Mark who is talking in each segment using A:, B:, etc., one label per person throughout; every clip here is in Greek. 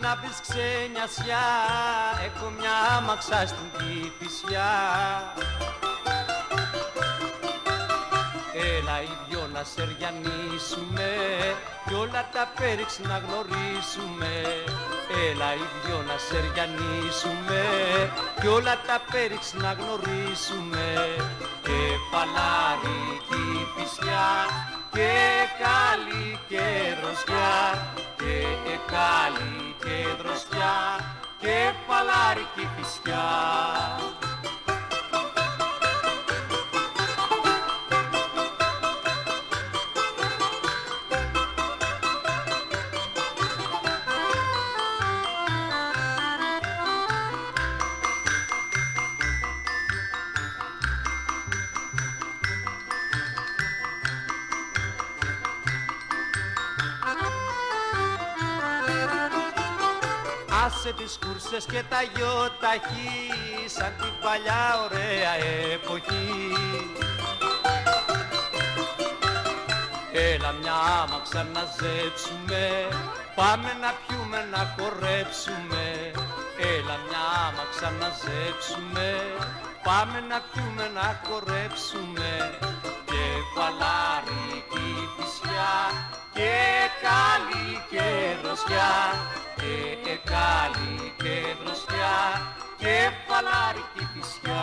A: να πεις ξένιασιά Έχω μια άμαξα στην Κηφισιά Έλα οι δυο να σε ριανίσουμε Κι όλα τα πέριξ να γνωρίσουμε Έλα οι δυο να σε ριανίσουμε Κι όλα τα πέριξ να γνωρίσουμε Και παλάρι Κηφισιά Και καλή και ρωσιά Και καλή και δροσιά Και παλάρι Κηφισιά Άσε τις κούρσες και τα γιοταχή σαν την παλιά ωραία εποχή. Έλα μια άμαξα να ζέψουμε, πάμε να πιούμε να χορέψουμε. Έλα μια άμαξα να ζέψουμε, πάμε να πιούμε να χορέψουμε. Και παλάρι και η φυσιά και καλή και δροσιά και καλή και δροσιά και φαλάρικη φυσιά.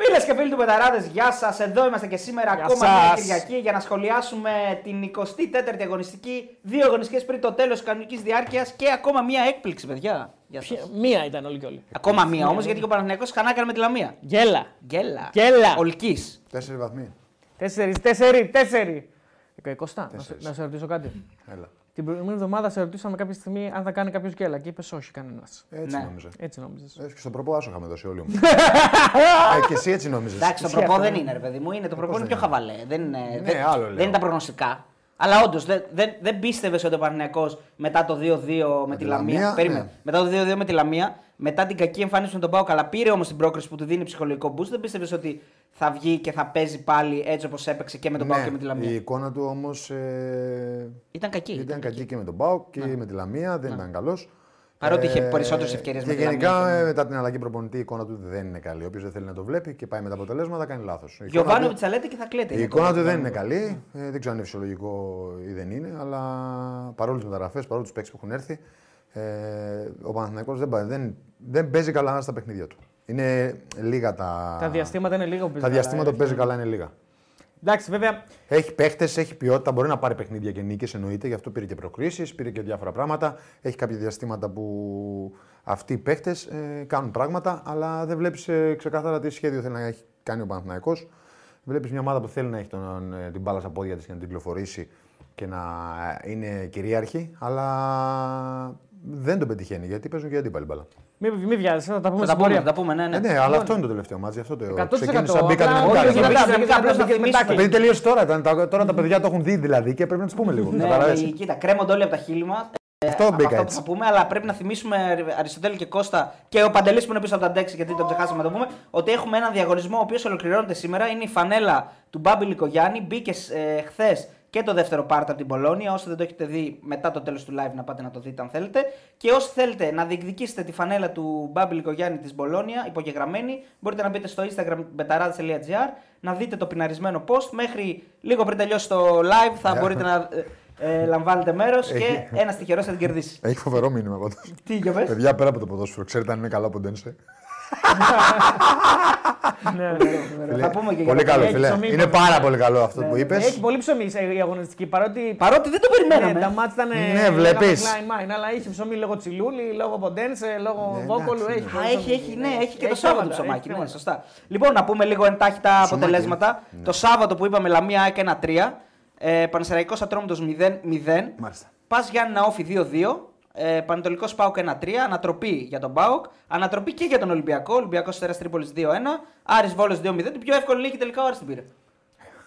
B: Φίλε και φίλοι του Πεταράδες, γεια σας. Εδώ είμαστε και σήμερα
C: Γεια
B: ακόμα μια
C: σας.
B: Κυριακή για να σχολιάσουμε την 24η αγωνιστική. Δύο αγωνιστικές πριν το τέλος της κανονικής διάρκειας και ακόμα μια έκπληξη, παιδιά. Γεια σας.
C: Ποια- Μία ήταν όλοι και όλοι.
B: Ακόμα μία όμω, γιατί και ο Παναθηναϊκός χανάκανε με τη λαμία.
C: Γέλα.
B: Γέλα.
C: Γέλα.
B: Ολική.
D: Τέσσερι βαθμοί.
C: Τέσσερι, τέσσερι, τέσσερι. Ε, Κώστα, να, σε-
D: Τέσσερις.
C: να σε ρωτήσω κάτι.
D: Έλα.
C: Την προηγούμενη εβδομάδα σε ρωτήσαμε κάποια στιγμή αν θα κάνει κάποιος γέλα και είπες όχι, κανένας.
D: Έτσι
B: Ναι.
D: νόμιζα.
C: Έτσι νόμιζες.
D: Έτσι και στον προπό άσο είχαμε δώσει όλοι μου. ε, και εσύ έτσι νόμιζες.
B: Εντάξει, το
C: Εσύ
B: προπό
C: αυτό
B: δεν
C: είναι.
B: είναι, ρε παιδί μου. Είναι, το προπό
D: πώς
B: είναι πιο
D: δεν είναι.
B: χαβαλέ. Δεν είναι,
D: Ναι,
B: δεν,
D: άλλο
B: δεν
D: λέω.
B: είναι τα προγνωστικά. Αλλά όντως δεν, δεν, δεν πίστευες ότι ο Παναγιακό μετά το 2-2 με τη
D: τη
B: Λαμία.
D: Λαμία,
B: περίμενε.
D: ναι.
B: Μετά το 2-2 με τη Λαμία, μετά την κακή εμφάνιση με τον Πάο αλλά πήρε όμως την πρόκριση που του δίνει ψυχολογικό boost. Δεν πίστευες ότι θα βγει και θα παίζει πάλι έτσι όπως έπαιξε και με τον Πάο και με τη Λαμία.
D: Ναι. Η εικόνα του όμως. Ε,
B: Ήταν κακή.
D: ήταν κακή και με τον Πάοκ και με τη Λαμία. Δεν ήταν καλός.
B: Ναι. Παρότι είχε περισσότερες ευκαιρίες
D: και
B: με τη
D: γενικά,
B: Λαμία και
D: ε, μετά την αλλαγή προπονητή, η εικόνα του δεν είναι καλή. Όποιος δεν θέλει να το βλέπει και πάει με τα αποτελέσματα κάνει λάθος.
B: Γιωβάνο θα λέτε και θα κλαίτε.
D: Η
B: Είναι
D: εικόνα
B: το-
D: του δεν είναι καλή. Ε, δεν ξέρω αν είναι φυσιολογικό ή δεν είναι, αλλά παρόλες τι μεταγραφέ, παρόλο του παίξει που έχουν έρθει, ε, ο Παναθηναϊκός δεν, πα- δεν, δεν παίζει καλά στα παιχνίδια του. Είναι λίγα τα.
C: Τα διαστήματα ε, είναι λίγο που
D: τα διαστήματα που παίζει καλά είναι λίγα.
C: Εντάξει, βέβαια.
D: Έχει παίχτες, έχει ποιότητα, μπορεί να πάρει παιχνίδια και νίκες εννοείται, γι' αυτό πήρε και προκρίσεις, πήρε και διάφορα πράγματα. Έχει κάποια διαστήματα που αυτοί οι παίχτες ε, κάνουν πράγματα, αλλά δεν βλέπεις ε, ξεκάθαρα τι σχέδιο θέλει να έχει κάνει ο Παναθηναϊκός. Βλέπεις μια ομάδα που θέλει να έχει τον, ε, την μπάλα στα πόδια της και να την κυκλοφορήσει και να ε, είναι κυρίαρχη, αλλά δεν τον πετυχαίνει γιατί παίζουν και οι αντίπαλοι μπάλα.
C: Μην μη βιάζεσαι, θα τα
B: Θα τα
C: πούμε στην
B: πούμε,
C: πορεία.
B: θα τα πούμε, ναι,
D: Ε,
B: ναι.
D: ναι, αλλά αυτό είναι το τελευταίο μάτι, γι' αυτό το
C: 100%
D: ξεκίνησα. Μπήκα
C: απλά-
D: με
C: όχι,
B: όχι, απλά-
D: κάρτα.
C: μπήκατε,
B: απλά να
C: μπήκατε, μπήκατε,
B: θυμίσουμε.
D: Το
C: μπήκατε.
D: παιδί τελείωσε τώρα. Ήταν, τα- τώρα τα παιδιά το έχουν δει δηλαδή και πρέπει να τους πούμε λίγο.
B: Ναι,
D: καταλάβεις.
B: ναι, κοίτα, κρέμονται όλοι από τα χείλη μας.
D: Αυτό
B: από
D: μπήκα
B: αυτά που θα
D: έτσι.
B: πούμε, αλλά πρέπει να θυμίσουμε Αριστοτέλη και Κώστα και ο Παντελής που είναι πίσω από τα τέξη, γιατί τον ξεχάσαμε να το πούμε, ότι έχουμε έναν διαγωνισμό ο οποίος ολοκληρώνεται σήμερα. Είναι η φανέλα του Μπάμπη Λικογιάννη. Μπήκες ε, χθες και το δεύτερο πάρτι από την Πολώνια. Όσοι δεν το έχετε δει μετά το τέλος του live, να πάτε να το δείτε αν θέλετε. Και όσοι θέλετε να διεκδικήσετε τη φανέλα του Μπάμπη Λικογιάννη της Μπολόνια, υπογεγραμμένη, μπορείτε να μπείτε στο Instagram betarades.gr να δείτε το πιναρισμένο post. Μέχρι λίγο πριν τελειώσει το live θα μπορείτε να ε, ε, λαμβάνετε μέρος και
D: Έχει-
B: ένα τυχερό θα την κερδίσει.
D: Έχει φοβερό μήνυμα πάντως.
B: Τι για πες.
D: Παιδιά πέρα από το ποδόσφαιρο, ξέρετε αν είναι καλά ποντένσε.
C: Ναι.
B: Θα πούμε και για
D: Πολύ
B: το Ναι,
D: καλό,
C: Έχει
D: φίλε.
C: ψωμί,
D: Είναι
C: πολύ.
D: πάρα πολύ καλό αυτό που είπες.
C: Έχει πολύ ψωμί σε- η αγωνιστική παρότι.
B: Παρότι δεν το
C: Ναι, τα
B: περιμέναμε.
C: μάτια ήταν.
D: Ναι, βλέπεις.
C: Mine, Ναι, αλλά είχε ψωμί λόγω τσιλούλι, λόγω ποντένσε, λόγω
D: Ναι,
C: βόκολου.
D: εντάξει,
C: Έχει,
B: Α,
C: πολύ
B: έχει,
C: ψωμί,
B: έχει, ναι, έχει και το
C: Έχει
B: Σάββατο
C: θέματα,
B: ψωμάκι.
C: έχει
B: Ναι,
C: θέματα.
B: σωστά. Λοιπόν, να πούμε λίγο εντάχει τα
D: Ψωμάκι, Ναι.
B: αποτελέσματα. Το Σάββατο που είπαμε Λαμία ΑΕΚ 1-3. Ε, Πανεσαιραϊκό Ατρόμητο 0-0.
D: Μάλιστα.
B: Πας Γιάννη Ναόφι 2-2. Ε, Πανετολικός Πάοκ 1-3. Ανατροπή για τον Πάοκ. Ανατροπή και για τον Ολυμπιακό. Ολυμπιακός Αστέρα Τρίπολη 2-1. Άρης Βόλος 2-0. Την πιο εύκολη νίκη τελικά ο Άρης την πήρε.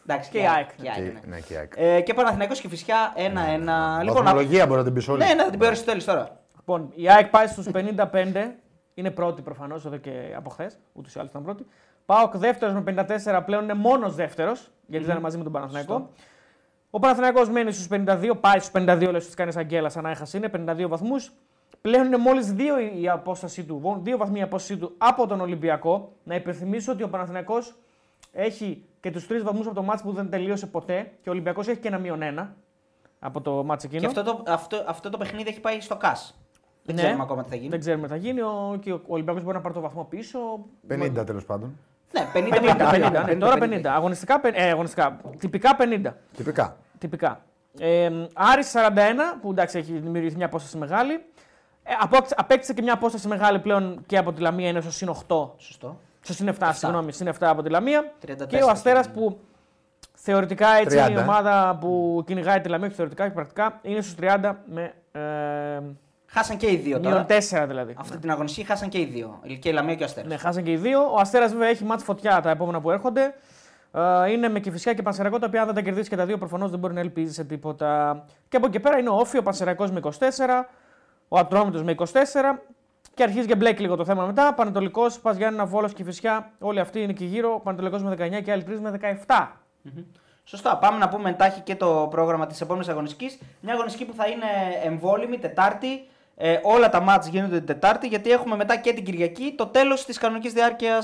B: Εντάξει,
C: Και
B: η
C: η ΑΕΚ.
D: Και-
B: ΑΕΚ, ναι.
D: ναι, και η ΑΕΚ. Ναι,
B: Ε, και Παναθηναϊκός και φυσικά 1-1. Λοιπόν, να-
D: βαθμολογία μπορεί να την πεις όλη.
B: ναι, ναι, θα την πει ο Αριστοτέλης τώρα.
C: Λοιπόν, η ΑΕΚ πάει στους 55. Είναι πρώτη προφανώς εδώ και από χθες. Ούτως ή άλλως ήταν πρώτη. Πάοκ δεύτερος με 54 πλέον είναι μόνος δεύτερος. Γιατί ήταν μαζί με τον Παναθηναϊκό. Ο Παναθηναϊκός μένει στους 52, πάει στους 52 λε τη κάνει Αγγέλα σαν να έχασε είναι, 52 βαθμούς. Πλέον είναι μόλις δύο η η απόστασή του, βο- δύο βαθμοί η απόστασή του από τον Ολυμπιακό. Να υπενθυμίσω ότι ο Παναθηναϊκός έχει και τους τρεις βαθμούς από το μάτς που δεν τελείωσε ποτέ και ο Ολυμπιακός έχει και ένα μείον ένα από το μάτς εκείνο.
B: Και αυτό το, αυτό, αυτό το παιχνίδι έχει πάει στο ΚΑΣ. Δεν
C: Ναι.
B: ξέρουμε ακόμα τι θα γίνει.
C: Δεν ξέρουμε τι θα γίνει. Ο, και ο Ολυμπιακός μπορεί να πάρει το βαθμό πίσω.
D: 50 τέλος πάντων.
B: Ναι, 50-50.
C: 50, 50, ναι,
B: 50-50.
C: τώρα 50. Αγωνιστικά, πεν- ε, αγωνιστικά. Τυπικά 50.
D: Τυπικά.
C: Τυπικά. Ε, Άρης 41, που εντάξει έχει δημιουργηθεί μια απόσταση μεγάλη. Ε, απόκτησε- απέκτησε και μια απόσταση μεγάλη πλέον και από τη Λαμία, είναι στο συν 8.
B: Σωστό.
C: Στο συν 7, συγγνώμη, συν 7 από τη Λαμία.
B: 34
C: Και ο Αστέρας που θεωρητικά έτσι είναι
D: 30.
C: η ομάδα που κυνηγάει τη Λαμία, όχι θεωρητικά και πρακτικά, είναι στους 30 με. Ε,
B: Χάσαν και οι δύο τώρα.
C: μείον 4 δηλαδή.
B: Αυτή την αγωνιστική χάσαν και οι δύο. Και η Λαμία και ο Αστέρας.
C: Ναι, χάσαν και οι δύο. Ο Αστέρας βέβαια έχει μάτς φωτιά τα επόμενα που έρχονται. Ε, είναι με κυφισιά και Πανσεραϊκό, τα οποία αν δεν τα κερδίσεις και τα δύο προφανώς δεν μπορεί να ελπίζεις σε τίποτα. Και από εκεί πέρα είναι ο Όφη, ο Πανσεραϊκός με 24, ο Ατρόμητος με 24 και αρχίζει και μπλέκει λίγο το θέμα μετά. Πανετολικός, Παζιάννα, Βόλο και φυσιά. Όλοι αυτοί είναι και γύρω. Πανετολικός με 19 και άλλοι τρεις με 17.
B: Σωστά. Πάμε να πούμε εντάχει και το πρόγραμμα της επόμενης αγωνιστικής. Μια αγωνιστική που θα είναι εμβόλυμη, Τετάρτη. Ε, όλα τα μάτς γίνονται την Τετάρτη, γιατί έχουμε μετά και την Κυριακή το τέλος της κανονικής διάρκειας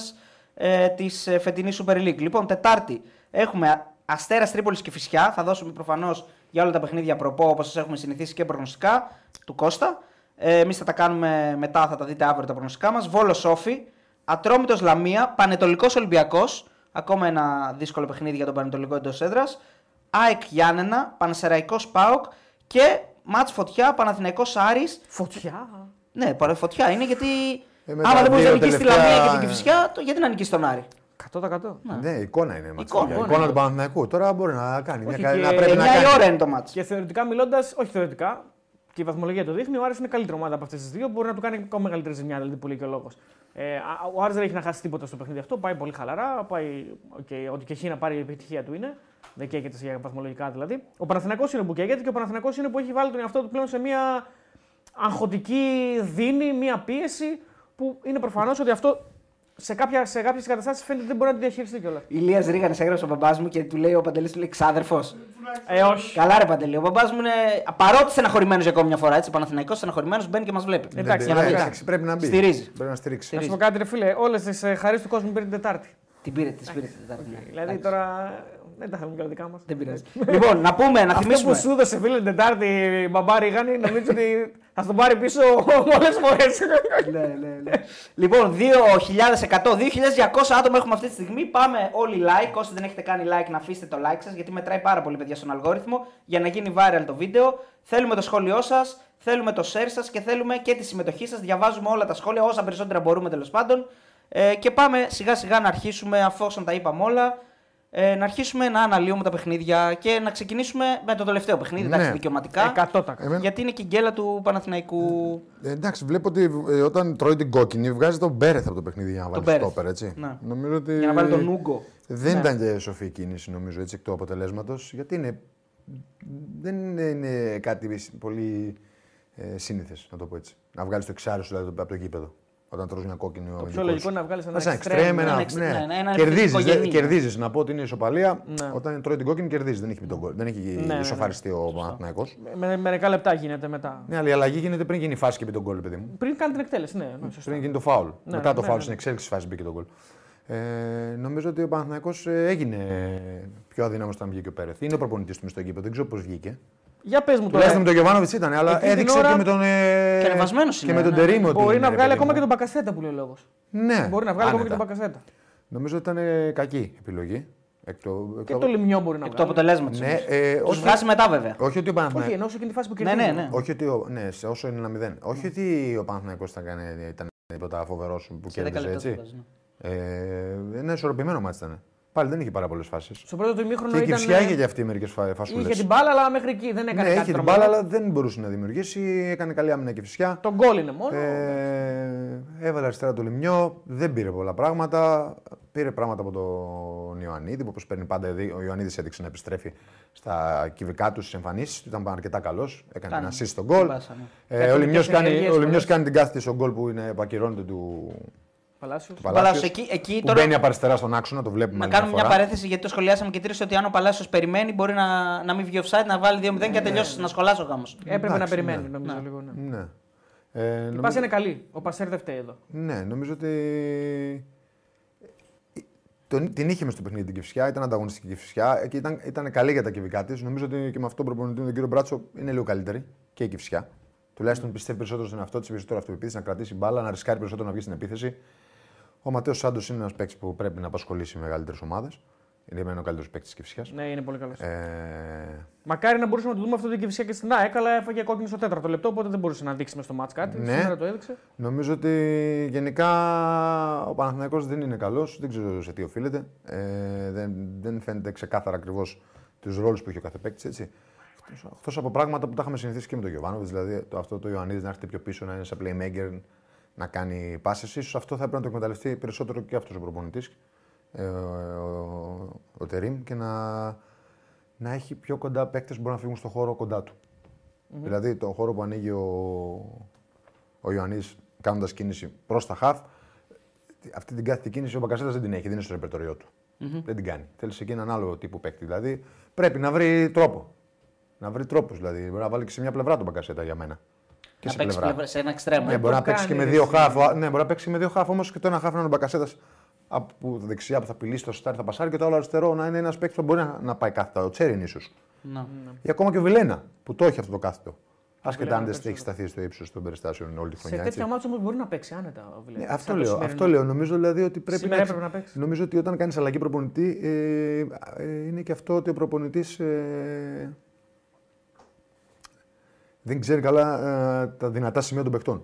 B: ε, τη ε, φετινής Super League. Λοιπόν, Τετάρτη έχουμε Αστέρας Τρίπολης και Φυσιά. Θα δώσουμε προφανώς για όλα τα παιχνίδια προπό, όπως σας έχουμε συνηθίσει και προγνωστικά του Κώστα. Ε, Εμείς θα τα κάνουμε μετά, θα τα δείτε αύριο τα προγνωστικά μας. Βόλος Σόφι, Ατρόμητος Λαμία, Πανετολικός Ολυμπιακός. Ακόμα ένα δύσκολο παιχνίδι για τον Πανετολικό εντός έδρας. ΑΕΚ Γιάννενα, Πανεσαιραϊκό Πάοκ και μάτς φωτιά Παναθηναϊκός Άρης.
C: Φωτιά.
B: Ναι, παρα- φωτιά είναι γιατί.
D: Ε, με τα
B: άμα δεν μπορείς να
D: δύο
B: νικήσεις τη
D: τελευταία,
B: Λαμία και την
D: ε.
B: Κυφυσιά, το- γιατί να νικήσεις τον Άρη.
C: 100%.
D: Ναι, εικόνα είναι. μάτς.
B: Εικόνα, ναι.
D: Η
B: εικόνα.
D: εικόνα του Παναθηναϊκού. Τώρα μπορεί να κάνει. μια
C: Όχι,
D: κα-
C: και
D: να πρέπει
B: 9
D: να
B: η
D: κάνει.
B: ώρα είναι το μάτς.
C: Και θεωρητικά μιλώντας, όχι θεωρητικά, και η βαθμολογία το δείχνει, ο Άρης είναι καλύτερη ομάδα από αυτές τις δύο. Μπορεί να του κάνει ακόμα μεγαλύτερη ζημιά, δηλαδή που λέει και ο λόγος. Ε, α- ο Άρης δεν έχει να χάσει τίποτα στο παιχνίδι αυτό. Πάει πολύ χαλαρά. Πάει, okay, ό,τι και έχει να πάρει η επιτυχία του είναι. Δεν καίγεται για βαθμολογικά δηλαδή. Ο Παναθηναϊκός είναι που καίγεται και ο Παναθηναϊκός είναι που έχει βάλει τον εαυτό του πλέον σε μια αγχωτική δίνη, μια πίεση που είναι προφανώς ότι αυτό σε, κάποια, σε κάποιες καταστάσεις φαίνεται ότι δεν μπορεί να τη διαχειριστεί κιόλας.
B: Ηλία Ρίγανη έγραψε ο μπαμπάς μου και του λέει ο Παντελής, του λέει ξάδερφος.
C: Ε, όχι.
B: Καλά, ρε Παντελή. Ο μπαμπάς μου είναι παρότι στεναχωρημένος για ακόμη μια φορά. Έτσι, Παναθηναϊκός στεναχωρημένος μπαίνει και μας βλέπει.
D: Δεν
C: Εντάξει,
D: μπει.
C: για να
B: δεις.
D: Εντάξει, πρέπει να μπει.
B: Στηρίζει.
D: Πρέπει να στηρίξει.
C: Να σου πω κάτι, ρε φίλε, όλες τις χαρίε του κόσμου πήρε την Τετάρτη.
B: Την πήρε, τη πήρε. την Τετάρτη, ναι.
C: Δηλαδή τώρα δεν τα θέλουμε και όλα δικά μας.
B: Δεν πειράζει. λοιπόν, να πούμε, να
C: Αυτό που
B: θυμίσουμε.
C: σου έδωσε φίλε την Τετάρτη η μπαμπά Ρίγανη, νομίζω ότι θα τον πάρει πίσω πολλέ φορές.
B: ναι, ναι, ναι. Λοιπόν, 2.100, 2.200 άτομα έχουμε αυτή τη στιγμή. Πάμε όλοι like. Όσοι δεν έχετε κάνει like, να αφήσετε το like σας, γιατί μετράει πάρα πολύ, παιδιά, στον αλγόριθμο για να γίνει viral το βίντεο. Θέλουμε το σχόλιο σας, θέλουμε το share σας και θέλουμε και τη συμμετοχή σας. Διαβάζουμε όλα τα σχόλια, όσα περισσότερα μπορούμε τέλος πάντων. Ε, και πάμε σιγά σιγά να αρχίσουμε, αφόσον τα είπαμε όλα, ε, να αρχίσουμε να αναλύουμε τα παιχνίδια και να ξεκινήσουμε με το τελευταίο παιχνίδι,
D: Ναι.
B: εντάξει, δικαιωματικά.
C: Εκατότακα.
D: Εμένα-
B: Γιατί είναι και η γκέλα του Παναθηναϊκού.
D: Ε, εντάξει, βλέπω ότι ε, όταν τρώει την κόκκινη βγάζει τον Μπέρεθ από το παιχνίδι για να βάλει
B: Μπέρεθ.
D: στόπερ, έτσι.
B: Ναι.
D: Νομίζω ότι...
B: Για να βάλει τον Ούγκο.
D: Δεν
B: Ναι.
D: ήταν και σοφή κίνηση νομίζω έτσι εκ του αποτελέσματος. Γιατί είναι, δεν είναι, είναι κάτι σ- πολύ ε, σύνηθες, να το πω έτσι. Να βγάλεις το εξάρι σου δηλαδή, από το γήπεδο. Όταν τρως μια κόκκινη. Το
C: πιο λογικό είναι να βγάλεις ένα extreme,
D: εξτρέμ.
B: ένα
D: Ένα,
B: extreme, ναι,
D: ναι.
B: ναι, ένα
D: Κερδίζεις,
B: οικογενή,
D: δεν-
B: ναι.
D: κερδίζεις. Να πω ότι είναι ισοπαλία.
C: Ναι.
D: Όταν τρώει την κόκκινη, κερδίζεις. Δεν έχει, μπει τον γκολ. δεν έχει
C: ναι, ναι.
D: ισοφαριστεί ο Παναθυναϊκό.
C: Με μερικά λεπτά γίνεται μετά.
D: Ναι, αλλά η αλλαγή γίνεται πριν γίνει η φάση και μπει τον γκολ, παιδί μου.
C: Πριν κάνει την εκτέλεση, ναι. ναι, σωστά.
D: Πριν γίνει το φάουλ.
C: Ναι,
D: Μετά το
C: ναι,
D: φάουλ
C: ναι.
D: στην εξέλιξη φάση μπήκε τον γκολ. Ε, νομίζω ότι ο Παναθηναϊκός ε, έγινε πιο αδύναμος όταν βγήκε ο Πέρεθ. Είναι ο προπονητής του στο γήπεδο, δεν ξέρω πώς βγήκε.
C: Για πες μου
D: Τουλάχιστον με
C: τώρα.
D: τον Γιωβάνοβιτ ήταν, αλλά
C: Εκείνη την
D: έδειξε
C: ώρα-
D: και με τον. Ε,
B: Και ανεβασμένος
D: και
B: είναι,
D: με τον
B: ναι.
D: Τερήμι ότι
C: Μπορεί
D: είναι,
C: να
D: ρε
C: βγάλει
D: παιδί
C: ακόμα και
D: μου.
C: τον Πακασέτα που λέει ο λόγος.
D: Ναι,
C: Μπορεί να βγάλει ακόμα και τον
D: άνετα.
C: Πακασέτα.
D: Νομίζω ότι ήταν ε, κακή επιλογή. Εκ το, εκ
C: Και
D: το-
C: το λιμιό μπορεί να
B: Εκ του
C: βγάλει.
B: αποτελέσματο.
D: Ναι, ε,
B: Τους
D: όχι,
B: βγάζει μετά βέβαια.
D: όχι ότι ο
C: Όχι,
D: Παναθηναϊκός.
C: ενώ σε εκείνη τη φάση που
B: Ναι, ναι,
C: κερδίζει.
B: ναι.
D: Όχι ότι ο, ναι, σε όσο είναι ένα μηδέν.
C: Ναι.
D: Όχι ότι ο Παναθηναϊκός ήταν, κανένα- ήταν τίποτα φοβερός που
B: Σε 10
D: κέρδισε
B: λεπτά
D: έτσι.
B: το βγάζει, ναι.
D: Ε, ένα ισορροπημένο μάτι ήταν. Πάλι δεν είχε πάρα πολλές φάσεις.
C: Στο πρώτο του ημίχρονο
D: Και η
C: ήταν. ε,
D: Κυψιά είχε και αυτή μερικέ
C: είχε
D: φασούλε.
C: την μπάλα, αλλά μέχρι εκεί δεν έκανε κάτι
D: Ναι, είχε την
C: τρομερό.
D: μπάλα, αλλά δεν μπορούσε να δημιουργήσει. Έκανε καλή άμυνα και φυσικά.
C: Τον γκολ είναι μόνο.
D: Ε, έβαλε αριστερά το λιμιό, δεν πήρε πολλά πράγματα. Πήρε πράγματα από τον Ιωαννίδη, που όπως παίρνει πάντα. δι- Ο Ιωαννίδης έδειξε να επιστρέφει στα κυβικά του στις εμφανίσεις του. Ήταν αρκετά καλός. Έκανε
B: Κάνει.
D: ένα assist στον γκολ.
B: Την πάσα, ναι.
D: Ε, ο Λιμιός
C: Τεχνικές
D: κάνει,
C: ενέργειες
D: ο Λιμιός
C: πολλές.
D: κάνει την κάθετη στον γκολ που είναι, που ακυρώνεται του,
C: Παλάσιος.
D: του
B: Παλάσιος,
D: Παλάσιου.
B: εκεί- εκεί
D: που
B: τώρα-
D: Μπαίνει από αριστερά στον άξονα, το βλέπουμε.
B: Να
D: άλλη
B: κάνουμε μια
D: φορά.
B: παρένθεση γιατί το σχολιάσαμε και τήρησε ότι αν ο Παλάσιος περιμένει μπορεί να, να μην βγει offside, να βάλει 2-0 και να
D: Ναι,
B: τελειώσει να σχολάσει ο γάμος.
C: Έπρεπε να
D: Εντάξει,
C: περιμένει,
D: ναι.
C: νομίζω λίγο. Ναι.
D: Ναι. Ε,
C: Η
D: νομίζω-
C: πάση είναι καλή. Ο Πασέρ δεν φταίει εδώ.
D: Ναι, νομίζω ότι. Τον, την είχε μες στο παιχνίδι την Κυφσιά, ήταν ανταγωνιστική η Κυφσιά και ήταν, ήταν καλή για τα κυβικά της. Νομίζω ότι και με αυτόν τον προπονητή, τον κύριο Μπράτσο, είναι λίγο καλύτερη και η Κυφσιά. Τουλάχιστον πιστεύει περισσότερο στον εαυτό της, περισσότερο αυτοπεποίθηση, να κρατήσει μπάλα, να ρισκάρει περισσότερο να βγει στην επίθεση. Ο Ματέος Σάντος είναι ένας παίκτης που πρέπει να απασχολήσει μεγαλύτερες ομάδες. Είναι εμένα ο καλύτερος παίκτης της Κυφσιά.
C: Ναι, είναι πολύ καλός.
D: Ε,
C: Μακάρι να μπορούσαμε να το δούμε αυτό την κυφσιά και στην ΑΕΚ, αλλά έφαγε κόκκινο στο τέταρτο λεπτό, οπότε δεν μπορούσε να δείξει με στο μάτς κάτι.
D: Ναι.
C: Σήμερα το έδειξε.
D: Νομίζω ότι γενικά ο Παναθηναϊκός δεν είναι καλός, δεν ξέρω σε τι οφείλεται. Ε, δεν, δεν φαίνεται ξεκάθαρα ακριβώς τους ρόλους που έχει ο κάθε παίκτης, έτσι. Εκτός- Εκτός από πράγματα που τα είχαμε συνηθίσει και με τον Γιωβάνοβιτ, δηλαδή το, αυτό το Ιωαννίδης να έρχεται πιο πίσω, να είναι σαν playmaker, να κάνει πάσες. Ίσως αυτό θα έπρεπε να το εκμεταλλευτεί περισσότερο και αυτός ο προπονητής, ε, ο, ο Τερίμ, και να, να έχει πιο κοντά παίκτες που μπορούν να φύγουν στο χώρο κοντά του. Δηλαδή τον χώρο που ανοίγει ο, ο Ιωαννής κάνοντας κίνηση προς τα χαφ. Αυτή την κάθε κίνηση ο Μπακασέτας δεν την έχει, δεν είναι στο ρεπερτοριό του. Δεν την κάνει. Θέλει εκεί έναν άλλο τύπο παίκτη. Δηλαδή πρέπει να βρει τρόπο. Να βρει τρόπους δηλαδή. Μπορεί να βάλει και σε μια πλευρά τον Μπακασέτα για μένα. Και
B: Να παίξει πλευρά- σε ένα εξτρέμμα.
D: Ναι, μπορεί να
C: το
D: παίξει και
C: κάνει,
D: με
C: ρε,
D: δύο
C: εσύ.
D: χαφ. Ο- Ναι, μπορεί να παίξει και με δύο χαφ όμως και το ένα χαφ να είναι ο Μπακασέτας από δεξιά που θα πηλήσει το σουτάρι, θα πασάρει και το άλλο αριστερό να είναι ένας παίκτης που μπορεί να, να πάει κάθετα. Ο Τσέριν ίσως.
B: Να.
D: Ή ακόμα και ο Βιλένα που το έχει αυτό το κάθετο. Άσχετα αν δεν
C: περισσότερο.
D: έχει σταθεί στο ύψος των περιστάσεων όλη τη
C: Σε
D: χρονιά. έτσι.
C: τέτοια μάτια όμως μπορεί να παίξει άνετα ο Βιλένα.
D: Ναι, αυτό, λέω, αυτό λέω. Νομίζω δηλαδή ότι πρέπει
C: Σήμερα
D: να,
C: έπρεπε να παίξει.
D: Νομίζω ότι όταν κάνεις αλλαγή προπονητή, ε, ε, είναι και αυτό ότι ο προπονητής. Ε, δεν ξέρει καλά ε, τα δυνατά σημεία των παιχτών.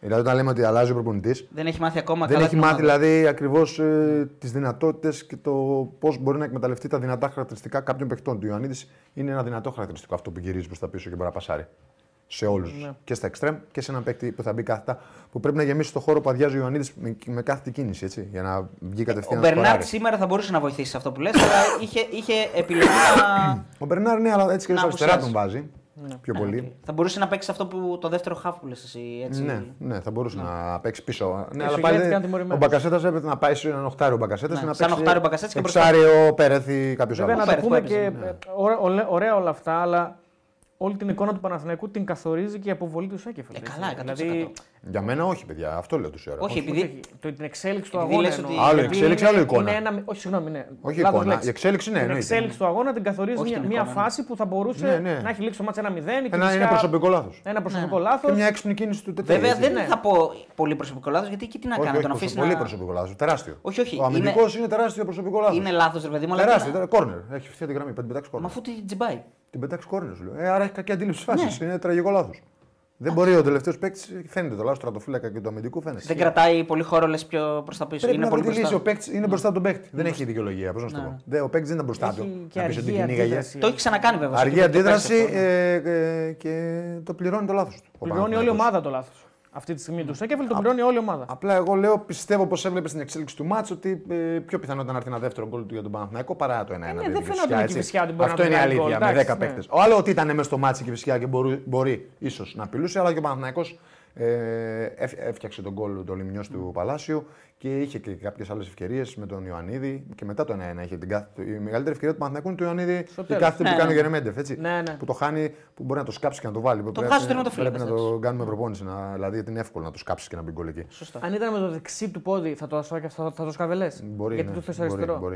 D: Δηλαδή, όταν λέμε ότι αλλάζει ο προπονητής,
B: Δεν έχει μάθει ακόμα
D: δεν
B: καλά
D: έχει
B: την
D: μάθει
B: ομάδα.
D: δηλαδή ακριβώς ε, τις δυνατότητες και το πώς μπορεί να εκμεταλλευτεί τα δυνατά χαρακτηριστικά κάποιων παιχτών. Του Ιωαννίδης είναι ένα δυνατό χαρακτηριστικό αυτό που γυρίζει προς τα πίσω και μπορεί να πασάρει. Σε όλους.
B: Ναι.
D: Και στα εξτρεμ και σε έναν παίκτη που θα μπει κάθετα. Που πρέπει να γεμίσει το χώρο που αδειάζει ο Ιωαννίδης με, με κάθετη κίνηση. Έτσι, για να βγει
B: Ε, Ο
D: κατευθείαν να σκοράρει.
B: Μπερνάρτ σήμερα θα μπορούσε να βοηθήσει σε αυτό που λες, αλλά είχε, είχε επιλογή να.
D: Ο Μπερνάρ, ναι, αλλά έτσι και
B: Να Ναι.
D: στα αριστερά τον
B: απουσιάζει.
D: βάζει. Πιο πολύ.
B: θα μπορούσε να παίξεις αυτό που το δεύτερο half που λες εσύ. Έτσι.
D: Ναι, ναι, θα μπορούσε να παίξει
B: Ε,
D: πίσω. Ναι,
C: ο
D: αλλά
C: Γιάννης
D: πάλι
C: ήταν
D: δεν- ο
C: τιμωρημένος.
D: Μπακασέτας έπρεπε να πάει σε έναν οχτάριο ο Μπακασέτας.
B: Ναι,
D: να
B: σαν
D: παίξει
B: οχτάριο ο Μπακασέτας και μπροστά.
D: εξάριο, πέρεθι κάποιος
C: Βέβαια
D: άλλο.
C: να
B: Πέρε,
C: το πούμε
B: πέρε,
C: και
D: ναι.
C: ε, ωρα- ολε- ωραία όλα αυτά, αλλά όλη την εικόνα του Παναθηναϊκού την καθορίζει και η αποβολή του Σέκεφελ.
B: Ε,
C: έτσι.
B: καλά, 100%.
C: Δηλαδή,
D: Για μένα όχι, παιδιά. Αυτό λέω τους ώρα.
B: Όχι, επειδή.
C: όχι, το- την εξέλιξη του
B: επειδή
C: αγώνα.
B: λες ότι-
C: εννοώ.
D: Άλλο
C: Γιατί
D: εξέλιξη,
C: είναι-
D: άλλο εικόνα.
C: είναι ένα- όχι, συγγνώμη, ναι.
D: Όχι
C: Λάθος
D: εικόνα.
C: λέξη.
D: Η εξέλιξη, ναι,
C: Την
D: εννοείται.
C: εξέλιξη του αγώνα την καθορίζει
B: Όχι
C: μια,
B: την
C: μια
B: εικόνα, ναι.
C: φάση που θα μπορούσε
D: Ναι, ναι.
C: να έχει λήξει το μάτς 1-0. και
D: Ένα είναι
C: φυσικά
D: προσωπικό λάθος.
C: Ένα προσωπικό
D: Και
C: λάθο.
D: μια έξυπνη κίνηση του τετέλου.
B: Ε, Βέβαια
D: έτσι.
B: δεν
C: ναι.
B: θα πω πολύ προσωπικό λάθος γιατί εκεί τι να
D: Όχι,
B: κάνω,
D: όχι,
B: τον αφήσεις
D: προσωπικό- Πολύ
B: να.
D: προσωπικό λάθος. Τεράστιο.
B: Όχι, όχι,
D: Ο
B: είναι-
D: αμυντικός είναι... τεράστιο προσωπικό λάθος.
B: Είναι λάθος, ρε παιδί μου, αλλά. τι
D: Τεράστιο.
B: να-
D: ήταν Κόρνερ. Έχει φυθεί την γραμμή. Πέντε πετάξει
B: Μα
D: κόρνερ.
B: αφού τη τζιμπάει.
D: Την πετάξεις κόρνερ σου λέω. Ε, άρα έχει κακή αντίληψη φάσης.
B: Ναι.
D: Είναι τραγικό λάθος. Δεν μπορεί ο τελευταίος παίκτης. Φαίνεται το λάθο του στρατοφύλακα και του αμυντικού. Φαίνεται.
B: Δεν κρατάει πολύ χώρο, λες πιο προ τα πίσω.
D: Πρέπει
B: Είναι
D: να
B: πολύ
D: βρει τη λύση.
B: μπροστά. Ναι.
D: Ο παίκτης είναι μπροστά από τον παίκτη. Δεν έχει δικαιολογία. Πώ να σου το πω. Δε, Ο παίκτης δεν ήταν μπροστά
C: Έχει
D: του.
C: και
D: Να πεις ότι
C: αργή
D: κυνήγαγε.
C: αντίδραση.
B: Το έχει ξανακάνει βέβαια.
D: Αργή
B: στο Κύπρο, το
D: αντίδραση
B: παίξει αυτό.
D: ε, ε, και το πληρώνει το λάθος του. ο
C: Πληρώνει όλη η
D: Παναθηναϊκός.
C: ομάδα το λάθος. Αυτή τη στιγμή τους Σέκεφελ τον πληρώνει όλη η ομάδα.
D: Απλά εγώ λέω, πιστεύω πως έβλεπες στην εξέλιξη του μάτσου ότι ε, πιο πιθανό ήταν να έρθει ένα δεύτερο γκολ του για τον Παναθηναϊκό παρά το ένα.
C: ναι, δεν φαινόταν η Κυφισιά ότι μπορεί να
D: Αυτό είναι η
C: βάλει γκολ,
D: αλήθεια. Με 10
C: εντάξει, ναι.
D: παίκτε. Ο άλλο ότι ήταν μέσα στο μάτσο η Κυφσιά και μπορεί, μπορεί ίσως να απειλούσε, αλλά και ο Παναθηναϊκός ε, έφ- έφτιαξε τον γκολ το λιμιό του Παλάσιου και είχε και κάποιες άλλες ευκαιρίες με τον Ιωαννίδη. Και μετά τον 1 είχε την κάθε. Η μεγαλύτερη ευκαιρία του Παναθηναϊκού είναι του Ιωαννίδη.
C: Στο
D: Η
C: τέλος.
D: κάθετη
B: Ναι,
D: που κάνει ο
B: ναι.
D: Γερμέντεφ. έτσι,
C: Ναι, ναι.
D: Που το χάνει, που μπορεί να το σκάψει και να το βάλει. Το
B: βγάζει ο τερματοφύλακας,
D: Πρέπει να το κάνουμε προπόνηση. να- Δηλαδή είναι εύκολο να το σκάψει και να μπει γκολ εκεί.
C: Αν ήταν με το δεξί του πόδι, θα το, θα, θα, θα το σκαβελέ.
D: Μπορεί,
C: Γιατί
D: ναι.
C: του θες
D: Μπορεί,
C: αριστερό.
D: Μπορεί,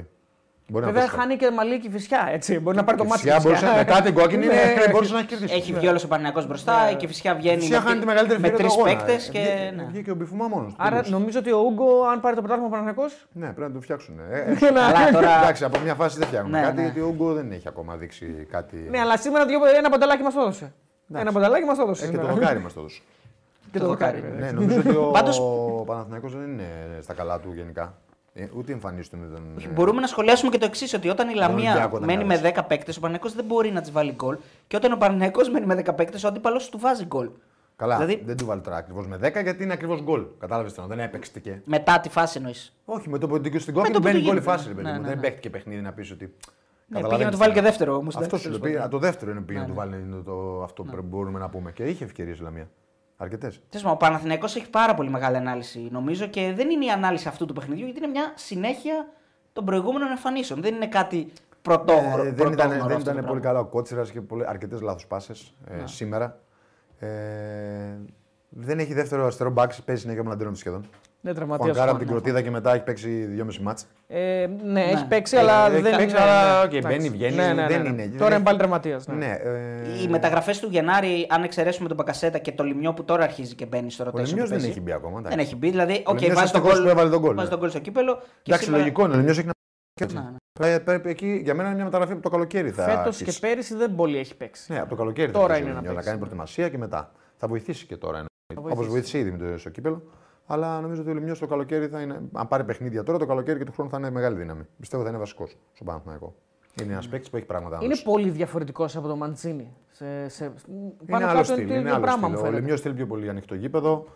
D: μπορεί. να
C: Βέβαια,
D: το σκάψει.
C: χάνει και μαλλί και φυσιά. Έτσι. Μπορεί να πάρει το
D: Η
C: μάτι. Ναι.
D: Φυσιά μπορούσε να μετά την κόκκινη είναι, μπορούσε να έχει κερδίσει.
B: Έχει βγει όλος ο Παναγιακός μπροστά και φυσικά βγαίνει.
D: Ε, Φυσικά
B: με
D: χάνει
B: τρι-
D: τη μεγάλη
B: Με
D: ευκαιρία
B: τρει
D: του αγώνα.
B: παίκτες
D: Ε,
B: και.
D: βγήκε-
B: ναι.
D: Βγήκε ο Μπιφουμά μόνος.
C: Άρα νομίζω ότι ο Ούγκο, αν πάρει το πρωτάθλημα Παναγενικό,
D: Ναι, πρέπει να το φτιάξουν.
B: Καλά, τώρα-
D: Εντάξει, από μια φάση δεν φτιάχνουν
B: Ναι,
D: κάτι
B: ναι.
D: γιατί ο Ούγκο δεν έχει ακόμα δείξει κάτι.
C: Ναι, αλλά σήμερα δύο, ένα πανταλάκι μας το έδωσε. Ένα πανταλάκι μας το έδωσε.
D: Ε, και το
C: σήμερα.
D: δοκάρι μας το έδωσε.
C: Και το δοκάρι. βέβαια.
D: Ναι, νομίζω ότι ο
B: Πάντως-
D: Παναθηναϊκός δεν είναι στα καλά του γενικά. Ε, ούτε εμφανίζεται με τον. ε,
B: Μπορούμε να σχολιάσουμε και το εξής: Ότι όταν η Λαμία
D: Ολυμπιακό ήταν
B: μένει
D: καλός.
B: με 10 παίκτες, ο Παναγιώ δεν μπορεί να της βάλει γκολ. Και όταν ο Παναγιώ μένει με 10 παίκτες, ο αντίπαλος του βάζει γκολ.
D: Καλά,
B: δηλαδή-
D: δεν του βάλει τώρα ακριβώς με 10 γιατί είναι ακριβώς γκολ. Κατάλαβες τώρα, δεν έπαιξε.
B: Μετά τη φάση εννοείς.
D: Όχι, με το που την στην
B: το
D: κόκκινη
B: που
D: μπαίνει
B: του
D: γκολ η
B: γίνεται.
D: φάση. ρε παιδί
B: Ναι,
D: μου.
B: ναι,
D: Δεν
B: ναι.
D: παίχτηκε παιχνίδι να πεις ότι.
B: πήγε να του βάλει και δεύτερο, όμως, εντάξει,
D: Αυτό σου
B: τέλος
D: το πει.
B: πάντων.
D: α, Το δεύτερο είναι που πήγε να
B: Ναι,
D: του
B: ναι.
D: βάλει είναι το, αυτό που μπορούμε να πούμε. Και είχε ευκαιρίες η Λαμία. Αρκετές.
B: Τέλος πάντων, ο Παναθηναϊκός έχει πάρα πολύ μεγάλη ανάλυση νομίζω και δεν είναι η ανάλυση αυτού του παιχνιδιού γιατί είναι μια συνέχεια των προηγούμενων εμφανίσεων. Δεν είναι κάτι πρωτόγνωρο.
D: Ναι, Ε, δεν
B: πρωτόγνωρο
D: ήταν,
B: αυτό
D: δεν
B: το
D: ήταν
B: πράγμα. Ναι.
D: πολύ καλά ο Κότσιρας και αρκετές λάθος πάσες ε, σήμερα. Ε, δεν έχει δεύτερο αριστερό μπάξ, παίζει συνέχεια με έναν τέρμα σχεδόν.
C: Ναι,
D: Χουανκάρα
C: τραυματία.
D: από την
B: ναι.
D: κροτίδα και μετά έχει παίξει δυόμιση μάτς.
C: Ε, ναι, έχει παίξει,
D: Ε,
C: αλλά
D: έχει
C: δεν
D: παίξει,
C: ναι,
D: αλλά,
C: ναι.
D: οκ,
C: Εντάξει.
D: μπαίνει, βγαίνει, δεν είναι.
C: Τώρα είναι πάλι τραυματίας. Ναι.
D: Ναι, ε,
B: Οι μεταγραφές του Γενάρη, αν εξαιρέσουμε τον Πακασέτα και το Λιμιό που τώρα αρχίζει και μπαίνει στο
D: Ο
B: ρωτέσιο.
D: Λεμιό δεν έχει μπει ακόμα. εντάξει.
B: Δεν έχει μπει, δηλαδή.
D: Ο
B: οκ,
D: Λεμιός
B: βάζει τον
D: είναι αυτός
B: γκολ,
D: που έβαλε τον γκολ,
B: βάζει
D: ναι.
B: τον γκολ στο κύπελο. Και
D: Εντάξει,
B: σήμερα-
D: λογικό είναι. Ο Λεμιό έχει να.
B: Ναι, ναι.
D: Πρέπει- Πρέπει εκεί για μένα είναι μια μεταγραφή από το καλοκαίρι. Θα
C: Φέτος
D: αρχίσει.
C: και πέρυσι δεν πολύ έχει παίξει.
D: Ναι, από το καλοκαίρι
C: Τώρα
D: θα αρχίσει
C: είναι
D: ο
C: να
D: Λεμιός,
C: παίξει.
D: να κάνει προετοιμασία και μετά. Θα βοηθήσει και τώρα. Όπω
C: βοηθήσει.
D: βοήθησε ήδη με το στο κύπελο. Αλλά νομίζω ότι ο Λεμιό το καλοκαίρι θα είναι. Αν πάρει παιχνίδια τώρα, το καλοκαίρι και του χρόνου θα είναι μεγάλη δύναμη. Πιστεύω θα είναι βασικός στον Παναθηναϊκό. Είναι ένας παίκτης που έχει πράγματα να
C: Ναι. Είναι
D: δώσει.
C: πολύ διαφορετικός από τον Μαντσίνη. Σε, σε,
D: Είναι
C: πάνω
D: άλλο
C: κάτω
D: στυλ.
C: το
D: Είναι
C: ίδιο
D: άλλο
C: πράγμα
D: στυλ.
C: μου
D: Ο
C: φαίνεται.
D: Λεμιό θέλει πιο πολύ ανοιχτό γήπεδο.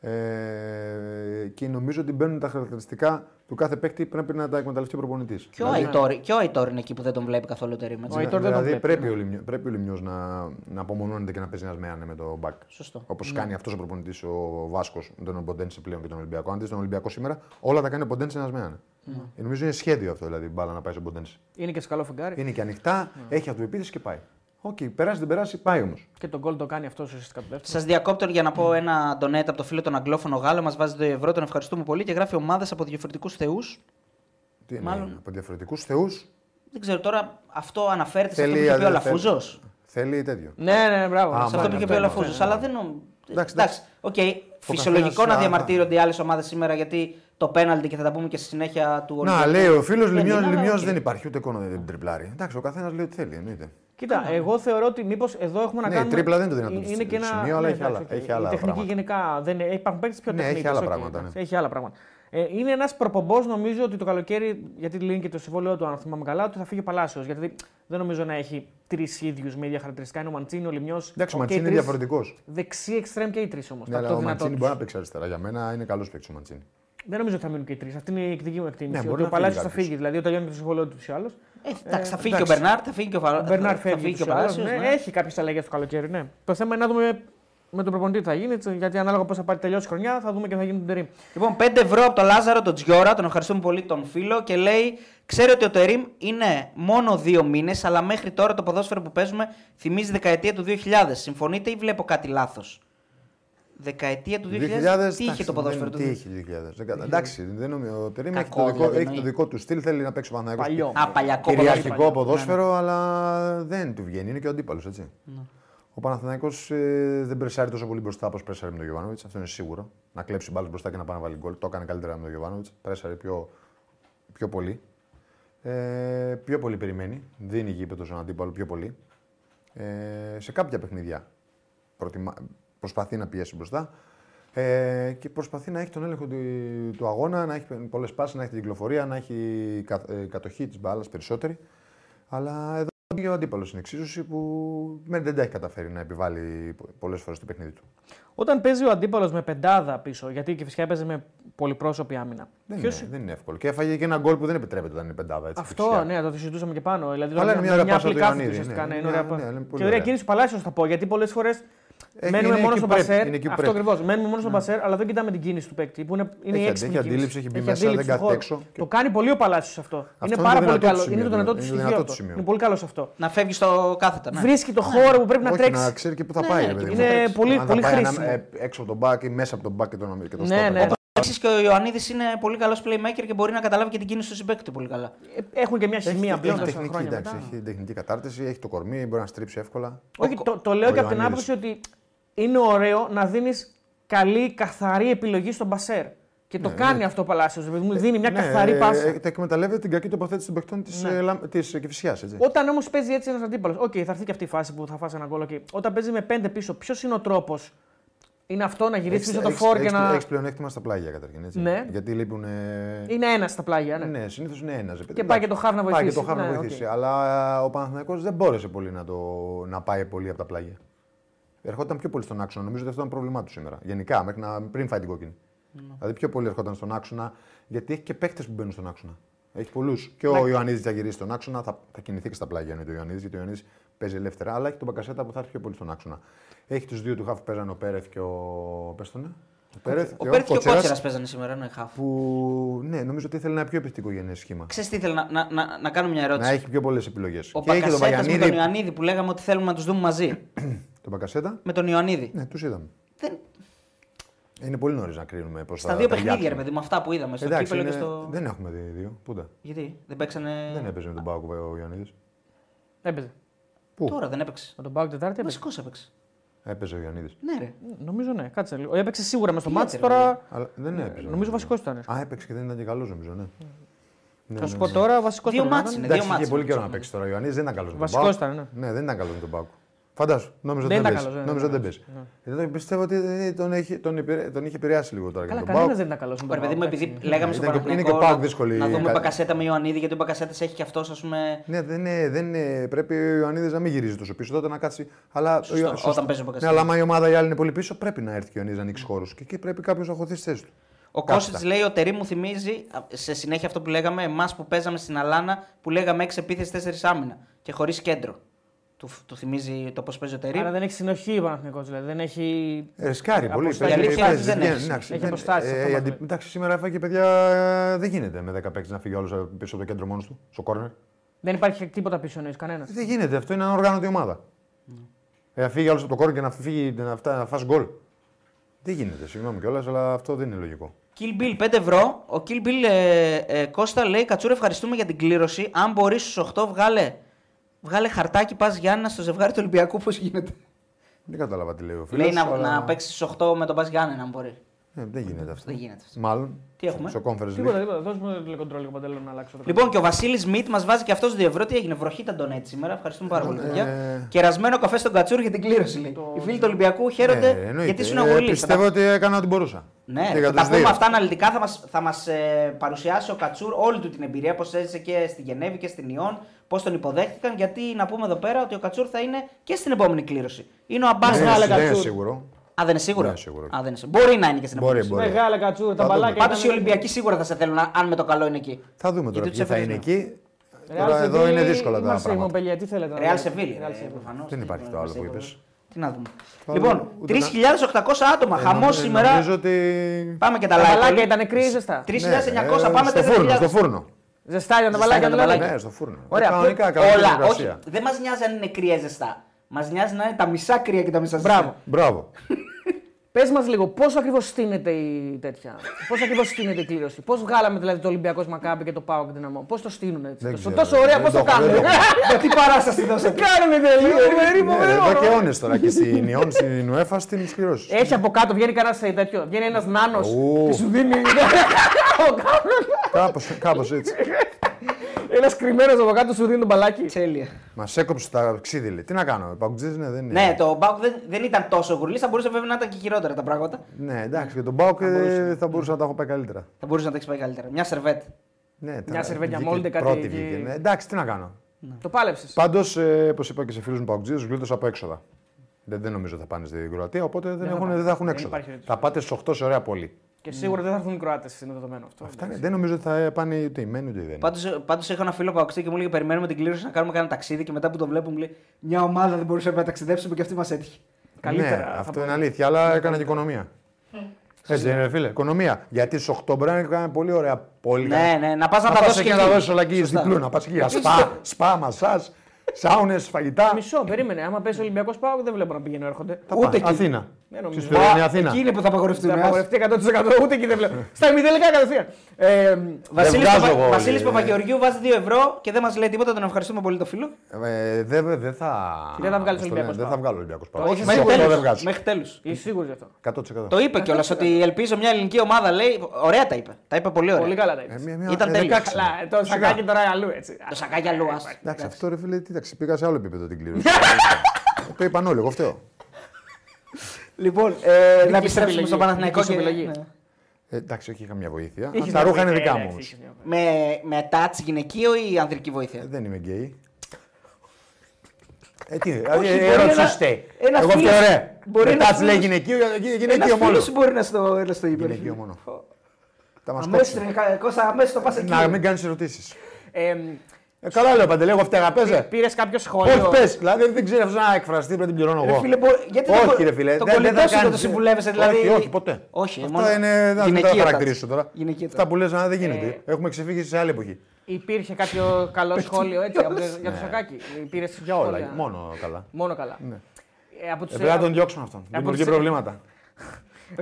D: Ε, και νομίζω ότι μπαίνουν τα χαρακτηριστικά του κάθε παίκτη πρέπει να τα εκμεταλλευτεί ο προπονητής.
B: Και ο Αϊτόρ- Και ο Αϊτόρ είναι εκεί που δεν τον βλέπει καθόλου το ναι. ρήμα. έτσι.
C: Ο Αϊτόρ δεν τον
D: δηλαδή
C: βλέπει,
D: πρέπει, δηλαδή. ο Λιμιό- πρέπει ο Λιμιός να, να απομονώνεται και να παίζει ένας με το μπακ.
B: Σωστό. Ναι.
D: Όπω κάνει αυτός ο προπονητής ο Βάσκος με τον Ποντένσε πλέον και τον Ολυμπιακό. Αν δεις τον Ολυμπιακό σήμερα, όλα τα κάνει ο Ποντένσε ένας μεάνε.
B: Ναι.
D: Ε, Νομίζω είναι σχέδιο αυτό δηλαδή η μπάλα να πάει στον Ποντένσε.
C: Είναι και σκαλό φεγγάρι.
D: Είναι και ανοιχτά,
B: Ναι.
D: έχει αυτοεπίθεση και πάει. Οκ, περάσει δεν περάσει, πάει όμως.
C: Και τον κόλ το κάνει αυτός ουσιαστικά το δεύτερο.
B: Σας διακόπτω για να πω ένα ντονέτ από το φίλο τον Αγγλόφωνο Γάλλο. Μας βάζει το ευρώ, τον ευχαριστούμε πολύ και γράφει ομάδες από διαφορετικούς θεούς.
D: Τι
B: Μάλλον-
D: είναι, από διαφορετικούς θεούς.
B: Δεν ξέρω τώρα, αυτό αναφέρεται σε αυτό που
D: Θέλει,
B: είχε πει ο
D: αδελφέ.
B: Λαφούζο.
D: Θέλει τέτοιο.
C: Ναι, ναι, ναι,
B: Σε
C: μπράβο. ναι,
D: Α, μάλλον
B: αυτό
C: μπράβο.
B: που είχε
D: αυτό
B: πει ο
D: είναι,
B: Λαφούζο.
D: αυτό
B: Αλλά δεν. νο-
D: Εντάξει,
B: Εντάξει, οκ. Φυσιολογικό
D: καθένας,
B: να
D: α,
B: διαμαρτύρονται οι άλλες ομάδες σήμερα γιατί το πέναλτι και θα τα πούμε και στη συνέχεια του Ολυμπιακού.
D: Να, λέει ο φίλος
B: δεν
D: Λιμιό,
B: είναι, αλλά
D: Λιμιό
B: οκ.
D: δεν υπάρχει, ούτε εικόνα δεν τριπλάρει. Εντάξει, ο καθένας λέει ό,τι θέλει, εννοείται.
C: Κοίτα, εγώ θεωρώ ότι μήπως εδώ έχουμε να
D: Ναι, η
C: κάνουμε.
D: τρίπλα δεν είναι το δυνατό
C: Είναι
D: της-
C: και ένα.
D: σημείο, αλλά
C: ναι,
D: έχει
C: εντάξει,
D: άλλα-
C: οκ.
D: έχει άλλα
C: Η τεχνική
D: πράγματα.
C: γενικά δεν είναι. Υπάρχουν παίκτες πιο
D: Ναι, έχει
C: τεχνικοί.
D: άλλα πράγματα, ναι.
C: Έχει άλλα πράγματα. Ε, είναι ένας προπομπός, νομίζω ότι το καλοκαίρι, γιατί λύνει και το συμβόλαιό του, αν θυμάμαι καλά, ότι θα φύγει ο Παλάσιος. Γιατί δεν νομίζω να έχει τρεις ίδιους με ίδια χαρακτηριστικά. Είναι ο Μαντσίνη, ο Λιμιός.
D: Εντάξει, ο Μαντσίνη είναι διαφορετικός.
C: Δεξί εξτρέμ και οι τρεις όμως.
D: Ναι, αλλά ο Μαντσίνη μπορεί να παίξει αριστερά. Για μένα είναι καλός παίκτης ο Μαντσίνη.
C: Δεν νομίζω ότι θα μείνουν και οι τρεις. Αυτή είναι η δική μου εκτίμηση.
D: Ναι,
C: ότι
D: μπορεί
C: ο
D: να φύγει
C: Παλάσιο θα
D: κάποιος.
C: φύγει. Δηλαδή, όταν τελειώνει το συμβόλαιό του ή άλλος.
B: Ε, Εντάξει, θα φύγει και ο
D: εντάξει.
B: Μπερνάρ, θα φύγει και ο Φα-
C: Ο Μπερνάρ
B: θα- θα
C: φεύγει
B: φύγει και ο
C: ούτως ή άλλως,
B: Παλάσιος.
C: ναι. Έχει κάποιες αλλαγές το καλοκαίρι. Ναι. Το θέμα είναι να δούμε με τον προπονητή τι θα γίνει. έτσι, Γιατί ανάλογα πώς θα πάρει τελειώσει η χρονιά θα δούμε και θα γίνει τον τερήμ.
B: Λοιπόν, 5 ευρώ από τον Λάζαρο, τον Τζιώρα, τον ευχαριστούμε πολύ τον φίλο και λέει: Ξέρω ότι ο Τερήμ είναι μόνο δύο μήνες, αλλά μέχρι τώρα το ποδόσφαιρο που παίζουμε θυμίζει δεκαετία του 2000. Συμφωνείτε ή βλέπω κάτι λάθος. Δεκαετία του 2000, τι είχε το ποδόσφαιρο του
D: του. Τι
B: 2000.
D: είχε το 2000. Δεν κατα- Εντάξει, δεν νομίζω. Ο Τερήμ έχει,
B: Κακό,
D: το δικό,
B: δηλαδή,
D: έχει το
B: εννοεί.
D: δικό του στυλ, θέλει να παίξει ο Παναγιώτης.
C: Παλιό.
B: Α, παλιακό
D: Κυριαρχικό
B: ποδόσφαιρο.
D: ποδόσφαιρο, αλλά δεν του βγαίνει. Είναι και ο αντίπαλος, έτσι. Ο Παναθηναϊκός ε, δεν πρεσάρει τόσο πολύ μπροστά όπως πρεσάρει με τον Γιωβάνοβιτ. Αυτό είναι σίγουρο. Να κλέψει μπάλες μπροστά και να πάει να βάλει γκολ. Το έκανε καλύτερα με τον Γιωβάνοβιτ. Πρέσαρε πιο, πιο πολύ. Ε, πιο πολύ περιμένει. Δίνει γήπεδος στον αντίπαλο πιο πολύ. Ε, σε κάποια παιχνίδια προτιμά- προσπαθεί να πιέσει μπροστά ε, και προσπαθεί να έχει τον έλεγχο του, του αγώνα, να έχει πολλές πάσεις, να έχει την κυκλοφορία, να έχει κα, ε, κατοχή της μπάλας περισσότερη. Αλλά εδώ πήγε ο αντίπαλος στην εξίσωση που με, δεν τα έχει καταφέρει να επιβάλλει πολλές φορές το παιχνίδι του.
C: Όταν παίζει ο αντίπαλος με πεντάδα πίσω, γιατί και φυσικά παίζει με πολυπρόσωπη άμυνα.
D: Δεν,
C: Ποιος-
D: είναι, δεν είναι εύκολο. Και έφαγε και ένα γκολ που δεν επιτρέπεται όταν είναι πεντάδα. Έτσι,
C: Αυτό,
D: δεξιά.
C: ναι, το συζητούσαμε και πάνω. Δηλαδή,
D: Αλλά είναι μια ωραία πάσα του
C: απλή κάθετη
D: Ιωαννίδη,
C: ουσιαστικά, ναι,
D: ναι.
C: είναι
D: Μια-
C: ωραία
D: ναι,
C: πάσα.
D: είναι πολύ
C: Και ωραία
D: ωραία.
C: κίνηση του Παλάσιο θα πω, γιατί πολλές φορές
D: Ε,
C: μένουμε
D: είναι
C: μόνος
D: εκεί
C: στον
D: που πρέπει,
C: Πασέρ.
D: είναι εκεί που
C: Αυτό
D: πρέπει. Ναι.
C: ακριβώς. Μένουμε μόνος στον Πασέρ, αλλά δεν κοιτάμε την κίνηση του παίκτη που είναι, είναι
D: Έχει-
C: η
D: έχει
C: έξυπνη κίνηση.
D: αντίληψη, έχει μπει
C: Έχει
D: μέσα,
C: αντίληψη
D: δεν
C: του χώρου.
D: κατέξω και-
C: Το κάνει πολύ ο Παλάσιος αυτό. είναι
D: είναι
C: πάρα
D: το
C: πολύ
D: δυνατό
C: καλό.
D: του
C: Είναι το
D: σημείο
C: δυνατό
D: του.
C: του
D: Είναι το δυνατό
C: στοιχείο.
D: του
C: αυτό.
D: σημείο.
C: Είναι πολύ καλό αυτό.
B: Να φεύγεις στο κάθετα. Ναι.
C: Βρίσκει το χώρο που πρέπει να
D: Όχι,
C: τρέξει.
D: να ξέρει και πού θα
B: Ναι,
D: πάει.
B: ναι,
D: ρε παιδί
B: είναι
D: μου.
C: πολύ-
D: Αν θα
C: πολύ
D: πάει ένα-
C: χρήσιμο.
D: ε, έξω από τον μπακ ή μέσα από τον μπακ και τον, και τον
C: Ναι,
D: στόπερ.
C: ναι.
B: Επίσης και ο Ιωαννίδης είναι πολύ καλός playmaker και μπορεί να καταλάβει και την κίνηση του συμπέκτη πολύ καλά.
C: Ε, Έχουν και μια χημεία
D: Έχει,
C: πλέον
D: έχει,
C: τόσα
D: τεχνική,
C: χρόνια.
D: εντάξει,
C: μετά.
D: έχει τεχνική κατάρτιση, έχει το κορμί, μπορεί να στρίψει εύκολα.
C: Όχι, το, το λέω
D: ο
C: και από την
D: Ιωαννίδης.
C: άποψη ότι είναι ωραίο να δίνεις καλή, καθαρή επιλογή στον Μπασέρ. Και το κάνει αυτό ο Παλάσιος. Δηλαδή μου δίνει μια
D: Ναι,
C: καθαρή
D: ε,
C: πάσα.
D: ε, τα εκμεταλλεύεται την κακή τοποθέτηση των παιχτών της ναι. Κηφισιά.
C: Όταν όμως παίζει έτσι ένας αντίπαλος, οκ, θα έρθει και αυτή η φάση που θα φάσει ένα γκολ. οκ. Όταν παίζει με πέντε πίσω, ποιος είναι ο τρόπος είναι αυτό να γυρίσεις
D: Έχεις-
C: πίσω το
D: έχεις-
C: φόρ και
D: έχεις-
C: να.
D: έχεις πλεονέκτημα στα πλάγια καταρχήν. Έτσι.
C: Ναι.
D: Γιατί λείπουν. ε,
C: Είναι ένας στα πλάγια. Ναι.
D: Ναι, συνήθως είναι ένας.
C: Και πάει και το Χαβ να
D: Πάει και
C: βοηθήσει.
D: το Χαβ να
C: Ναι, οκ.
D: βοηθήσει. Αλλά ο Παναθηναϊκός δεν μπόρεσε πολύ να, το, να πάει πολύ από τα πλάγια. Ερχόταν πιο πολύ στον άξονα. Νομίζω ότι αυτό ήταν πρόβλημά του σήμερα. Γενικά, μέχρι να, πριν φάει την κόκκινη.
C: Ναι.
D: Δηλαδή πιο πολύ ερχόταν στον άξονα, γιατί έχει και παίχτε που μπαίνουν στον άξονα. Έχει πολλούς. Και
C: Ναι.
D: ο Ιωαννίδης θα γυρίσει στον άξονα, θα, θα κινηθεί και στα πλάγια είναι το Ιωαννίδης, γιατί ο Ιωαννίδης παίζει ελεύθερα. Αλλά έχει τον Μπακασέτα που θα έρθει πιο πολύ στον άξονα. Έχει τους δύο του χαφ που παίζανε ο Πέρεθ και ο. Πες τον, ναι. Ο Πέρεθ
B: Ο Πέρθ και ο
D: Κότσερας,
B: Κότσερα παίζανε σήμερα, ναι, χαφ.
D: Που ναι, νομίζω ότι ήθελε ένα πιο επιθυντικό σχήμα.
B: Ξέρεις τι ήθελα να, να, να, να κάνω μια
D: Να
B: ερώτηση.
D: έχει πιο πολλές επιλογές.
B: ο Πακασέτα με τον Ιωαννίδη που λέγαμε ότι θέλουμε να τους δούμε μαζί.
D: τον Μπακασέτα.
B: με τον Ιωαννίδη.
D: Ναι, τους είδαμε.
B: Δεν...
D: Είναι πολύ νωρίς να κρίνουμε πώς θα
B: Στα δύο
D: ταιριάξουν.
B: παιχνίδια, ρε παιδί μου, αυτά που είδαμε. Στο
D: Εντάξει,
B: κύπελο και
D: είναι-
B: στο. Ε,
D: δεν έχουμε δει δύο. Πού τα.
B: Γιατί δεν παίξανε.
D: Δεν έπαιζε με τον Πάουκ ο Ιωαννίδης.
C: Έπαιζε.
D: Πού
B: Τώρα δεν έπαιξε.
C: Με τον Πάουκ Τετάρτη έπαιζε.
B: Βασικός έπαιξε.
D: έπαιζε ο Ιωαννίδης.
B: Ναι, ρε.
C: Νομίζω ναι, κάτσε λίγο. Έπαιξε σίγουρα μες στο
B: Τι
C: μάτι
B: λέτε, ρε,
C: τώρα.
D: Αλλά
B: Ε,
D: δεν έπαιζε.
C: Νομίζω βασικός ήταν.
D: Α, έπαιξε και δεν ήταν και καλός, νομίζω. Ναι. Ναι,
C: Θα σου
D: ναι,
C: πω
D: ναι.
C: τώρα βασικός
B: Δύο
C: ήταν.
B: μάτς είναι.
D: Εντάξει,
B: δύο
D: είχε
B: μάτς
D: πολύ καιρό να
B: νομίζω.
D: παίξει τώρα ο Ιωαννίδης. Δεν ήταν καλός με τον
C: Βασικός
D: Πάουκ.
C: ήταν, ναι.
D: Ναι, δεν ήταν καλός με τον Πάουκ. Φαντάζομαι. Νόμιζα ότι
C: Δεν ήταν
D: δεν παίζει.
C: καλός, δεν
D: Νόμιζα ότι δεν
C: ήταν
D: παίζει. Γιατί πιστεύω ότι ε, τον έχει- τον επηρε- τον είχε επηρεάσει λίγο τώρα και
C: Καλά,
D: με τον Πάουκ.
C: κανένα δεν ήταν καλό.
B: Ρε παιδί μου, επειδή λέγαμε στο
D: Ήταν και- είναι
B: Παναθηναϊκό
D: και ο Πάοκ
B: να-
D: δύσκολη
B: να δούμε
D: κα-
B: Μπακασέτα με Ιωαννίδη, γιατί ο Μπακασέτας έχει και αυτός, ας πούμε.
D: Ναι, δεν, είναι- δεν, είναι- πρέπει ο Ιωαννίδης να μην γυρίζει τόσο πίσω. Τότε να κάτσει. Αλλά,
B: Σωστό, όταν παίζει ο Μπακασέτας.
D: Ναι, αλλά άμα η ομάδα η άλλη είναι πολύ πίσω, πρέπει να έρθει και ο Ιωαννίδης να ανοίξει χώρους. Και εκεί πρέπει κάποιος να χωθεί στη θέση του.
B: Ο
D: Κώστα.
B: Κώσιτ λέει: Ο Τερή μου θυμίζει α, σε συνέχεια αυτό που λέγαμε εμάς που παίζαμε στην Αλάνα που λέγαμε 6 επίθεση 4 άμυνα και χωρίς κέντρο. Του, του θυμίζει το πώς παίζει ο Τερή.
C: Αλλά δεν έχει συνοχή ο Παναθηνικό. Δηλαδή δεν έχει.
D: Ε, Ρισκάρει πολύ.
C: Αποστάσεις.
D: παίζει-
B: Η αλήθεια
D: παίζει,
B: δεν
D: βγαίνει,
B: έχει.
D: εντάξει,
C: Έχει
D: δεν-
C: αποστάσεις,
D: ε,
C: αυτό
D: η
C: μας
D: αντι-
C: λέει.
D: Εντάξει, σήμερα έφαγε και παιδιά. Δεν γίνεται με 10 παίξει να φύγει όλος πίσω από το κέντρο μόνος του, στο κόρνερ.
C: Δεν υπάρχει τίποτα πίσω εννοείς κανένας.
D: Ε, Δεν γίνεται, αυτό είναι ανοργάνωτη ομάδα.
B: Ναι.
D: Ε, να φύγει άλλο από το κόρνερ και να, φύγει, να, φτά- να φας γκολ. Δεν γίνεται, συγγνώμη κιόλας, αλλά αυτό δεν είναι λογικό.
B: Kill Bill 5 ευρώ. Ο Kill Bill ε, ε, Κώστα λέει: Κατσούρα, ευχαριστούμε για την κλήρωση. Αν μπορείς στους 8, βγάλε, βγάλε χαρτάκι. Πας Γιάννα στο ζευγάρι του Ολυμπιακού. Πώς γίνεται.
D: Δεν κατάλαβα τι λέει ο φίλο.
B: Λέει να, να παίξει στου 8 με τον Πας Γιάννενα, αν μπορεί.
D: δεν γίνεται αυτό.
B: Δεν γίνεται αυτό.
D: Μάλλον.
B: Τι έχουμε?
D: Στο conference
C: Τίποτα,
D: league.
C: τίποτα. Δώσ' μου λίγο κοντρόλ λίγο παντέλο να αλλάξω. το
B: Λοιπόν, και ο Βασίλης Μιτ μας βάζει και αυτός 2 ευρώ. Τι έγινε, βροχή ήταν τον έτσι σήμερα. Ευχαριστούμε πάρα πολύ,
D: Ε,
B: παιδιά.
D: ε.
B: Κερασμένο καφέ στον Κατσούρ για την κλήρωση. Λέει. Οι φίλοι του Ολυμπιακού χαίρονται
D: Ε, εννοείται.
B: γιατί σου
D: Ε,
B: αγωγή.
D: Πιστεύω ότι έκανα ό,τι μπορούσα.
B: Ναι,
D: Και για
B: θα τα
D: τους
B: πούμε
D: δύο.
B: αυτά αναλυτικά. Θα μας θα μας, ε, παρουσιάσει ο Κατσούρ όλη του την εμπειρία. Πώς έζησε και στη Γενέβη και στην Ιόν. Πώς τον υποδέχτηκαν. Γιατί να πούμε εδώ πέρα ότι ο Κατσούρ θα είναι και στην επόμενη κλήρωση. Είναι ο Αμπάς
D: Δεν είναι-
B: Γάλα
D: Δεν είναι
B: Κατσούρ.
D: σίγουρο.
B: Α, δεν είναι σίγουρο.
D: Δεν είναι Ναι, σίγουρο.
B: Α, δεν είναι σίγουρο. Μπορεί να είναι και στην
D: Μπορεί,
B: επόμενη.
D: μπορεί.
C: Μεγάλα κατσούρα, τα
D: Θα δούμε.
C: μπαλάκια.
B: Πάντως οι Ολυμπιακοί σίγουρα θα σε θέλουν, αν αν με το καλό είναι εκεί.
D: Θα δούμε τώρα
B: Γιατί
D: ποιοι
B: τους
D: θα είναι
B: έφερες,
D: εκεί. Τώρα εδώ είναι δύσκολα τα πράγματα.
C: Μοπελιά, τι θέλετε. να
B: Ρεάλ
C: λέτε.
B: Σεβίλη. ε,
C: Real Seville.
B: προφανώς.
D: Δεν υπάρχει το άλλο που
B: σίγουρα.
D: είπες.
B: Τι να δούμε.
D: Το άλλο,
B: Λοιπόν,
D: ούτε να-
B: 3.800 άτομα.
D: Ε,
B: Χαμός
D: νομίζω-
B: σήμερα.
D: Νομίζω ότι.
B: Πάμε και τα
C: Τα
B: like.
C: μπαλάκια
B: όλοι.
C: ήταν κρύα ζεστά.
B: 3.900
D: ε,
B: πάμε
D: στο φούρνο.
B: 4.000.
D: Στο φούρνο.
C: Ζεστά ήταν τα
B: Ζεστά
C: μπαλάκια.
B: ήταν τα
C: τα λέτε.
B: μπαλάκια.
D: Ναι, στο φούρνο.
C: Ωραία,
D: Κανονικά,
B: Όλα,
D: καλά
B: όχι,
D: διαδικασία.
B: δεν μας νοιάζει αν είναι κρύα ζεστά. Μας νοιάζει να είναι τα μισά κρύα και τα μισά ζεστά.
C: Μπράβο.
D: Μπράβο.
C: Πες μας λίγο, πώς ακριβώς στείνεται η τέτοια. πώς ακριβώς στείνεται η κλήρωση. Πώς βγάλαμε δηλαδή το Ολυμπιακός Μακάμπι και το Πάοκ Δυναμό. Πώς το στείνουν έτσι.
D: Δεν
C: το-
D: ξέρω,
C: τόσο ωραία,
D: δεν
C: πώς το,
D: το έχω,
C: κάνουν.
D: δεν το
B: Γιατί παράσταση
C: Τι
B: δώσατε.
C: κάνουν τελείω. Φοβερή,
D: Ναι, ρε, Ε.
C: φοβερό.
D: Εδώ και αιώνε τώρα και στην Ιόν, στην UEFA, στην σκληρώση.
C: Έχει από κάτω, βγαίνει κανένας τέτοιο. Βγαίνει ένας νάνος
D: Ου.
C: και σου δίνει.
D: Κάπω έτσι.
C: Ένας κρυμμένος από κάτω σου δίνει τον μπαλάκι.
B: Τέλεια.
D: Μας έκοψε τα ξύδιλη. Τι να κάνω, οι παγκοτζέ ναι, δεν είναι.
B: Ναι, το Μπάουκ δεν, δεν ήταν τόσο γουρλής, θα μπορούσε βέβαια να ήταν και χειρότερα τα πράγματα.
D: Ναι, εντάξει, και τον Μπάουκ ε, θα μπορούσα να τα έχω πάει καλύτερα.
B: Θα μπορούσε να τα έχεις πάει καλύτερα. Μια σερβέτ.
D: Ναι, τα-
C: Μια σερβέτια
D: βγήκε
C: μόλτε, κάτι
D: Πρώτη
C: εκεί.
D: βγήκε. Ναι, εντάξει, τι να κάνω.
C: Το πάλεψες.
D: Πάντως, όπως είπα και σε φίλους μου παγκοτζέ, γλίτωσα από έξοδα. Δεν, δεν νομίζω θα πάνε στην Κροατία, οπότε δεν, έχουν, δεν θα έχουν έξοδα.
C: υπάρχει περίπτωση.
D: Θα πάτε στις 8 σε ωραία πόλη.
C: Και σίγουρα δεν θα έρθουν οι Κροάτες, είναι δεδομένο αυτό.
D: Αυτά είναι- δεν νομίζω ότι θα ε, πάνε ούτε οι μένοι ούτε οι δεν.
B: Πάντως πάντως είχα ένα φίλο Παοξή και μου έλεγε: Περιμένουμε την κλήρωση να κάνουμε κανένα ταξίδι και μετά που το βλέπουμε, μου λέει: Μια ομάδα δεν μπορούσαμε να ταξιδέψουμε και αυτή μας έτυχε.
C: Καλύτερα.
D: Ναι,
C: θα
D: αυτό
C: πω.
D: είναι αλήθεια, αλλά έκανα και οικονομία. Έτσι δεν είναι, φίλε. Οικονομία. Γιατί στι 8 μπορεί να είναι πολύ ωραία πόλη.
B: Ναι, ναι, να πας να τα
D: πας
B: δώσεις
D: εκεί
B: και
D: να τα
B: εκεί.
D: δώσεις όλα εκεί
B: Σωστά.
D: διπλού. Να πας εκεί για σπα, σπα, μασά, σάουνες, φαγητά.
C: Μισό, περίμενε. Άμα πέσει ο Ολυμπιακός Πάοκ, δεν βλέπω να πηγαίνω έρχονται.
D: Τα
B: Ούτε
D: πάνε.
B: εκεί. Ναι,
D: Αθήνα.
C: Δεν νομίζω.
D: Στις Πυραιανή
B: Α,
D: Αθήνα.
B: Εκεί είναι που θα απαγορευτούν.
C: Θα
B: ε, ας-
C: απαγορευτεί 100% ούτε εκεί δεν βλέπω. Στα μηδενικά κατευθείαν. Ε,
B: Βασίλης,
D: βγάζω
B: Παπα...
D: εγώ,
B: Βασίλης
D: λέει.
B: Παπαγεωργιού βάζει 2 ευρώ και δεν μας λέει τίποτα, τον ευχαριστούμε πολύ το φίλο.
D: Ε, Δεν δεν θα.
C: Δεν θα βγάλεις
D: πώς το
C: Ολυμπιακός
D: λένε, Δεν
C: Πάο.
D: θα βγάλω Ολυμπιακό Πάο.
B: Όχι,
D: Σίγουρα
B: μέχρι
D: δεν
B: τέλους,
D: βγάζω.
B: Μέχρι τέλους.
C: Είσαι σίγουρος γι' αυτό.
D: 100%.
B: Το είπε κιόλας ότι ελπίζω μια ελληνική ομάδα λέει. Ωραία τα είπε. Τα είπε πολύ ωραία.
C: Πολύ καλά τα
D: Ε,
C: είπες.
D: μια- μια-
B: Ήταν
D: ε,
B: τέλειος.
D: δεκάξι.
C: Καλά, ε, το
D: Φυσικά.
C: σακάκι τώρα αλλού έτσι.
B: Το σακάκι αλλού. ας.
D: Εντάξει, αυτό ρε φίλε, τι, εντάξει, πήγα σε άλλο επίπεδο την κλήρωση. το είπαν όλοι, εγώ φταίω.
B: Λοιπόν, ε,
C: Δική
B: να
C: σου
B: επιστρέψουμε
C: επιλογή.
B: στον Παναθηναϊκό.
C: Δική σου
B: και-
C: επιλογή.
B: ναι.
D: Ε, εντάξει, όχι, είχα μια βοήθεια.
C: Είχες
D: τα
C: μια
D: ρούχα είναι
C: βοήθεια,
D: δικά μου.
C: εντάξει,
D: όμως.
C: είχες μια βοήθεια.
B: Με, με τάτς γυναικείο ή ανδρική βοήθεια.
D: Ε, Δεν είμαι γκέι. Ε, τι,
B: μπορεί
D: ε,
B: ένα-
D: ερώτηση στέκ.
B: ένα
D: Εγώ
B: φίλος-
D: φταίω ρε.
B: μπορεί
D: Μετά
B: ένα
D: της λέει
B: φίλος-
D: γυναικείο, γυ-
B: Ένας
D: γυναικείο μόνο.
B: φίλος σου μπορεί να στο, να στο είπε. ρε
D: Γυναικείο
B: φίλε.
D: μόνο. Θα μας
B: Αμέσως
D: κόψουν.
B: τρεχα- Κώστα, αμέσως το πας εκεί.
D: Να μην κάνεις ερωτήσεις.
C: Ε,
D: Ε, καλά λέω Παντελή, εγώ φταίγα, πες ρε.
C: Πήρες κάποιο σχόλιο.
D: Όχι, πες. Δηλαδή δεν ξέρει αυτός να εκφραστεί, πρέπει να την πληρώνω
B: Ρε
D: εγώ.
B: φίλε, μπο- γιατί
D: όχι,
B: δεν μπο-
D: ρε φίλε.
B: το
D: δεν- δεν θα
B: κολλητό σου δεν
D: κάνεις-
B: το συμβουλεύεσαι, δηλαδή.
D: Όχι, όχι, ποτέ.
B: Όχι,
D: Αυτά
B: μόνο
D: είναι. Δεν θα τα
B: γυναικεία
D: χαρακτηρίσω
B: τάξη.
D: τώρα.
B: Γυναικεία Ε.
D: Αυτά
B: τάξη.
D: που λες να δεν γίνεται. Έχουμε ξεφύγει σε άλλη εποχή.
C: Υπήρχε κάποιο καλό σχόλιο έτσι, από το- για το Σακάκι. Πήρε
D: Ναι. Για όλα, μόνο καλά.
C: Μόνο καλά. Ε, από, τους,
D: Ε, πρέπει να τον διώξουμε αυτόν.
C: από
D: Δημιουργεί
C: τις-
D: προβλήματα.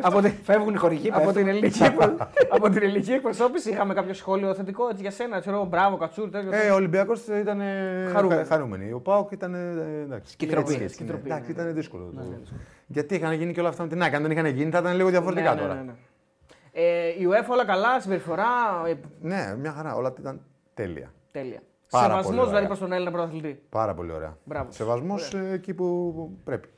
B: Από τη- Φεύγουν οι χορηγοί.
C: από,
B: πέφτουν.
C: την ελληνική, εκπρο- από την ελληνική εκπροσώπηση είχαμε κάποιο σχόλιο θετικό έτσι, για σένα. Ξέρω, εγώ, μπράβο, κατσούρ, τέτοιο.
D: Ε, ο Ολυμπιακός ήταν
C: Χαρούμενοι.
D: χαρούμενοι. χαρούμενοι. Ο Πάοκ ήταν. ε, εντάξει,
B: Σκυτροπή,
D: έτσι, έτσι,
C: σκυτροπή,
D: ναι. Εντάξει,
C: ναι.
D: ήταν δύσκολο. το- Γιατί είχαν γίνει και όλα αυτά με την ΑΕΚ. Αν δεν είχαν γίνει, θα ήταν λίγο διαφορετικά
C: Ναι, ναι, ναι,
D: τώρα.
C: ναι. Ε, η UEFA όλα καλά, συμπεριφορά. ε,
D: Ναι, μια χαρά. Όλα ήταν τέλεια.
C: τέλεια.
D: Πάρα πολύ
C: Σεβασμός
D: ωραία.
C: δηλαδή προς τον Έλληνα πρωταθλητή.
D: Πάρα πολύ ωραία.
C: Μπράβο.
D: Σεβασμός εκεί που πρέπει.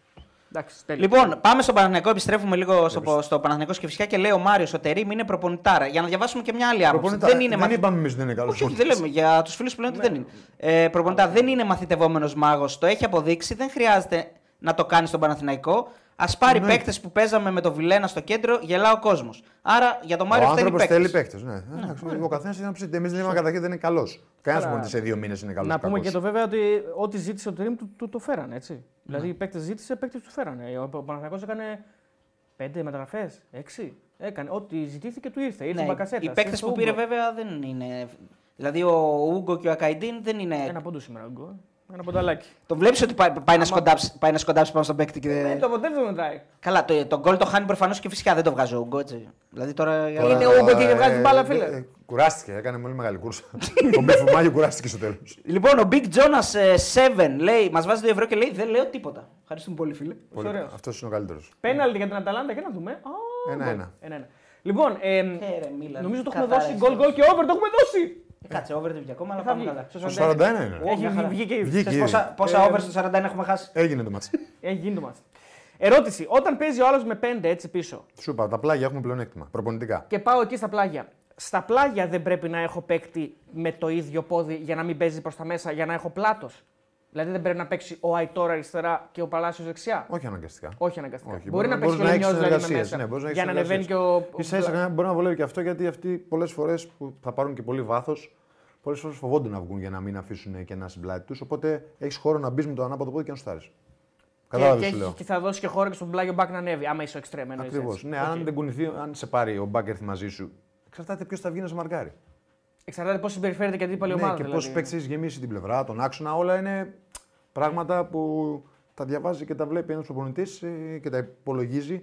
C: Εντάξει, τέλεια.
B: Λοιπόν, πάμε στο Παναθηναϊκό, επιστρέφουμε λίγο στο, στο Παναθηναϊκό και φυσικά και λέει ο Μάριο ο Τερήμ είναι προπονητάρα. Για να διαβάσουμε και μια άλλη άποψη.
D: Προπονητά-
B: Δεν είναι
D: δεν
B: μαθη-
D: είπαμε εμείς ότι δεν είναι καλός.
B: Όχι, όχι, δεν λέμε. Για τους φίλους που λένε ότι δεν είναι. Ε, προπονητά δεν είναι μαθητευόμενος μάγος. Το έχει αποδείξει. Δεν χρειάζεται να το κάνει στον Παναθηναϊκό. Ας πάρει ναι. παίκτες που παίζαμε με το Βιλένα στο κέντρο, γελά ο κόσμος. Άρα για τον Μάριο
D: Ο
B: φταίνει
D: άνθρωπος
B: παίκτες.
D: θέλει παίκτες. Ναι. Εντάξει, Ο καθένας είναι να ψηφίσει. Εμεί δεν είμαστε καταρχήν δεν είναι καλός. Κανένας
C: Άρα-
D: που σε δύο μήνες είναι καλός.
C: Να πούμε και το βέβαια ότι ό,τι ζήτησε ο Τερήμ του, του το φέρανε. Έτσι. Δηλαδή οι παίκτες ζήτησε, παίκτες του φέρανε. Ο Παναθηναϊκός έκανε πέντε μεταγραφές, έξι. Έκανε. Ό,τι ζητήθηκε του ήρθε. Ήρθε
B: Ναι,
C: ο Μπακασέτα.
B: οι παίκτε που πήρε βέβαια δεν είναι. Δηλαδή ο Ούγκο και ο Ακαϊντίν δεν είναι.
C: Ένα πόντο σήμερα. ο Γκο. Ένα πονταλάκι.
B: Το βλέπεις ότι πάει, πάει να σκοντάψει, πάει να σκοντάψει πάνω στον παίκτη. Και...
C: Ε, το αποτέλεσμα μετράει.
B: Καλά, το, το γκολ το χάνει προφανώς και φυσικά δεν το βγάζει ο Ούγκο. έτσι. Δηλαδή τώρα.
C: Είναι ο Ούγκο και βγάζει την μπάλα, φίλε.
D: ε, Κουράστηκε, έκανε πολύ μεγάλη κούρσα. Ο Μπεφουμάγιο κουράστηκε στο τέλος.
B: Λοιπόν, ο Big Jonas ε, 7 λέει, μας βάζει 2 ευρώ και λέει: Δεν λέω τίποτα. Ευχαριστούμε πολύ, φίλε.
C: ωραίος.
D: Αυτός είναι ο καλύτερος.
C: Πέναλτι για την Αταλάντα και να δούμε. Α,
D: Ένα-ένα.
C: γκολ. Ένα-ένα. Λοιπόν, εμ,
B: Ε, ρε, Μίλαν,
C: νομίζω το έχουμε
B: καθαρά
C: δώσει.
B: εσύ.
C: Γκολ, γκολ και over το έχουμε δώσει.
B: Ε, Κάτσε, over το ακόμα, αλλά
C: Θα
B: πάμε
C: βγει.
B: καλά. Ε,
C: Στο
D: Στο
C: 41.
D: 41 είναι.
B: μια
C: Έχει
B: χαρά.
C: βγει και η
D: Βγήκε
B: Ξέρεις
D: ήδη.
B: πόσα, πόσα over στο 41 έχουμε χάσει.
D: Έγινε το μάτσο.
C: Έχει γίνει το μάτς. Ερώτηση. Όταν παίζει ο άλλος με 5 έτσι πίσω
D: Σου είπα, τα πλάγια έχουμε πλεονέκτημα. Προπονητικά.
C: και πάω εκεί στα πλάγια. Στα πλάγια δεν πρέπει να έχω παίκτη με το ίδιο πόδι για να μην παίζει προς τα μέσα, για να έχω πλάτος. Δηλαδή δεν πρέπει να παίξει ο Αϊτόρα αριστερά και ο Παλάσιος δεξιά.
D: Όχι αναγκαστικά.
C: Όχι αναγκαστικά.
D: Όχι,
C: μπορεί, να παίξει
D: μπορείς
C: και ο Λιμιό
D: έχεις
C: δηλαδή με
D: συνεργασίες,
C: μέσα.
D: ναι, μπορείς
C: για να
D: έχεις
C: ανεβαίνει και ο.
D: συνεργασίες. Ίσα ίσα να μπορεί να βολεύει και αυτό γιατί αυτοί πολλές φορές που θα πάρουν και πολύ βάθος, πολλές φορές φοβόνται να βγουν για να μην αφήσουν και ένα συμπλάτη τους. Οπότε έχεις χώρο να μπεις με το ανάποδο πόδι και να στάρει.
C: Και,
D: Κατάλαβες
C: και,
D: τι
C: έχει-
D: λέω.
C: και θα δώσει και χώρο και στον πλάγιο μπακ να ανέβει, άμα είσαι ο εξτρέμ. εννοείς,
D: Ακριβώς.
C: έτσι.
D: Ναι,
C: Οκ.
D: αν δεν κουνηθεί, αν σε πάρει ο μπάκερθ μαζί σου, εξαρτάται ποιος θα βγει να σε μαρκάρει.
C: Εξαρτάται πώς συμπεριφέρεται και αντίπαλη
D: ναι,
C: ομάδα.
D: και
C: δηλαδή.
D: πώ παίξεις γεμίσεις την πλευρά, τον άξονα, όλα είναι πράγματα που τα διαβάζει και τα βλέπει ένας προπονητής και τα υπολογίζει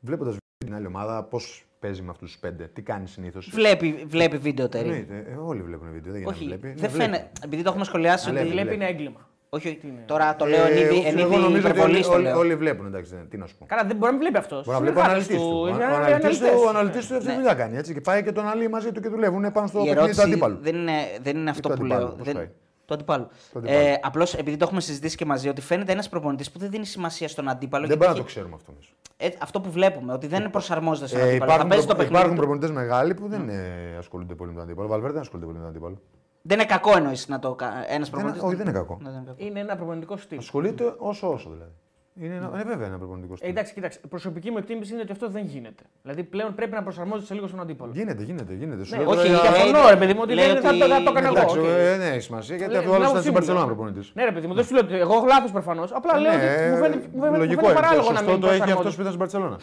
D: βλέποντα την άλλη ομάδα πώς παίζει με αυτούς τους πέντε, τι κάνει συνήθως.
B: Βλέπει, βλέπει βίντεο Τερήμ.
D: Εννοείται. Ε, όλοι βλέπουν βίντεο, δεν γίνεται
B: Όχι,
D: να βλέπει. Ναι,
B: δεν
D: βλέπει.
B: φαίνεται. Επειδή το έχουμε σχολιάσει
D: Να
B: ότι.
D: βλέπει.
C: Βλέπει είναι έγκλημα.
B: Όχι, όχι, τώρα το λέω
D: Ε,
B: εν είδη-
D: εγώ
B: εν
D: νομίζω
B: είδη
D: ότι
B: υπερβολή.
D: όλοι-
B: το
D: Όλοι,
B: λέω.
D: όλοι βλέπουν, εντάξει, δεν- τι να σου πω.
C: Καλά, δεν μπορεί να μην βλέπει αυτός.
D: Μπορεί να βλέπει ο αναλυτή του. Ο αναλυτής του, ο αναλυτής του αυτή τη δουλειά κάνει. Έτσι, και πάει και τον αναλύει μαζί του και δουλεύουν πάνω στο
B: Ναι. Η
D: παιχνίδι
B: ερώτηση
D: του αντίπαλου.
B: δεν είναι, δεν είναι αυτό
D: του
B: που
D: αντιπάλου,
B: λέω.
D: πώς πάει.
B: Δεν... Του αντιπάλου.
D: αντιπάλου.
B: Ε, Απλώς επειδή το έχουμε συζητήσει και μαζί, ότι φαίνεται ένας προπονητής που δεν δίνει σημασία στον αντίπαλο.
D: Δεν
B: και
D: πάει να το
B: έχει-
D: ξέρουμε αυτό εμείς.
B: ε, αυτό που βλέπουμε, ότι δεν προσαρμόζεται στον
D: Ε,
B: αντίπαλο. Θα
D: υπάρχουν
B: παίζει το
D: προ-
B: παιχνίδι.
D: υπάρχουν
B: του.
D: προπονητές μεγάλοι που
C: Ναι.
D: δεν ε, ασχολούνται πολύ με τον αντίπαλο. Ο Βαλβέρ δεν ασχολείται πολύ με τον αντίπαλο.
B: Δεν είναι κακό εννοείς να το κάνει ένας
D: Δεν-
B: προπονητής.
D: όχι, δεν είναι κακό.
B: Ναι, δεν είναι κακό.
C: Είναι ένα προπονητικό στυλ.
D: Ασχολείται όσο όσο δηλαδή. Είναι ένα, ε, βέβαια ένα προπονητικό
C: Ε,
D: στυλ.
C: εντάξει, κοίταξε. Προσωπική μου εκτίμηση είναι ότι αυτό δεν γίνεται. Δηλαδή πλέον πρέπει να προσαρμόζεσαι λίγο στον αντίπαλο.
D: Γίνεται, γίνεται, γίνεται. Σου
C: Ναι,
D: λέω
C: όχι,
D: τώρα,
B: λέει-
C: διαφωνώ, ρε παιδί μου, ότι
B: λέει
C: δεν θα
B: ότι-
C: το- θα το έκανα εγώ.
D: Εντάξει,
C: οκ.
D: ε, ναι, έχει σημασία γιατί
C: Λέει,
D: αυτό άλλο
C: την
D: ήταν
C: άποψή
D: στην
C: μου,
D: Παρσελόνα
C: λέω.
D: προπονητής.
C: Ναι, ρε παιδί μου, δεν σου λέω ότι εγώ λάθο προφανώς. Απλά λέω ότι μου φαίνεται- μου φαίνεται- μου φαίνεται παράλογο να μην
D: Ναι, το έχεις αυτό που
C: προσαρμόζεσαι.
D: ήταν στην Παρσελόνα.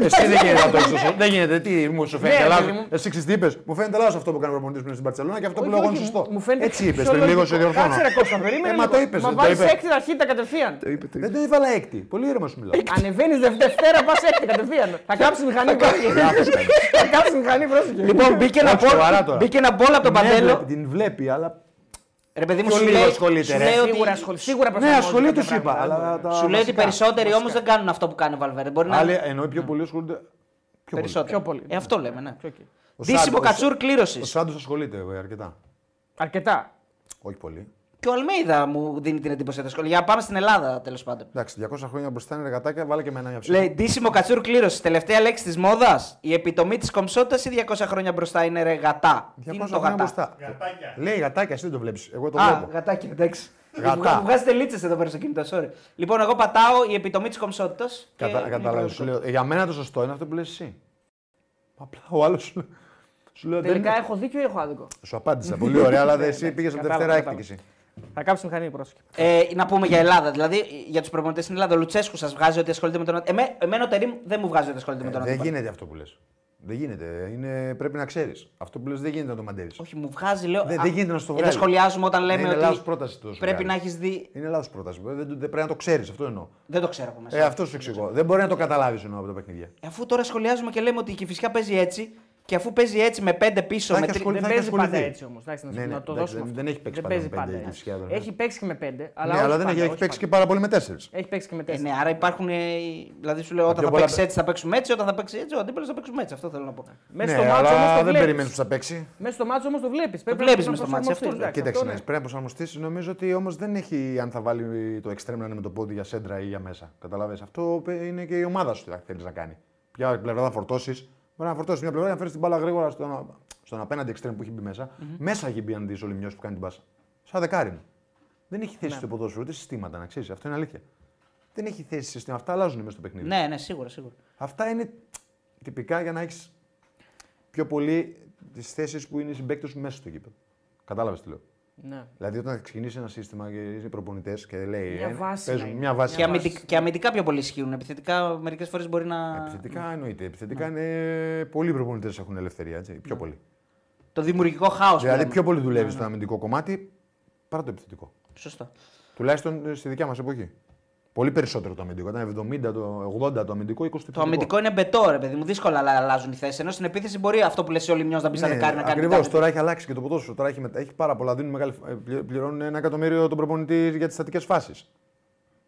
D: Εσύ δεν γίνεται να το έχεις σωστό. Δεν γίνεται. Τι μου σου φαίνεται
C: Ναι,
D: λάθος.
C: παιδί μου.
D: Εσύ ξέρεις τι είπες. Μου φαίνεται λάθος αυτό που έκανε ο προπονητής που είναι στην Παρσελόνα και αυτό που λέω εγώ είναι
C: Όχι, όχι,
D: σωστό.
C: μου φαίνεται
D: Έτσι είπες πριν
C: φυσιολογικό.
D: λίγο σε διορθώνω.
C: Κάτσε ρε Κώστα, περίμενε.
D: Ε, μα
C: λίγο.
D: το είπες.
C: Μα βάζει έκτη αρχήτα κατευθείαν.
D: Δεν το έβαλα έκτη. Πολύ ήρεμα σου μιλάω.
C: Ανεβαίνει Δευτέρα, πας έκτη κατευθείαν. Θα κάψεις η μηχανή, πρόσεχε. Θα κάψει η μηχανή, πρόσεχε.
B: Λοιπόν, μπήκε ένα
D: Όχι, σοβαρά τώρα.
B: μπόλ- μπήκε ένα μπόλ από τον
D: Ναι, βλέπει-
B: Παντέλο.
D: Την βλέπει, αλλά.
B: Ρε παιδί μου,
D: Πιο
B: σου
D: λίγο
B: λέει,
D: ασχολείται,
B: σου
D: ρε.
B: λέει ότι-
C: Σίγουρα ασχολείται. Σίγουρα
D: Ε, Ναι,
C: προσαρμόζεται
D: ασχολείται,
C: κάποια
D: σου είπα.
C: πράγματα.
D: αλλά τα
B: Σου λέει ότι ναι. οι
D: βασικά.
B: περισσότεροι όμως δεν κάνουν αυτό που κάνει ο Βαλβέρ. Μπορεί να
D: Άλλοι
B: είναι
D: εννοεί πιο πολύ ασχολούνται. Πιο πολύ.
B: περισσότεροι.
C: Πιο πολύ.
B: Ε, αυτό λέμε, ναι.
C: Πιο εκεί.
D: Ο
B: Δύσιμο
D: Σάντος-
B: κατσούρ
D: Ο
B: κλήρωση.
D: Σάντος ασχολείται ε, αρκετά.
C: Αρκετά.
D: Όχι πολύ.
B: Και ο Αλμέιδα μου δίνει την εντύπωση ότι ασχολείται. Για να πάμε στην Ελλάδα τέλος πάντων.
D: Εντάξει, 200 χρόνια μπροστά είναι εργατάκια, βάλε και μένα μια ψυχή.
B: Λέει ντύσιμο κατσούρ κλήρωση. Τελευταία λέξη της μόδας. Η επιτομή της κομψότητας ή 200 χρόνια μπροστά είναι ρε γατά.
D: 200
B: Τι είναι το
D: χρόνια
B: γατά.
D: μπροστά.
E: Γατάκια.
D: Λέει γατάκια, εσύ δεν το βλέπεις. Εγώ το
B: Α,
D: βλέπω.
B: γατάκι, εντάξει.
D: Γατά.
B: Μου βγα- Μου βγάζετε λίτσες εδώ πέρα στο κινητό, sorry. Λοιπόν, εγώ πατάω η επιτομή της κομψότητας.
D: Κατα... Κατάλαβε. Σου λέω, «Ε, για μένα το σωστό είναι αυτό που λες εσύ. Απλά ο άλλος σου, λέει- σου λέω. δεν
C: Τελικά
D: είναι».
C: έχω δίκιο ή έχω άδικο.
D: Σου απάντησα. Πολύ ωραία, αλλά δε-
B: Ναι,
D: εσύ πήγες από
C: Κατάλαβα,
D: Δευτέρα
C: κατάλαβα.
D: έκδικηση.
C: Θα κάψει μηχανή, πρόσεχε.
B: Ε, να πούμε για Ελλάδα, δηλαδή για τους προπονητές στην Ελλάδα. Ο Λουτσέσκου σας βγάζει ότι ασχολείται με τον Ατ- Εμέ, Εμένα ο Τερήμ δεν μου βγάζει ότι ασχολείται με τον
D: Ε, Δεν
B: Ατ-
D: γίνεται αυτό που λες. Δεν γίνεται. Είναι... Πρέπει να ξέρεις. Αυτό που λες δεν γίνεται να το μαντεύεις.
B: Όχι, μου βγάζει, λέω.
D: Δεν-
B: α,
D: δεν γίνεται να στο
B: ε,
D: βγάλει.
B: Το σχολιάζουμε όταν
D: Ναι,
B: λέμε
D: είναι
B: ότι
D: λάθος πρόταση το
B: πρέπει
D: σχολιάζεις.
B: να έχεις δει.
D: Είναι λάθος πρόταση. Ε, Δεν, δεν- δεν πρέπει να το ξέρεις. Αυτό εννοώ.
B: Δεν το ξέρω από μέσα.
D: Ε, αυτό σου εξηγώ. Δεν μπορεί να το καταλάβεις εννοώ από τα παιχνίδια.
B: Ε, Αφού τώρα σχολιάζουμε και λέμε ότι η Κυφυσιά παίζει έτσι, και αφού παίζει έτσι με πέντε πίσω,
D: Θα
B: με
D: έχει
B: τρι...
D: ασχολη-
C: Δεν
D: θα
C: παίζει
D: έχει
C: πάντα
D: ασχοληθεί.
C: έτσι όμως. Να
D: Ναι, ναι,
C: το
D: εντάξει,
C: δώσουμε.
D: δεν-
C: αυτό.
D: δεν έχει παίξει
C: Δεν
D: πάντα με
C: παίζει
D: πέντε
C: πάντα
D: η
C: έτσι.
D: Κυφσιά, αδερφέ.
C: Έχει παίξει και με πέντε. Αλλά
D: Ναι,
C: όχι
D: αλλά δεν έχει,
C: πάντα,
D: έχει
C: όχι
D: παίξει και
C: πάντα.
D: πάρα πολύ με τέσσερις.
C: Έχει παίξει και με
B: Ε,
C: τέσσερα.
B: ναι, άρα υπάρχουν. ε, Δηλαδή σου λέω όταν
D: πιο
B: θα
D: πολλά
B: παίξεις
D: παι-
B: έτσι θα παίξουμε έτσι, όταν θα παίξεις έτσι ο αντίπαλος θα παίξουμε έτσι. Αυτό θέλω να πω.
C: Μέσα
D: ναι,
C: στο μάτσο
D: αλλά
C: όμως το
D: δεν περιμένει
C: βλέπει.
D: που θα παίξει.
C: Μέσα στο μάτσο όμως το βλέπεις.
B: βλέπεις μες στο μάτσο, αυτό είναι.
D: Κοίταξε, ναι, πρέπει να προσαρμοστείς. Νομίζω ότι όμως δεν έχει αν θα βάλει το extreme να είναι με το πόδι για σέντρα ή για μέσα. Καταλαβες. Αυτό ε, είναι και η ομάδα σου τι θέλεις να κάνει. Ποια πλευρά θα φορτώσεις. Μπορεί να φορτώσει μια πλευρά για να φέρει την μπάλα γρήγορα στον, στον απέναντι extreme που έχει μπει μέσα. Μέσα έχει μπει αν δει ο Λιμιός που κάνει την πάσα. Σαν δεκάρι μου. Δεν έχει
B: Ναι.
D: θέση στο ποδόσφαιρο ούτε συστήματα να ξέρεις. Αυτό είναι αλήθεια. Δεν έχει θέση συστήματα. Αυτά αλλάζουν μέσα στο παιχνίδι.
B: Ναι, ναι, σίγουρα, σίγουρα.
D: Αυτά είναι τυπικά για να έχεις πιο πολύ τις θέσεις που είναι οι συμπαίκτες σου μέσα στο κήπεδο. Κατάλαβες τι λέω.
C: Ε,
D: Δηλαδή, όταν ξεκινήσει ένα σύστημα και είναι προπονητές και λέει.
C: Μια
D: ε,
C: βάση
D: παίζουν
C: να είναι.
D: μια βάση.
B: Και, αμυντικ- και αμυντικά πιο πολύ ισχύουν. Επιθετικά μερικές φορές μπορεί να. Ναι.
D: Επιθετικά εννοείται. Επιθετικά είναι. Πολλοί προπονητές έχουν ελευθερία. Έτσι. Πιο
B: Ναι.
D: πολλοί.
B: Το δημιουργικό χάος.
D: Δηλαδή, πιο
B: ναι,
D: πολύ δουλεύεις στο αμυντικό κομμάτι παρά το επιθετικό.
B: Σωστό.
D: Τουλάχιστον ε, στη δικιά μας εποχή. Πολύ περισσότερο το αμυντικό. Ήταν 70, το 80 το αμυντικό, 20 το
B: Το αμυντικό
D: Λοιπόν.
B: είναι μπετό, ρε παιδί μου. Δύσκολα αλλά αλλάζουν οι θέσεις. Ενώ στην επίθεση μπορεί αυτό που λες ο Λιμιό να μπει στα δεκάρι να κάνει.
D: Ακριβώς.
B: κάτι.
D: Ναι, Τώρα έχει αλλάξει και το ποδόσφαιρο. Τώρα έχει, μετα- έχει πάρα πολλά. Δίνουν μεγάλη, ε, πλη- πληρώνουν ένα εκατομμύριο τον προπονητή για τις στατικές φάσεις.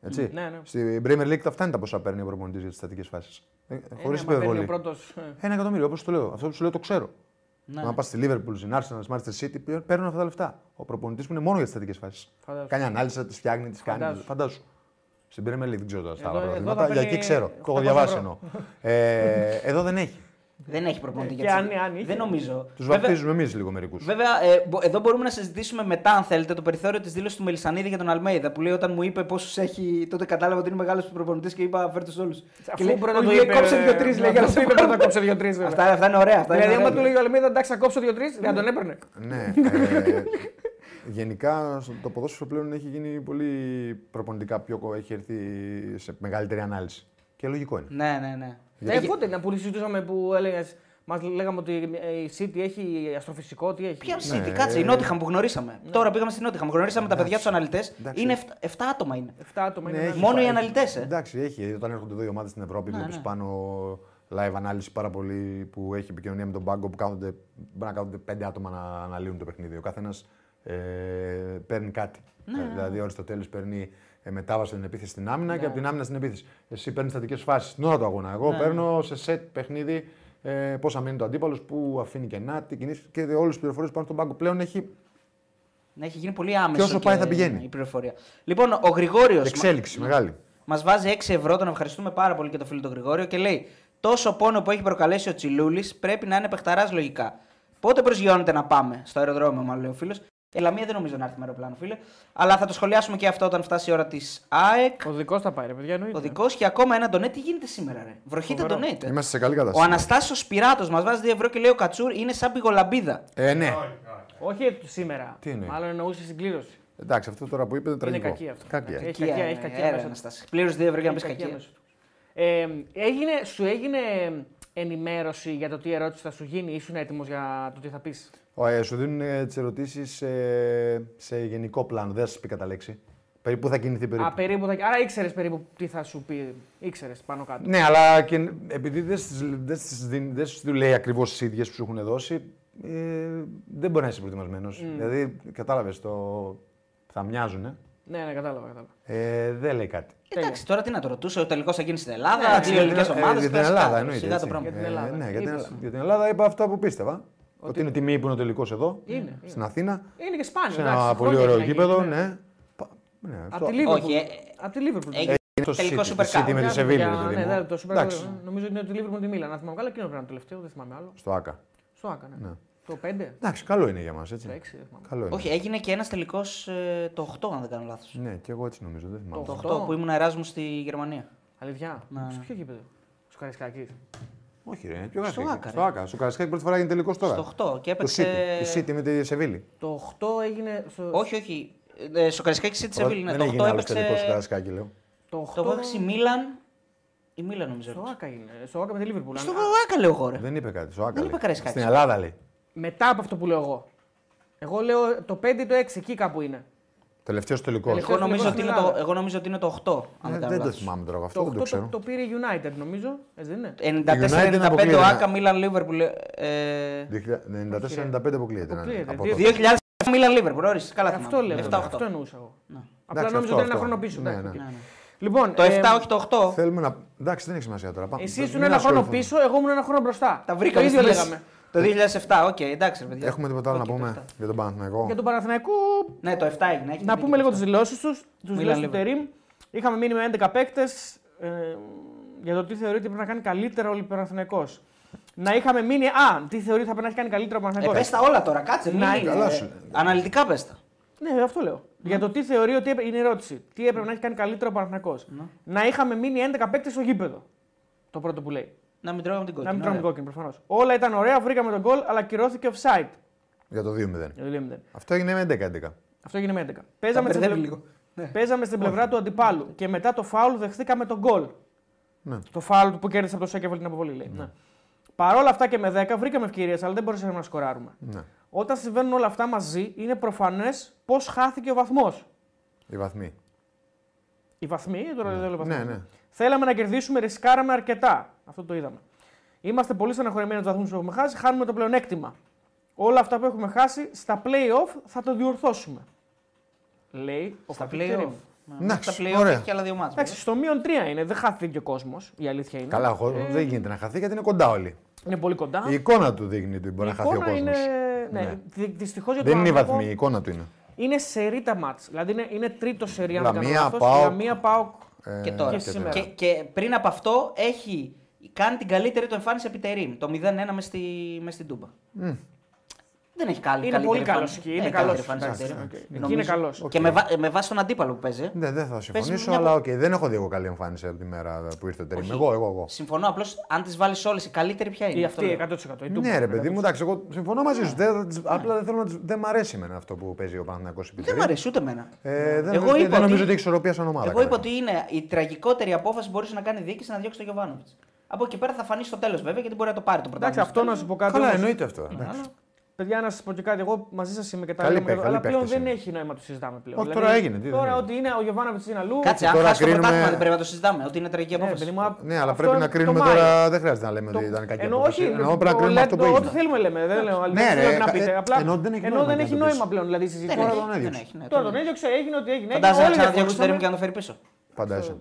D: Έτσι.
C: Ναι, ναι.
D: Στην Premier League τα φτάνει τα πόσα παίρνει ο προπονητής για τις στατικές φάσεις. Ε, Χωρίς
C: ναι, Ο
D: υπερβολή.
C: πρώτος, ε,
D: Ένα εκατομμύριο, όπως το λέω. Αυτό που σου λέω το ξέρω. Ναι. Αν πας στη Liverpool, στην Arsenal, στη Manchester City, πλέον παίρνουν αυτά τα λεφτά. Ο προπονητής που είναι μόνο για τις στατικές φάσεις.
C: Φαντάζομαι.
D: Κάνει ανάλυση, τις φτιάχνει, τις κάνει.
C: Φαντάζομαι.
D: Φαντάσου. Στην Premier League δεν ξέρω τώρα στα
C: Εδώ- εδώ
D: άλλα
C: θα
D: πρωταθλήματα. Για
C: παίρνει
D: εκεί ξέρω. Το έχω
C: 800
D: διαβάσει
C: ευρώ.
D: εννοώ. Ε, εδώ δεν έχει.
B: Δεν έχει προπονητή
C: Ε,
B: για
C: και
B: τις-
C: αν- αν είχε.
B: Δεν νομίζω.
D: Τους
B: Βέβαια-
D: βαπτίζουμε εμείς λίγο μερικούς.
B: Βέβαια, ε, μπο- εδώ μπορούμε να συζητήσουμε μετά, αν θέλετε, το περιθώριο της δήλωσης του Μελισανίδη για τον Αλμέιδα. Που λέει όταν μου είπε πόσους έχει, τότε κατάλαβα ότι είναι μεγάλος προπονητής και είπα φέρτε όλου. Και λέει,
C: μπορεί να
B: «Όχι,
C: το
B: λέει,
C: είπε,
B: κόψε
C: ε,
B: δύο-τρει,
C: να
B: λέει, για να
C: το
B: σε
C: είπε,
B: πάρω».
C: να το κόψε δύο-τρεις, βέβαια.
B: Αυτά, αυτά είναι ωραία. Αυτά
C: Δηλαδή,
B: είναι
C: άμα
B: ωραία.
C: του λέει ο Αλμίδα, εντάξει, θα κόψω δύο-τρει, δεν τον έπαιρνε.
D: Ναι. ε, γενικά στο- το ποδόσφαιρο πλέον έχει γίνει πολύ προπονητικά πιο κο- έχει έρθει σε μεγαλύτερη ανάλυση. Και λογικό είναι.
B: Ναι, ναι, ναι.
C: Ε, πότε να που συζητούσαμε που έλεγες. Μας λέγαμε ότι ε, η City έχει αστροφυσικό, τι έχει.
B: Ποια
D: Ναι,
B: City, κάτσε, η
D: ε,
B: Νότιχαμ που γνωρίσαμε. Τώρα πήγαμε στην Νότιχαμ, γνωρίσαμε τα παιδιά τους αναλυτές.
D: εντάξει.
B: Είναι 7 άτομα είναι.
C: 7 άτομα είναι.
D: Ναι,
C: ένα-
D: έχει
B: Μόνο οι
D: πάει.
B: αναλυτές, ε.
D: Εντάξει, έχει. Όταν έρχονται εδώ οι ομάδες στην Ευρώπη, βλέπεις
B: ναι.
D: πάνω live ανάλυση πάρα πολύ που έχει επικοινωνία με τον πάγκο που κάθονται, μπορεί να κάθονται πέντε άτομα να αναλύουν το παιχνίδι. Ο καθένας ε, παίρνει κάτι.
B: Ναι,
D: Δηλαδή, ο Αριστοτέλης παίρνει ε, μετάβαση από την επίθεση στην άμυνα
B: Ναι.
D: και από την άμυνα στην επίθεση. Εσύ παίρνεις στατικές φάσεις την ώρα του αγώνα. Εγώ παίρνω σε σετ παιχνίδι ε, πώ αμένει το αντίπαλος, πού αφήνει κενά, τι κινήσεις και όλες τις πληροφορίες που πάνω στον πάγκο πλέον έχει
B: Να Ναι, έχει γίνει πολύ άμεσο.
D: Και όσο πάει θα πηγαίνει.
B: Η πληροφορία. Λοιπόν, ο Γρηγόριος.
D: εξέλιξη μεγάλη.
B: Μας βάζει 6 ευρώ, τον ευχαριστούμε πάρα πολύ και το φίλο τον Γρηγόριο και λέει: Τόσο πόνο που έχει προκαλέσει ο Τσιλούλης πρέπει να είναι παιχταράς λογικά. Πότε προσγειώνεται να πάμε, στο αεροδρόμιο, μάλλον λέει ο φίλος. Ελαμία δεν νομίζω να έρθει με αεροπλάνο, φίλε. Αλλά θα το σχολιάσουμε και αυτό όταν φτάσει η ώρα της ΑΕΚ.
C: Ο δικός θα πάει, ρε παιδιά, εννοείται.
B: Ο δικός και ακόμα ένα ντονέτ. Τι γίνεται σήμερα, ρε. Βροχείτε
C: Φοβερό.
B: ντονέτ. ε.
D: Είμαστε σε καλή κατάσταση.
B: Ο Αναστάσιος Πυράτο μας βάζει 2 ευρώ και λέει: Ο Κατσούρ είναι σαν πηγολαμπίδα.
D: Ε, ναι.
E: Όχι, όχι.
C: Όχι ε, σήμερα.
D: Τι εννοείς?
C: Μάλλον εννοούσε συγκλήρωση.
D: Εντάξει, αυτό τώρα που είπε είναι τραγικό.
C: κακή αυτό.
D: Κακή.
C: Εντάξει. Έχει κακία, έχει κακία μέσα του.
B: Πλήρω 2 ευρώ για να πει
C: Έχει
B: κακία.
C: μέσα του. Ε, έγινε, σου έγινε ενημέρωση για το τι ερώτηση θα σου γίνει, ήσουν έτοιμος για το τι θα πεις.
D: Ω, ε, σου δίνουν τις ερωτήσεις σε γενικό πλάνο. Δεν θα σας πει κατά λέξη. Περίπου θα κινηθεί περίπου.
C: Α, περίπου θα... Άρα ήξερες περίπου τι θα σου πει. Ήξερες πάνω κάτω.
D: Ναι, αλλά και, επειδή δεν στις- δεν στις δίνει- δεν σου λέει ακριβώς τις ίδιες που σου έχουν δώσει, ε, δεν μπορεί να είσαι προετοιμασμένος. Δηλαδή, κατάλαβες το. Θα μοιάζουν.
C: Ναι, ναι, κατάλαβα. κατάλαβα.
D: Ε, δεν λέει κάτι.
B: Εντάξει, τώρα τι να το ρωτήσω, ο τελικός θα γίνει στην Ελλάδα,
C: Ναι,
B: ναι, τι ελληνικέ
D: Ε,
B: ομάδες.
D: για την Ελλάδα εννοείται.
B: Σιγά το
D: έτσι.
B: πράγμα.
C: Για την Ελλάδα.
D: Ε, ναι, για την,
C: Είπες.
D: για την Ελλάδα είπα αυτά που πίστευα. Ότι είναι τιμή που είναι ο τελικός εδώ.
C: Είναι,
D: Στην Αθήνα.
C: Είναι και σπάνιο.
D: Σε
C: εντάξει,
D: ένα πολύ
C: χρόνια
D: ωραίο
C: να γίνει,
D: γήπεδο,
C: ναι.
D: ναι. Πα- ναι, αυτό.
C: Απ'
B: Όχι,
C: τη Λίβερπουλ.
B: ε, ε,
C: Απ' τη Λίβερπουλ.
B: έγινε
D: Είναι το
B: τελικό
D: City,
B: Super
D: το
B: Cup.
D: City με τη
C: Μοιάζουν
D: Σεβίλη.
C: για-
D: ρε παιδί
C: ναι,
D: μου.
C: ναι, το Super Cup.
D: Εντάξει,
C: Νομίζω ότι είναι το Liverpool με τη Μίλαν. Αν θυμάμαι καλά, εκείνο πρέπει να είναι το τελευταίο, δεν θυμάμαι άλλο.
D: στο ΑΚΑ.
C: Στο Άκα, ναι.
D: Ναι.
C: Το 5,
D: Εντάξει, καλό είναι για μας,
C: το 6,
D: έτσι.
C: δεν θυμάμαι.
D: Καλό είναι.
B: Όχι, έγινε και ένας τελικός το 8, αν δεν κάνω λάθος.
D: Ναι, και εγώ έτσι νομίζω. Δεν θυμάμαι.
C: Το-
B: Το
C: 8.
B: 8 που ήμουν Εράσμου στη Γερμανία.
C: Αλήθεια.
B: Ναι,
C: Σε
B: ναι.
C: ποιο γήπεδο. Στους Καρισκάκη.
D: Όχι, ρε, είναι πιο
B: Στο
D: γραφείο.
B: Άκα,
D: Στο
B: ρε.
D: ΑΚΑ. Στο Καρασκάκι πρώτη φορά έγινε τελικός τώρα.
B: Στο 8 και
D: Το
B: έπαιξε.
D: City. Η City με τη Σεβίλη.
C: Το 8 έγινε. Στο...
B: Όχι, όχι. Ε, Σοκαρισκάκη City Σεβίλη. Ναι,
D: Δεν
B: το 8
D: έγινε άλλος
B: έπαιξε.
D: τελικός στο Καρασκάκι, λέω.
C: Το 8
B: Το 8 έπαιξε η Μίλαν. Η Μίλαν νομίζω.
C: Στο
B: έπαιξε.
C: Άκα έγινε. Στο Άκα με τη Λίβερπουλ.
B: Στο
C: Αν-
B: Άκα λέω εγώ. ρε.
D: Δεν είπε κάτι. Στο ΑΚΑ.
B: Δεν είπε
D: λέει.
B: Καραϊσκάκη.
D: Στην Ελλάδα λέει.
C: Μετά από αυτό που λέω εγώ. Εγώ λέω το 5 ή το 6, εκεί κάπου είναι.
D: Τελευταίος τελικό.
C: Τελικός.
B: Εγώ νομίζω, ότι είναι το,
C: Ελλάδα.
B: εγώ νομίζω ότι είναι το 8. Αν δεν, κάνω
D: Ε, Δεν το
B: λάθος.
D: θυμάμαι τώρα αυτό,
C: Το 8
D: δεν το
C: το,
D: ξέρω.
C: το πήρε η United νομίζω. Έτσι δεν είναι.
B: 94-95
D: αποκλείεται.
B: ο Άκα, Μίλαν, Λίβερπουλ. ε,
D: 94-95 αποκλείεται. να είναι.
C: Αποκλείεται.
D: Από το-
B: 2007 Μίλαν, Λίβερπουλ. Ορίστε, καλά θυμάμαι.
C: αυτό λέω.
B: 7-8.
C: Αυτό εννοούσα εγώ. Απλά
D: Εντάξει,
C: νόμιζα
D: αυτό,
C: ότι είναι ένα
D: αυτό.
C: χρόνο πίσω.
D: Ναι,
C: εντάξει,
D: ναι.
C: οκ.
B: Ναι, ναι.
C: Λοιπόν,
B: Το
C: ε,
B: 7, όχι το 8.
D: Θέλουμε να. Εντάξει, δεν έχει σημασία τώρα. Πάμε.
C: Εσύ
D: Μην
C: ήσουν ένα χρόνο
D: ασχοληθούμε.
C: πίσω, εγώ ήμουν ένα χρόνο μπροστά.
B: Τα βρήκαμε.
C: Το ίδιο
B: στη μέση.
C: λέγαμε.
B: Το 2007, οκ, εντάξει, ρε παιδιά.
D: Έχουμε τίποτα άλλο να
B: Οκ, το
D: πούμε
B: 7.
D: για τον Παναθηναϊκό.
C: Για τον Παναθηναϊκό,
B: Ναι, το 7 έγινε. έχετε
C: να
B: δίκιο
C: πούμε λίγο
B: αυτό.
C: τι δηλώσεις τους. Τους
B: Μίλα
C: δηλώσεις του
B: λίγο.
C: Τερήμ. Είχαμε μείνει με 11 παίκτες ε, για το τι θεωρείται πρέπει να κάνει καλύτερα ο Παναθηναϊκός. Να είχαμε μείνει. Α, τι θεωρεί θα πρέπει να έχει κάνει καλύτερα ο
B: Ε,
C: Παναθηναϊκός.
B: πες τα όλα τώρα, κάτσε. μην
C: Ναι,
B: είναι-
D: καλά σου λέω.
B: Αναλυτικά πες τα.
C: Ναι, αυτό λέω. Για το τι θεωρεί ότι έπρε- είναι η ερώτηση. Τι έπρεπε να έχει κάνει καλύτερα ο Παναθηναϊκός.
B: Ναι.
C: Να είχαμε μείνει 11 παίκτες στο γήπεδο. Το πρώτο που λέει.
B: Να μην τρώγαμε την κόκκινη.
C: να μην τρώμε
B: ωραία.
C: κόκκινη προφανώς. Όλα ήταν ωραία, βρήκαμε τον γκολ, αλλά κυρώθηκε offside.
D: Για το 2-0.
C: Για το 2-0.
D: Αυτό έγινε με 11-11.
C: Αυτό έγινε με 11.
B: Τα
C: Παίζαμε, στην,
B: μπερδεύει
C: πλευρά-
B: λίγο. Ναι.
C: παίζαμε στην πλευρά του αντιπάλου και μετά το φάουλ δεχθήκαμε τον γκολ.
D: Ναι.
C: Το φάουλ που κέρδισε από το Σέκεβελ την αποβολή, λέει. Ναι. Παρ' όλα αυτά και με 10 βρήκαμε ευκαιρίες, αλλά δεν μπορούσαμε να σκοράρουμε.
D: Ναι.
C: Όταν συμβαίνουν όλα αυτά μαζί, είναι προφανές πώς χάθηκε ο βαθμός.
D: Οι βαθμοί.
C: Οι βαθμοί, τώρα δεν λέω βαθμοί.
D: Ναι, ναι.
C: Θέλαμε να κερδίσουμε, ρισκάραμε αρκετά. Αυτό το είδαμε. Είμαστε πολύ στεναχωρημένοι από τους βαθμούς που έχουμε χάσει, χάνουμε το πλεονέκτημα. Όλα αυτά που έχουμε χάσει στα play-off θα το διορθώσουμε. Λέει ο
B: Στα
C: Χατζη
B: play-off.
C: Τερίμ.
B: Ναι,
D: Εντάξει,
B: Στα play-off
D: ωραία.
B: έχει και άλλα δύο μάτς.
C: Εντάξει, στο μείον 3 είναι, δεν χάθηκε ο κόσμος. Η αλήθεια είναι.
D: Καλά, χω- δεν γίνεται να χαθεί γιατί είναι κοντά όλοι.
C: Είναι πολύ κοντά.
D: Η εικόνα του δείχνει ότι μπορεί να χαθεί ο κόσμος.
C: είναι. Ναι,
D: Ναι.
C: Δυστυχώς για τον
D: Δεν είναι οι
C: Παναθηναϊκό
D: βαθμοί, η εικόνα του είναι.
C: Είναι σερή τα μάτς. Δηλαδή είναι, είναι τρίτο σερή. Αν δεν κάνω
D: Λαμία,
C: λάθος.
D: ΠΑΟΚ.
C: Λαμία, ΠΑΟΚ.
D: Ε,
B: Και τώρα.
C: και σήμερα.
B: Και, και πριν από αυτό έχει κάνει την καλύτερη του εμφάνιση επί Τερίμ. Το 0-1 μες στη, μες στην Τούμπα. Δεν έχει καλή.
C: Είναι
B: καλύτερη
C: πολύ καλό
B: εμφάνιση.
C: εκεί.
B: Δεν
C: Είναι
B: έχει
C: καλό.
B: καλύτερη εμφάνιση επί Τερίμ,
C: Εκεί
B: νομίζω.
C: είναι καλός.
B: Και με, βά- με βάση τον αντίπαλο που παίζει.
D: Ναι, δεν θα συμφωνήσω,
B: μια
D: αλλά οκ, δεν έχω δει εγώ καλή εμφάνιση από τη μέρα που ήρθε ο Τερήμ. Εγώ, εγώ, εγώ.
B: Συμφωνώ απλώς αν τις βάλεις όλες η καλύτερη ποια είναι.
C: Η
B: αυτό
C: αυτή
B: λέω.
C: 100%. η Τούμπα.
D: Ναι, ρε παιδί μου, εντάξει, εγώ συμφωνώ μαζί
C: Ναι.
D: σου. Δεν- δεν- Απλά δεν θέλω να τις- Δεν μ' αρέσει εμένα αυτό που παίζει ο Παναθηναϊκός επί
B: Δεν
D: Τερήμ.
B: μου αρέσει ούτε εμένα.
D: Ε,
C: Ναι.
D: ναι. δεν,
B: Εγώ
D: δεν-
B: είπα
D: δεν νομίζω
B: ότι-
D: ότι έχει ισορροπία σαν ομάδα.
B: Εγώ είπα ότι είναι η τραγικότερη απόφαση που μπορούσε να κάνει η διοίκηση να διώξει τον Γιωβάνοβιτ. Από εκεί πέρα θα φανεί στο τέλος βέβαια γιατί μπορεί να το πάρει το
C: Εντάξει,
B: πρωτάθλημα.
C: αυτό να σου πω κάτι.
D: Καλά,
C: όμως.
D: εννοείται αυτό.
C: Ναι.
D: εντάξει.
C: Παιδιά, να σας πω και κάτι. Εγώ μαζί σας είμαι και τα
D: Καλή
C: λέμε
D: παίκτη,
C: εδώ, Αλλά
D: καλή
C: πλέον
D: παίκτης
C: δεν
D: είναι.
C: έχει νόημα να το συζητάμε πλέον. Δηλαδή,
D: Όχι, τώρα έγινε, τι δεν
C: Τώρα
D: έγινε.
C: ότι είναι ο Γιωβάνοβιτ είναι αλλού.
B: Κάτσε, αν
D: τώρα
B: χάσει το
D: κρίνουμε-
B: πρωτάθλημα δεν πρέπει να το συζητάμε. Ότι είναι τραγική
C: Ναι,
B: απόφαση.
C: παιδί μου, α-
D: Ναι, αλλά
C: αυτό
D: πρέπει
C: είναι
D: να
C: το
D: κρίνουμε
C: Μάιο.
D: τώρα. Δεν χρειάζεται να λέμε
C: Το-
D: ότι ήταν κακή
C: Εννοώ,
D: απόφαση.
C: όχι,
D: Εννοώ πρέπει να κρίνουμε αυτό που
C: λέτε-
D: έγινε.
C: Ό,τι θέλουμε λέμε. Δεν λέω άλλη
D: Ναι,
C: δεν
D: ρε,
C: πρέπει να
D: κα-
C: πείτε.
D: ε,
C: Απλά
D: εννοώ ότι δεν έχει
C: ενώ
D: νόημα
C: δεν
D: να
C: έχει
D: το
C: νόημα
D: πεις.
C: πλέον δηλαδή η συζήτηση.
B: Δεν
D: Τώρα
B: έχει,
D: τον
B: δεν
D: έδιωξε.
B: έχει, ναι,
C: Τώρα
B: τον
C: τον έδιωξε, έγινε ό,τι έγινε.
B: Φαντάζεσαι να
C: Ναι, Όλοι
B: ξαναδιώξουν τον
C: διαφωνούσαμε.
B: Ρήμ και να τον φέρει πίσω.
D: Φαντάζεσαι.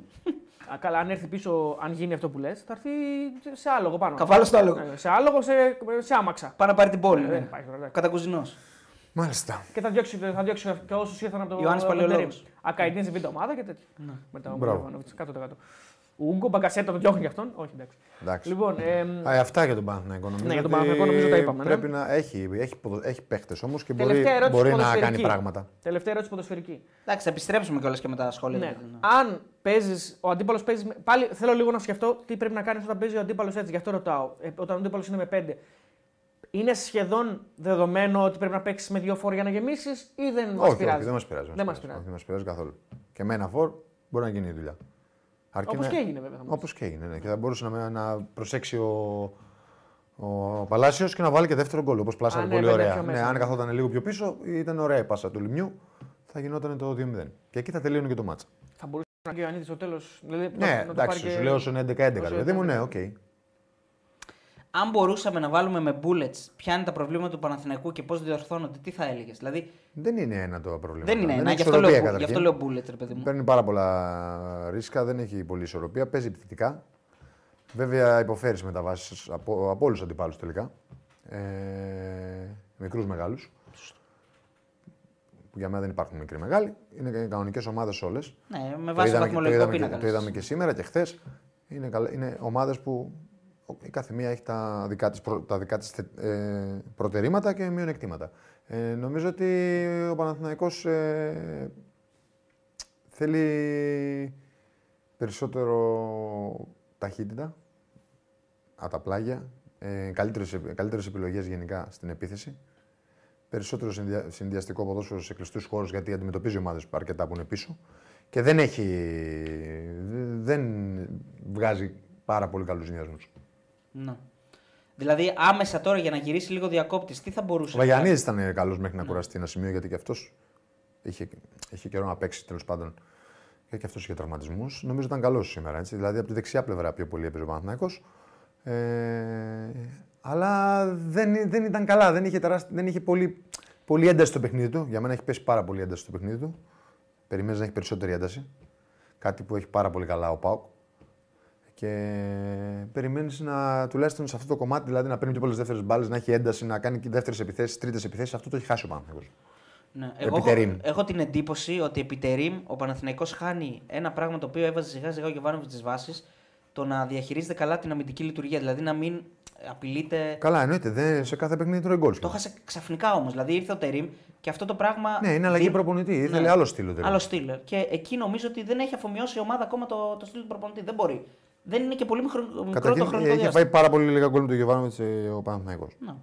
C: Α, καλά, αν έρθει πίσω, αν γίνει αυτό που λες, θα έρθει σε άλογο πάνω.
B: Καβάλα στο άλογο.
C: Ναι, Σε άλογο, σε, σε άμαξα.
B: Πάει να πάρει την πόλη.
C: Ε,
B: ναι.
C: δεν υπάρχει τώρα, εντάξει.
B: Κατακουζινός.
D: Μάλιστα.
C: Και θα διώξει, θα διώξει και όσους ήρθαν από το
B: Ιωάννης
C: από το
B: Παλαιολόγος.
C: Τερίμ. Ακαϊντίν σε β' ομάδα και τέτοια.
D: Ναι.
C: Μετά ο
D: Μπράβο.
C: Μπροβάνοβιτ, κάτω το κάτω. Ο Ούγκο, Μπαγκασέτα, τον διώχνει και αυτόν. Όχι, εντάξει.
D: Εντάξει.
C: Λοιπόν, εμ,
D: Α, ε, αυτά για τον Παναθηναϊκό νομίζω.
C: Ναι, για τον
D: ότι
C: Παναθηναϊκό νομίζω τα είπαμε, ναι.
D: Πρέπει να έχει, έχει, ποδο- έχει παίχτες όμως και μπορεί,
C: τελευταία ερώτηση
D: μπορεί να
C: ποδοσφαιρική.
D: κάνει πράγματα.
C: Τελευταία ερώτηση ποδοσφαιρική.
B: Εντάξει, θα επιστρέψουμε κιόλας και με τα σχόλια.
C: Ναι.
B: για την-
C: Αν παίζεις, ο αντίπαλος παίζεις. με- Πάλι θέλω λίγο να σκεφτώ τι πρέπει να κάνεις όταν παίζει ο αντίπαλος έτσι. Γι' αυτό ρωτάω. Ε, όταν ο αντίπαλος είναι με 5. Είναι σχεδόν δεδομένο ότι πρέπει να παίξεις με δύο φόρ για να γεμίσεις ή δεν μας
D: Όχι,
C: πειράζει.
D: όχι, δεν μας πειράζει.
C: Δεν μα
D: όχι,
C: πειράζει.
D: Δεν μας πειράζει καθόλου. Και με ένα φορ μπορεί να γίνει η δουλειά. Αρκεί
C: Όπως
D: να-
C: και έγινε βέβαια. θα μου πεις.
D: Όπως και έγινε. Ναι. Και θα μπορούσε να, να προσέξει ο, ο Παλάσιος και να βάλει και δεύτερο γκολ. Όπως πλάσανε
C: Α, ναι,
D: πολύ
C: βέβαια,
D: ωραία.
C: πιο μέσα.
D: Ναι, αν καθόταν λίγο πιο πίσω, ήταν ωραία η πάσα του λιμιού. Θα γινόταν το 2-0. Και εκεί θα τελείωνε και το μάτσα.
C: Θα μπορούσε να κάνει ο Ιωαννίδης στο τέλος. Δηλαδή,
D: Ναι,
C: να το πάρει
D: εντάξει,
C: και-
D: σου λέω όσον 11-11.
C: όσο
D: ρε παιδί μου,
C: 11-11.
D: ναι, οκ.
B: Αν μπορούσαμε να βάλουμε με bullets ποια είναι τα προβλήματα του Παναθηναϊκού και πώς διορθώνονται, τι θα έλεγες. Δηλαδή
D: Δεν είναι ένα το πρόβλημα.
B: δεν είναι ένα,
D: Ε, έχει
B: γι' αυτό, λέω,
D: ισορροπία
B: bu- γι' αυτό
D: καταρχήν.
B: λέω bullets, ρε παιδί μου.
D: Παίρνει πάρα πολλά ρίσκα, δεν έχει πολλή ισορροπία, παίζει επιθετικά. Βέβαια, υποφέρεις μεταβάσει από, από όλους τους αντιπάλους τελικά. ε, μικρούς μεγάλους. Που για μένα δεν υπάρχουν μικροί μεγάλοι. Είναι κανονικές ομάδες όλες.
B: Ναι, με
D: Το
B: βάση το
D: είδαμε,
B: βαθμολογικό
D: και- το, είδαμε και,
B: πίνακα.
D: το είδαμε και σήμερα και χθες. Είναι, καλα- είναι ομάδες που η κάθε μία έχει τα δικά της, προ- τα δικά της θε- ε, προτερήματα και μειονεκτήματα. Ε, νομίζω ότι ο Παναθηναϊκός ε, θέλει περισσότερο ταχύτητα, αταπλάγια, ε, καλύτερες, επι- καλύτερες επιλογές γενικά στην επίθεση. Περισσότερο συνδυα- συνδυαστικό ποδόσφαιρο σε κλειστούς χώρους γιατί αντιμετωπίζει ομάδες που αρκετά που είναι πίσω και δεν έχει. δε- δεν βγάζει πάρα πολύ καλούς νοιασμούς.
B: Ναι. Δηλαδή, άμεσα τώρα για να γυρίσει λίγο διακόπτης, τι θα μπορούσε.
D: Ο Βαγιανίδης ήταν καλός μέχρι να κουραστεί ένα σημείο γιατί και αυτός είχε, είχε καιρό να παίξει τέλος πάντων. Και, και αυτός είχε τραυματισμούς. Νομίζω ήταν καλός σήμερα. Έτσι. Δηλαδή από τη δεξιά πλευρά πιο πολύ έπαιζε ο Παναθυναϊκό. Ε, αλλά δεν, δεν ήταν καλά. Δεν είχε, τεράστι, δεν είχε πολύ, πολύ ένταση στο παιχνίδι του. Για μένα έχει πέσει πάρα πολύ ένταση στο παιχνίδι του. Περιμένεις να έχει περισσότερη ένταση. Κάτι που έχει πάρα πολύ καλά ο Πάουκ. Και περιμένεις να τουλάχιστον σε αυτό το κομμάτι, δηλαδή να παίρνει πιο πολλές δεύτερες μπάλες, να έχει ένταση, να κάνει δεύτερες επιθέσεις, τρίτες επιθέσεις. Αυτό το έχει χάσει ο Παναθηναϊκός.
B: Ναι.
D: Επί
B: Εγώ έχω,
D: Τερίμ.
B: έχω, την εντύπωση ότι επί Τερίμ ο Παναθηναϊκός χάνει ένα πράγμα το οποίο έβαζε σιγά σιγά ο Γιωβάνοβιτ τη βάση, το να διαχειρίζεται καλά την αμυντική λειτουργία. Δηλαδή να μην απειλείται.
D: Καλά, εννοείται. Δεν, σε κάθε παιχνίδι τρώει γκολ.
B: Το χάσε ξαφνικά όμως. Δηλαδή ήρθε ο Τερίμ και αυτό το πράγμα.
D: Ναι, είναι αλλαγή
B: δι- Ναι.
D: προπονητή. Ήθελε άλλο στυλ ο Τερίμ.
B: Άλλο στυλ. ε. Και εκεί νομίζω ότι δεν έχει αφομοιώσει η ομάδα ακόμα το, το στυλ του προπονητή. Δεν μπορεί. Δεν είναι και πολύ μικρο, μικρό το
D: Καταρχήν
B: χρονικό
D: είχε
B: διάστημα.
D: φάει πάρα πολύ λίγα γκολ με τον Γιωβάνοβιτ ο Παναθηναϊκός.
B: Ναι.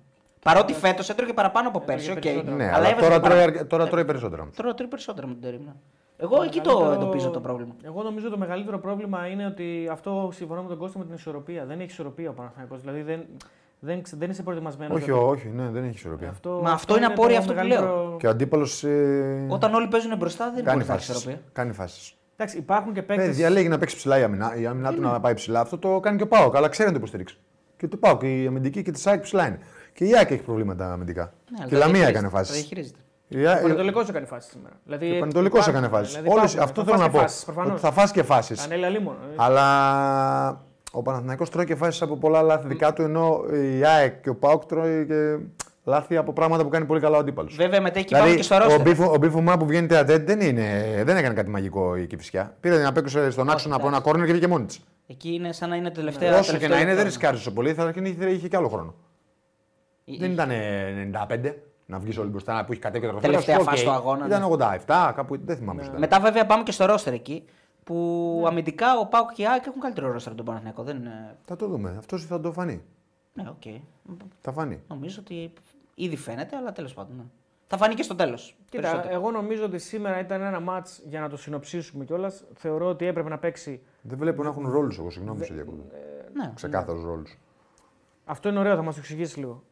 B: Παρότι φέτος έτρωγε παραπάνω από πέρσι. οκ.
C: περισσότερο.
D: Ναι,
B: έβαζε
D: αλλά τώρα
B: και παρα-
D: τρώει, αρκε- τώρα τρώει περισσότερα. όμως.
B: Τρώω τρία περισσότερα με την Τερίμνα. Εγώ εκεί Ναι, το
C: μεγαλύτερο-
B: εντοπίζω το πρόβλημα.
C: Εγώ νομίζω το μεγαλύτερο πρόβλημα είναι ότι αυτό συμφωνώ με τον Κώστα με την ισορροπία. Δεν έχει ισορροπία ο Παναθηναϊκός. Δηλαδή δεν, δεν, ξε- δεν είσαι προετοιμασμένος.
D: Όχι, όχι, ναι, δεν έχει ισορροπία.
C: Αυτό,
B: Μα αυτό είναι απόρρια
C: το
B: αυτό που
C: μεγαλύτερο-
D: Και ο αντίπαλος.
B: Όταν όλοι παίζουν μπροστά δεν
D: Ε, κάνει
B: μπορεί να έχει
D: φάσεις.
B: ισορροπία.
D: Κάνει φάσεις.
C: Εντάξει, υπάρχουν και παίκτες...
D: Παιδιά, λέγει Ε, να παίξει ψηλά η αμυνά, η αμυνά του να πάει ψηλά. Αυτό το κάνει και ο Πάοκ, αλλά ξέρει να το υποστηρίξει. Και του Πάοκ, η αμυντική και τη ΣΑΕΚ ψηλά είναι. Και η ΙΑΚ έχει προβλήματα αμυντικά.
B: Ναι, αλλά
D: και
B: τα
D: η Λαμία
B: διαχειρίζεται,
D: έκανε
B: τα
D: φάσει.
B: διαχειρίζεται.
C: Ο Πανατολικό έκανε φάσεις σήμερα. Δηλαδή,
D: Και ο Πανετολικός
C: υπάρχουν,
D: έκανε φάσεις.
C: δηλαδή υπάρχουν,
D: αυτό
C: θα
D: θέλω
C: φας
D: να
C: και
D: πω.
C: φάσεις, προφανώς.
D: Ότι θα φας και φάσεις.
C: Κανέλα ε. Λίμον.
D: Αλλά ο Παναθηναϊκός τρώει και φάσεις από πολλά λάθη δικά του, ενώ η ΑΕΚ και ο Πάοκ τρώει και λάθη από πράγματα που κάνει πολύ καλά ο αντίπαλος.
B: Βέβαια μετά εκεί πάμε και στο
D: Δηλαδή, ο
B: ρόστερ.
D: Μπίφου, ο Μπίφου Μά που βγαίνει τεατέτ δεν, είναι, δεν έκανε κάτι μαγικό η Κυφυσιά. Πήρε να παίξει στον άξονα από ένα κόρνερ και βγήκε μόνη της.
B: Εκεί είναι σαν να είναι τελευταία.
D: Όσο και
B: τελευταίο
D: να είναι, δεν
B: λεπτό.
D: ρισκάρισε τόσο πολύ. Θα είχε, είχε και άλλο χρόνο.
B: Ε,
D: Δεν
B: ε,
D: ήταν ε, 95 να βγεις όλοι μπροστά που έχει κατέβει και τροφέει.
B: Τελευταία φάση του αγώνα, ναι.
D: Ήταν 87, κάπου δεν θυμάμαι. ποιος ήταν.
B: Μετά βέβαια πάμε και στο ρόστερ εκεί. Που αμυντικά ο Πάουκ και η ΑΕΚ έχουν καλύτερο ρόστερ από τον Παναθηναϊκό. Δεν είναι...
D: Θα το δούμε. Αυτός θα το φανεί.
B: Ναι, οκ.
D: Θα φανεί.
B: Νομίζω ότι ήδη φαίνεται, αλλά τέλος πάντων. Ναι. Θα φανεί και στο τέλος.
C: Κοίτα, ε, εγώ νομίζω ότι σήμερα ήταν ένα μάτ για να το συνοψίσουμε κιόλας. Θεωρώ ότι έπρεπε να παίξει.
D: Δεν βλέπω να έχουν ρόλους εγώ. Συγγνώμη, σε διακόπτω.
B: Ναι.
D: Ξεκάθαρους ρόλους.
C: Αυτό είναι ωραίο, θα μας το εξηγήσει λίγο.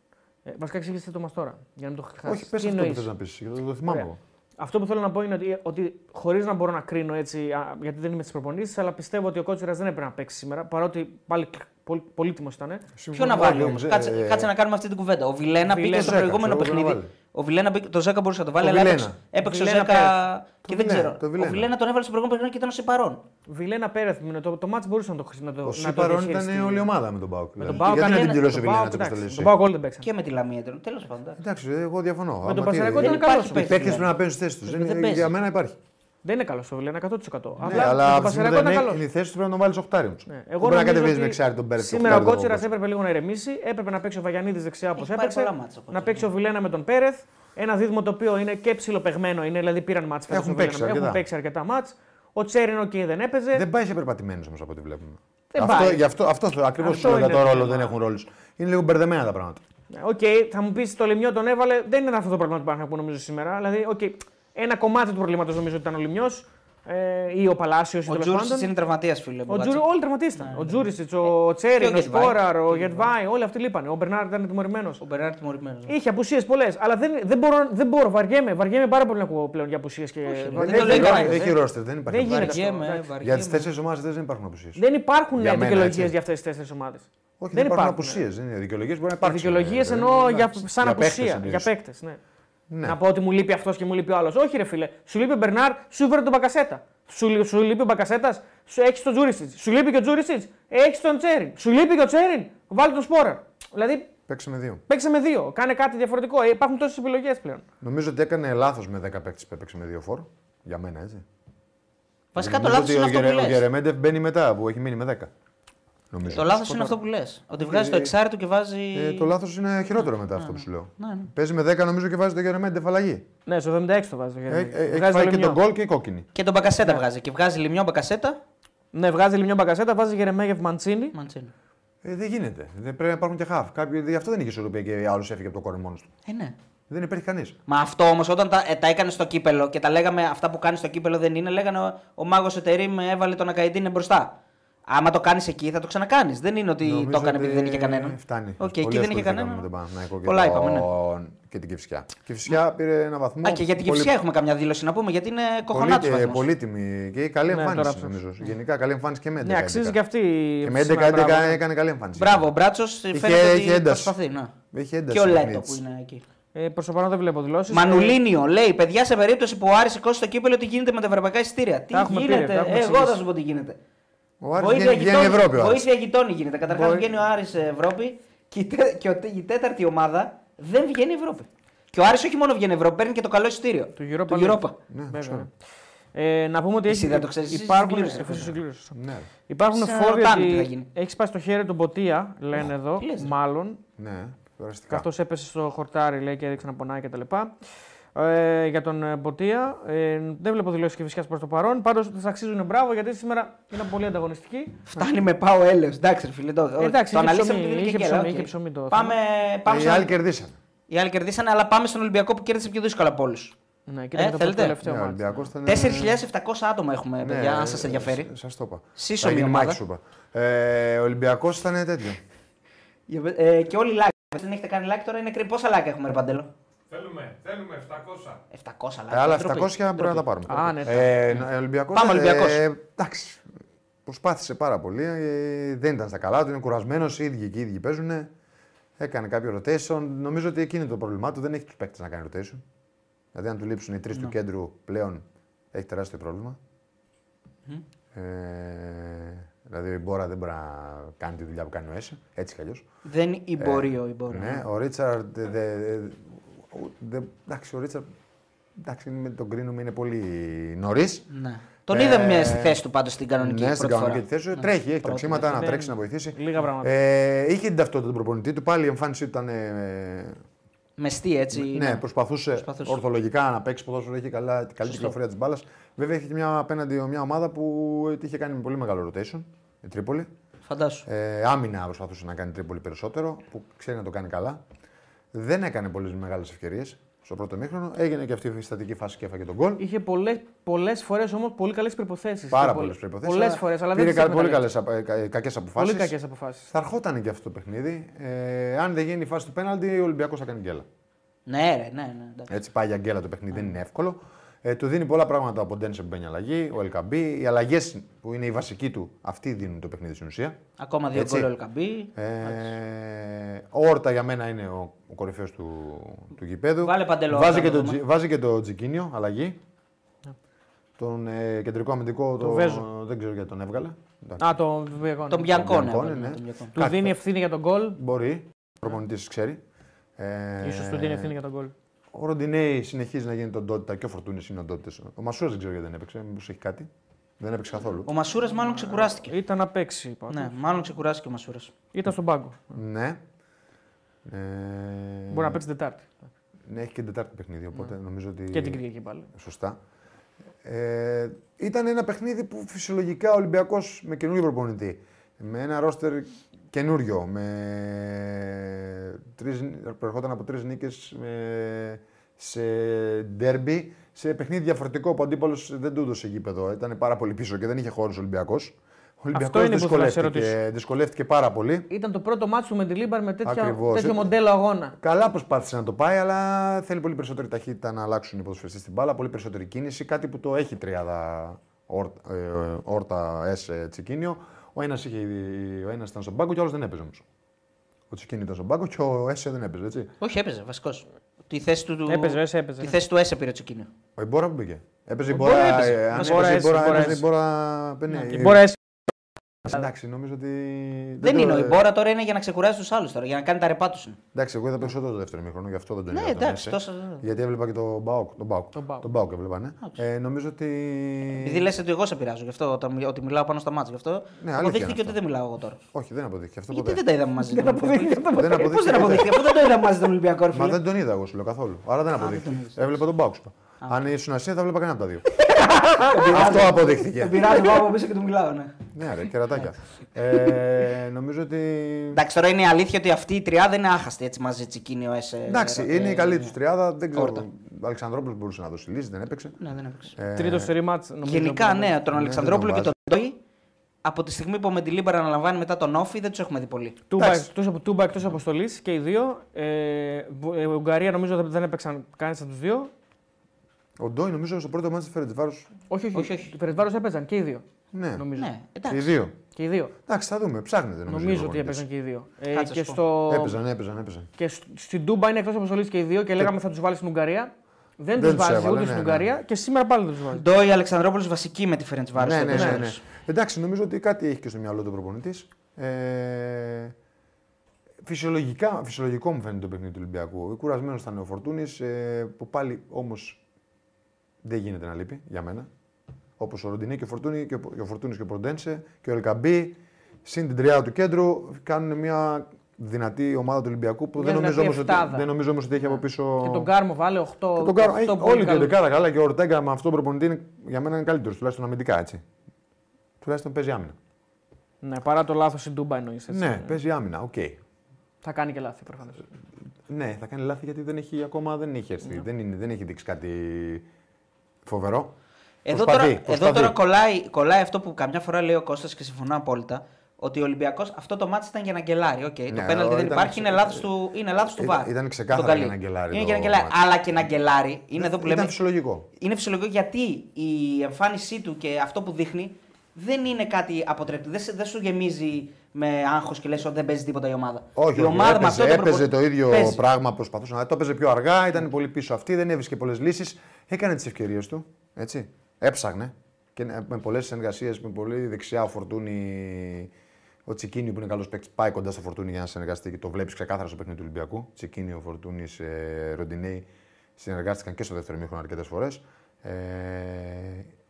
C: Ε, βασικά εξηγήστε το μας τώρα, για να μην το χάσεις.
D: Όχι, πες αυτό που θες να πεις. Το θυμάμαι εγώ.
C: Αυτό που θέλω να πω είναι ότι, ότι χωρίς να μπορώ να κρίνω έτσι, α, γιατί δεν είμαι στι προπονήσει, αλλά πιστεύω ότι ο Κότσιρα δεν έπρεπε να παίξει σήμερα, παρότι πάλι πολύ, πολύτιμος ήταν.
B: Ποιο να βάλει όμως.
D: ε,
B: Κάτσε, κάτσε να κάνουμε αυτή την κουβέντα. Ο Βιλένα μπήκε
C: Βιλένα.
B: στο
D: Ζέκα,
B: προηγούμενο
D: ξέρω εγώ,
B: παιχνίδι.
D: να βάλει.
B: Ο Βιλένα μπήκε, το Ζέκα μπορούσε να το βάλει,
D: Το
B: αλλά
D: Βιλένα.
B: έπαιξε, έπαιξε ο Ζέκα.
C: Βιλένα πέρασε.
B: Και
D: Το
B: δεν ξέρω.
D: Βιλένα, το
B: Ο
D: Βιλένα.
B: Βιλένα τον έβαλε στο προηγούμενο παιχνίδι και ήταν ο Σιπαρών.
C: Βιλένα Πέρεθ, το, το μάτ μπορούσε να το
D: Ο
C: χρησιμοποιήσει.
D: Σίπαρον ήταν όλη η ομάδα με τον Πάουκ.
C: Με τον
D: δηλαδή.
C: Πάο
D: Γιατί να
C: κανένα-
D: την πληρώσει ο
C: τον
D: Βιλένα
C: Πάο,
D: έτσι όπως το
C: εντάξει,
D: λες
C: Τον
D: εσύ.
C: Πάο Γκολ δεν παίξαν.
B: Και με τη Λαμία ήταν. Τέλος πάντων.
D: Εντάξει, εγώ διαφωνώ.
C: τον
D: Άμα τι-
C: Παναθηναϊκό
D: οι
C: ήταν
B: υπάρχει
C: καλό.
B: παίκτης.
D: παίκτες πρέπει να παίζουν τι θέσεις τους.
B: Δεν
D: Για
B: παίζει.
D: μένα υπάρχει.
C: Δεν είναι καλό ο Βιλένα 100%.
D: Ναι,
C: Απλά
D: αλλά
C: το
D: από τη
C: Πασαρακό
D: στιγμή που
C: ήταν
D: δεν
C: καλό.
D: είναι η θέση του πρέπει να τον βάλει οχτάρι τους.
C: Ναι,
D: Εγώ πρέπει να
C: νομίζω
D: κατεβαίνει
C: ότι
D: δεξάρι τον Πέρετ.
C: Σήμερα ο Κότσιρα έπρεπε λίγο να ηρεμήσει, έπρεπε να παίξει ο Βαγιανίδης δεξιά όπως
B: Έχει πάρει
C: έπαιξε.
B: πολλά μάτσα ο Κότσιρας,
C: να παίξει ο Βιλένα με τον Πέρεθ. Ένα δίδυμο το οποίο είναι και ψιλοπεγμένο είναι, δηλαδή πήραν μάτσα
D: Έχουν παίξει
C: Έχουν
D: αρκετά.
C: παίξει αρκετά μάτς. Ο Τσέριν οκ δεν έπαιζε.
D: Δεν πάει σε περπατημένους όμως από ό,τι βλέπουμε.
C: Δεν
D: αυτό,
C: πάει.
D: γι' αυτό, αυτό ακριβώ
C: Αυτό
D: σου λέω για
C: είναι
D: το
C: το
D: ρόλο
C: θέμα.
D: δεν έχουν ρόλους. Είναι λίγο μπερδεμένα τα πράγματα.
C: Ναι, Οκ, θα μου πεις το λιμιό τον έβαλε. Δεν ήταν αυτό το πρόβλημα του Παναγιακού νομίζω σήμερα. Δηλαδή, οκ, ένα κομμάτι του προβλήματος νομίζω ότι ήταν ο λιμιός ε, ή ο Παλάσιος ή
B: Ο
C: τέλος
B: Τζούρι
C: πάντων.
B: είναι τραυματίας, φίλε.
C: Ο
B: Μπουγάτσα.
C: Τζούρι, όλοι τραυματίσταν. Ο Τζούρισιτ, ο Τσέριν,
B: και ο
C: ο
B: Γετβάη.
C: Σπόραρ, ο Γετβάη, όλοι αυτοί λείπανε. Ο Μπερνάρ ήταν τιμωρημένο.
B: Ο Μπερνάρτ τιμωρημένο.
C: Είχε απουσίες πολλές, αλλά δεν, δεν, μπορώ, δεν μπορώ, βαριέμαι. Βαριέμαι πάρα πολύ να ακούω πλέον για απουσίες. Και...
B: ρε.
C: βαριέμαι.
B: το λέει
D: Έχει-
B: κανένας,
D: Έχει
C: ε.
D: ρόστερ, δεν
C: Δεν
D: υπάρχει.
C: γίνεται αυτό.
B: Βαριέμαι,
C: εντάξει.
D: Για τις
B: βαριέμαι.
D: τέσσερις ομάδες δεν υπάρχουν απουσίες.
C: Δεν υπάρχουν
D: Για μένα,
C: δικαιολογίες
D: έτσι.
C: για αυτές τις τέσσερις ομάδες.
D: Όχι,
C: δεν
D: δεν υπάρχουν
C: υπάρχουν,
D: απουσίες. Δικαιολογίες μπορεί να
C: Οι
D: υπάρξουν.
C: δικαιολογίες
D: ε,
C: εννοώ
D: ε,
C: για,
D: εντάξει.
C: σαν
D: παίκτες
C: απουσία.
D: εννοείς.
C: Για παίκτες. Ναι.
D: Ναι.
C: Να πω ότι μου λείπει αυτός και μου λείπει ο άλλος. Όχι, ρε φίλε. Σου λείπει ο Μπερνάρ, σου φέρε τον Μπακασέτα. Σου, λει- σου λείπει ο Μπακασέτας, σου έχεις τον Τζούρισιτ. Σου λείπει και ο Τζούρισιτ, έχεις τον Τσέριν. Σου λείπει και ο Τσέριν, βάλει τον Σπόρα. Δηλαδή
D: Παίξε με δύο.
C: Παίξε με δύο. Κάνε κάτι διαφορετικό. Ε, υπάρχουν τόσες επιλογές πλέον.
D: Νομίζω ότι έκανε λάθος με 10 παίκτες που έπαιξε με δύο φόρ. Για μένα, έτσι.
B: Βασικά το
D: Νομίζω
B: λάθος
D: ότι
B: είναι
D: ο
B: αυτό που
D: Γερε- Ο
B: λες.
D: Γερεμέντεφ μπαίνει μετά που έχει μείνει με 10. Νομίζω.
B: Το λάθος είναι αυτό που λες. Ότι βγάζει
D: Ε,
B: το εξάρι του και βάζει.
D: Ε, το λάθος είναι χειρότερο μετά αυτό που σου λέω.
B: Ναι, ναι.
D: Παίζει με 10 νομίζω και βάζει το Γερεμέντεφ αλλαγή.
C: Ναι, στο 76 το βάζει. το
D: Ε,
C: Γερεμέγεφ.
D: ε, Έχει
C: Βγάζει το
D: φάει και
C: Λιμιό.
D: τον γκολ και η κόκκινη.
B: Και τον μπακασέτα
D: Ναι.
B: βγάζει. Και βγάζει λιμιό μπακασέτα.
C: Ναι, βγάζει λιμιό μπακασέτα, βάζει Γερεμέγεφ Μαντσίνη.
B: Μαντσίνη.
D: Ε, δεν γίνεται. Δεν πρέπει να υπάρχουν και χαφ. Κάποιοι... Γι' αυτό δεν είχε ισορροπία και άλλος έφυγε από το κόρνο μόνος του.
B: Ε, ναι.
D: Δεν υπήρχε κανείς.
B: Μα αυτό όμως όταν τα, ε, τα έκανε στο κύπελο και τα λέγαμε αυτά που κάνει στο κύπελο δεν είναι, λέγανε ο, ο μάγος Ετερή με έβαλε τον Ακαϊντίνε μπροστά. Άμα το κάνεις εκεί θα το ξανακάνεις. Δεν είναι ότι το έκανε επειδή δεν είχε κανέναν.
D: Φτάνει.
B: Οκ,
D: Πολύ
B: εκεί δεν είχε
D: ασχολήθηκαν με
B: κανέναν.
D: τον Παναθηναϊκό και
B: Πολλά
D: τον-
B: είπαμε, ναι.
D: Και την Κυφσιά. Η Κυφσιά πήρε ένα βαθμό.
B: Α, και για την
D: Ναι, πολύ-
B: Κυφσιά έχουμε καμιά δήλωση να πούμε, γιατί είναι κοχονάτη
D: Πολύ,
B: βαθμός.
D: πολύτιμη και καλή
C: Ναι,
D: εμφάνιση
C: τώρα
D: νομίζω. Γενικά καλή εμφάνιση και με 11.
C: Ναι, αξίζει και αυτή. η
D: Και Ε, με
C: φυσικά,
D: 11 11
C: μπράβο.
D: έκανε καλή εμφάνιση.
B: Μπράβο, ο Μπράτσος
D: Είχε-
B: φαίνεται
D: είχε
B: ότι
D: ένταση.
B: προσπαθεί. Να.
D: Έχει ένταση.
B: Και ο
D: η
B: Λέτο
D: Νίτς.
B: που είναι εκεί.
C: Ε, προς το παρόν δεν βλέπω Ε, δηλώσεις.
B: Μανουλίνιο λέει: Παιδιά, σε περίπτωση που ο Άρης σηκώσει το κύπελο, τι γίνεται με τα ευρωπαϊκά εισιτήρια. Τι
C: Τα έχουμε πει,
B: γίνεται,
C: ρε, τα έχουμε
B: εγώ θα
C: εξηγήσει.
B: σου πω τι γίνεται.
D: Ο Άρης
B: Βοήθεια
D: βγαίνει, βγαίνει
B: γειτόνι-
D: Ευρώπη. ο Άρης.
B: Βοήθεια γειτόνι γίνεται. Καταρχάς
D: Μπορεί-
B: βγαίνει ο Άρης ε, Ευρώπη και, η τε- και ο τε- η τέταρτη ομάδα δεν βγαίνει Ευρώπη. Και ο Άρης όχι μόνο βγαίνει Ευρώπη, παίρνει και το καλό εισιτήριο.
C: Του Europa.
B: Του
C: League.
B: Europa.
D: Ναι,
C: Βέβαια,
D: ξέρω.
C: ναι. Ε, να πούμε ότι
B: Εσύ
C: έχει,
B: δεν το ξέρεις, εσύ
C: υπάρχουν,
B: συγκλήρωσες,
C: Εσύ
B: βέβαια.
C: συγκλήρωσες.
D: Ναι.
C: υπάρχουν
B: Σε
C: φόβοι
B: ρωτάνε τι θα
C: ότι
B: γίνει.
C: έχει σπάσει το χέρι τον Ποτία, λένε εδώ,
B: τι λες, ρε.
C: μάλλον,
D: Ναι, περαστικά.
C: καθώς έπεσε στο χορτάρι λέει, και έδειξε να πονάει κτλ. Ε, για τον ε, Ποτία. Ε, δεν βλέπω δηλώσεις και φυσικά προς το παρόν. Πάντως τη αξίζουν ε, μπράβο γιατί σήμερα ήταν πολύ ανταγωνιστική.
B: Φτάνει με πάω έλεος. Εντάξει, ρε φίλε. Το,
C: Εντάξει,
B: το
C: είχε
B: αναλύσαμε
C: ψωμί,
B: επειδή είναι
C: είχε
B: και γέλα,
C: ψωμί,
B: οκ.
C: είχε ψωμί το
B: Πάμε, πάμε
D: Ε, Οι
B: στον-
D: άλλοι κερδίσαν.
B: Οι άλλοι κερδίσανε, αλλά πάμε στον Ολυμπιακό που κέρδισε πιο δύσκολα από όλους.
C: Ναι,
B: Ε,
C: κοίτα, το
B: θέλετε?
C: τελευταίο
D: Ναι, ο
C: μάτς.
D: Ολυμπιακός ήταν-
B: 4.700 άτομα έχουμε,
D: Ναι,
B: παιδιά, αν
D: ε,
B: σας ενδιαφέρει.
D: σ- Σας το είπα.
B: Σύσσωμη
D: Θα γίνει
B: ομάδα.
D: μάχη σου είπα. Ε, ο Ολυμπιακό ήταν τέτοιο.
B: Για πε- ε, και όλοι like. Δεν έχετε κάνει like τώρα, είναι κρύ. Πόσα like έχουμε, ρε Παντέλο.
E: Θέλουμε, θέλουμε 700.
B: 700 like.
D: Ε, άλλα 700
B: ντροπή,
D: πρέπει να
B: ντροπή.
D: τα πάρουμε.
C: Α, ναι,
D: ε, ναι. ε, Ολυμπιακός,
B: Πάμε,
D: ε,
B: Ολυμπιακός.
D: ε, εντάξει. Προσπάθησε πάρα πολύ. Ε, δεν ήταν στα καλά του. Είναι κουρασμένος. Οι ίδιοι και οι ίδιοι παίζουν. Έκανε κάποιο rotation. Νομίζω ότι εκείνη το πρόβλημά του. Δεν έχει τους παίκτες να κάνει rotation. Δηλαδή, αν του λείψουν οι τρεις του κέντρου πλέον, έχει τεράστιο πρόβλημα. Ε, δηλαδή, η Μπόρα δεν μπορεί να κάνει τη δουλειά που κάνει ο Έσε. Έτσι κι αλλιώς.
B: Δεν ημπορείο, ημπορείο.
D: Ε, Ναι, ο Ρίτσαρντ. δε- δε- ο- δε- Εντάξει, ο Ρίτσαρντ. Εντάξει, με τον κρίνουμε είναι πολύ νωρίς.
B: Ναι. Τον
D: Ε,
B: είδαμε στη θέση του πάντως στην κανονική
D: Ναι,
B: πρώτη
D: στην κανονική
B: φορά.
D: τη θέση.
B: Ναι.
D: Τρέχει, έχει τα
B: Πρώτη,
D: ψήματα να
C: ναι.
D: τρέξει, να βοηθήσει.
C: Λίγα πράγματα.
D: Ε, είχε την ταυτότητα του προπονητή του. Πάλι η εμφάνιση του ήταν. ε,
B: Μεστή έτσι.
D: ναι, προσπαθούσε,
B: προσπαθούσε.
D: ορθολογικά να παίξει ποδόσφαιρο. Είχε καλά, καλή
B: Σωστό.
D: κυκλοφορία τη μπάλα. Βέβαια, είχε και μια, απέναντι μια ομάδα που ε, τη είχε κάνει με πολύ μεγάλο rotation. Η Τρίπολη.
B: Φαντάσου.
D: Ε, άμυνα προσπαθούσε να κάνει τρίπολη περισσότερο, που ξέρει να το κάνει καλά. Δεν έκανε πολλές μεγάλες ευκαιρίες στο πρώτο μήχρονο. Έγινε και αυτή η στατική φάση και έφαγε τον γκολ.
C: Είχε πολλέ πολλές φορές όμως πολύ καλές προποθέσει.
D: Πάρα πολλέ προποθέσει.
C: Πολλέ φορές, αλλά δεν
D: πήρε
C: τις
D: κα, πολύ
C: εκμεταλλεύτηκε.
D: κακές
C: Πολύ
D: αποφάσεις.
C: κακές αποφάσεις.
D: Θα ερχόταν και αυτό το παιχνίδι. Ε, αν δεν γίνει η φάση του πέναλτι, ο Ολυμπιακός θα κάνει γκέλα.
B: Ναι, ρε, ναι, ναι. εντάξει.
D: Έτσι πάει για γκέλα το παιχνίδι, δεν είναι εύκολο. Ε, του δίνει πολλά πράγματα από Ντένσε που μπαίνει αλλαγή, ο Ελκαμπή. Οι αλλαγές που είναι η βασική του, αυτοί δίνουν το παιχνίδι στην ουσία.
B: Ακόμα δύο
D: Έτσι.
B: γκολ ο Ελκαμπή.
D: Ε, ο Όρτα για μένα είναι ο, ο κορυφαίος του, του γηπέδου.
B: Βάλε Παντελό
D: Βάζει,
B: Όρτα
D: και
B: να
D: το,
B: δούμε.
D: Τζι- βάζει και το Τζικίνιο, αλλαγή.
C: Ναι.
D: Τον ε, κεντρικό αμυντικό το,
C: Βέζο.
D: δεν ξέρω γιατί τον έβγαλε. Εντάξει,
C: Α, το Βιβλιακό.
B: Τον Μπιανκό, ναι.
D: Μπιανκόνε,
B: ναι,
D: ναι.
B: τον Μπιανκόνε.
C: Του
D: Κάτι
C: δίνει
D: θα-
C: ευθύνη για τον γκολ.
D: Μπορεί. Ο προπονητής ξέρει. Ε,
C: σω του δίνει ευθύνη για τον γκολ.
D: Ο Ροντινέη συνεχίζει να γίνει τον Τότητα και ο Φορτούνης είναι ο Ντότητα. Ο Μασούρας δεν ξέρω γιατί δεν έπαιξε. Μήπως έχει κάτι. Δεν έπαιξε καθόλου.
B: Ο Μασούρας μάλλον ξεκουράστηκε.
C: Ήταν να παίξει. είπα.
B: Ναι, μάλλον ξεκουράστηκε ο Μασούρας.
C: Ήταν στον πάγκο.
D: Ναι. Ε,
C: Μπορεί να παίξει Τετάρτη.
D: Ναι, έχει και την Τετάρτη παιχνίδι, οπότε νομίζω ότι.
C: Και την Κυριακή πάλι.
D: Σωστά. Ε, ήταν ένα παιχνίδι που φυσιολογικά ο Ολυμπιακός με καινούριο προπονητή, με ένα ρόστερ καινούριο, με τρεις, προερχόταν από τρεις νίκες σε ντέρμπι, σε παιχνίδι διαφορετικό που ο αντίπαλος δεν του έδωσε γήπεδο. Ήταν πάρα πολύ πίσω και δεν είχε χώρος ο Ολυμπιακός. Ο Ολυμπιακός
C: είναι που θέλω να σε
D: δυσκολεύτηκε, δυσκολεύτηκε πάρα πολύ.
C: Ήταν το πρώτο μάτσο με τη Λίμπαρ με τέτοια,
D: Ακριβώς.
C: τέτοιο
D: Ε,
C: μοντέλο αγώνα.
D: Καλά προσπάθησε να το πάει, αλλά θέλει πολύ περισσότερη ταχύτητα να αλλάξουν οι ποδοσφαιριστές στην μπάλα, πολύ περισσότερη κίνηση, κάτι που το έχει η τριάδα Όρτα- ε, ε, Όρτα, Ες, ε, Τσικίνιο. Ο ένας, είχε, ο ένας ήταν στον πάγκο και ο άλλος δεν έπαιζε όμως. Ο Τσικίνιο ήταν στον πάγκο και ο Έσε δεν έπαιζε, έτσι.
B: Όχι, έπαιζε βασικός. Τη θέση του. του-
C: Έπαιζε, έπαιζε, έπαιζε,
B: Τη
C: ναι.
B: Ε. θέση του Έσε πήρε ο Τσικίνιο.
D: Ο Ιμπόρα που μπήκε. Έπαιζε η
C: Ιμπόρα
D: Μπόρα,
C: έπαιζε.
D: ε, αν
C: Μας
D: έπαιζε η
C: Ιμπόρα,
D: Μπόρα,
C: Ες,
D: έπαιζε η
C: Ιμπόρα,
D: Μπόρα,
C: Η Μπόρα
D: πένε-
C: έσαι
D: Εντάξει, νομίζω ότι.
B: Δεν
D: το-
B: είναι. Η Μπόρα τώρα είναι για να ξεκουράζει τους άλλους τώρα, για να κάνει τα ρεπά τους.
D: Εντάξει, εγώ είδα περισσότερο το δεύτερο μήχρονο, γι' αυτό δεν τον
B: Ναι,
D: είδα. τον
B: εντάξει,
D: Μέση.
B: τόσο-
D: Γιατί έβλεπα και τον Μπάουκ. Τον Μπάουκ,
C: Τον Μπάουκ.
D: τον Μπάουκ έβλεπα, ναι. Ε, νομίζω ότι.
B: Επειδή λες ότι εγώ σε πειράζω, γι' αυτό όταν, μιλ- ότι μιλάω πάνω στα μάτια. Γι' αυτό
D: Ε. Ναι, αλήθεια είναι
B: αποδείχθηκε
D: αυτό.
B: ότι δεν μιλάω εγώ τώρα.
D: Όχι, δεν αποδείχθηκε αυτό
B: Γιατί
D: ποτέ.
B: δεν τα είδαμε μαζί. Δεν
D: Δεν
B: Πώς δεν
D: αποδείχθηκε.
B: αποδείχθηκε, αφού δεν το είδαμε μαζί τον Ολυμπιακό ρε
D: Μα
B: φίλε.
D: δεν τον είδα εγώ, σου λέω καθόλου. Άρα δεν αποδείχθηκε. Έβλεπα τον Μπάουκ. σου είπα. Αν ήσουν Ασία, θα βλέπα κανένα από τα δύο. Αυτό
B: Τον
D: αποδείχθηκε.
B: πειράζω, πάω από πίσω και του μιλάω, ναι.
D: Ναι, ρε, κερατάκια. Ε, Νομίζω ότι.
B: Εντάξει, τώρα είναι η αλήθεια ότι αυτή η τριάδα είναι άχαστη έτσι μαζί Τσικίνιο, Εσέ.
D: Εντάξει, είναι η καλή του τριάδα. Δεν
B: ε, Όρτα.
D: ξέρω. Ο Αλεξανδρόπουλος μπορούσε να δώσει λύση, δεν έπαιξε.
B: Ναι, δεν έπαιξε.
D: Ε,
C: Τρίτος σερή μάτς, νομίζω.
B: Γενικά,
C: που-
B: ναι, τον
D: τον
B: Αλεξανδρόπουλο και
D: βάζει.
B: τον Ντόι, από τη στιγμή που ο Μεντιλίμπαρα αναλαμβάνει μετά τον Όφη, δεν τους έχουμε δει πολύ.
C: Τούμπα
D: Εντάξει.
C: εκτός τούμπα εκτός αποστολή και οι δύο. Ε, Βου- ε, Ουγγαρία νομίζω δεν- δεν έπαιξαν κανένας από τους δύο.
D: Ο Ντόι νομίζω στο πρώτο μάτι τη Φερετζβάρο.
C: Όχι,
B: Όχι,
C: όχι. όχι,
B: όχι.
C: Οι Περισβάρος έπαιζαν και οι δύο.
D: Ναι,
C: Νομίζω.
B: Ναι,
D: οι
B: εντάξει.
D: δύο.
C: Και οι δύο.
D: Εντάξει, θα δούμε. Ψάχνετε Ε. νομίζω.
C: Νομίζω
D: οι
C: ότι
D: προπονητές.
C: έπαιζαν και οι δύο. Ε,
B: Κάτσε,
C: και,
B: σου πω.
C: στο...
D: Έπαιζαν, έπαιζαν, έπαιζαν.
C: και σ- στην Τούμπα είναι εκτός αποστολή και οι δύο και λέγαμε θα τους βάλεις στην Ουγγαρία. Δεν,
D: Ε, Δεν
C: τους τους
D: τους
C: βάζει
D: έβαλε,
C: ούτε
D: ναι,
C: στην
D: ναι.
C: Ουγγαρία και σήμερα πάλι δεν τους βάζει.
B: Ντόι Αλεξανδρόπουλος βασική με τη Φερεντ
D: Ναι, ναι, ναι, ναι. Εντάξει, νομίζω ότι κάτι έχει και στο μυαλό του προπονητής. Ε, φυσιολογικά, φυσιολογικό μου φαίνεται το παιχνίδι του Ολυμπιακού. Ε, Κουρασμένος ήταν ο Φορτούνης, ε, που πάλι όμως δεν γίνεται να λείπει για μένα. Όπως ο Ροντινέ και ο Φορτούνη και ο, και ο, Φορτούνης και ο Προντένσε και ο Ελκαμπή, συν την τριάδα του κέντρου, κάνουν μια δυνατή ομάδα του Ολυμπιακού που
C: Μια
D: δεν νομίζω,
C: δυνατή
D: όμως ότι,
C: εφτάδα.
D: δεν νομίζω όμως ότι έχει από πίσω.
C: Και τον Κάρμο βάλε 8.
D: Και τον Κάρο. Ε, Όλοι οι δεκάδα καλά και ο Ορτέγκα με αυτόν τον προπονητή είναι, για μένα είναι καλύτερος, τουλάχιστον αμυντικά έτσι. Τουλάχιστον παίζει άμυνα.
C: Ναι, παρά το λάθος στην Τούμπα εννοείς.
D: ναι, παίζει άμυνα, οκ.
C: Θα κάνει και λάθη προφανώς.
D: Ναι, θα κάνει λάθη γιατί δεν έχει ακόμα δεν έχει
B: Ναι.
D: έρθει. Δεν, είναι, δεν έχει δείξει κάτι φοβερό.
B: Εδώ,
D: Προσπαθεί,
B: τώρα, εδώ
D: προσπαθεί.
B: τώρα κολλάει, κολλάει αυτό που καμιά φορά λέει ο Κώστας και συμφωνώ απόλυτα. Ότι ο Ολυμπιακός αυτό το μάτι ήταν για να γκελάρει. Okay, το
D: Ναι,
B: πέναλτι
D: ο-
B: δεν
D: ήταν
B: υπάρχει,
D: ξε-
B: είναι λάθος του, είναι λάθος του
D: Ήταν-
B: βάρ.
D: ήταν ξεκάθαρα
B: Τον καλεί.
D: για να γκελάρει
B: Είναι
D: το
B: για να γκελάρει.
D: μάτς.
B: Αλλά και να γκελάρει είναι εδώ που λέμε.
D: Ήταν φυσιολογικό.
B: Είναι φυσιολογικό γιατί η εμφάνισή του και αυτό που δείχνει δεν είναι κάτι αποτρεπτικό. Δεν, σε- δεν σου γεμίζει με άγχος και λες ότι δεν παίζει τίποτα η ομάδα.
D: Όχι,
B: η
D: όχι,
B: ομάδα με
D: έπαιζε,
B: αυτόν τον
D: έπαιζε το
B: προπονητή-
D: ίδιο
B: παίζει.
D: πράγμα, προσπαθούσε να το έπαιζε πιο αργά, ήταν πολύ πίσω αυτή, δεν έβρισκε πολλές λύσεις. Έκανε τις ευκαιρίες του, έτσι. Έψαχνε. Και με πολλές συνεργασίες, με πολύ δεξιά ο Φορτούνη, ο Τσικίνιο που είναι καλός παίκτης, πάει κοντά στο Φορτούνη για να συνεργαστεί και το βλέπεις ξεκάθαρα στο παιχνίδι του Ολυμπιακού. Τσικίνιο, Φορτούνης, ε, Ροντινέη συνεργάστηκαν και στο δεύτερο μήχρονο αρκετές φορές. Ε,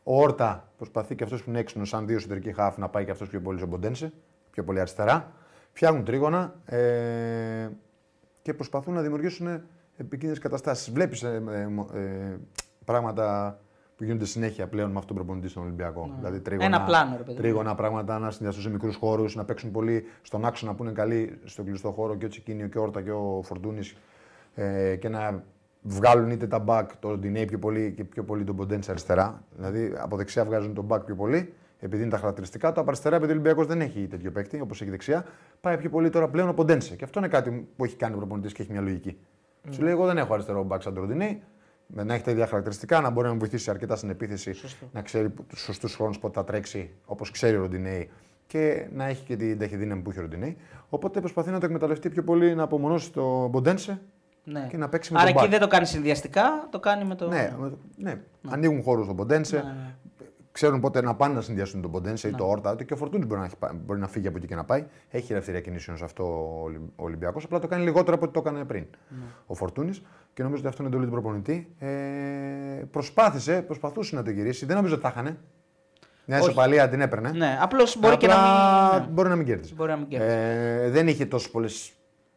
D: ο Όρτα προσπαθεί και αυτός που είναι έξυπνος, σαν δύο εσωτερικοί χάφ, να πάει και αυτός πιο πολύ στον Ποντένσε, πιο πολύ αριστερά. Φτιάχνουν τρίγωνα ε, και προσπαθούν να δημιουργήσουν επικίνδυνες καταστάσεις. Βλέπεις ε, ε, μο- ε, πράγματα που γίνονται συνέχεια πλέον με αυτόν τον προπονητή στον Ολυμπιακό. Δηλαδή τρίγωνα,
B: Ναι. Ένα πλάνο, ρε παιδί μου.
D: τρίγωνα πράγματα, να συνδυαστούν σε μικρούς χώρους, να παίξουν πολύ στον άξονα που είναι καλοί στον κλειστό χώρο και ο Τσικίνιο και ο Όρτα και ο Φορτούνης ε, και να βγάλουν είτε τα back, το Ντινέι πιο πολύ και πιο πολύ τον Ποντένσε αριστερά. Δηλαδή από δεξιά βγάζουν τον back πιο πολύ, επειδή είναι τα χαρακτηριστικά του. Από αριστερά, επειδή ο Ολυμπιακός δεν έχει τέτοιο παίκτη όπως έχει δεξιά, πάει πιο πολύ τώρα πλέον ο Ποντένσε. Και αυτό είναι κάτι που έχει κάνει ο προπονητής και έχει μια λογική. Σου λέει: Εγώ δεν έχω αριστερό back σαν τον Ντινέι. Να έχει τα ίδια χαρακτηριστικά, να μπορεί να μου βοηθήσει αρκετά στην επίθεση, να ξέρει τους σωστούς χρόνους πότε θα τρέξει όπως ξέρει ο Ροντινέη και να έχει και την ταχυδύναμη που έχει ο Ροντινέη. Οπότε προσπαθεί να το εκμεταλλευτεί πιο πολύ, να απομονώσει τον Μποντένσε
B: Ναι.
D: και να παίξει με
B: Άρα
D: τον
B: εκεί
D: back.
B: δεν το κάνεις συνδυαστικά, το κάνει με το. Ναι,
D: Ναι, με το- ναι. ανοίγουν χώρους στον Ποντένσε. Ξέρουν πότε να πάνε να συνδυάσουν τον Ποντένσε ή το Όρτα. ούτε Και ο Φορτούνης μπορεί, να έχει πά- μπορεί να φύγει από εκεί και να πάει. Έχει ελευθερία κινήσεων σε αυτό ο Ολυ- ο Ολυμπιακός. Απλά το κάνει λιγότερο από ό,τι το έκανε πριν
B: Ναι.
D: ο Φορτούνης. Και νομίζω ότι αυτό είναι εντολή του προπονητή. Ε, προσπάθησε, προσπαθούσε να το γυρίσει. Δεν νομίζω ότι τα είχανε. Μια
B: Όχι.
D: ισοπαλία την έπαιρνε.
B: Ναι, απλώς μπορεί
D: Απλά
B: και να μην. ναι.
D: Μπορεί να μην κέρδισε.
B: Μπορεί να μην
D: Ε, δεν είχε τόσο πολλέ.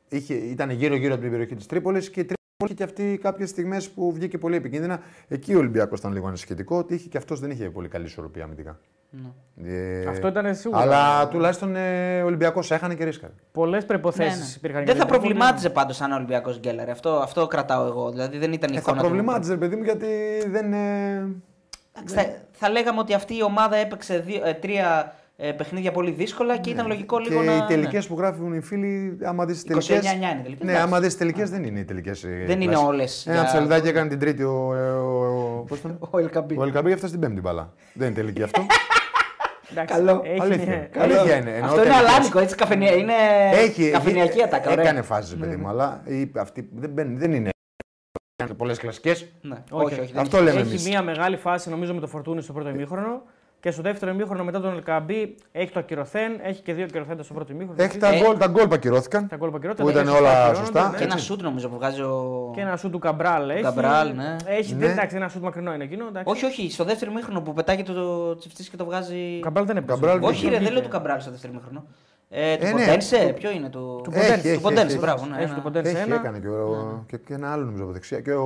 D: Είχε, ήταν γύρω-γύρω από την περιοχή της Τρίπολης και η Τρίπολη είχε και αυτή κάποιες στιγμές που βγήκε πολύ επικίνδυνα. Εκεί ο Ολυμπιακός ήταν λίγο ανησυχητικό ότι είχε και αυτός δεν είχε πολύ καλή ισορροπία αμυντικά.
B: Ναι.
D: Ε,
C: Αυτό ήταν σίγουρα.
D: Αλλά τουλάχιστον ε, ο Ολυμπιακός έχανε και ρίσκαρε.
C: Πολλές
B: Ναι,
C: προποθέσει
B: ναι.
C: υπήρχαν. για
B: Δεν θα
C: την Liverpool.
B: προβλημάτιζε πάντως αν ο Ολυμπιακός γκέλαρε. Αυτό, αυτό κρατάω εγώ. Δηλαδή δεν ήταν η
D: Ε, θα
B: εικόνα. του.
D: προβλημάτιζε, παιδί μου, γιατί δεν. Ε,
B: Εντάξει, Θα, θα λέγαμε ότι αυτή η ομάδα έπαιξε δύο, ε, τρία ε, παιχνίδια πολύ δύσκολα και ήταν λογικό
D: Ναι. και
B: λίγο να.
D: οι τελικές
B: ναι.
D: που γράφουν οι φίλοι, άμα δεις τις
B: 29-9
D: τελικές.
B: είναι τελικές,
D: Ναι,
B: εντάξει.
D: άμα δεις τελικέ δεν είναι οι ε, τελικέ.
B: Δεν είναι όλες
D: Ένα
B: για-
D: ψαλιδάκι έκανε την τρίτη ο. ε, ο- ο- πώς τον-
B: Ο Ελκαμπή.
D: Ο Ελκαμπή έφτασε την πέμπτη μπαλά. Δεν είναι τελική αυτό.
C: Εντάξει,
B: Καλό.
C: έχει μια-
D: Αλήθεια. Αλήθεια είναι. Εννοώ
B: Αυτό είναι
D: τελικές.
B: αλάνικο, έτσι καφενεία. Είναι
C: Ε,
D: Έχει,
B: καφενειακή
D: έχει-
B: ατάκα. ωραία.
D: Έκανε φάσεις,
C: Ναι.
D: παιδί μου, αλλά η- αυτή δεν, μπαίνει, δεν είναι. Έκανε πολλές κλασικές.
B: Ναι.
C: Όχι,
B: Όχι, όχι. δεν
D: αυτό
B: έχει.
D: λέμε
C: Έχει
D: εμείς.
C: μια μεγάλη φάση νομίζω με το φορτούνι στο πρώτο ημίχρονο. Και στο δεύτερο ημίχρονο μετά τον Ελκαμπή έχει το ακυρωθέν, έχει και δύο ακυρωθέντα στο πρώτο ημίχρονο.
D: Έχει τα
B: Ε.
D: γκολ, τα γκολ που ακυρώθηκαν.
C: Τα γκολ που ακυρώθηκαν,
D: Που ήταν
C: τα
D: όλα
C: ακυρώνονται,
D: σωστά.
C: ναι.
B: Και
D: Έτσι.
B: ένα σουτ νομίζω που βγάζει ο.
C: Και ένα σουτ του Καμπράλ έχει.
B: Καμπράλ, ναι.
C: Έχει,
D: Ναι.
C: ναι. Εντάξει, ένα σουτ μακρινό είναι εκείνο. εντάξει.
B: Όχι, όχι, στο δεύτερο μήχρονο που πετάγεται το τσιφτή και το βγάζει.
C: Ο Καμπράλ δεν έπαιζε.
D: Καμπράλ
B: Όχι, ρε, δεν
C: Βγήκε.
B: λέω του Καμπράλ στο δεύτερο μήχρονο. Ε, του
D: Ε, ναι.
B: Ποντένσε, ποιο είναι το.
C: Του
D: Έχει,
C: Ποντένσε,
D: έχει,
B: του Ποντένσε,
D: έχει.
B: μπράβο. ναι,
C: Έχει
B: ένα-
C: το Ποντένσε
D: Έχει,
C: ένα. Ναι,
D: έκανε και, ο, και, και ένα άλλο νομίζω από δεξιά. Και ο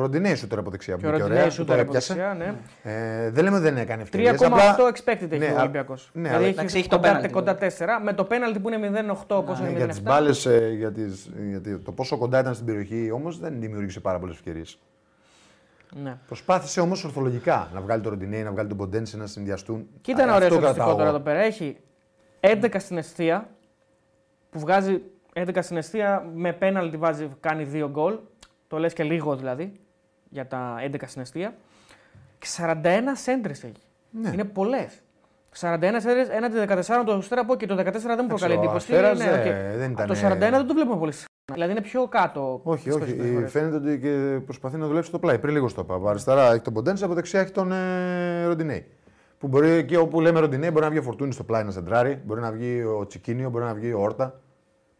D: Ροντινέη σου τώρα από δεξιά.
C: Και
D: που
C: ο
D: μπήκε
C: Ροντινέη
D: ωραία,
C: σου
D: που
C: τώρα
D: τώρα
C: από
D: έπιασε.
C: δεξιά, ναι.
D: Ε, δεν λέμε ότι δεν έκανε ευκαιρίε.
C: 3,8 expected έχει
D: ναι,
C: ο
D: αλλά-
C: Ολυμπιακός.
D: ναι,
C: δηλαδή
D: αλλά-
C: έχει
B: Εντάξει, έχει το
C: κοντά,
B: πέναλτι.
C: κοντά 4 με το πέναλτι που είναι 0,8 πόσο
D: Ναι, Ε, για
C: είναι
D: τις
C: 0,7.
D: μπάλες, για, τις- για τη- το πόσο κοντά ήταν στην περιοχή όμως δεν δημιούργησε πάρα πολλές ευκαιρίες.
C: Ναι.
D: Προσπάθησε όμως ορθολογικά να βγάλει το Ροντινέη, να βγάλει τον Ποντένσε να συνδυαστούν.
C: Και ήταν
D: Α,
C: ωραίο
D: αυτό
C: στατιστικό
D: κρατάω
C: τώρα
D: εγώ.
C: εδώ πέρα. Έχει 11 στην αιστεία που βγάζει 11 στην αιστεία με πέναλτι βάζει, κάνει 2 γκολ. Το λες και λίγο δηλαδή για τα 11 στην αιστεία. Και 41 σέντρες έχει.
D: Ναι.
C: Είναι πολλές. 41 σέντρε έναντι 14 το Αστέρα από και το 14 δεν μου προκαλεί
D: ο
C: εντύπωση.
D: Αστέρας,
C: ναι, οκ.
D: ε, δεν
C: Από Το
D: ήταν,
C: 41 δεν το βλέπουμε πολύ συχνά. Δηλαδή είναι πιο κάτω.
D: Όχι, ε,
C: στις
D: όχι.
C: περισσότερες φορές.
D: Φαίνεται ότι και προσπαθεί να δουλέψει το πλάι. Πριν λίγο στο είπα. Από αριστερά έχει τον Ποντένσε, από δεξιά έχει τον ε, Ροντινέη. Που μπορεί εκεί όπου λέμε Ροντινέη μπορεί να βγει ο Φορτούνης στο πλάι να σεντράρει, μπορεί να βγει ο Τσικίνιο, μπορεί να βγει ο Όρτα.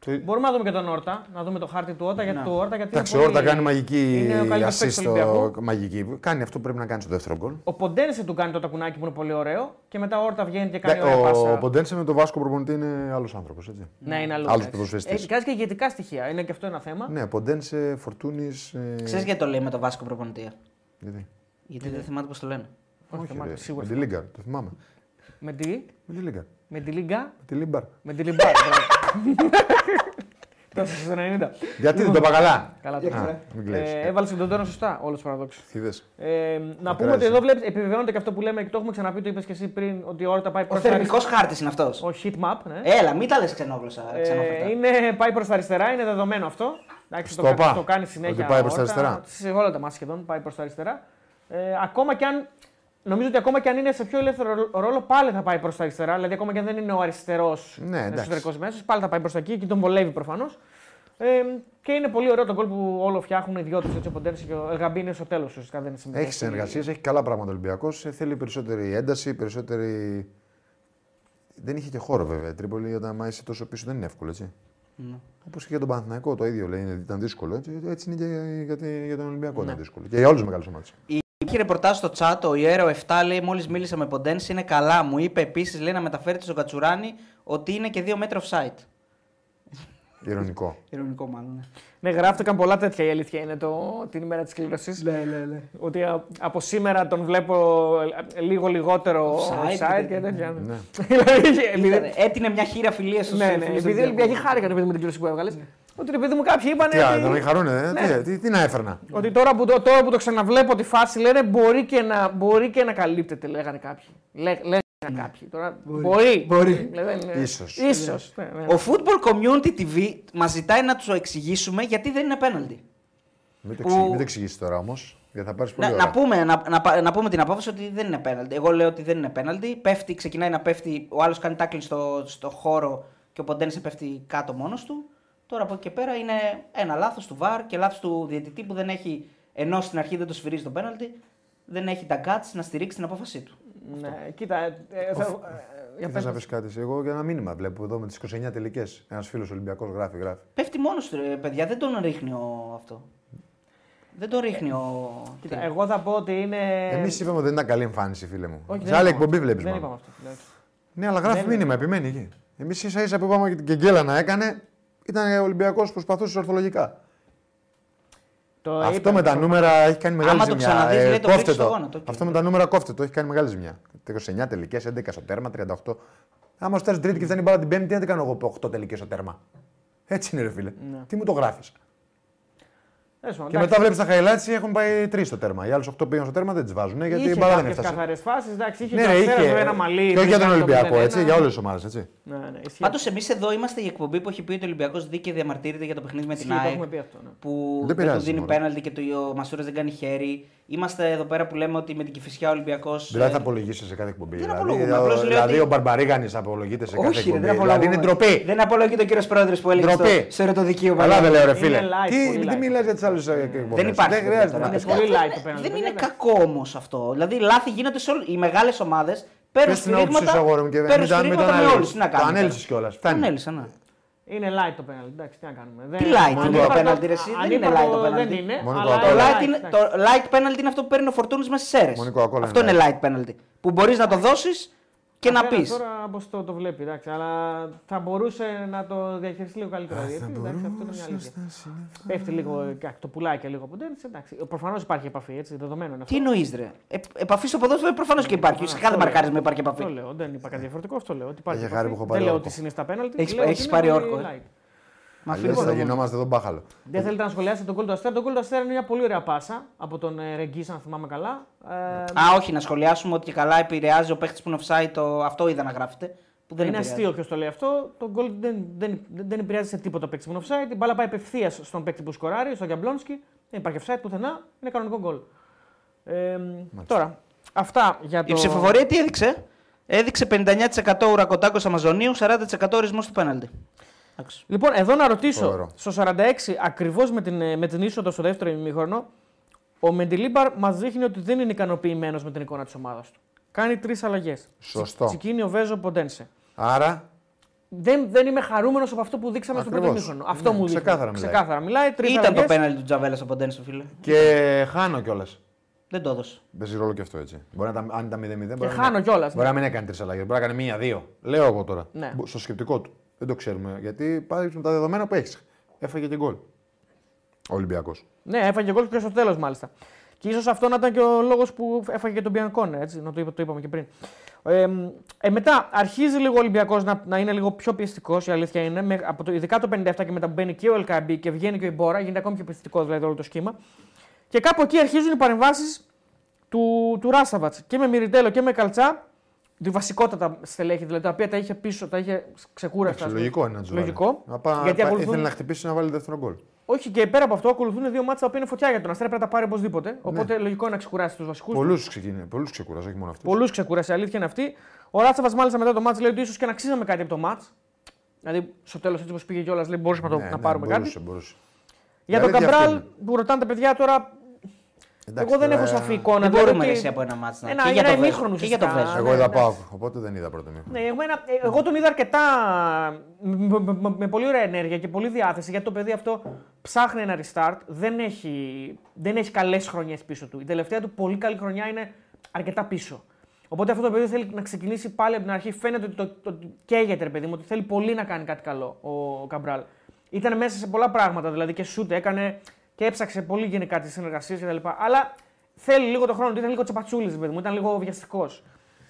D: Το-
C: Μπορούμε να δούμε και τον Όρτα, να δούμε το χάρτη του Όρτα. Γιατί, του Όρτα, γιατί
D: Εντάξει, ο
C: είναι
D: Όρτα
C: πολύ-
D: κάνει μαγική
C: είναι ο καλύτερος
D: assist
C: παίκτης του Ολυμπιακού.
D: στο- Μαγική. Κάνει αυτό που πρέπει να κάνει στο δεύτερο γκολ.
C: Ο Ποντένσε του κάνει το τακουνάκι που είναι πολύ ωραίο και μετά ο Όρτα βγαίνει και Ε, κάνει ωραία
D: Ναι, Ο,
C: πάσα.
D: ο Ποντένσε με τον Βάσκο προπονητή είναι άλλος άνθρωπος.
C: Ναι, είναι
D: Άλλος
C: άλλος.
D: ποδοσφαιριστής.
C: Έχει κάνει και ηγετικά στοιχεία, είναι και αυτό ένα θέμα.
D: Ναι, Ποντένσε, Φορτούνη.
B: Ξέρεις γιατί το λέει με το Βάσκο προπονητή.
D: Γιατί.
B: Γιατί
D: Ε.
B: δεν θυμάται πώς το λένε.
C: Όχι,
D: Όχι,
C: μάτι,
D: ρε,
C: σίγουρα.
D: με τη Λίγκα, το θυμάμαι.
C: Με τη,
D: Με τη Λίγκα.
C: με τη Λίγκα,
D: Με τη Λίμπαρ.
C: με τη Λιμπάρ. Τόσο στο 90.
D: Γιατί δεν το είπα καλά.
C: Λοιπόν, Καλά το
D: Α,
C: έφερα.
D: μην κλαις.
C: ε, Έβαλε και τον τόνο σωστά, όλος παραδόξου.
D: Είδες.
C: Ε, να πούμε
D: κράτησε.
C: ότι εδώ βλέπεις, επιβεβαιώνεται και αυτό που λέμε και το έχουμε ξαναπεί, το είπες και εσύ πριν, ότι ο Όρτα πάει
B: Ο
C: προς τα
B: θερμικό
C: αριστερά.
B: χάρτης είναι αυτός.
C: Ο heat map, ναι.
B: Έλα, μην τα λες ξενόγλωσσα.
C: Ε,
B: ξενόφερτα.
C: είναι, πάει προς τα αριστερά, είναι δεδομένο αυτό. Εντάξει,
D: Στο
C: το, κα-
D: πα.
C: το κάνει συνέχεια.
D: Ότι πάει προς τα
C: ο Όρτα,
D: αριστερά.
C: Σε όλα τα μάτια σχεδόν πάει προς τα αριστερά. Ε, ακόμα και αν. Νομίζω ότι ακόμα και αν είναι σε πιο ελεύθερο ρο- ρόλο, πάλι θα πάει προς τα αριστερά. Δηλαδή, ακόμα και αν δεν είναι ο αριστερός
D: Ναι, εντάξει.
C: εσωτερικός μέσος, πάλι θα πάει προς τα εκεί και τον βολεύει προφανώς. Ε, και είναι πολύ ωραίο το γκολ που όλο φτιάχνουν οι δυο τους. Έτσι, ο Ποντένση και ο Ελγαμπή είναι στο τέλος. Ουσιαστικά δεν συμμετέχει.
D: Έχει συνεργασίες, έχει καλά πράγματα ο Ολυμπιακός. Θέλει περισσότερη ένταση, περισσότερη. Δεν είχε και χώρο βέβαια. Η Τρίπολη, όταν άμα είσαι τόσο πίσω, δεν είναι εύκολο έτσι. Όπως και για τον Παναθηναϊκό το ίδιο λέει, ήταν δύσκολο. Έτσι, έτσι είναι και για, τη- για τον Ολυμπιακό
C: Ναι.
D: ήταν δύσκολο. Και για όλους τους μεγάλους ομάδες.
B: Είχε ρεπορτάζ στο chat, ο Ιέρο 7 λέει: Μόλις μίλησα με Ποντένση, είναι καλά. Μου είπε επίσης, λέει να μεταφέρετε στον Κατσουράνη ότι είναι και 2 μέτρα offside.
D: Ηρωνικό.
B: Ηρωνικό, μάλλον. ναι.
C: Ναι, γράφτηκαν πολλά τέτοια η αλήθεια είναι το, την ημέρα της κλήρωσης. Ναι, ναι, ναι. Ότι α, από σήμερα τον βλέπω ε, λίγο λιγότερο
B: Offside
C: offside
B: και
C: και τέτοια.
D: ναι.
C: Δηλαδή, επειδή-
B: Ήταν- Έτεινε μια χείρα φιλία στους
C: Ναι, ναι, επειδή οι Ολυμπιακοί χάρηκαν επειδή με την κλήρωση που έβγαλες.
B: Ναι.
C: Ότι ρε παιδί μου κάποιοι είπαν.
D: Τι άλλο, να με χαρούνε, ε,
C: Ναι.
D: τι, τι, τι να έφερνα.
C: Ότι τώρα που, το, τώρα που το ξαναβλέπω τη φάση λένε μπορεί και να, μπορεί και να καλύπτεται, λέγανε κάποιοι. Λέ, λέγανε κάποιοι. Τώρα, μπορεί.
B: Ναι. Μπορεί.
C: Δηλαδή, δεν είναι-
D: Ίσως.
C: Ίσως, ναι, ναι.
B: Ο Football Community TV μας ζητάει να τους το εξηγήσουμε γιατί δεν είναι απέναντι.
D: Μην το,
B: Που-
D: εξηγ... μην το εξηγήσεις τώρα όμως, γιατί θα πάρεις πολύ
B: Να,
D: ώρα.
B: να, πούμε, να, να, πα- να πούμε την απόφαση ότι δεν είναι πέναλτι. Εγώ λέω ότι δεν είναι πέναλτι. Πέφτει, ξεκινάει να πέφτει, ο άλλος κάνει τάκλιν στο, στο χώρο και ο Ποντένσε πέφτει κάτω μόνος του. Τώρα από εκεί και πέρα είναι ένα λάθος του βαρ και λάθος του διαιτητή που δεν έχει, ενώ στην αρχή δεν το σφυρίζει το πέναλτι, δεν έχει τα guts να στηρίξει την απόφασή του.
C: Ναι, κοίτα. ε, θα- ε, για πες
D: Τι θες να
C: μας.
D: πεις κάτι. εσύ. Εγώ για ένα μήνυμα βλέπω εδώ με τις 29 τελικές. Ένας φίλος Ολυμπιακός γράφει, γράφει.
B: Πέφτει μόνος του, ρε, παιδιά, δεν τον ρίχνει ο αυτό. Δεν τον ρίχνει ο.
C: Κοίτα,
B: τι.
C: Εγώ θα πω ότι είναι.
D: Εμείς είπαμε ότι δεν ήταν καλή εμφάνιση, φίλε μου.
C: Ε, Όχι,
D: Σε
C: δεν
D: άλλη
C: είπαμε
D: εκπομπή
C: αυτό.
D: βλέπεις.
C: Δεν είπαμε αυτό. εντάξει.
D: Ναι, αλλά γράφει
C: Δεν-
D: μήνυμα, επιμένει εκεί. Εμείς ίσα ίσα που είπαμε και- και γκέλα να έκανε, ήταν ο Ολυμπιακό που προσπαθούσε ορθολογικά.
C: Το
D: Αυτό
C: είπαμε.
D: με τα νούμερα έχει κάνει μεγάλη
B: Άμα το
D: ζημιά. Ε,
B: ξαναδείς, λέει, το βρίσκεις
D: κόφτε
B: στο γόνατο, οκ.
D: Αυτό με τα νούμερα κόφτε το, έχει κάνει μεγάλη ζημιά. 29 τελικέ, 11 στο τέρμα, 38. Άμα σου τρίτη και φτάνει η μπάλα την πέμπτη, τι να την κάνω εγώ που 8 τελικές στο τέρμα. Έτσι είναι, ρε φίλε.
B: Ναι.
D: Τι μου το γράφεις.
C: Τέλος πάντων,
D: Και
C: εντάξει.
D: μετά βλέπεις τα highlights, έχουν πάει 3 στο τέρμα. Οι άλλε 8 πήγαν στο τέρμα, δεν τις βάζουν γιατί η μπάλα δεν
C: Είχε
D: έφτασε.
C: καθαρές φάσεις. Εντάξει, είχε
D: Ναι, ρε, είχε.
C: είχε. ένα μαλλί.
D: Και όχι για τον
C: το
D: Ολυμπιακό,
C: 0-1.
D: έτσι, για όλες τις ομάδες, έτσι.
C: Ναι, ναι, ισχύει.
B: Πάντως, εμείς εδώ είμαστε η εκπομπή που έχει πει ότι ο Ολυμπιακός δίκαιο διαμαρτύρεται για το παιχνίδι με
C: Ισχύει,
B: την
C: το
B: ΑΕΚ.
C: έχουμε πει αυτό, ναι.
B: Που
D: Δεν
B: δεν, του
D: πειράζει,
B: δίνει
D: μωρέ.
B: πέναλτι και του ο Μασούρας δεν κάνει χέρι. Είμαστε εδώ πέρα που λέμε ότι με την κυφισιά ο ε, Ολυμπιακό.
D: Δηλαδή θα απολογήσει σε κάθε εκπομπή.
B: Δεν
D: δηλαδή,
B: απολογούμε, απλώς λέω
D: δηλαδή
B: ότι-
D: ο Μπαρμπαρίγανης απολογείται σε κάθε
B: Όχι, ρε,
D: εκπομπή.
B: δεν απολογούμε.
D: δηλαδή είναι ντροπή.
B: Δεν απολογείται ο κύριο Πρόεδρο που έλεγε
D: Ντροπή.
B: στο, στο ερωτοδικείο.
D: Καλά
B: παλιά.
D: δεν λέω, ρε
C: Είναι
D: φίλε.
C: live, πολύ
D: Τι,
C: live.
D: τι μιλάς για τις άλλες εκπομπές.
B: Δεν υπάρχει.
D: Δεν χρειάζεται
B: τώρα.
D: να πει
C: Είναι πολύ
B: Δεν-
C: light το πέναλτι,
B: Δεν είναι
C: εντάξει.
B: κακό όμως αυτό. Δηλαδή, λάθη γίνονται σε όλε οι μεγάλες ομάδες. Παίρνουν
D: Πες την άποψή σου,
B: σφυρίγματα.
D: αγόρι μου, και
B: παίρνουν
D: μην τα- μην το
B: σφυρίγματα με
D: αναλύσεις.
B: όλους. Τι να
D: Το
B: κάνουμε.
D: ανέλυσες κιόλας. Φτάνει.
B: Ανέλησα, ναι.
C: Είναι light το πέναλτι. Εντάξει, τι να κάνουμε. Δεν...
B: Τι light
C: Μόνο
D: είναι
C: το
D: το
C: απέναντι,
B: πέναλτι, ρε, εσύ,
C: αν
B: δεν είναι
C: είπα
B: light
C: το-
B: το
C: Δεν
B: πέναλτι.
C: είναι.
D: Μόνο
C: αλλά
D: το
B: Το
D: Light,
B: light, είναι,
C: εντάξει.
B: το light penalty είναι αυτό που παίρνει ο Φορτούνης μέσα στις αίρες.
D: Μόνο η Coca-Cola
B: Αυτό
D: είναι
B: είναι light penalty. Που μπορείς να το δώσεις και να
C: Καθένας
B: πεις.
C: Τώρα πώ το, το βλέπει, εντάξει, αλλά θα μπορούσε να το διαχειριστεί λίγο καλύτερα. Γιατί, εντάξει, αυτό είναι μια αλήθεια. Πέφτει λίγο, εντάξει, το πουλάει και λίγο από τον τέννις, εντάξει. Προφανώς υπάρχει επαφή, έτσι, δεδομένο είναι αυτό.
B: Τι εννοείς, ρε. Ε, επαφή στο ποδόσφαιρο προφανώς και υπάρχει. Σε
C: Α,
B: κάθε
C: αυτό ναι.
B: μαργάρισμα
C: λέω.
B: υπάρχει
C: Αυτό
B: επαφή.
C: λέω, δεν είπα κάτι διαφορετικό, αυτό λέω. Ότι υπάρχει
D: Ε, Έχει χάρη
C: επαφή.
D: που έχω
C: Δεν
D: πάρει
C: λέω
D: όρκο.
C: ότι είναι στα πέναλτι.
B: Έχεις-
C: λέω ότι
B: έχεις
C: είναι
B: πάρει
C: πολύ
B: όρκο, ε.
C: light.
B: Μα
D: Αλλιώς
B: φίλε,
D: θα γινόμαστε τον μπάχαλο.
C: Δεν θέλετε να σχολιάσετε τον κόλ του Αστέρα. Τον κόλ του Αστέρα είναι μια πολύ ωραία πάσα από τον ε, Ρεγκίς, αν θυμάμαι καλά. Ε,
B: Α, όχι, να σχολιάσουμε ότι καλά επηρεάζει ο παίχτης που είναι offside. Το... Αυτό είδα να γράφετε. Που δεν
C: είναι
B: επηρεάζει.
C: αστείο ποιος το λέει αυτό. Το γκολ δεν, δεν, δεν επηρεάζει σε τίποτα παίκτη που είναι offside. Η μπάλα πάει απευθείας στον παίκτη που σκοράρει, στον Γιαμπλόνσκι. Δεν υπάρχει offside πουθενά. Είναι κανονικό γκολ. Ε, τώρα, αυτά για το.
B: Η ψηφοφορία τι έδειξε. Έδειξε 59% ουρακοτάκο Αμαζονίου, 40% ορισμός του πέναλτι. Εντάξει.
C: Λοιπόν, εδώ να ρωτήσω,
D: Φοβερό.
C: στο 46, ακριβώς με την, ε, με την είσοδο στο δεύτερο ημίχρονο, ο Μεντιλίμπαρ μας δείχνει ότι δεν είναι ικανοποιημένος με την εικόνα της ομάδας του. Κάνει τρεις αλλαγές.
D: Σωστό.
C: Τσικίνιο, Βέζο, Ποντένσε.
D: Άρα,
C: Δεν, δεν είμαι χαρούμενος από αυτό που δείξαμε στο πρώτο
D: Ακριβώς.
C: ημίχρονο. Αυτό
D: Ναι,
C: μου δείχνει.
D: ξεκάθαρα μιλάει.
C: Ξεκάθαρα μιλάει. Τρεις
B: Ήταν το
C: αλλαγές.
B: πέναλτι του Τζαβέλα στον Ποντένσο, φίλε.
D: και χάνω κιόλας.
B: Δεν το έδωσε.
D: Παίζει ρόλο και αυτό έτσι. Μπορεί να τα, αν ήταν 0-0. μπορεί
C: Και
D: να μην-
C: χάνω κιόλα.
D: Μπορεί να μην έκανε τρεις αλλαγές, μπορεί να κάνει μία-δύο. Λέω εγώ τώρα.
C: Ναι.
D: Μπο- Στο σκεπτικό του. Δεν το ξέρουμε. Γιατί πάει με τα δεδομένα που έχεις. Έφαγε και γκολ. Ο Ολυμπιακός.
C: Ναι, έφαγε γκολ και στο τέλος μάλιστα. Και ίσως αυτό να ήταν και ο λόγος που έφαγε και τον Μπιανκόνε, έτσι, να το, είπα, το είπαμε και πριν. Ε, μ, ε, μετά αρχίζει λίγο ο Ολυμπιακός να, να είναι λίγο πιο πιεστικός, η αλήθεια είναι. Με, από το, ειδικά το 57 και μετά που μπαίνει και ο Ελκαμπή και βγαίνει και η Μπόρα, γίνεται ακόμη πιο πιεστικός δηλαδή όλο το σχήμα. Και κάπου εκεί αρχίζουν οι παρεμβάσεις του, του Ράσταβατ και με Μιριτέλο και με Καλτσά. Τη βασικότατα στελέχη, δηλαδή τα οποία τα είχε πίσω, τα είχε ξεκούραστα. ας πούμε.
D: Λογικό είναι να τους
C: Λογικό.
D: Να πά,
C: γιατί
D: πά-
C: ακολουθούν-
D: Ήθελε να χτυπήσει να βάλει δεύτερο γκολ.
C: όχι και πέρα από αυτό, ακολουθούν δύο μάτια τα οποία είναι φωτιά για τον Αστέρα. Πρέπει να τα πάρει
D: Ναι.
C: οπωσδήποτε. Οπότε λογικό είναι να ξεκουράσει τους βασικούς.
D: Πολλού ξεκίνησε. Πολλού ξεκούρασε, όχι μόνο αυτούς.
C: Πολλούς ξεκούρασε, η αλήθεια είναι αυτή. Ο Ράτσαβα μάλιστα μετά το μάτσα λέει ότι ίσως και να ξύζαμε κάτι από το μάτσα. Δηλαδή στο τέλος έτσι όπως πήγε κιόλας, λέει μπορούσαμε
D: Ναι,
C: να το- να πάρουμε
D: μπορούσε,
C: κάτι.
D: Μπορούσε.
C: Για τον
D: Δηλαδή, αυτή
C: Καμπράλ
D: είναι.
C: που ρωτάνε τα παιδιά τώρα.
D: Εντάξει,
C: εγώ δεν
D: τώρα,
C: έχω σαφή εικόνα.
B: Δεν
C: δηλαδή
B: μπορούμε
C: ότι-
B: ρε, εσύ από ένα μάτς να
C: Ένα-
B: και για
C: ένα
B: το Βέζο,
C: ημίχρονο
B: και για το
C: ουσιαστικά. Ναι,
B: Βέζο.
D: Εγώ είδα
C: εντάξει.
D: πάω, οπότε δεν είδα πρώτο μήχρονο.
C: Ναι, εγώ, ένα- ε, εγώ τον είδα αρκετά με, με- με- με πολύ ωραία ενέργεια και πολύ διάθεση γιατί το παιδί αυτό ψάχνει ένα restart. Δεν έχει, δεν έχει καλές χρονιές πίσω του. Η τελευταία του πολύ καλή χρονιά είναι αρκετά πίσω. Οπότε αυτό το παιδί θέλει να ξεκινήσει πάλι από την αρχή. Φαίνεται ότι το, το, το- καίγεται, ρε παιδί μου, ότι θέλει πολύ να κάνει κάτι καλό ο Καμπράλ. Ήταν μέσα σε πολλά πράγματα, δηλαδή και σούτ έκανε και έψαξε πολύ γενικά τις συνεργασίες κτλ. Αλλά θέλει λίγο το χρόνο του, ήταν λίγο τσαπατσούλη, παιδί μου, ήταν λίγο βιαστικός.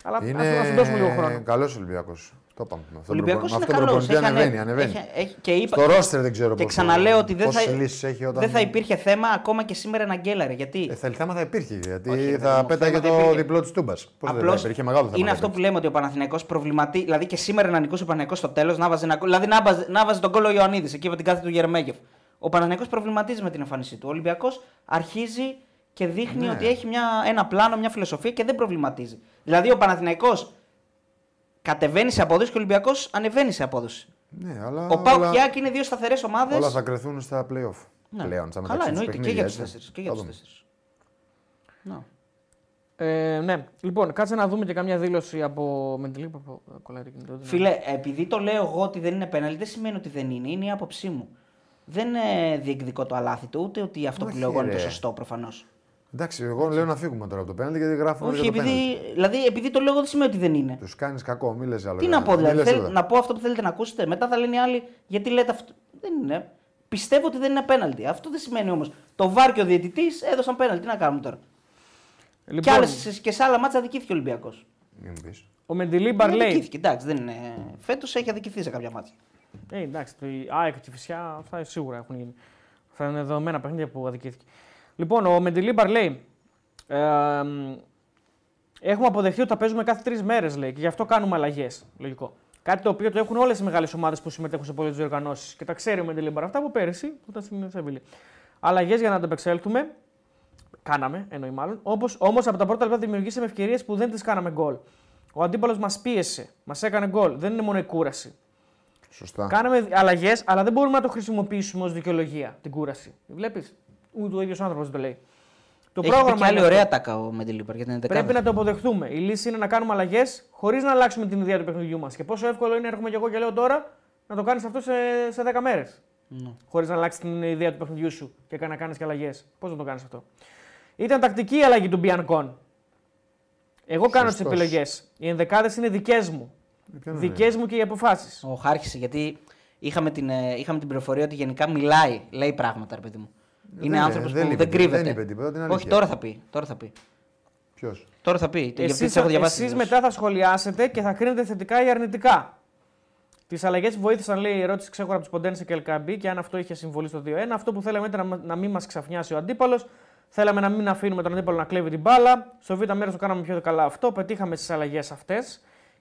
C: Αλλά ας-
D: Είναι
C: ας του δώσουμε λίγο χρόνο.
D: καλός Ολυμπιακός. Το είπαμε. Με αυτόν
B: Ο Ολυμπιακός
D: τον προπο-
B: είναι
D: με
B: καλός.
D: αυτόν τον προπονητή
B: Έχει
D: ανεβαίνει.
B: ανε-
D: ανεβαίνει.
B: έχει- έχει- και είπα-
D: Στο ρόστερ δεν ξέρω
B: Και
D: πώς-
B: ξαναλέω ότι δεν
D: πόσες
B: θα,
D: λύσεις έχει όταν...
B: δεν θα υπήρχε θέμα ακόμα και σήμερα να γκέλαρε. Γιατί
D: Ε, θα, θέμα θα υπήρχε. Γιατί
B: Όχι, ρε παιδί
D: θα
B: μου,
D: πέταγε
B: θέμα
D: το
B: θα υπήρχε.
D: διπλό της Τούμπας. Πώς δεν θα
B: Απλώς
D: υπήρχε μεγάλο θέμα.
B: είναι
D: θα
B: αυτό που
D: υπήρχε.
B: λέμε ότι ο Παναθηναϊκός προβληματεί. Δηλαδή και σήμερα να νικούσε ο Παναθηναϊκός στο τέλος, να βάζει ένα γκολ. Δηλαδή να βάζει, να βάζει τον κόλλο ο Ιωαννίδης εκεί από την κάθε του Γερμέγεφ. Ο Παναθηναϊκός προβληματίζει με την εμφάνισή του. Ο Ολυμπιακός αρχίζει και δείχνει
D: Ναι.
B: ότι έχει μια, ένα πλάνο, μια φιλοσοφία και δεν προβληματίζει. Δηλαδή ο Παναθηναϊκός κατεβαίνει σε απόδοση και ο Ολυμπιακός ανεβαίνει σε απόδοση.
D: Ναι, αλλά
B: Ο Πάοκ
D: όλα-
B: και η Άκη είναι δύο σταθερές ομάδες.
D: Όλα θα κρεθούν στα playoff. Πλέον, στα
B: Ναι. Καλά,
D: μεταξύ τους
B: εννοείται και για
D: παιχνίδια,
B: τους
D: έτσι.
B: τέσσερις. Και για
D: Θα
B: τους
D: δούμε.
B: τέσσερις. Να.
C: Ε, ναι, λοιπόν, κάτσε να δούμε και καμιά δήλωση από Μεντιλίπ. Από... Κολλάει το
D: Ναι.
C: κινητό. ναι.
B: Φίλε, επειδή το λέω εγώ ότι δεν είναι πέναλτι, δεν σημαίνει ότι δεν είναι. Είναι η άποψή μου. Δεν ε, διεκδικώ το αλάθη του, ούτε ότι αυτό που
D: Όχι,
B: λέω εγώ είναι το
D: ρε.
B: σωστό προφανώς.
D: Εντάξει, εγώ λέω να φύγουμε τώρα από το πέναλτι γιατί γράφουμε
B: Όχι,
D: για το πέναλτι.
B: επειδή, δηλαδή, επειδή το λέω εγώ δεν σημαίνει ότι δεν είναι.
D: Τους κάνεις κακό, μη λες άλλο.
B: Τι να πω, δηλαδή. θέλ- να πω αυτό που θέλετε να ακούσετε. Μετά θα λένε οι άλλοι, γιατί λέτε αυτό. Δεν είναι. Πιστεύω ότι δεν είναι πέναλτι. Αυτό δεν σημαίνει όμως. Το βάρ και ο διαιτητής έδωσαν πέναλτι. Τι να κάνουμε τώρα.
C: Λοιπόν,
B: Και, άλλες, και σε άλλα μάτσα αδικήθηκε ο Ολυμπιακός.
D: Μην πεις.
C: Ο Μεντιλίμπαρ λέει.
B: Αδικήθηκε, εντάξει, δεν είναι. Φέτος έχει αδικηθεί σε κάποια μάτσα.
C: Ε, εντάξει, το η ΑΕΚ και η Φυσιά, αυτά σίγουρα έχουν γίνει. Αυτά είναι δεδομένα παιχνίδια που αδικήθηκε. Λοιπόν, ο Μεντιλίμπαρ λέει. Ε, μ, έχουμε αποδεχθεί ότι θα παίζουμε κάθε τρεις μέρες, λέει, και γι' αυτό κάνουμε αλλαγές. Λογικό. Κάτι το οποίο το έχουν όλες οι μεγάλες ομάδες που συμμετέχουν σε πολλές διοργανώσεις και τα ξέρει ο Μεντιλίμπαρ αυτά από πέρυσι που ήταν στην Σεβίλη. Αλλαγές για να ανταπεξέλθουμε. Κάναμε, εννοεί μάλλον. Όμως από τα πρώτα λεπτά δημιουργήσαμε ευκαιρίες που δεν τις κάναμε γκολ. Ο αντίπαλος μας πίεσε, μας έκανε γκολ. Δεν είναι μόνο η κούραση.
D: Σωστά.
C: Κάναμε αλλαγές, αλλά δεν μπορούμε να το χρησιμοποιήσουμε ως δικαιολογία την κούραση. Βλέπεις, ούτε ο ίδιος άνθρωπος δεν το λέει. Το
B: Έχει πει
C: πρόγραμμα
B: και άλλη
C: είναι αυτό.
B: ωραία τάκα ο Μεντιλίμπαρ για την 11η.
C: Πρέπει να το αποδεχτούμε. Η λύση είναι να κάνουμε αλλαγές χωρίς να αλλάξουμε την ιδέα του παιχνιδιού μας. Και πόσο εύκολο είναι, έρχομαι και εγώ και λέω τώρα, να το κάνεις αυτό σε, σε 10 μέρες.
B: Ναι.
C: Χωρίς να αλλάξεις την ιδέα του παιχνιδιού σου και κα- να κάνεις και αλλαγές. Πώς να το κάνεις αυτό. Ήταν τακτική η αλλαγή του Μπιανκόν. Εγώ κάνω τις
D: Σωστός.
C: επιλογές. Οι ενδεκάδες είναι δικές μου. Δικές μου και οι αποφάσεις.
B: Ο Χάρχης, γιατί είχαμε την, ε, είχαμε την πληροφορία ότι γενικά μιλάει, λέει πράγματα, ρε παιδί μου. είναι
D: λέει,
B: άνθρωπο που
D: Ε, δεν
B: δεν,
D: είπε τίποτα,
B: κρύβεται.
D: δεν είπε τίποτα, την
B: Όχι,
D: αλήθεια.
B: τώρα θα πει. Τώρα θα πει.
D: Ποιος.
B: Τώρα θα πει. γιατί τις
C: Εσείς,
D: ε,
B: έχω διαβάσει
C: εσείς
B: τις δηλώσεις.
C: μετά θα σχολιάσετε και θα κρίνετε θετικά ή αρνητικά. Τις αλλαγές που βοήθησαν, λέει η ερώτηση ξέχωρα από τους Ποντένσε και Ελκαμπή και αν αυτό είχε συμβολή στο 2-1. Αυτό που θέλαμε ήταν να μα- να μην μας ξαφνιάσει ο αντίπαλος. Θέλαμε να μην αφήνουμε τον αντίπαλο να κλέβει την μπάλα. Στο β' μέρος το κάναμε πιο καλά αυτό. Πετύχαμε τι αλλαγές αυτές.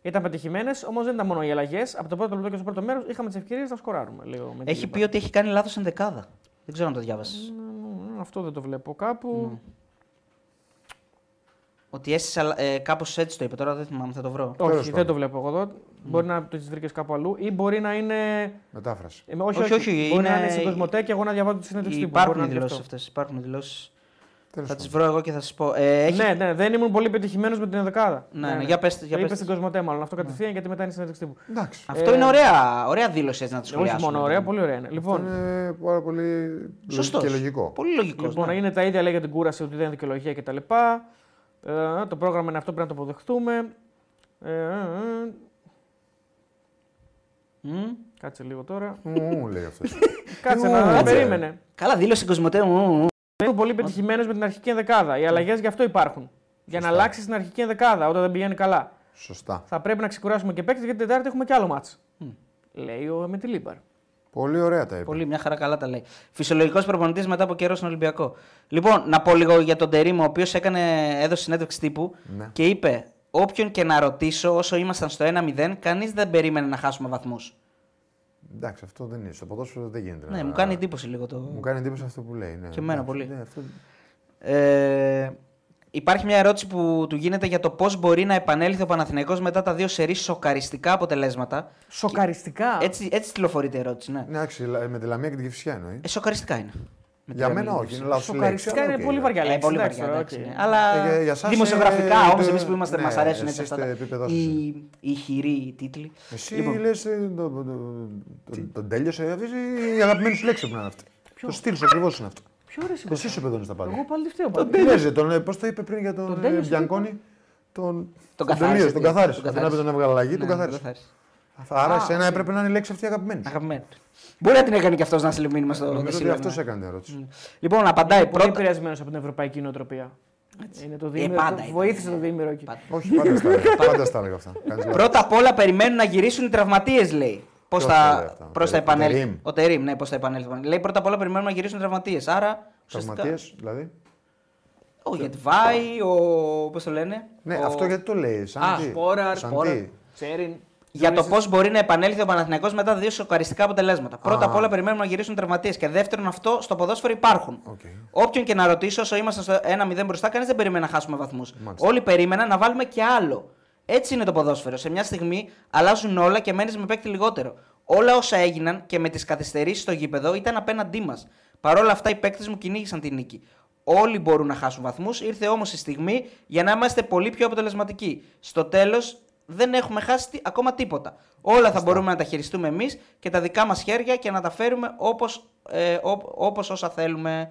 C: Ήταν πετυχημένες, όμως δεν ήταν μόνο οι αλλαγές. Από το πρώτο λεπτό και στο πρώτο μέρος είχαμε τις ευκαιρίες να σκοράρουμε. Λέει ο
B: Έχει
C: Μεντιλίμπα.
B: πει ότι έχει κάνει λάθος ενδεκάδα. Δεν ξέρω αν το διάβασες.
C: Μμμ, Αυτό δεν το βλέπω κάπου.
B: Ότι έστησε ε, κάπως έτσι το είπε. Τώρα δεν θυμάμαι, θα το βρω.
C: Όχι,
D: Τέλος
C: δεν
D: πάντων.
C: το βλέπω εγώ εδώ. Μπορεί να το βρήκε κάπου αλλού ή μπορεί να είναι
D: Μετάφραση.
C: Ε, όχι,
B: Όχι,
C: όχι,
B: όχι,
C: Μπορεί να
B: είναι-
C: είναι στην Κοσμοτέ και εγώ να διαβάζω τη συνέντευξη τύπου. Μπορεί να
B: Υπάρχουν
C: είναι και
B: δηλώσει
C: αυτό.
B: αυτές. Υπάρχουν δηλώσεις.
D: Τέλος
B: Θα τις
D: πάντων.
B: βρω εγώ και θα σας πω. Ε, έχει...
C: Ναι, ναι, δεν ήμουν πολύ πετυχημένος με την ενδεκάδα.
B: Ναι, ναι, για πες- για
C: Το είπε
B: πες.
C: Ε, στην Κοσμοτέ, μάλλον αυτό κατευθείαν γιατί μετά είναι η συνέντευξη τύπου.
D: Εντάξει.
B: Αυτό είναι ωραία, ωραία δήλωση έτσι να τη
C: Όχι
B: σχολιάσουμε. ναι.
C: μόνο ωραία, πολύ ωραία είναι. Λοιπόν,
D: Είναι πάρα πολύ λογικό
B: Σωστός.
D: και λογικό.
B: Πολύ ναι. λογικός.
C: λοιπόν να είναι τα ίδια λέει για την κούραση, ότι δεν είναι δικαιολογία κτλ. Ε, το πρόγραμμα είναι αυτό, πρέπει να το αποδεχτούμε. Ε, ε, ε, κάτσε λίγο τώρα.
D: Μου λέει αυτός.
C: Κάτσε
D: Ου,
C: να
D: ναι.
C: περίμενε.
B: Καλά, δήλωση Κοσμοτέ μου.
C: Δεν ήμουν πολύ πετυχημένος με την αρχική ενδεκάδα. Οι αλλαγές γι' αυτό υπάρχουν. Για να
D: Σωστά.
C: αλλάξεις την αρχική ενδεκάδα όταν δεν πηγαίνει καλά.
D: Σωστά.
C: Θα πρέπει να ξεκουράσουμε και παίκτες γιατί την Τετάρτη έχουμε και άλλο μάτς. Λέει ο Μετιλίμπαρ.
D: Πολύ ωραία τα είπε.
B: Πολύ, μια χαρά καλά τα λέει. Φυσιολογικός προπονητής μετά από καιρό στον Ολυμπιακό. Λοιπόν, να πω λίγο για τον Τερήμο, ο οποίος έκανε, έδωσε συνέντευξη τύπου
D: Ναι.
B: και είπε: Όποιον και να ρωτήσω, όσο ήμασταν στο 1-0, κανείς δεν περίμενε να χάσουμε βαθμούς.
D: Εντάξει, αυτό δεν είναι. Στο ποδόσφαιρο δεν γίνεται.
B: Ναι,
D: να-
B: μου κάνει εντύπωση λίγο το.
D: Μου κάνει εντύπωση αυτό που λέει. Ναι.
B: Και εμένα
D: Εντάξει,
B: πολύ.
D: ναι, αυτό-
B: Ε, υπάρχει μια ερώτηση που του γίνεται για το πώς μπορεί να επανέλθει ο Παναθηναϊκός μετά τα δύο σερή σοκαριστικά αποτελέσματα.
C: Σοκαριστικά.
B: Έτσι, έτσι τηλοφορείται η ερώτηση, ναι.
D: Ναι, εντάξει, λα- με τη Λαμία και την Κυφσιά εννοεί.
B: Ε, σοκαριστικά είναι. Με
D: Για
B: τη
D: μένα
B: Λαμία.
D: όχι, είναι λάθος λέξη.
C: Σοκαριστικά
D: αλλά
C: είναι
D: οκ,
C: πολύ
D: ναι.
C: βαριά
B: Ε,
C: λέξη.
B: πολύ
C: εντάξει,
B: βαριά,
C: τώρα,
B: εντάξει,
C: οκ.
B: ναι. Αλλά
D: Ε, για- για σας,
B: δημοσιογραφικά
D: ε,
B: όμω,
D: το-
B: εμείς που είμαστε,
D: ναι,
B: μας αρέσουν
D: εσείς
B: έτσι αυτά.
D: είστε
B: τα-
D: επίπεδό σας.
B: Οι, οι χειροί τίτλοι.
D: Εσύ
B: Λοιπόν.
D: λες, ε, το- το- το- το- τον τέλειωσε. αυτή είναι Η αγαπημένη σου λέξη που να είναι αυτή. Το στυλ σου ακριβώς είναι αυτό.
C: Ποιο ρε σηκώ.
D: Εσύ σου παιδώνει τα πάντα.
C: Εγώ πάλι δεν φταίω.
D: Τον
C: πάλι.
D: τέλειωσε. Τον, πώς το είπε πριν για
C: Τον
D: τον, ε,
C: τέλειωσε,
D: Μπιανκόνη. Τον,
B: καθάρισε,
D: τελείωσε,
B: τι,
D: Τον καθάρισε.
B: τον
D: Τον
B: καθάρισε.
D: έπρεπε να βγάλει αλλαγή,
B: Ναι,
D: τον
B: ναι,
D: καθάρισε. Άρα σε ένα έπρεπε να είναι η λέξη αυτή αγαπημένη. σου.
B: Αγαπημένο. Μπορεί να την έκανε και αυτός να σε μήνυμα στο
D: Νομίζω ότι
B: Βασίλειο, ναι.
D: αυτό έκανε την ερώτηση.
B: Λοιπόν, απαντάει
C: Είναι πολύ
B: πρώτα. Ε,
C: επηρεασμένος από την ευρωπαϊκή νοοτροπία. Είναι το διήμερο.
B: πάντα
C: το-
B: ήταν.
C: Βοήθησε το διήμερο εκεί.
B: Πάντα.
D: Όχι, πάντα στα έλεγα. πάντα στα έλεγα αυτά. Κάνεις λάθος.
B: Πρώτα απ' όλα περιμένουν να γυρίσουν οι τραυματίες, λέει. Πώς
D: Ποιος τα λέει
B: θα,
D: αυτά, ο
B: πώς θα
D: Τερίμ. Ο
B: επανέλθει.
D: Τερίμ.
B: Ο Τερήμ, ναι, πώς θα επανέλθει. Λέει πρώτα απ' όλα περιμένουν να γυρίσουν οι τραυματίες. Άρα. ουσιαστικά,
D: Τραυματίες, δηλαδή.
B: Ο Γετβάη, ο. Πώς το λένε.
D: Ναι,
B: ο-
D: αυτό γιατί το λέει. Σαν
B: Α,
D: τι.
C: Σπόρα,
D: σαν
C: σπόρα.
D: τι.
C: Τσέριν.
B: Για το πώς μπορεί να επανέλθει ο Παναθηναϊκός μετά δύο σοκαριστικά αποτελέσματα. Πρώτα απ' όλα περιμένουμε να γυρίσουν τραυματίες. Και δεύτερον, αυτό στο ποδόσφαιρο υπάρχουν.
D: Οκ.
B: Όποιον και να ρωτήσω, όσο ήμασταν στο 1-0 μπροστά, κανείς δεν περίμενε να χάσουμε βαθμούς. Όλοι περίμεναν να βάλουμε και άλλο. Έτσι είναι το ποδόσφαιρο. Σε μια στιγμή αλλάζουν όλα και μένεις με παίκτη λιγότερο. Όλα όσα έγιναν και με τις καθυστερήσεις στο γήπεδο ήταν απέναντί μας. Παρ' όλα αυτά, οι παίκτες μου κυνήγησαν τη νίκη. Όλοι μπορούν να χάσουν βαθμούς. Ήρθε όμως η στιγμή για να είμαστε πολύ πιο αποτελεσματικοί. Στο τέλος, δεν έχουμε χάσει τι- ακόμα τίποτα. Όλα θα μπορούμε να τα χειριστούμε εμείς και τα δικά μας χέρια και να τα φέρουμε όπως ε, ό- όπως όσα θέλουμε.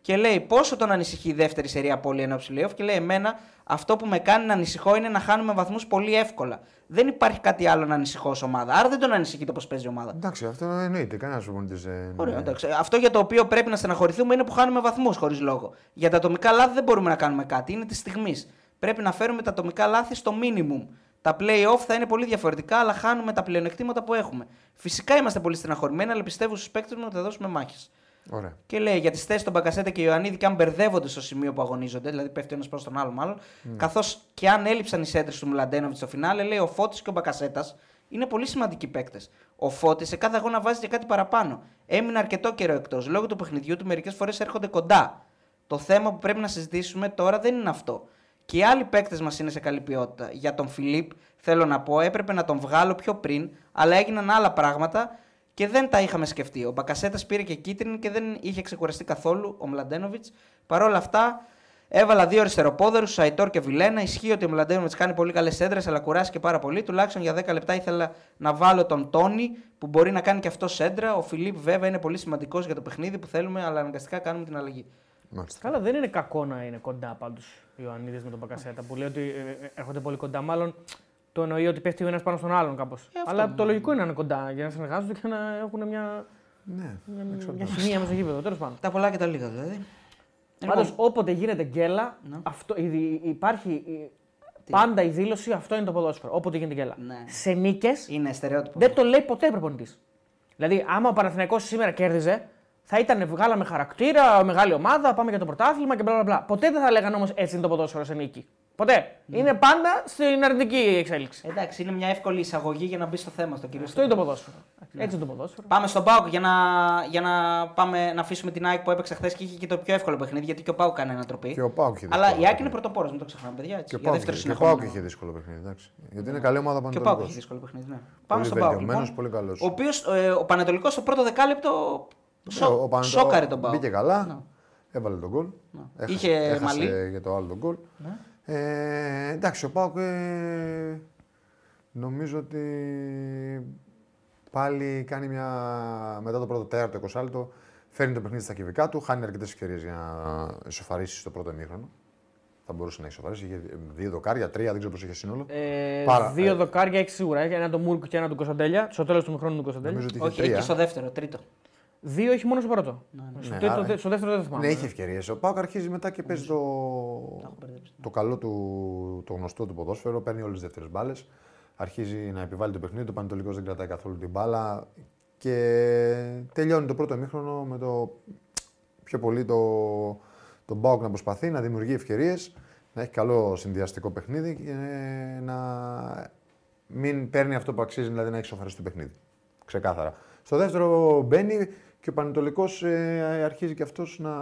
B: Και λέει πόσο τον ανησυχεί η δεύτερη σερία από όλοι ενώ ψηλέοφ. Και λέει εμένα αυτό που με κάνει να ανησυχώ είναι να χάνουμε βαθμούς πολύ εύκολα. Δεν υπάρχει κάτι άλλο να ανησυχώ ως ομάδα. Άρα δεν τον ανησυχεί το πώς παίζει η ομάδα.
D: Εντάξει, αυτό εννοείται. Κανένας προπονητή. Ε,
B: Ωραία,
D: ναι.
B: εντάξει. Αυτό για το οποίο πρέπει να στεναχωρηθούμε είναι που χάνουμε βαθμούς χωρίς λόγο. Για τα ατομικά λάθη δεν μπορούμε να κάνουμε κάτι. Είναι της στιγμής. Πρέπει να φέρουμε τα ατομικά λάθη στο minimum. Τα play-off θα είναι πολύ διαφορετικά, αλλά χάνουμε τα πλεονεκτήματα που έχουμε. Φυσικά είμαστε πολύ στεναχωρημένοι, αλλά πιστεύω στους παίκτες μου ότι θα δώσουμε μάχες.
D: Ναι, Ωραία.
B: Και λέει για τις θέσεις των Μπαγκασέτα και Ιωαννίδη και αν μπερδεύονται στο σημείο που αγωνίζονται, δηλαδή πέφτει ο ένας προς τον άλλο μάλλον. Καθώς και αν έλειψαν οι σέντρες του Μιλαντένοβιτ στο φινάλε, λέει ο Φώτης και ο Μπαγκασέτα είναι πολύ σημαντικοί παίκτες. Ο Φώτης σε κάθε αγώνα βάζει και κάτι παραπάνω. Έμεινε αρκετό καιρό εκτός. Λόγω του παιχνιδιού του μερικές φορές έρχονται κοντά. Το θέμα που πρέπει να συζητήσουμε τώρα δεν είναι αυτό. Και οι άλλοι παίκτες μας είναι σε καλή ποιότητα. Για τον Φιλίπ, θέλω να πω, έπρεπε να τον βγάλω πιο πριν, αλλά έγιναν άλλα πράγματα και δεν τα είχαμε σκεφτεί. Ο Μπακασέτας πήρε και κίτρινη και δεν είχε ξεκουραστεί καθόλου ο Μλαντένοβιτ. Παρ' όλα αυτά, Έβαλα δύο αριστεροπόδερους, Σαϊτόρ και Βιλένα. Ισχύει ότι ο Μλαντένοβιτ κάνει πολύ καλές έδρες, αλλά κουράστηκε πάρα πολύ. Τουλάχιστον για 10 λεπτά ήθελα να βάλω τον Τόνι, που μπορεί να κάνει και αυτός σέντρα. Ο Φιλίπ, βέβαια, είναι πολύ σημαντικός για το παιχνίδι που θέλουμε, αλλά αναγκαστικά κάνουμε την αλλαγή.
D: Μάλιστα.
C: Καλά, δεν είναι κακό να είναι κοντά πάντως ο Ιωαννίδης με τον Πακασέτα που λέει ότι ε, ε, έρχονται πολύ κοντά. Μάλλον το εννοεί ότι πέφτει ο ένας πάνω στον άλλον κάπως.
B: Ε, αυτό
C: Αλλά
B: μου.
C: το λογικό είναι να είναι κοντά για να συνεργάζονται και να έχουν μια,
D: Ναι,
C: μια,
D: δεν ξέρω.
C: μια χημεία μέσα στο γήπεδο. Τέλος πάντων.
B: Τα πολλά και τα λίγα δηλαδή.
C: Πάντως, όποτε γίνεται γκέλα, αυτό, η- η- υπάρχει η- πάντα η δήλωση αυτό είναι το ποδόσφαιρο. Όποτε γίνεται γκέλα.
B: Ναι.
C: Σε νίκε
B: Είναι στερεότυπο.
C: δεν το λέει ποτέ προπονητής. Δηλαδή, άμα ο Παναθηναϊκός σήμερα κέρδιζε, θα ήταν βγάλαμε χαρακτήρα, μεγάλη ομάδα, πάμε για το πρωτάθλημα και μπλα μπλα, μπλα. Ποτέ δεν θα λέγανε όμως έτσι είναι το ποδόσφαιρο σε νίκη. Ποτέ. Είναι πάντα στην αρνητική εξέλιξη.
B: Εντάξει, είναι μια εύκολη εισαγωγή για να μπει στο θέμα στο κύριο.
C: Αυτό είναι το ποδόσφαιρο. Έτσι είναι το ποδόσφαιρο.
B: Πάμε στον Πάουκ για να, για να, πάμε, να αφήσουμε την ΑΕΚ που έπαιξε χθες και είχε και το πιο εύκολο παιχνίδι. Γιατί και ο Πάουκ κάνει ανατροπή.
D: Και ο ΠΑΟΚ είχε
B: Αλλά η
D: δύσκολο
B: ΑΕΚ είναι
D: παιχνίδι.
B: πρωτοπόρος, μην το ξεχνάμε, παιδιά. Έτσι,
D: Και ο
B: για
D: Πάοκ
B: δεύτερο
D: είχε,
B: συνεχόμενο.
D: και είχε δύσκολο παιχνίδι. Εντάξει. Γιατί είναι καλή ομάδα
B: Και ο Πάουκ
D: πανεπιστημιακό.
B: έχει δύσκολο παιχνίδι. Ναι. Πάμε στον Πάουκ.
D: βελτιωμένος,
B: Λοιπόν,
D: πολύ καλός. Ε,
B: Ο οποίος ε, ο Πανατολικό στο πρώτο δεκάλεπτο σο... σόκαρε τον Ναι. Πάουκ.
D: Μπήκε καλά. Έβαλε τον γκολ. Έχασε-
B: Είχε Ναι.
D: έχασε
B: μαλλί.
D: για το άλλο τον γκολ. Ε, εντάξει, ο Πάοκ ε, νομίζω ότι πάλι κάνει μια. μετά το πρώτο τέταρτο, εικοσάλτο, φέρνει το παιχνίδι στα κυβικά του, χάνει αρκετές ευκαιρίες για να ισοφαρίσει στο πρώτο ημίχρονο. Θα μπορούσε να ισοφαρίσει. Είχε δύο δοκάρια, τρία, δεν ξέρω πώς είχε σύνολο.
C: Ε,
D: Πάρα-
C: δύο
D: ε.
C: δοκάρια έχει σίγουρα. Έχει ένα τον Μούρκ και ένα τον Κωνσταντέλια. Στο τέλος του μηχρόνου του Κωνσταντέλια.
D: νομίζω ότι
B: Όχι,
D: είχε
B: έχει
D: τρία.
B: και στο δεύτερο, τρίτο.
C: Δύο έχει μόνο στο πρώτο. Στο,
D: Ναι,
C: τρίτο-
D: άρα-
C: στο δεύτερο δεν το θυμάμαι.
D: Ναι, έχει ευκαιρίες. Ο Πάοκ αρχίζει μετά και παίζει το,
B: μπερδέψει,
D: το καλό του, το γνωστό του ποδόσφαιρο. Παίρνει όλες τις δεύτερες μπάλες. Αρχίζει να επιβάλλει το παιχνίδι. Το Πανετολικός δεν κρατάει καθόλου την μπάλα. Και τελειώνει το πρώτο μήχρονο με το πιο πολύ το, τον Πάοκ να προσπαθεί να δημιουργεί ευκαιρίες, να έχει καλό συνδυαστικό παιχνίδι και να μην παίρνει αυτό που αξίζει, δηλαδή να έχει σοφαριστεί το παιχνίδι. Ξεκάθαρα. Στο δεύτερο μπαίνει και ο Πανετολικός αρχίζει και αυτός να.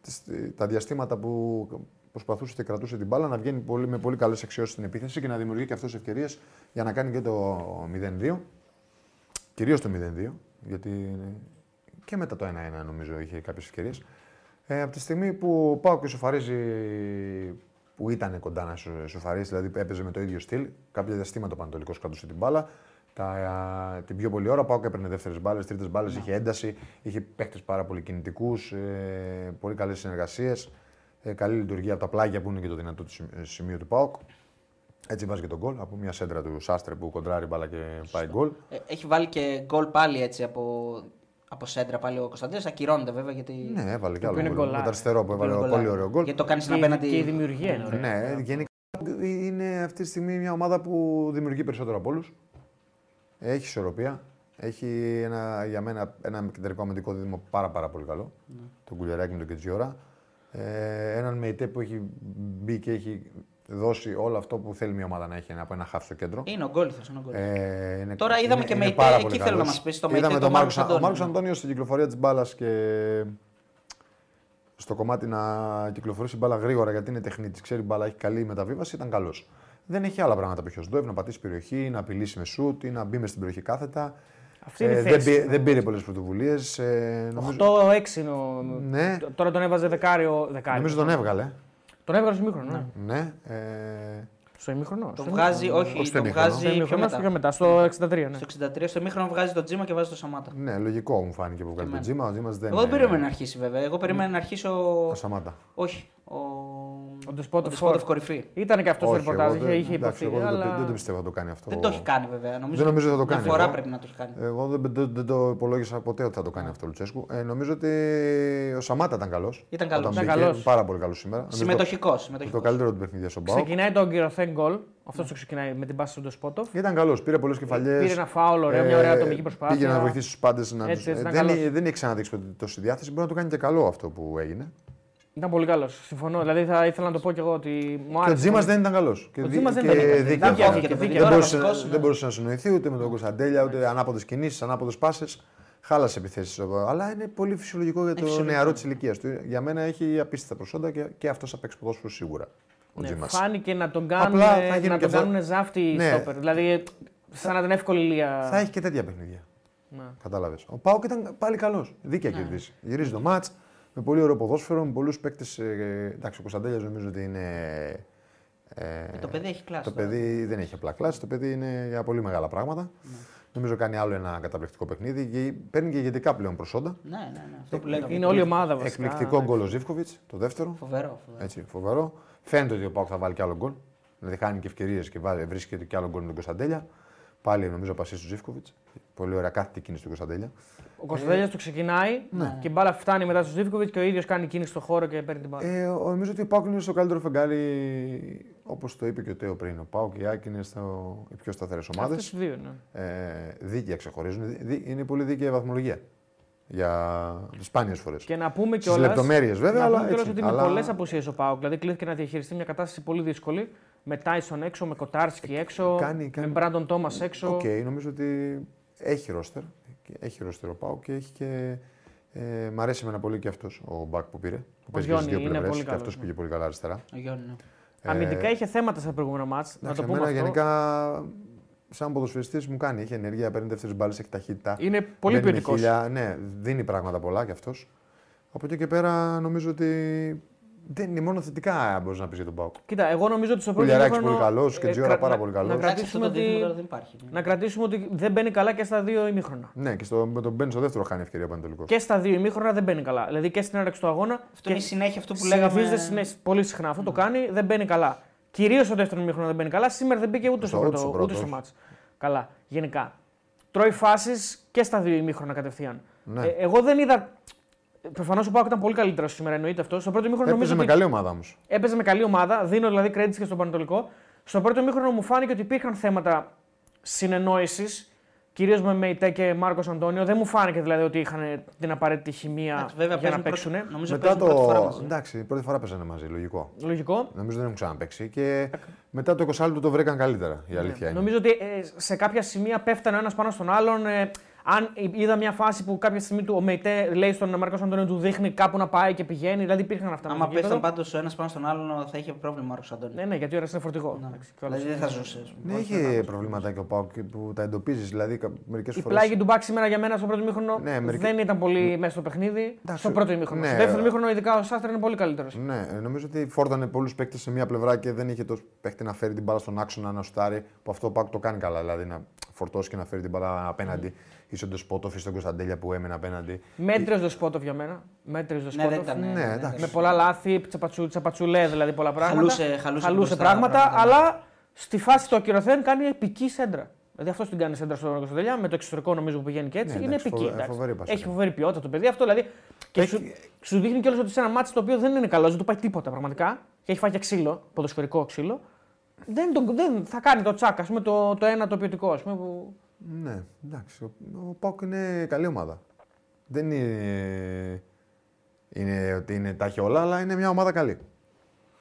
D: τις- τα διαστήματα που προσπαθούσε και κρατούσε την μπάλα να βγαίνει πολύ, με πολύ καλές αξιώσεις στην επίθεση και να δημιουργεί και αυτός ευκαιρίες για να κάνει και το 0-2. Κυρίως το 0-2, γιατί και μετά το 1-1 νομίζω είχε κάποιες ευκαιρίες. Ε, από τη στιγμή που ο Πάοκ ισοφαρίζει, που ήταν κοντά να ισο- ισοφαρίσει, δηλαδή έπαιζε με το ίδιο στυλ, κάποια διαστήματα ο Πανατολικό κρατούσε την μπάλα. Τα, την πιο πολλή ώρα ο Πάοκ έπαιρνε δεύτερες μπάλες, τρίτες μπάλες, είχε ένταση, είχε παίχτε πάρα πολύ κινητικούς, ε, πολύ καλές συνεργασίες, ε, καλή λειτουργία από τα πλάγια που είναι και το δυνατό του σημείο- σημείο του Πάοκ. Έτσι βάζει και τον γκολ από μια σέντρα του Σάστρε που κοντράρει μπάλα και πάει γκολ.
B: Ε, Έχει βάλει και γκολ πάλι έτσι από, από σέντρα πάλι ο Κωνσταντίνος. Ακυρώνεται βέβαια γιατί.
D: Ναι, έβαλε κι
C: Το
D: άλλο
C: οποίο είναι
D: γκολ.
C: γκολ,
D: Με
C: ε.
D: το αριστερό που έβαλε
B: γκολ,
D: πολύ
B: ε.
D: ωραίο γκολ.
B: Γιατί το κάνει
C: Και η-
B: απέναντι.
C: Και η δημιουργία είναι ωραία.
D: Ναι, γενικά είναι αυτή τη στιγμή μια ομάδα που δημιουργεί περισσότερο από όλους. Έχει ισορροπία. Έχει ένα, για μένα ένα κεντρικό αμυντικό δίδυμο πάρα, πάρα πολύ καλό. Τον Κουλιαράκη με τον Κετζιόρα. Ε, έναν Μεϊτέ που έχει μπει και έχει δώσει όλο αυτό που θέλει μια ομάδα να έχει από ένα χαφ στο κέντρο.
B: Είναι ο γκολ, είναι ο γκολ.
D: Ε, είναι,
B: Τώρα είδαμε και Μεϊτέ,
D: πάρα
B: εκεί
D: πολύ
B: θέλω να
D: καλός.
B: μας πεις, το
D: Είδαμε
B: Μεϊτέ,
D: τον
B: τον Μάρκος
D: Μάρκος Αντώνιο. Ο Μάρκος
B: Αντώνιο.
D: Αντώνιο στην κυκλοφορία της μπάλας και στο κομμάτι να κυκλοφορήσει μπάλα γρήγορα γιατί είναι τεχνίτης, ξέρει μπάλα, έχει καλή μεταβίβαση, ήταν καλός. Δεν έχει άλλα πράγματα που έχει ο Σντόευ, να πατήσει περιοχή, να απειλήσει με σουτ ή να μπει μες στην περιοχή κάθετα. Ε,
C: Αυτή είναι η
D: δεν,
C: θέση.
D: πή- δεν πήρε πολλές πρωτοβουλίες. Ε, νομίζω,
C: 8-6 είναι ο-
D: Ναι.
C: Τώρα τον έβαζε δεκάριο. δεκάριο.
D: νομίζω τον έβγαλε.
C: Τον έβγαλε στο ημίχρονο. Ναι.
D: Ναι. Ε,
C: Στο ημίχρονο.
B: Το
C: στο
B: βγάζει, όχι,
D: Όχι
B: το
D: στον ημίχρονο.
C: ημίχρονο.
B: βγάζει πιο
C: Στο ημίχρονο,
B: μετά.
C: στο πιο μετά. Στο 63, ναι.
B: Στο 63, στο μήχρονο βγάζει τον Τζίμα και βάζει τον Σαμάτα.
D: ναι, λογικό μου φάνηκε που βγάλε τον Τζίμα. Ο Τζίμας δεν.
B: Εγώ δεν
D: είναι-
B: περίμενα να αρχίσει βέβαια. Εγώ περίμενα να αρχίσει ο.
D: Ο Σαμάτα.
B: Όχι. Ο,
C: Ο Ντεσπότοφ
B: Ντεσπότοφ
C: Φορ.
B: κορυφή.
C: Ήταν και αυτός το
D: Όχι,
C: ρεπορτάζ.
D: εγώ
C: Είχε,
D: δεν-
C: είχε υποθεί.
D: εντάξει, εγώ δεν το-
C: αλλά...
D: δεν το πιστεύω να το κάνει αυτό.
B: Δεν το έχει κάνει βέβαια. Νομίζω,
D: Δεν νομίζω θα το κάνει. ε.
B: Μια φορά
D: εγώ.
B: πρέπει να το έχει κάνει.
D: Εγώ δεν, δεν, δεν το υπολόγισα ποτέ ότι θα το κάνει αυτό ο Λουτσέσκου. Ε, νομίζω ότι ο Σαμάτα ήταν καλός.
B: Ήταν καλός.
D: Ήταν
B: Ήταν
C: καλός.
D: Πάρα πολύ καλός σήμερα. Νομίζω
B: Συμμετοχικός.
D: Το, το καλύτερο του παιχνίδι στον Πάο.
C: Ξεκινάει τον Γκυροθέν γκολ. Αυτός το ξεκινάει με την πάση του Ντεσπότοφ.
D: Ήταν καλός. Πήρε πολλές κεφαλιές.
C: Πήρε ένα φάουλ, ωραία, μια ωραία ατομική προσπάθεια.
D: Πήγε να βοηθήσει τους πάντες. Να
C: Έτσι,
D: τους...
C: έτσι, ήταν
D: δεν,
C: καλός.
D: δεν έχει ξαναδείξει ότι τόση διάθεση. Μπορεί να του κάνει και καλό αυτό που έγινε.
C: Ήταν πολύ καλός. Συμφωνώ. Δηλαδή θα ήθελα να το πω κι εγώ ότι μου
D: Και ο
C: άρεσε.
D: Τζίμας δεν ήταν καλός. Και,
C: Ο
D: δι-
C: Τζίμας δεν
D: και
C: ήταν καλός.
D: δίκαιο
C: Δεν
D: ήταν.
B: βγήκε,
D: δεν,
B: βγήκε. Τώρα
D: μπορούσε,
B: βασικός,
D: δεν
B: ναι.
D: μπορούσε να συνοηθεί ούτε με τον Κωνσταντέλια ούτε ανάποδες κινήσεις, ανάποδες πάσες. Χάλασε επιθέσεις. Αλλά είναι πολύ φυσιολογικό για τον νεαρό της ηλικίας του. Για μένα έχει απίστευτα προσόντα και, και αυτός θα παίξει ποδόσφαιρο σίγουρα. Ο
C: Ναι,
D: Τζίμας.
C: φάνηκε να τον
D: Απλά θα
C: κάνουν,
D: γίνει
C: να
D: και
C: τον
D: αυτό.
C: κάνουν ζάφτη
D: Ναι.
C: στόπερ. Δηλαδή σαν να ήταν εύκολη ηλία.
D: Θα έχει και τέτοια παιχνίδια.
C: Ναι.
D: Κατάλαβες. Ο Πάοκ ήταν πάλι καλός. Δίκαια κερδίσει. Γυρίζει το μάτ. με πολύ ωραίο ποδόσφαιρο, με πολλούς παίκτες. εντάξει, ο Κωνσταντέλιας νομίζω ότι είναι. ε,
B: το παιδί έχει κλάση
D: Το
B: τώρα.
D: παιδί δεν έχει απλά κλάση, το παιδί είναι για πολύ μεγάλα πράγματα. Νομίζω κάνει άλλο ένα καταπληκτικό παιχνίδι και παίρνει και ηγετικά πλέον προσόντα.
B: Ναι, ναι, ναι. Αυτό που λέγαμε.
C: Ε, Είναι όλη η ομάδα βασικά.
D: Εκπληκτικό γκολ ο Ζήφκοβιτ, το δεύτερο.
B: Φοβερό, φοβερό.
D: Έτσι, φοβερό. Φαίνεται ότι ο Πάουκ θα βάλει κι άλλο γκολ. Δηλαδή χάνει και ευκαιρίες και βάζει, βρίσκεται κι άλλο γκολ με τον Κωνσταντέλια. Πάλι νομίζω πασί του Ζήφκοβιτ. Πολύ ωραία κάθετη κίνηση του Κωνσταντέλια.
C: Ο Κωνσταντέλιας το ξεκινάει
D: Ναι.
C: και η μπάλα φτάνει μετά στο Ζήφκοβιτ και ο ίδιος κάνει κίνηση στο χώρο και παίρνει την μπάλα.
D: Ε, ο- νομίζω ότι ο Πάουκ είναι στο καλύτερο φεγγάρι, όπως το είπε και ο Τέο πριν. Ο Πάουκ και η Άκη είναι στο, οι πιο σταθερές ομάδες.
C: Αυτές οι δύο ναι. είναι.
D: Ε, δίκαια ξεχωρίζουν. Δι- Είναι πολύ δίκαια η βαθμολογία. Για τι σπάνιες φορές.
C: Και να πούμε
D: Στις
C: κιόλας.
D: λεπτομέρειες βέβαια, αλλά έτσι,
C: ότι με
D: αλλά-
C: πολλές απουσίες ο Πάοκ. Δηλαδή κλείθηκε να διαχειριστεί μια κατάσταση πολύ δύσκολη. Με Τάισον έξω, με Κοτάρσκι έξω,
D: Ε, κάνει- κάνει-
C: με Μπράντον Τόμα έξω.
D: Οκ, ε, νομίζω ότι έχει ρόστερ. Έχει ρόστερ ο Πάουκ και έχει και. Ε, μ' αρέσει εμένα πολύ και αυτός ο Μπακ που πήρε. Που παίζει και
C: Γιόνι
D: στι δύο
C: είναι
D: πλευρές.
C: πολύ
D: Και
C: καλός,
D: αυτός
C: ναι.
D: πήγε πολύ καλά αριστερά.
B: Ο Γιώργος, ναι.
C: Αμυντικά είχε θέματα στα προηγούμενα μάτς, να
D: Εντάξει,
C: το πούμε
D: εμένα
C: αυτό.
D: γενικά, σαν ποδοσφαιριστής μου κάνει. Έχει ενέργεια, παίρνει δεύτερες μπάλες, έχει ταχύτητα.
C: Είναι πολύ
D: μπαίνει με
C: ποιοτικός.
D: χίλια, Ναι, δίνει πράγματα πολλά κι αυτός. Από εκεί και πέρα νομίζω ότι. Δεν είναι μόνο θετικά μπορείς να πεις για τον Πάουκ.
C: Κοίτα, εγώ νομίζω ότι στο πρώτο
D: Κουλιαράκης
C: ημίχρονο,
D: πολύ καλός, και
C: ε,
D: Τζιόρα
C: κρα-
D: πάρα
C: να-
D: πολύ καλός.
C: Να
B: Εντάξει, αυτό
C: κρατήσουμε,
B: το δίδυμο
C: ότι,
B: τώρα δεν υπάρχει. ναι.
C: να κρατήσουμε ότι δεν μπαίνει καλά και στα δύο ημίχρονα.
D: Ναι, και στο, με τον Μπέν στο δεύτερο χάνει ευκαιρία ο Πανετολικός.
C: Και στα δύο ημίχρονα δεν μπαίνει καλά. Δηλαδή και στην έναρξη του αγώνα.
B: Αυτό είναι η
C: και
B: συνέχεια αυτό που
C: συνηθίζεται
B: λέγαμε.
C: συνέχεια. πολύ συχνά. Αυτό το κάνει, δεν μπαίνει καλά. Κυρίως στο δεύτερο ημίχρονο δεν μπαίνει καλά. Σήμερα δεν μπήκε ούτε στο,
D: Στο-
C: πρώτο,
D: στο πρώτο,
C: ούτε στο
D: όχι.
C: μάτς. Καλά, γενικά. Τρώει φάσεις και στα δύο ημίχρονα κατευθείαν.
D: Ναι.
C: Ε, εγώ δεν είδα. Προφανώς ο Πάουκ ήταν πολύ καλύτερος σήμερα, εννοείται αυτό. Στο πρώτο ημίχρονο
D: Έπαιζε
C: νομίζω
D: με
C: ότι
D: καλή ομάδα όμως.
C: Έπαιζε με καλή ομάδα, δίνω δηλαδή credits και στον Πανατολικό. Στο πρώτο μήχρονο μου φάνηκε ότι υπήρχαν θέματα συνεννόησης, κυρίως με Μεϊτέ και Μάρκος Αντώνιο. Δεν μου φάνηκε δηλαδή ότι είχαν την απαραίτητη χημεία
B: Εντάξει, βέβαια,
C: για να
B: παίζουν
C: παίξουν.
B: πρώτη- Νομίζω
D: Μετά
B: παίζουν πρώτη φορά
D: το.
B: μαζί.
D: Εντάξει, πρώτη φορά παίζανε μαζί, λογικό.
C: Λογικό.
D: Νομίζω δεν έχουν ξαναπέξει και μετά το 20 του το βρήκαν καλύτερα η αλήθεια είναι.
C: Ναι, Νομίζω ότι ε, σε κάποια σημεία πέφτανε ο ένας πάνω στον άλλον. ε, αν είδα μια φάση που κάποια στιγμή του, ο Μεϊτέ λέει στον Μάρκο Αντώνιο του δείχνει κάπου να πάει και πηγαίνει. Δηλαδή υπήρχαν αυτά.
B: Άμα
C: μέσα στο
B: πέφταν
C: γήπεδο.
B: πάντως ο ένας πάνω στον άλλον θα είχε πρόβλημα ο Ρουσαντώνη.
C: Ναι, ναι, γιατί ο ένας είναι φορτηγό. Εντάξει, και ο άλλος
B: Δηλαδή δεν θα ζούσε. ας πούμε.
D: Ναι, είχε προβλήματα και ο Πάουκ που τα εντοπίζεις. Δηλαδή μερικέ
C: Η
D: φορέ.
C: πλάγη του Μπακ σήμερα για μένα στο πρώτο μήχρονο
D: Ναι, μερικοί-
C: δεν ήταν πολύ μέσα στο παιχνίδι.
D: Εντάξει,
C: στο πρώτο μήχρονο.
D: ναι.
C: στο δεύτερο μήχρονο, ειδικά ο Σάστρα είναι πολύ καλύτερος.
D: Ναι, νομίζω ότι φόρτανε πολλούς παίκτες σε μία πλευρά και δεν είχε το παίκτη να φέρει την μπάλα στον άξονα να σουτάρει. Που αυτό ο Πάουκ το κάνει καλά. Δηλαδή να φορτώσει και να φέρει την μπάλα απέναντι. Είσαι τον Σπότοφ ή στον Κωνσταντέλια που έμενε απέναντι.
C: Μέτριος Δεσπότοφ για μένα. Μέτριος
B: Ναι,
C: Δεσπότοφ.
B: δεν ήταν.
D: Ναι,
B: ναι,
D: εντάξει.
C: Με πολλά λάθη, τσαπατσου, τσαπατσουλέ δηλαδή πολλά πράγματα.
B: Χαλούσε- χαλούσε μπροστά
C: πράγματα,
B: πράγματα, ναι.
C: αλλά στη φάση του ακυρωθέν κάνει επική σέντρα. Δηλαδή αυτός την κάνει σέντρα στον Κωνσταντέλια, με το εξωτερικό νομίζω που πηγαίνει και έτσι.
D: Ναι,
C: είναι
D: εντάξει,
C: επική.
D: φοβε-
C: εντάξει.
D: φοβερή πάσα.
C: Έχει φοβερή ποιότητα το παιδί αυτό. Δηλαδή, και σου, σου δείχνει κιόλας ότι σε ένα μάτι το οποίο δεν είναι καλό, δεν του πάει τίποτα πραγματικά και έχει φάει και ξύλο, ποδοσφαιρικό ξύλο. Δεν, τον, δεν θα κάνει το τσάκα, ας πούμε, το, το ένα το ποιοτικό. Ας πούμε, που...
D: Ναι, εντάξει. Ο, ο Πάουκ είναι καλή ομάδα. Δεν είναι, είναι ότι είναι τα έχει όλα, αλλά είναι μια ομάδα καλή.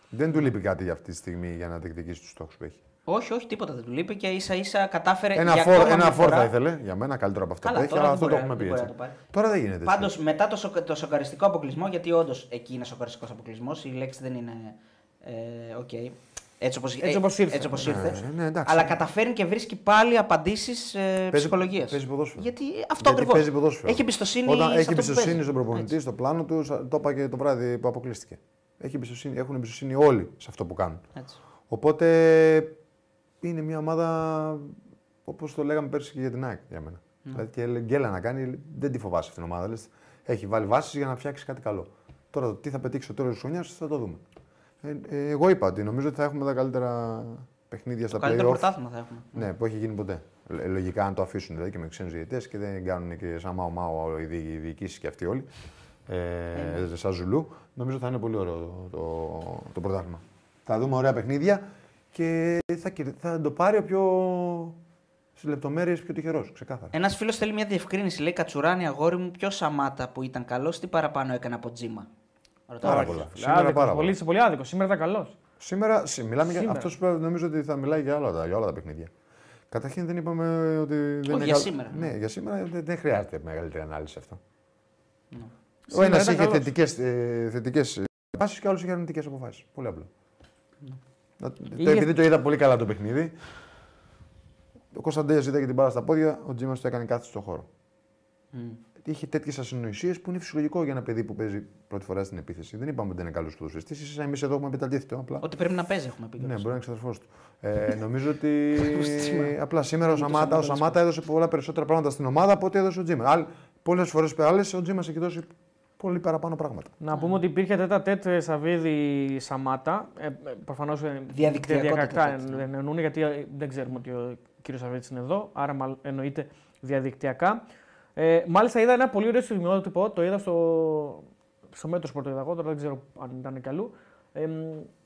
D: Δεν του λείπει κάτι για αυτή τη στιγμή για να διεκδικήσει τους στόχους που έχει.
B: Όχι, όχι, τίποτα δεν του λείπει και ίσα ίσα κατάφερε.
D: Ένα
B: για
D: φόρ
B: ακόμα
D: ένα
B: μια
D: φορ θα
B: φορά.
D: ήθελε για μένα καλύτερο από αυτό
B: Καλά,
D: που έχει,
B: τώρα
D: αλλά
B: δεν
D: αυτό το
B: μπορεί
D: έχουμε
B: να-
D: πει
B: δεν μπορεί
D: έτσι.
B: να το
D: Τώρα δεν γίνεται.
B: Πάντως
D: έτσι.
B: μετά το, σοκ, το σοκαριστικό αποκλεισμό, γιατί όντως εκεί είναι σοκαριστικός αποκλεισμός, η λέξη δεν είναι. Ε, okay. Έτσι όπως
C: Έτσι όπως ήρθε.
B: Έτσι όπως ήρθε.
D: ναι, εντάξει.
B: Αλλά καταφέρνει και βρίσκει πάλι απαντήσεις ε, ψυχολογίας.
D: παίζει ποδόσφαιρο.
B: Γιατί αυτό
D: Γιατί
B: ακριβώς.
D: παίζει ποδόσφαιρο.
B: Έχει εμπιστοσύνη,
D: Όταν
B: σε
D: έχει
B: αυτό που
D: εμπιστοσύνη
B: παίζει.
D: στον προπονητή,
B: Έτσι.
D: στο πλάνο του, σα- το είπα και το βράδυ που αποκλείστηκε. Έχει εμπιστοσύνη, έχουν εμπιστοσύνη όλοι σε αυτό που κάνουν.
B: Έτσι.
D: Οπότε είναι μια ομάδα όπως το λέγαμε πέρσι και για την ΑΕΚ για μένα.
B: Ναι.
D: Δηλαδή και έλε- γκέλα να κάνει, δεν τη φοβάσαι αυτήν την ομάδα. Λες, έχει βάλει βάσεις για να φτιάξεις κάτι καλό. Τώρα το τι θα πετύχεις στο τέλος της χρονιάς θα το δούμε. Ε, ε, εγώ είπα ότι νομίζω ότι θα έχουμε τα καλύτερα παιχνίδια
B: Το
D: στα
B: καλύτερο
D: playoff.
B: πρωτάθλημα θα έχουμε.
D: Ναι, που έχει γίνει ποτέ. Λ- Λογικά αν το αφήσουν δηλαδή και με ξένους διαιτητές και δεν κάνουν και σαν μάο μάο οι δι- οι διοικήσεις και αυτοί όλοι. Ε, σαν ζουλού. Νομίζω θα είναι πολύ ωραίο το, το, το πρωτάθλημα. Θα δούμε ωραία παιχνίδια και θα, κερ- θα το πάρει ο πιο. στις λεπτομέρειες πιο τυχερός, ξεκάθαρα.
B: Ένας φίλος θέλει μια διευκρίνηση. Λέει Κατσουράνη, αγόρι μου, ποιος Σαμάτα που ήταν καλός, τι παραπάνω έκανε από τζίμα. Ρωτάω.
D: Πάρα
B: Όχι.
D: πολλά.
C: Φίλε,
D: Σήμερα
C: άδικος,
D: πάρα
C: πολύ,
D: πολλά.
C: είσαι πολύ άδικος. Σήμερα ήταν καλός.
D: Σήμερα σι- μιλάμε για.
C: Σήμερα.
D: Αυτός νομίζω ότι θα μιλάει για όλα, τα- για όλα τα παιχνίδια. Καταρχήν δεν είπαμε ότι. Δεν
B: Όχι,
D: είναι
B: για
D: κα-
B: σήμερα.
D: Ναι, για σήμερα δεν, δεν χρειάζεται μεγαλύτερη ανάλυση αυτό. Ο
C: Σήμερα
D: ένας
C: ήταν
D: είχε
C: καλός.
D: θετικές θετικές αποφάσει και ο άλλος είχε αρνητικές αποφάσεις. Πολύ απλό. Να- Το,
C: Είχε-
D: Επειδή το είδα πολύ καλά το παιχνίδι, ο Κωνσταντέλια είδα και την μπάλα στα πόδια, ο Τζίμας το έκανε κάθε στο χώρο. είχε τέτοιες ασυνοησίες που είναι φυσιολογικό για ένα παιδί που παίζει πρώτη φορά στην επίθεση. Δεν είπαμε ότι δεν είναι καλός ποδοσφαιριστής. σα εμείς εδώ έχουμε πει τα αντίθετα. Απλά.
B: Ότι πρέπει να παίζει, έχουμε πει.
D: Ναι,
B: κιόλας.
D: μπορεί να είναι ξαδερφός του. Ε, νομίζω ότι.
B: Τζίμερο.
D: απλά σήμερα ο
B: Μου το
D: Σαμάτα, ο
B: Σαμάτα
D: Σαμάτα έδωσε πολλά περισσότερα πράγματα στην ομάδα από ό,τι έδωσε ο Τζίμερ. Άλλ, Πολλές φορές άλλε ο Τζίμερ έχει δώσει πολύ παραπάνω πράγματα.
C: Να πούμε ότι υπήρχε τέτα τέτ Σαββίδη Σαμάτα. Ε, Προφανώ
B: Διαδικτυακό
C: διακακτά
B: τέτα τέτ, ναι.
C: εννοούν γιατί ε, δεν ξέρουμε ότι ο κύριος Σαββίδης είναι εδώ. Άρα μάλλον εννοείται διαδικτυακά. Ε, μάλιστα είδα ένα πολύ ωραίο στιγμιότυπο. Το είδα στο, στο μέτρο που το είδα εγώ. Τώρα δεν ξέρω αν ήταν και αλλού. Ε, μ,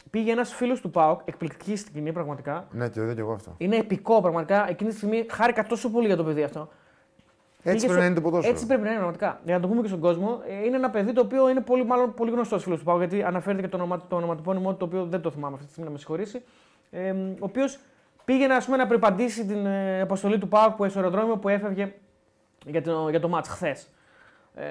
C: πήγε ένας φίλος του ΠΑΟΚ, εκπληκτική σκηνή πραγματικά.
D: Ναι, και εδώ και εγώ αυτό.
C: Είναι επικό πραγματικά. Εκείνη τη στιγμή χάρηκα τόσο πολύ για το παιδί αυτό.
D: Έτσι
C: Πήγε
D: πρέπει
C: στο-
D: να είναι το ποδόσφαιρο.
C: Έτσι πρέπει να είναι πραγματικά. Για να το πούμε και στον κόσμο, ε, είναι ένα παιδί το οποίο είναι πολύ, μάλλον, πολύ γνωστός φίλος του Πάου, γιατί αναφέρεται και το, ονομα, το ονοματεπώνυμό του, το οποίο δεν το θυμάμαι αυτή τη στιγμή να με συγχωρήσει. Ε, μ, ο οποίος πήγαινε ας πούμε, να προπαντήσει την ε, αποστολή του Πάου που στο αεροδρόμιο που έφευγε για το, για το μάτς χθες. Ε,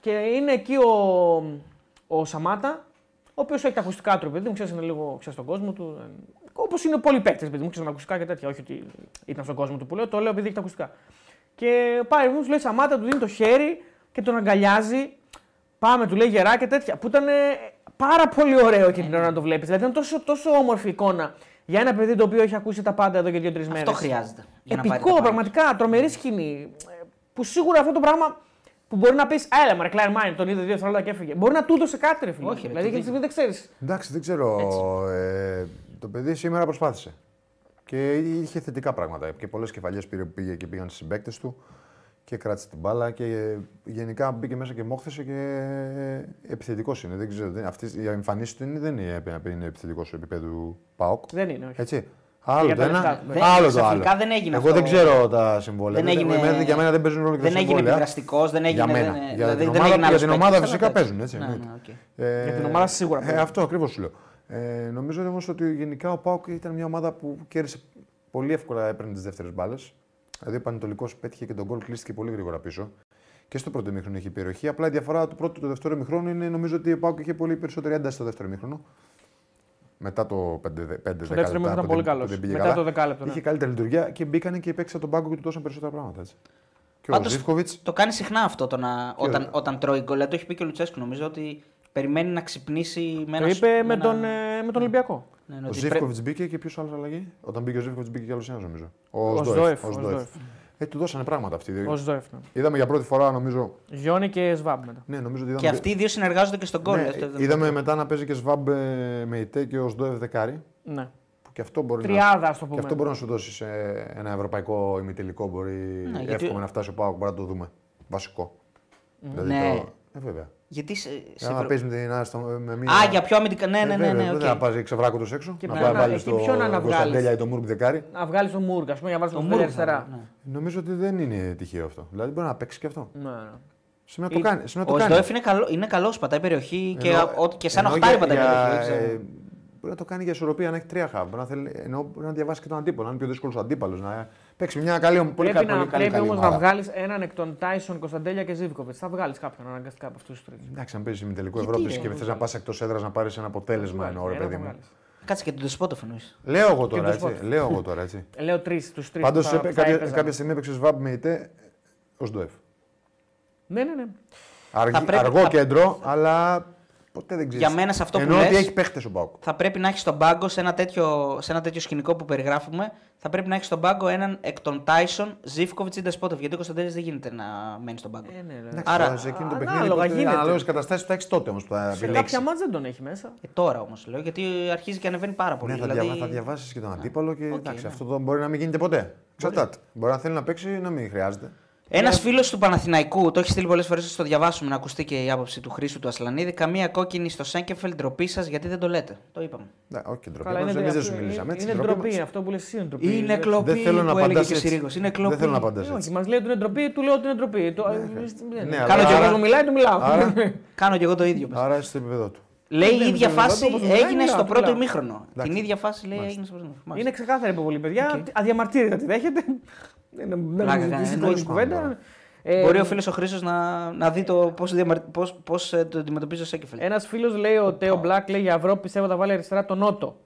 C: και είναι εκεί ο, ο Σαμάτα, ο οποίος έχει τα ακουστικά του, ρε παιδί μου, ξέρεις, είναι λίγο ξέρεις τον κόσμο του. Ε, Όπως είναι πολλοί παίκτες, παιδί μου, ξέρεις τα ακουστικά και τέτοια. Όχι ότι ήταν στον κόσμο του που λέω, το λέω επειδή έχει τα ακουστικά. Και πάει, μου λέει Σαμάτα, του δίνει το χέρι και τον αγκαλιάζει. Πάμε, του λέει γερά και τέτοια. Που ήταν ε, πάρα πολύ ωραίο εκείνη την ώρα να το βλέπεις. Δηλαδή ήταν τόσο, τόσο όμορφη εικόνα για ένα παιδί το οποίο έχει ακούσει τα πάντα εδώ και δύο-τρει μέρε.
B: Αυτό χρειάζεται. για να πάρει τα
C: Επικό,
B: πάντα.
C: πραγματικά, τρομερή σκηνή. Ε, Που σίγουρα αυτό το πράγμα που μπορεί να πεις, έλα μαρε, Κλάιν Μάιν, τον είδε δύο δευτερόλεπτα και έφυγε. Μπορεί να του έδωσε κάτι, ρε φίλε.
B: Όχι, ρε,
C: δηλαδή
B: τι
C: εκείνη τη στιγμή δεν ξέρεις.
D: Εντάξει, δεν ξέρω. Ε, το παιδί σήμερα προσπάθησε. Και είχε θετικά πράγματα. Και πολλές κεφαλιές πήρε που πήγε και πήγαν στις συμπαίκτες του. Και κράτησε την μπάλα. Και ε, γενικά μπήκε μέσα και μόχθησε και επιθετικός είναι. Δεν ξέρω. Δεν, αυτές, οι εμφανίσει του είναι, δεν είναι, είναι επιθετικός επίπεδου ΠΑΟΚ.
C: Δεν είναι, όχι.
D: Έτσι. Άλλο
C: Για
D: το
C: τα
D: ένα,
C: λεφτά,
B: ναι.
D: άλλο το άλλο.
B: Ξαφνικά δεν έγινε
D: Εγώ
B: αυτό.
D: δεν ξέρω τα συμβόλαια.
B: Δεν
D: Δεν
B: έγινε-
D: εμένα- για μένα δεν παίζουν ρόλο και
B: δεν
D: τα
B: έγινε
D: συμβόλαια.
B: επιδραστικός, δεν έγινε.
D: Για μένα.
B: δεν-
D: Για
B: δεν-
D: την
B: δεν
D: ομάδα-
B: έγινε
D: για
B: άλλος
D: την
B: παίκτης,
D: ομάδα
B: αλλά
D: φυσικά
B: εντάξει.
D: παίζουν, έτσι,
B: Ναι,
D: εννοείται.
B: ναι, οκ.
D: Ε,
C: Για την ομάδα σίγουρα
D: Ε,
C: παίζει.
D: αυτό ακριβώς σου λέω. Ε, νομίζω όμως ότι γενικά ο Πάουκ ήταν μια ομάδα που κέρδισε πολύ εύκολα, έπαιρνε τις δεύτερες μπάλες. Δηλαδή ο Πανετολικός πέτυχε και τον γκολ κλείστηκε πολύ γρήγορα πίσω. Και στο πρώτο μήχρονο είχε περιοχή. Απλά η διαφορά του πρώτου και του δεύτερου μήχρονου είναι νομίζω ότι ο Πάουκ είχε πολύ περισσότερη ένταση στο δεύτερο μήχρονο. Μετά το 5-10
C: δεύτερο μήχρονο ήταν πολύ καλός. Μετά το δεκάλεπτο, ναι.
D: Είχε καλύτερη λειτουργία και μπήκανε και παίξαν τον πάγκο και του δώσαν περισσότερα πράγματα. Έτσι. Και ο
B: Πάντως,
D: Ζήφκοβιτ.
B: Το κάνει συχνά αυτό το να, όταν,
D: ωραία.
B: όταν τρώει γκολ. Δηλαδή, Το έχει πει και ο Λουτσέσκου νομίζω ότι περιμένει να ξυπνήσει με
C: Το
B: ένα.
C: είπε με
B: ένα-
C: τον, ε, με τον Ολυμπιακό.
B: Ναι, ναι,
D: Ο
B: ότι
D: Ζήφκοβιτ μπήκε και ποιος άλλος αλλαγή. Όταν μπήκε ο Ζήφκοβιτ μπήκε κι άλλος ένας νομίζω. Ο,
C: Ο
D: Σντόεφ,
C: Σντόεφ,
D: ο
C: ο
D: Σντόεφ.
C: Σντόεφ.
D: Ε, του δώσανε πράγματα αυτοί. οι δύο.
C: Ο Σδόεφ. ναι.
D: Είδαμε για πρώτη φορά νομίζω.
C: Γιόνι και Σβάμπ μετά.
D: Ναι, νομίζω
B: πρέπει-
D: ότι είδαμε.
B: Και αυτοί οι δύο συνεργάζονται και στον δηλαδή, γκολ.
D: Ναι,
B: Αυτό ήταν-
D: είδαμε μετά να παίζει και Σβάμπ ε, με ητέ και ο Σντόεφ δεκάρι.
C: Ναι.
D: Που και αυτό μπορείς να.
C: Τριάδα, ας το
D: Και
C: πούμε.
D: αυτό μπορείς να σου δώσεις σε ένα ευρωπαϊκό ημιτελικό. Μπορεί
B: Ναι, γιατί-
D: εύχομαι να φτάσει ο Πάοκ, μπορεί να το δούμε. Βασικό. Δηλαδή
B: Ναι.
D: το- Ε, βέβαια.
B: Γιατί σε, σε
D: Αν
B: ευρω-
D: παίζει με την Άστα με μία.
B: Α, για πιο αμυντικά. Ναι,
D: Ε,
B: ναι, ναι.
D: βέβαια,
B: ναι,
D: Δεν
B: οκ.
D: θα πάζει ξεβράκο έξω.
C: Και
D: να
C: πρέπει
D: πάει
C: να-
D: βάλεις
C: εκεί
D: στο
C: ποιον να βγάλεις.
D: Κωνσταντέλια ή τον Μούρκ δεκάρι.
C: Να βγάλεις τον Μούργκ, ας πούμε, για να βάλεις
B: Το
C: τον
B: Μούργκ
C: Μούργκ
B: θα
C: αριστερά.
B: είναι, ναι.
D: Νομίζω ότι δεν είναι τυχαίο αυτό. Δηλαδή μπορεί να παίξει και αυτό.
C: Ναι, ναι.
D: Σήμερα το κάνει. Σήμερα το
B: Ε, Ο
D: κάνει.
B: Σδόεφ είναι καλό, είναι καλός, πατάει περιοχή και,
D: Ενώ-
B: ό,τι- και σαν
D: ενώ
B: οχτάρι
D: για-
B: πατάει
D: για-
B: περιοχή. δεν ξέρω.
D: ε, Μπορεί να το κάνει για ισορροπία, να έχει τρία χαβ. Να θέλει, ενώ μπορεί να διαβάσει και τον αντίπαλο, να είναι πιο δύσκολος αντίπαλος. Να παίξει μια καλή, πολύ
C: πρέπει
D: καλή,
C: να,
D: πολύ καλή,
C: πρέπει
D: καλή
C: όμως να
D: ομάδα.
C: βγάλεις έναν εκ των Τάισον, Κωνσταντέλια και Ζήβκοβιτ. Θα βγάλεις κάποιον αναγκαστικά από αυτούς τους τρεις.
D: Εντάξει, αν παίζεις με τελικό
B: Γιατί,
D: Ευρώπης
B: ρε,
D: και θες να πας εκτός έδρας να πάρεις ένα αποτέλεσμα εννοώ, ρε παιδί μου.
B: Κάτσε και τον Τεσπότοφ εννοείς.
D: Λέω εγώ τώρα
C: τους
D: έτσι.
C: πόντους.
D: Λέω εγώ τώρα έτσι.
C: Ε, Λέω τρεις, τους τρεις.
D: Πάντως κάποια στιγμή έπαιξες βαμπ με ητέ ω ντοεφ.
C: Ναι, ναι, ναι.
D: Αργ-
B: πρέπει-
D: Αργό
B: θα-
D: κέντρο, αλλά ποτέ δεν ξέρεις.
B: Για μένα σε αυτό που
D: Ενώ ότι
B: λες-
D: έχει παίχτες ο Μπάουκ.
B: θα πρέπει να έχεις στον πάγκο σε ένα, τέτοιο, σε ένα τέτοιο σκηνικό που περιγράφουμε, θα πρέπει να έχεις στον πάγκο έναν εκ των Τάισον, Ζήφκοβιτ ή Ντεσπότοφ. Γιατί ο Κωνσταντέλια δεν γίνεται να μένει στον πάγκο.
C: Ε, ναι, ρε.
D: Εντάξει,
B: Άρα,
D: τώρα σε εκείνο το παιχνίδι.
C: ανάλογα γίνεται.
D: Ανάλογες καταστάσεις που θα έχει τότε όμως που θα
C: Σε
D: επιλέξει.
C: κάποια μάτια δεν τον έχει μέσα.
B: Ε, τώρα όμως λέω, γιατί αρχίζει και ανεβαίνει πάρα πολύ.
D: Ναι, θα,
B: δηλαδή...
D: διαβα... θα διαβάσεις και τον αντίπαλο και
B: Οκ,
D: εντάξει,
B: ναι.
D: αυτό το μπορεί να μην γίνεται ποτέ. Εξαρτάται. Μπορεί να θέλει να παίξει να μην χρειάζεται.
B: Ένας
C: Ε.
B: φίλος του Παναθηναϊκού, το έχει στείλει πολλές φορές, το διαβάσουμε να ακουστεί και η άποψη του Χρήσου του Ασλανίδη. Καμία κόκκινη στο Σέγκεφελ, ντροπή σα, γιατί δεν το λέτε. Το είπαμε.
D: Ναι, όχι και ντροπή.
C: Καλά,
D: Εμείς
C: είναι,
D: δεν
C: αυτό-
D: σου μιλήσαμε. έτσι,
C: είναι
D: ντροπή
C: ντροπή,
D: μας.
C: αυτό που λες εσύ είναι ντροπή.
B: Είναι
C: Δεν-
B: κλοπή
D: Δεν θέλω να
B: που έλεγε
D: απαντάς
B: και ο
D: έτσι.
B: Συρίγος. Είναι κλοπή.
D: Δεν θέλω να
C: Ε,
D: απαντά
C: Όχι,
D: έτσι.
C: μας λέει ότι είναι ντροπή, του λέω ότι είναι ντροπή. Το- ε, δεν-
D: Ναι,
C: Κάνω
B: αλλά-
C: και
B: άρα-
C: εγώ που μιλάει, του μιλάω.
D: άρα-
B: Κάνω κι εγώ το ίδιο. πες.
D: Άρα είσαι στο επίπεδο του.
B: Λέει
C: Ναι,
B: η ίδια
C: με τον
B: φάση
C: Λεβαδό, όπως μιλάει,
B: έγινε
C: μιλάω,
B: στο
C: του
B: πρώτο
C: λέω.
B: ημίχρονο. Την
D: Εντάξει.
B: ίδια φάση λέει έγινε στο πρώτο ημίχρονο.
C: Είναι ξεκάθαρη υποβολή, παιδιά. Αδιαμαρτύρητα τη δέχεται. Δεν είναι-
B: Πλάκα
C: δεν είναι
B: κάνει,
C: δύσκολη
B: τέλος
C: κουβέντα.
D: πάντων.
C: Ε,
B: Μπορεί ο φίλος ο Χρήσος να, να δει το πώς πώς, πώς, ε, το αντιμετωπίζει ο Σέκεφελ.
C: Ένας φίλος λέει ο Τέο Μπλακ λέει για Ευρώπη πιστεύω θα βάλει αριστερά τον Νότο.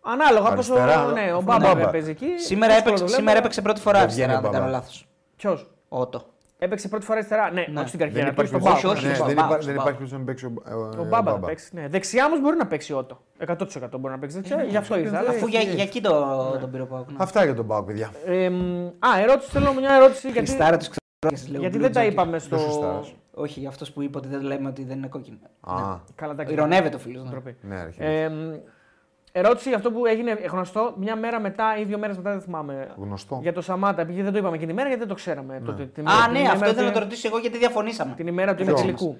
C: Ανάλογα πόσο.
D: Αριστερά,
C: Ναι, ο
D: αφού
C: Μπάμπα
D: Μπάμπα.
C: παίζει εκεί.
B: σήμερα, έπαιξε, σήμερα έπαιξε πρώτη φορά
D: Δεν
B: αριστερά,
D: βγαίνει
B: αν δεν
D: μπαμπά.
B: κάνω λάθος.
C: Ποιος.
B: Ότο.
C: Έπαιξε πρώτη φορά αριστερά. Ναι,
B: Ναι.
C: όχι στην
D: Δεν
C: καριέρα του.
D: υπάρχει
C: Στον
D: περίπτωση-
C: Πάο.
B: όχι, όχι,
D: ναι,
B: στον
D: δεν
B: Πάο,
D: υπά-
B: στον
D: Δεν
B: Πάο.
D: υπάρχει περίπτωση να μην παίξει ο- ο-
C: Ο
B: Ε,
D: ο
C: Μπάμπα να
D: Μπάμπα.
C: παίξει. Ναι. Δεξιά όμω μπορεί να παίξει ότο. 100% μπορεί να παίξει δεξιά. Γι' αυτό ήρθα. αλλά-
B: Ε, Αφού για, για εκεί το, τον πήρε ο Πάουκ. ναι.
D: Αυτά για τον Πάο, παιδιά.
C: Ε, μ, α, ερώτηση θέλω μια ερώτηση. Γιατί,
B: Χριστάρα τους ξεχνάσεις, λέω,
C: γιατί
B: Blue
C: δεν τα
B: Jacket.
C: είπαμε στο.
D: Δεν σωστάρας.
B: Όχι, για αυτός που είπε ότι δεν λέμε ότι δεν είναι κόκκινη.
D: Α,
C: Καλά, τα
B: Ηρωνεύεται ο φίλος. ναι.
C: Ντροπή.
D: ναι, ρε, χαίρετε.
C: Ναι. Ε, μ, ερώτηση για αυτό που έγινε γνωστό μια μέρα μετά ή δύο μέρες μετά, δεν θυμάμαι.
D: Γνωστό.
C: Για το Σαμάτα, επειδή δεν το είπαμε εκείνη τη μέρα γιατί δεν το ξέραμε. Τότε, την ημέρα-
B: Α,
C: την
B: ναι,
C: ημέρα
B: αυτό ήθελα
C: του-
B: να το ρωτήσω εγώ γιατί διαφωνήσαμε.
C: Την ημέρα του
D: Ποιο όμως?
C: ημιτελικού.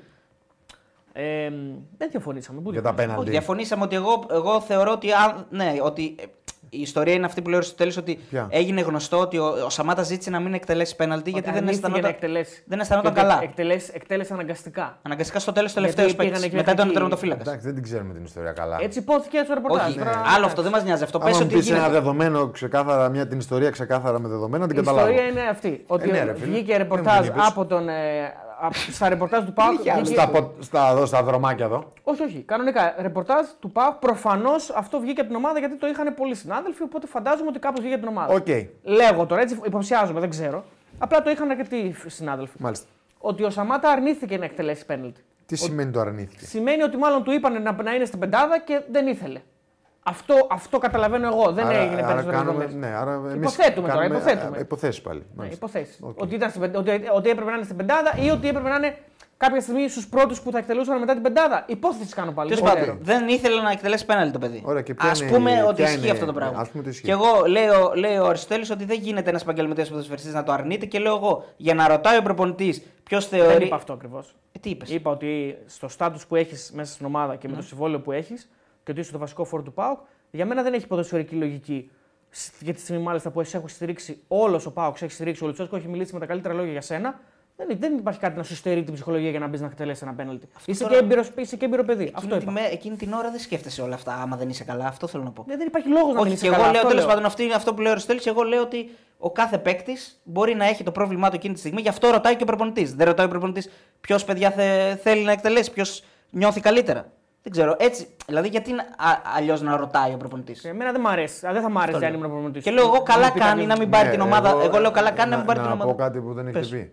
C: Ε, μ, δεν διαφωνήσαμε. Πού
D: Για τα
B: Όχι,
C: διαφωνήσαμε.
D: πέναντι.
B: διαφωνήσαμε ότι εγώ, εγώ θεωρώ ότι. Αν, ναι, ότι ε, η ιστορία είναι αυτή που λέει ο Αριστοτέλης ότι
D: Ποια?
B: έγινε γνωστό ότι ο, ο Σαμάτα ζήτησε να μην εκτελέσει πέναλτι γιατί
C: Ότι
B: δεν
C: αρνήθηκε να
B: αισθανόταν,
C: εκτελέσει.
B: δεν αισθανόταν
C: Και ότι
B: καλά.
C: εκτελέσει- εκτέλεσε αναγκαστικά.
B: Αναγκαστικά στο τέλος
C: Γιατί
B: τελευταίος
C: πήγανε
B: παίκτης.
C: και
B: Μετά
C: μέχρι
B: τον
C: εκεί.
B: τερματοφύλακας.
D: Εντάξει, δεν την ξέρουμε την ιστορία καλά.
C: Έτσι υπόθηκε στο ρεπορτάζ.
B: Όχι,
C: Τώρα,
D: ε,
C: εντάξει.
B: άλλο αυτό δεν μας νοιάζει. Αυτό πε
D: ναι. Άμα μου
B: ότι.
D: πεις ένα
B: γίνεται.
D: δεδομένο ξεκάθαρα, μια την ιστορία ξεκάθαρα με δεδομένα, την
C: Η ιστορία
D: καταλάβω.
C: είναι αυτή. Ότι
D: ναι, ρε φίλε.
C: βγήκε
D: Δεν μου την
C: ρεπορτάζ
D: είπες.
C: από τον. ε, α- στα ρεπορτάζ του ΠΑΟΚ.
B: Είχε άλλο.
C: βγήκε-
D: Στα, πο- στα, εδώ, στα δρομάκια εδώ.
C: Όχι, όχι. Κανονικά. Ρεπορτάζ του ΠΑΟΚ. Προφανώς αυτό βγήκε από την ομάδα γιατί το είχαν πολλοί συνάδελφοι. Οπότε φαντάζομαι ότι κάπως βγήκε από την ομάδα.
D: Οκ.
C: Λέγω τώρα, έτσι υποψιάζομαι, δεν ξέρω. Απλά το είχαν αρκετοί φ- συνάδελφοι.
D: Μάλιστα.
C: Ότι ο Σαμάτα αρνήθηκε να εκτελέσει πέναλτι.
D: Τι σημαίνει το αρνήθηκε.
C: Σημαίνει ότι μάλλον του είπαν να, να είναι στην πεντάδα και δεν ήθελε. Αυτό, αυτό καταλαβαίνω εγώ. Δεν
D: Άρα-
C: έγινε
D: άρα
C: περισσότερο.
D: κάνουμε-
C: δεδομένο.
D: Ναι, άρα εμείς
C: Υποθέτουμε τώρα,
D: κάνουμε,
C: υποθέτουμε.
D: α, Υποθέσεις πάλι.
C: Ναι,
D: μάλιστα.
C: υποθέσεις.
D: Οκ.
C: Ότι, ήταν στην πεν- ότι, ότι έπρεπε να είναι στην πεντάδα ή ότι έπρεπε να είναι κάποια στιγμή στους πρώτους που θα εκτελούσαν μετά την πεντάδα. Υπόθεση κάνω πάλι.
B: Τέλος
C: δεν
B: πάντων,
C: ξέρω.
B: δεν ήθελε να εκτελέσει πέναλτι το παιδί.
D: Ωραία, και ποια
B: Ας
D: είναι η-
B: πούμε ότι
D: ποια
B: ισχύει
D: είναι-
B: αυτό το πράγμα.
D: ναι, ας πούμε ότι ισχύει.
B: Και εγώ λέω, λέει ο Αριστοτέλη ότι δεν γίνεται ένας επαγγελματίας ποδοσφαιριστής να το αρνείται και λέω εγώ για να ρωτάει ο προπονητής ποιος
C: Δεν
B: θεωρεί.
C: είπα αυτό ακριβώς.
B: Ε, τι είπες.
C: Είπα ότι στο στάτου που έχεις μέσα στην ομάδα και με
B: Ναι.
C: το συμβόλαιο που έχεις και ότι είσαι το βασικό φόρο του ΠΑΟΚ, για μένα δεν έχει ποδοσφαιρική λογική. Σ- Για τη στιγμή μάλιστα που εσύ έχω στηρίξει όλος ο ΠΑΟΚ, σε έχει στηρίξει ο Λουτσέσκο, έχει μιλήσει με τα καλύτερα λόγια για σένα. Δεν, δεν υπάρχει κάτι να σου στερεί την ψυχολογία για να μπεις να εκτελέσεις ένα πέναλτι. Είσαι,
B: τώρα-
C: και έμπειρος- είσαι και έμπειρο παιδί. Αυτό
B: Εκείνη, τη
C: είπα.
B: μέ- εκείνη την ώρα δεν σκέφτεσαι όλα αυτά, άμα δεν είσαι καλά. Αυτό θέλω να πω.
C: Ναι, Δεν υπάρχει λόγος να
B: Όχι,
C: μιλήσει
B: και εγώ λέω τέλο
C: τέλο
B: πάντων αυτό είναι αυτό που λέω ο Αριστοτέλης. Εγώ λέω ότι ο κάθε παίκτης μπορεί να έχει το πρόβλημά του εκείνη τη στιγμή. Γι' αυτό ρωτάει και ο προπονητής. Δεν ρωτάει ο προπονητής ποιος παιδιά θε- θέλει να εκτελέσει, ποιος νιώθει καλύτερα. Δεν ξέρω. Έτσι. Δηλαδή, γιατί αλλιώς να ρωτάει ο προπονητής.
C: Εμένα δεν μ' αρέσει. Α, Δεν θα μ' άρεσε
B: Αυτό
C: αν
B: λέω.
C: ήμουν προπονητής.
B: Και λέω εγώ καλά κάνει να μην πάρει
D: Ναι,
B: την ομάδα. Εγώ, λέω καλά κάνει να, μην πάρει
D: να
B: την ομάδα.
D: πω κάτι που δεν
B: Πες.
D: έχετε πει.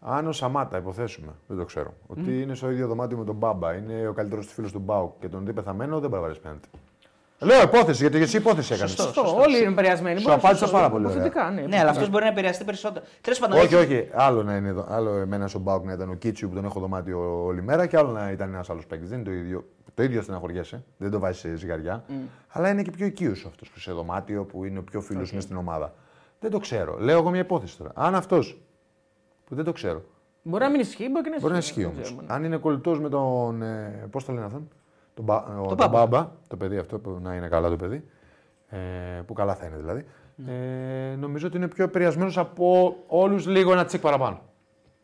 D: Αν ο Σαμάτα, υποθέσουμε, δεν το ξέρω, ότι είναι στο ίδιο δωμάτιο με τον Μπάμπα, είναι ο καλύτερος του φίλος του Μπάουκ και τον δει πεθαμένο, δεν παραβαρεί πέναντι. Λέω υπόθεση, γιατί εσύ υπόθεση έκανες.
B: Σωστό.
C: Αυτό, Όλοι είναι επηρεασμένοι.
D: Σου
C: Μπορεί να
D: απάντησα
C: σωστό,
D: πάρα πολύ ωραία.
C: υποθετικά, ναι.
B: Ναι, αλλά αυτός μπορεί να επηρεαστεί περισσότερο. Τέλος πάντων.
D: Όχι,
B: έχει-
D: όχι. Άλλο να είναι εδώ. Άλλο εμένα στον Μπάουκ να ήταν ο Κίτσιου που τον έχω δωμάτιο όλη μέρα και άλλο να ήταν ένας άλλος παίκτης. Δεν είναι το ίδιο. Το ίδιο στεναχωριέσαι. Δεν το βάζεις σε
B: Mm.
D: ζυγαριά. Αλλά είναι και πιο οικείος αυτός που σε δωμάτιο, που είναι ο πιο φίλος μες στην ομάδα. Δεν το ξέρω. Λέω εγώ μια υπόθεση τώρα. Αν αυτός που δεν το ξέρω.
C: Μπορεί να μην ισχύει, μπορεί και να ισχύει.
D: Μπορεί να ισχύει όμω.
C: Δεν ξέρουμε, ναι.
D: Αν είναι κολλητός με τον. Ε, Πώς το λένε αυτόν. Τον, μπα, ο- τον
B: Μπάμπα.
D: μπάμπα. Το παιδί αυτό που να είναι καλά το παιδί. Ε, που καλά θα είναι δηλαδή. Ε, νομίζω ότι είναι πιο επηρεασμένος από όλους λίγο ένα τσικ παραπάνω.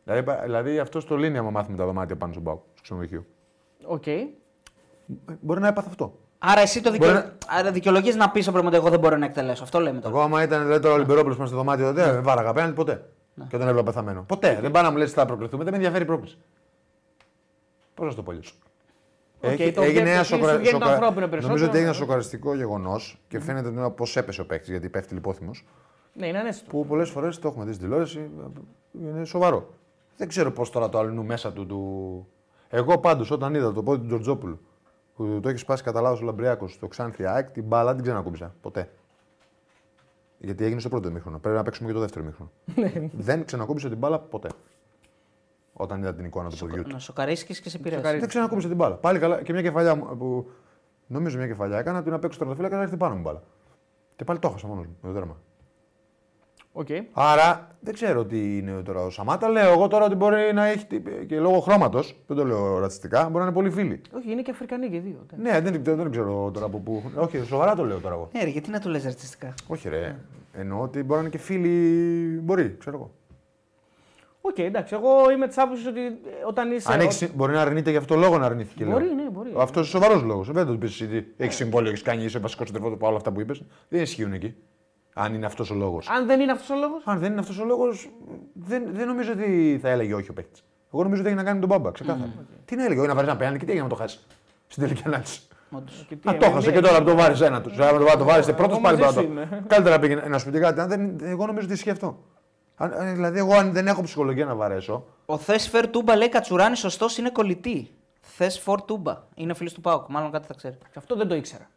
D: Δηλαδή, πα- δηλαδή αυτό το λύνει άμα μάθουμε τα δωμάτια πάνω στον πάγο, στο ξενοδοχείο.
C: Οκ.
D: Ε, Μπορεί να έπαθε αυτό.
B: Άρα εσύ το δικαι...
D: Μπορεί να-
B: Άρα δικαιολογείς να πεις στον προπονητή: Εγώ δεν μπορώ να εκτελέσω. Αυτό λέμε τώρα.
D: Εγώ, άμα ήταν δηλαδή, τώρα ο Λιμπερόπουλο μέσα στο δωμάτιο, τότε,
C: Ναι.
D: δεν βάραγα απέναντι ποτέ. Και τον έβλεπα πεθαμένο. Ποτέ. Δεν πάω να μου λες θα προκριθούμε, δεν με ενδιαφέρει η πρόκληση. Πώς να σου το πω λίγο.
C: Οκ,
D: Έχει-
C: το
D: έγινε
C: βγαίνει-
D: ένα
C: το βγαίνει-
D: σοκαρα...
C: βγαίνει το
D: σοκαρα-
C: ανθρώπινο
D: Νομίζω
C: περισσότερο,
D: ότι έγινε ένα
C: ναι.
D: σοκαριστικό γεγονός και φαίνεται ότι πώς έπεσε ο παίκτης, γιατί πέφτει λιπόθυμος.
C: Ναι, είναι ανέστητο.
D: Που πολλές φορές το έχουμε δει στην τηλεόραση. Είναι σοβαρό. Δεν ξέρω πώς τώρα το αλλού μέσα του. του... Εγώ πάντως όταν είδα το πόδι του Τζορτζόπουλου που το έχει σπάσει κατά λάθος ο Λαμπριάκο στο Ξάνθη ΑΕΚ, την μπάλα δεν την ξανακούμπησα. Ποτέ. Γιατί έγινε στο πρώτο μήχρονο. Πρέπει να παίξουμε και το δεύτερο μήχρονο. δεν ξανακούμπησε την μπάλα ποτέ. Όταν είδα την εικόνα του ποδιού του.
B: Να σοκαρίσκεις και σε
C: Σοκαρίζει.
B: πειράζει.
D: Δεν ξανακούμπησε την μπάλα. Πάλι καλά. Και μια κεφαλιά μου, που. Νομίζω μια κεφαλιά έκανα του να παίξω τερματοφύλακα να έρθει πάνω μου η μπάλα. Και πάλι το έχασα μόνος μου με το τέρμα.
C: Οκ.
D: Άρα δεν ξέρω τι είναι τώρα ο Σαμάτα. Λέω εγώ τώρα ότι μπορεί να έχει τι- και λόγω χρώματος. Δεν το λέω ρατσιστικά. Μπορεί να είναι πολύ φίλοι.
C: Όχι, είναι και Αφρικανοί και οι δύο. εντάξει.
D: Ναι, δεν, δεν, δεν ξέρω τώρα από πού. Όχι, σοβαρά το λέω τώρα εγώ.
B: Ναι, ρε, γιατί να του λες ρατσιστικά.
D: Όχι, ρε. Εννοώ ότι μπορεί να είναι και φίλοι. Μπορεί, ξέρω εγώ.
C: Οκ, εντάξει. Εγώ είμαι της άποψης ότι ε, όταν είσαι.
D: Αν
C: ό-
D: έχεις συ- μπορεί να αρνείται γι' αυτό λόγο να αρνήθηκε. λέω.
C: Μπορεί, ναι, μπορεί.
D: Αυτό είναι σοβαρός λόγος. Δεν θα του πει ότι έχεις συμβόλαιο, έχεις κάνει, είσαι βασικός συντροφό του όλα αυτά που είπες. Δεν ισχύουν εκεί. Αν είναι αυτός ο λόγος.
C: Αν δεν είναι αυτός ο λόγος.
D: Αν δεν είναι αυτός ο λόγος, δεν, δεν νομίζω ότι θα έλεγε όχι ο παίκτης. Εγώ νομίζω ότι έχει να κάνει με τον μπάμπα, ξεκάθαρα. Τι να έλεγε, όχι να βαρει ένα πέναντι και τι έγινε να το χάσει. Στην τελική ανάλυση.
B: Όντως.
D: Να το χάσε και τώρα που το βάρει ένα τους. Αν το βάρει πρώτο,
C: εγώ
D: πάλι
C: μαζί
D: να
C: σου
D: το.
C: είμαι.
D: Καλύτερα πήγαινε να σου πει κάτι. αν δεν- Εγώ νομίζω ότι ισχύει αυτό. Αν- αν- δηλαδή, εγώ αν δεν έχω ψυχολογία να βαρέσω.
B: Ο Θες Φερ Τούμπα λέει Κατσουράνη, σωστός είναι κολλητή. Θες Φορ Τούμπα. Είναι φίλος του Πάουκ. Μάλλον κάτι θα ξέρει.
C: Και αυτό δεν το ήξερα.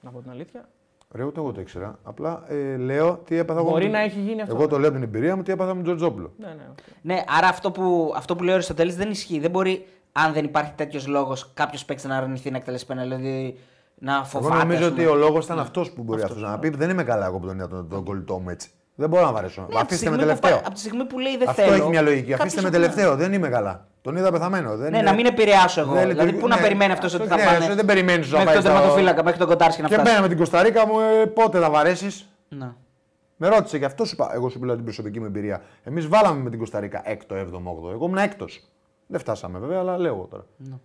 C: Να πω την αλήθεια.
D: Ρε, ούτε εγώ το ήξερα. Απλά ε, λέω τι έπαθα εγώ.
C: Μπορεί
D: με
C: να
D: τον-
C: έχει γίνει αυτό.
D: Εγώ το λέω από την εμπειρία μου τι έπαθα με τον Τζορτζόπουλο.
C: Ναι, ναι. οκ.
B: Ναι, άρα αυτό που, αυτό που λέει ο Αριστοτέλης δεν ισχύει. Δεν μπορεί, αν δεν υπάρχει τέτοιος λόγος, κάποιος παίκτη να αρνηθεί να εκτελέσει πένα. Δηλαδή να
D: Εγώ
B: φοβάται.
D: νομίζω
B: ας πούμε. Ναι,
D: ότι ο λόγος ήταν αυτός που μπορεί αυτό να πει. Δεν είμαι καλά εγώ που τον είδα τον, τον κολλητό μου έτσι. Δεν μπορώ να βαρέσω.
B: Ναι, από τη
D: Αφήστε
B: στιγμή
D: με
B: που
D: τελευταίο.
B: πα- Από τη στιγμή που λέει δεν
D: Αυτό
B: θέλω.
D: έχει μια λογική.
B: κάποιος
D: Αφήστε με
B: θα κάνει.
D: τελευταίο. Δεν είμαι καλά. Τον είδα πεθαμένο. Δεν
B: Ναι,
D: είναι-
B: να μην επηρεάσω εγώ.
D: δεν
B: δηλαδή,
D: λειτουργεί-
B: πού να
D: ναι.
B: περιμένει αυτός ότι θα
D: Ναι,
B: πάνε.
D: Δεν περιμένεις να
B: Μέχρι
D: πάει.
B: τον τερματοφύλακα, μέχρι τον Κοτάρσκι να
D: Και μένα
B: φτάσει.
D: με την Κωνσταντίνα μου, ε, πότε θα βαρέσεις.
B: Ναι.
D: Με ρώτησε και αυτό σου είπα. Εγώ σου μιλάω την προσωπική μου εμπειρία. Εμείς βάλαμε με την Κωνσταντίνα 6ο, 7ο, 8ο. Εγώ ήμουν 6ο. Δεν φτάσαμε βέβαια, αλλά λέω εγώ τώρα.
B: Ναι.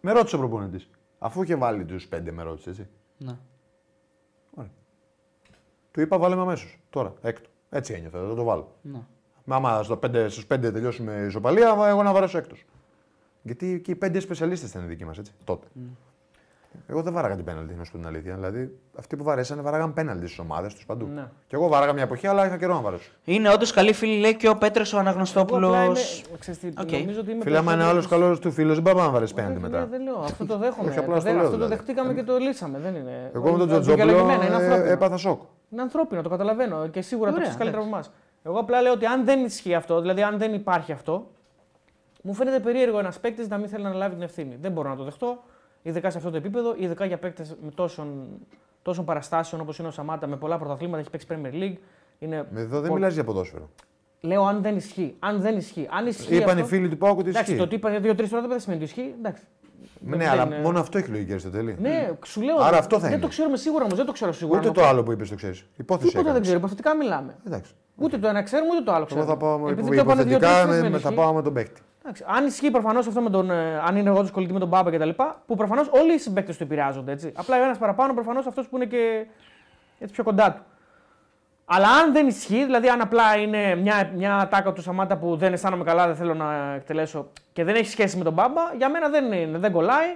D: Με ρώτησε ο προπονητής. Αφού είχε βάλει τους 5, με ρώτησε έτσι.
B: ναι.
D: Του είπα βάλε με αμέσως. Τώρα, έκτο. Έτσι ένιωθε, θα το βάλω.
B: Ναι.
D: Μα άμα στο 5, στους 5 τελειώσουμε η ισοπαλία, εγώ να βαρέσω έκτος. Γιατί και οι 5 σπεσιαλίστες ήταν οι δικοί μας, έτσι, τότε.
C: Ναι.
D: Εγώ δεν βάραγα την πέναλτι, να σου πω την αλήθεια. Δηλαδή, αυτοί που βαρέσανε βάραγαν πέναλτι στις ομάδες τους παντού.
C: Ναι.
D: Και εγώ βάραγα μια εποχή, αλλά είχα καιρό να βαρέσω.
B: Είναι όντως καλή φίλη, λέει και ο Πέτρος ο
C: Εγώ απλά
B: Αναγνωστόπουλο.
C: είμαι- ξέρεις τι,
B: Οκ.
C: Νομίζω ότι είμαι.
D: Φίλε, άμα είναι
C: περισσότερο-
D: άλλος καλός του φίλος, δεν πάμε να βαρέσει
C: Όχι,
D: πέναλτι
C: ναι,
D: μετά.
C: Δεν λέω, αυτό το δέχομαι.
D: Όχι, απλά
C: το
D: στο
C: δε-
D: λέω,
C: αυτό το
D: δηλαδή.
C: δεχτήκαμε και το λύσαμε. Δεν είναι.
D: Εγώ με τον
C: είναι
D: Τζοτζόπουλο
C: διαλεγμένα, είναι
D: ε,
C: ανθρώπινο.
D: έπαθα σοκ.
C: Είναι ανθρώπινο, το καταλαβαίνω και σίγουρα
B: Ωραία,
C: το ξέρεις καλύτερα από εμάς. Εγώ απλά λέω ότι αν δεν ισχύει αυτό, δηλαδή αν δεν υπάρχει αυτό, μου φαίνεται περίεργο ένας παίκτης να μην θέλει να αναλάβει την ευθύνη. Δεν μπορώ να το δεχτώ, ειδικά σε αυτό το επίπεδο, ειδικά για παίκτες με τόσων, τόσων παραστάσεων όπως είναι ο Σαμάτα με πολλά πρωταθλήματα, έχει παίξει Premier League. Είναι...
D: Με εδώ δεν
C: πο-
D: μιλάει για ποδόσφαιρο.
C: Λέω αν δεν ισχύει. Αν δεν ισχύει. Αν ισχύει.
D: Είπαν οι
C: αυτό-
D: φίλοι του Πάουκ ότι
C: Εντάξει, το
D: ισχύει.
C: ότι είπα για δύο-τρει φορές δεν σημαίνει ότι ισχύει. Εντάξει.
D: Ναι,
C: Δεν
D: αλλά
C: είναι-
D: μόνο αυτό έχει λογική αριστοτέλη.
C: Ναι, σου λέω.
D: Άρα
C: δεν-
D: αυτό θα
C: δεν
D: είναι.
C: το ξέρουμε σίγουρα όμως. Δεν το ξέρω σίγουρα.
D: Ούτε
C: αν
D: το άλλο που είπες το ξέρεις. Υπόθεση.
C: Τίποτα δεν
D: έκανες.
C: ξέρω. Υποθετικά μιλάμε.
D: Εντάξει.
C: Ούτε το ένα ξέρουμε ούτε το άλλο
D: Εγώ
C: ξέρουμε.
D: θα πάω με
C: Επειδή
D: υπο-
C: το είπανε
D: υποθετικά,
C: δύο-τρεις
D: με-
C: φορές,
D: με-
C: δεν
D: θα
C: ισχύει.
D: πάω με τον παίκτη.
C: Εντάξει, αν ισχύει προφανώς αυτό με τον. ε, αν είναι εγώ του κολλητή με τον Μπάμπα κτλ. Που προφανώς όλοι οι συμπαίκτες του επηρεάζονται. Έτσι. Απλά ο ένας παραπάνω προφανώς αυτός που είναι και έτσι πιο κοντά του. Αλλά αν δεν ισχύει, δηλαδή αν απλά είναι μια, μια ατάκα του Σαμάτα που δεν αισθάνομαι καλά, δεν θέλω να εκτελέσω και δεν έχει σχέση με τον Μπάμπα, για μένα δεν, είναι, δεν κολλάει.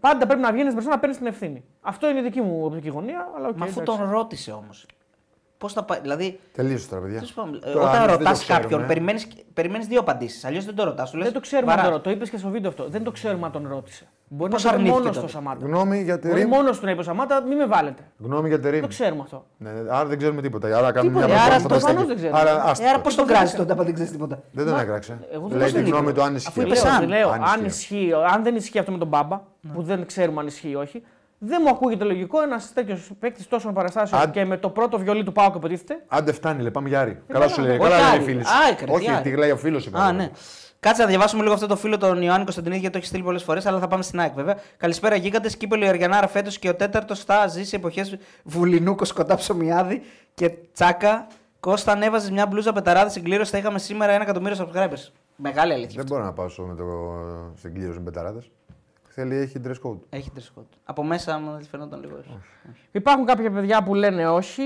C: Πάντα πρέπει να βγαίνεις μπροστά να παίρνεις την ευθύνη. Αυτό είναι η δική μου οπτική γωνία. Αλλά okay,
B: Μα αφού τον ρώτησε όμως. Πώς θα πάει. Δηλαδή,
D: Τελείωσες τώρα, παιδιά.
B: τέλος πάντων, ε,
D: Τώρα,
B: όταν
D: αν δεν
B: ρωτά
D: το ξέρουμε, ε.
B: κάποιον, περιμένεις δύο απαντήσεις. Αλλιώς δεν το ρωτάς.
C: Δεν το ξέρουμε αν τον ρώτησε. Το είπες και στο βίντεο αυτό. Δεν το ξέρουμε αν τον ρώτησε. Μπορεί
B: Πώς
C: να είναι
B: αρνήθηκε
C: μόνος στο
B: τότε.
C: Σαμάτα.
D: Γνώμη για τη
C: Μπορεί
D: ρήμ.
C: μόνος του να είπε ο Σαμάτα, μην με βάλετε.
D: Γνώμη για τη ρήμ.
C: Το ξέρουμε αυτό.
D: Ναι, ναι, άρα δεν ξέρουμε τίποτα. Άρα κάνουμε
C: Τίποτα.
D: μια
B: Άρα
D: προσπάθεια
B: προφανώς
D: στα
C: δεν
D: εκεί.
C: ξέρουμε. Ε,
D: Άρα, άστο.
B: Ε, Άρα πώς τον κράζει τότε, αν δεν ξέρει τίποτα.
D: Δεν τον έκραξε.
C: Εγώ δεν
D: Λέει
C: το
D: τη
C: ξέρω.
D: γνώμη του αν
B: Αφού
D: ισχύει.
B: είπε
C: Λέω,
B: σαν.
C: δεν λέω,
D: Αν
C: αν,
D: ισχύει.
C: ισχύει, αν δεν ισχύει αυτό με τον Μπάμπα, που δεν ξέρουμε αν ισχύει ή όχι, δεν μου ακούγεται λογικό ένας τέτοιος παίκτης τόσων παραστάσεων
D: Αν-
C: και με το πρώτο βιολί του Πάουκ υποτίθεται.
D: Άντε φτάνει, λέει, πάμε για Άρη.
C: Ε,
D: Καλά σου λέει.
B: Όχι
D: Καλά λέει
B: Άρη.
D: οι φίλοι σου.
B: Α, έκρητη,
D: Όχι,
B: Άρη.
D: τι λέει ο φίλος.
B: Α, ναι. Κάτσε να διαβάσουμε λίγο αυτό το φίλο τον Ιωάννη Κωνσταντινίδη, γιατί το έχει στείλει πολλές φορές, αλλά θα πάμε στην ΑΕΚ βέβαια. Καλησπέρα, γίγαντες. Κύπελο η Αργιανάρα φέτος και ο τέταρτος θα ζήσει εποχές βουλινού, κοσκοτά ψωμιάδη και τσάκα. Κώστα, αν έβαζε μια μπλούζα πεταράδες στην κλήρωση, θα είχαμε σήμερα ένα εκατομμύριο subscribers. Μεγάλη αλήθεια.
D: Δεν μπορώ να πάω στο- με το- στην κλήρωση με πεταράδες. Θέλει, έχει dress code.
B: Έχει τρισκότ. Από μέσα μου δεν φαινόταν λίγο. ίσως.
C: Υπάρχουν κάποια παιδιά που λένε όχι.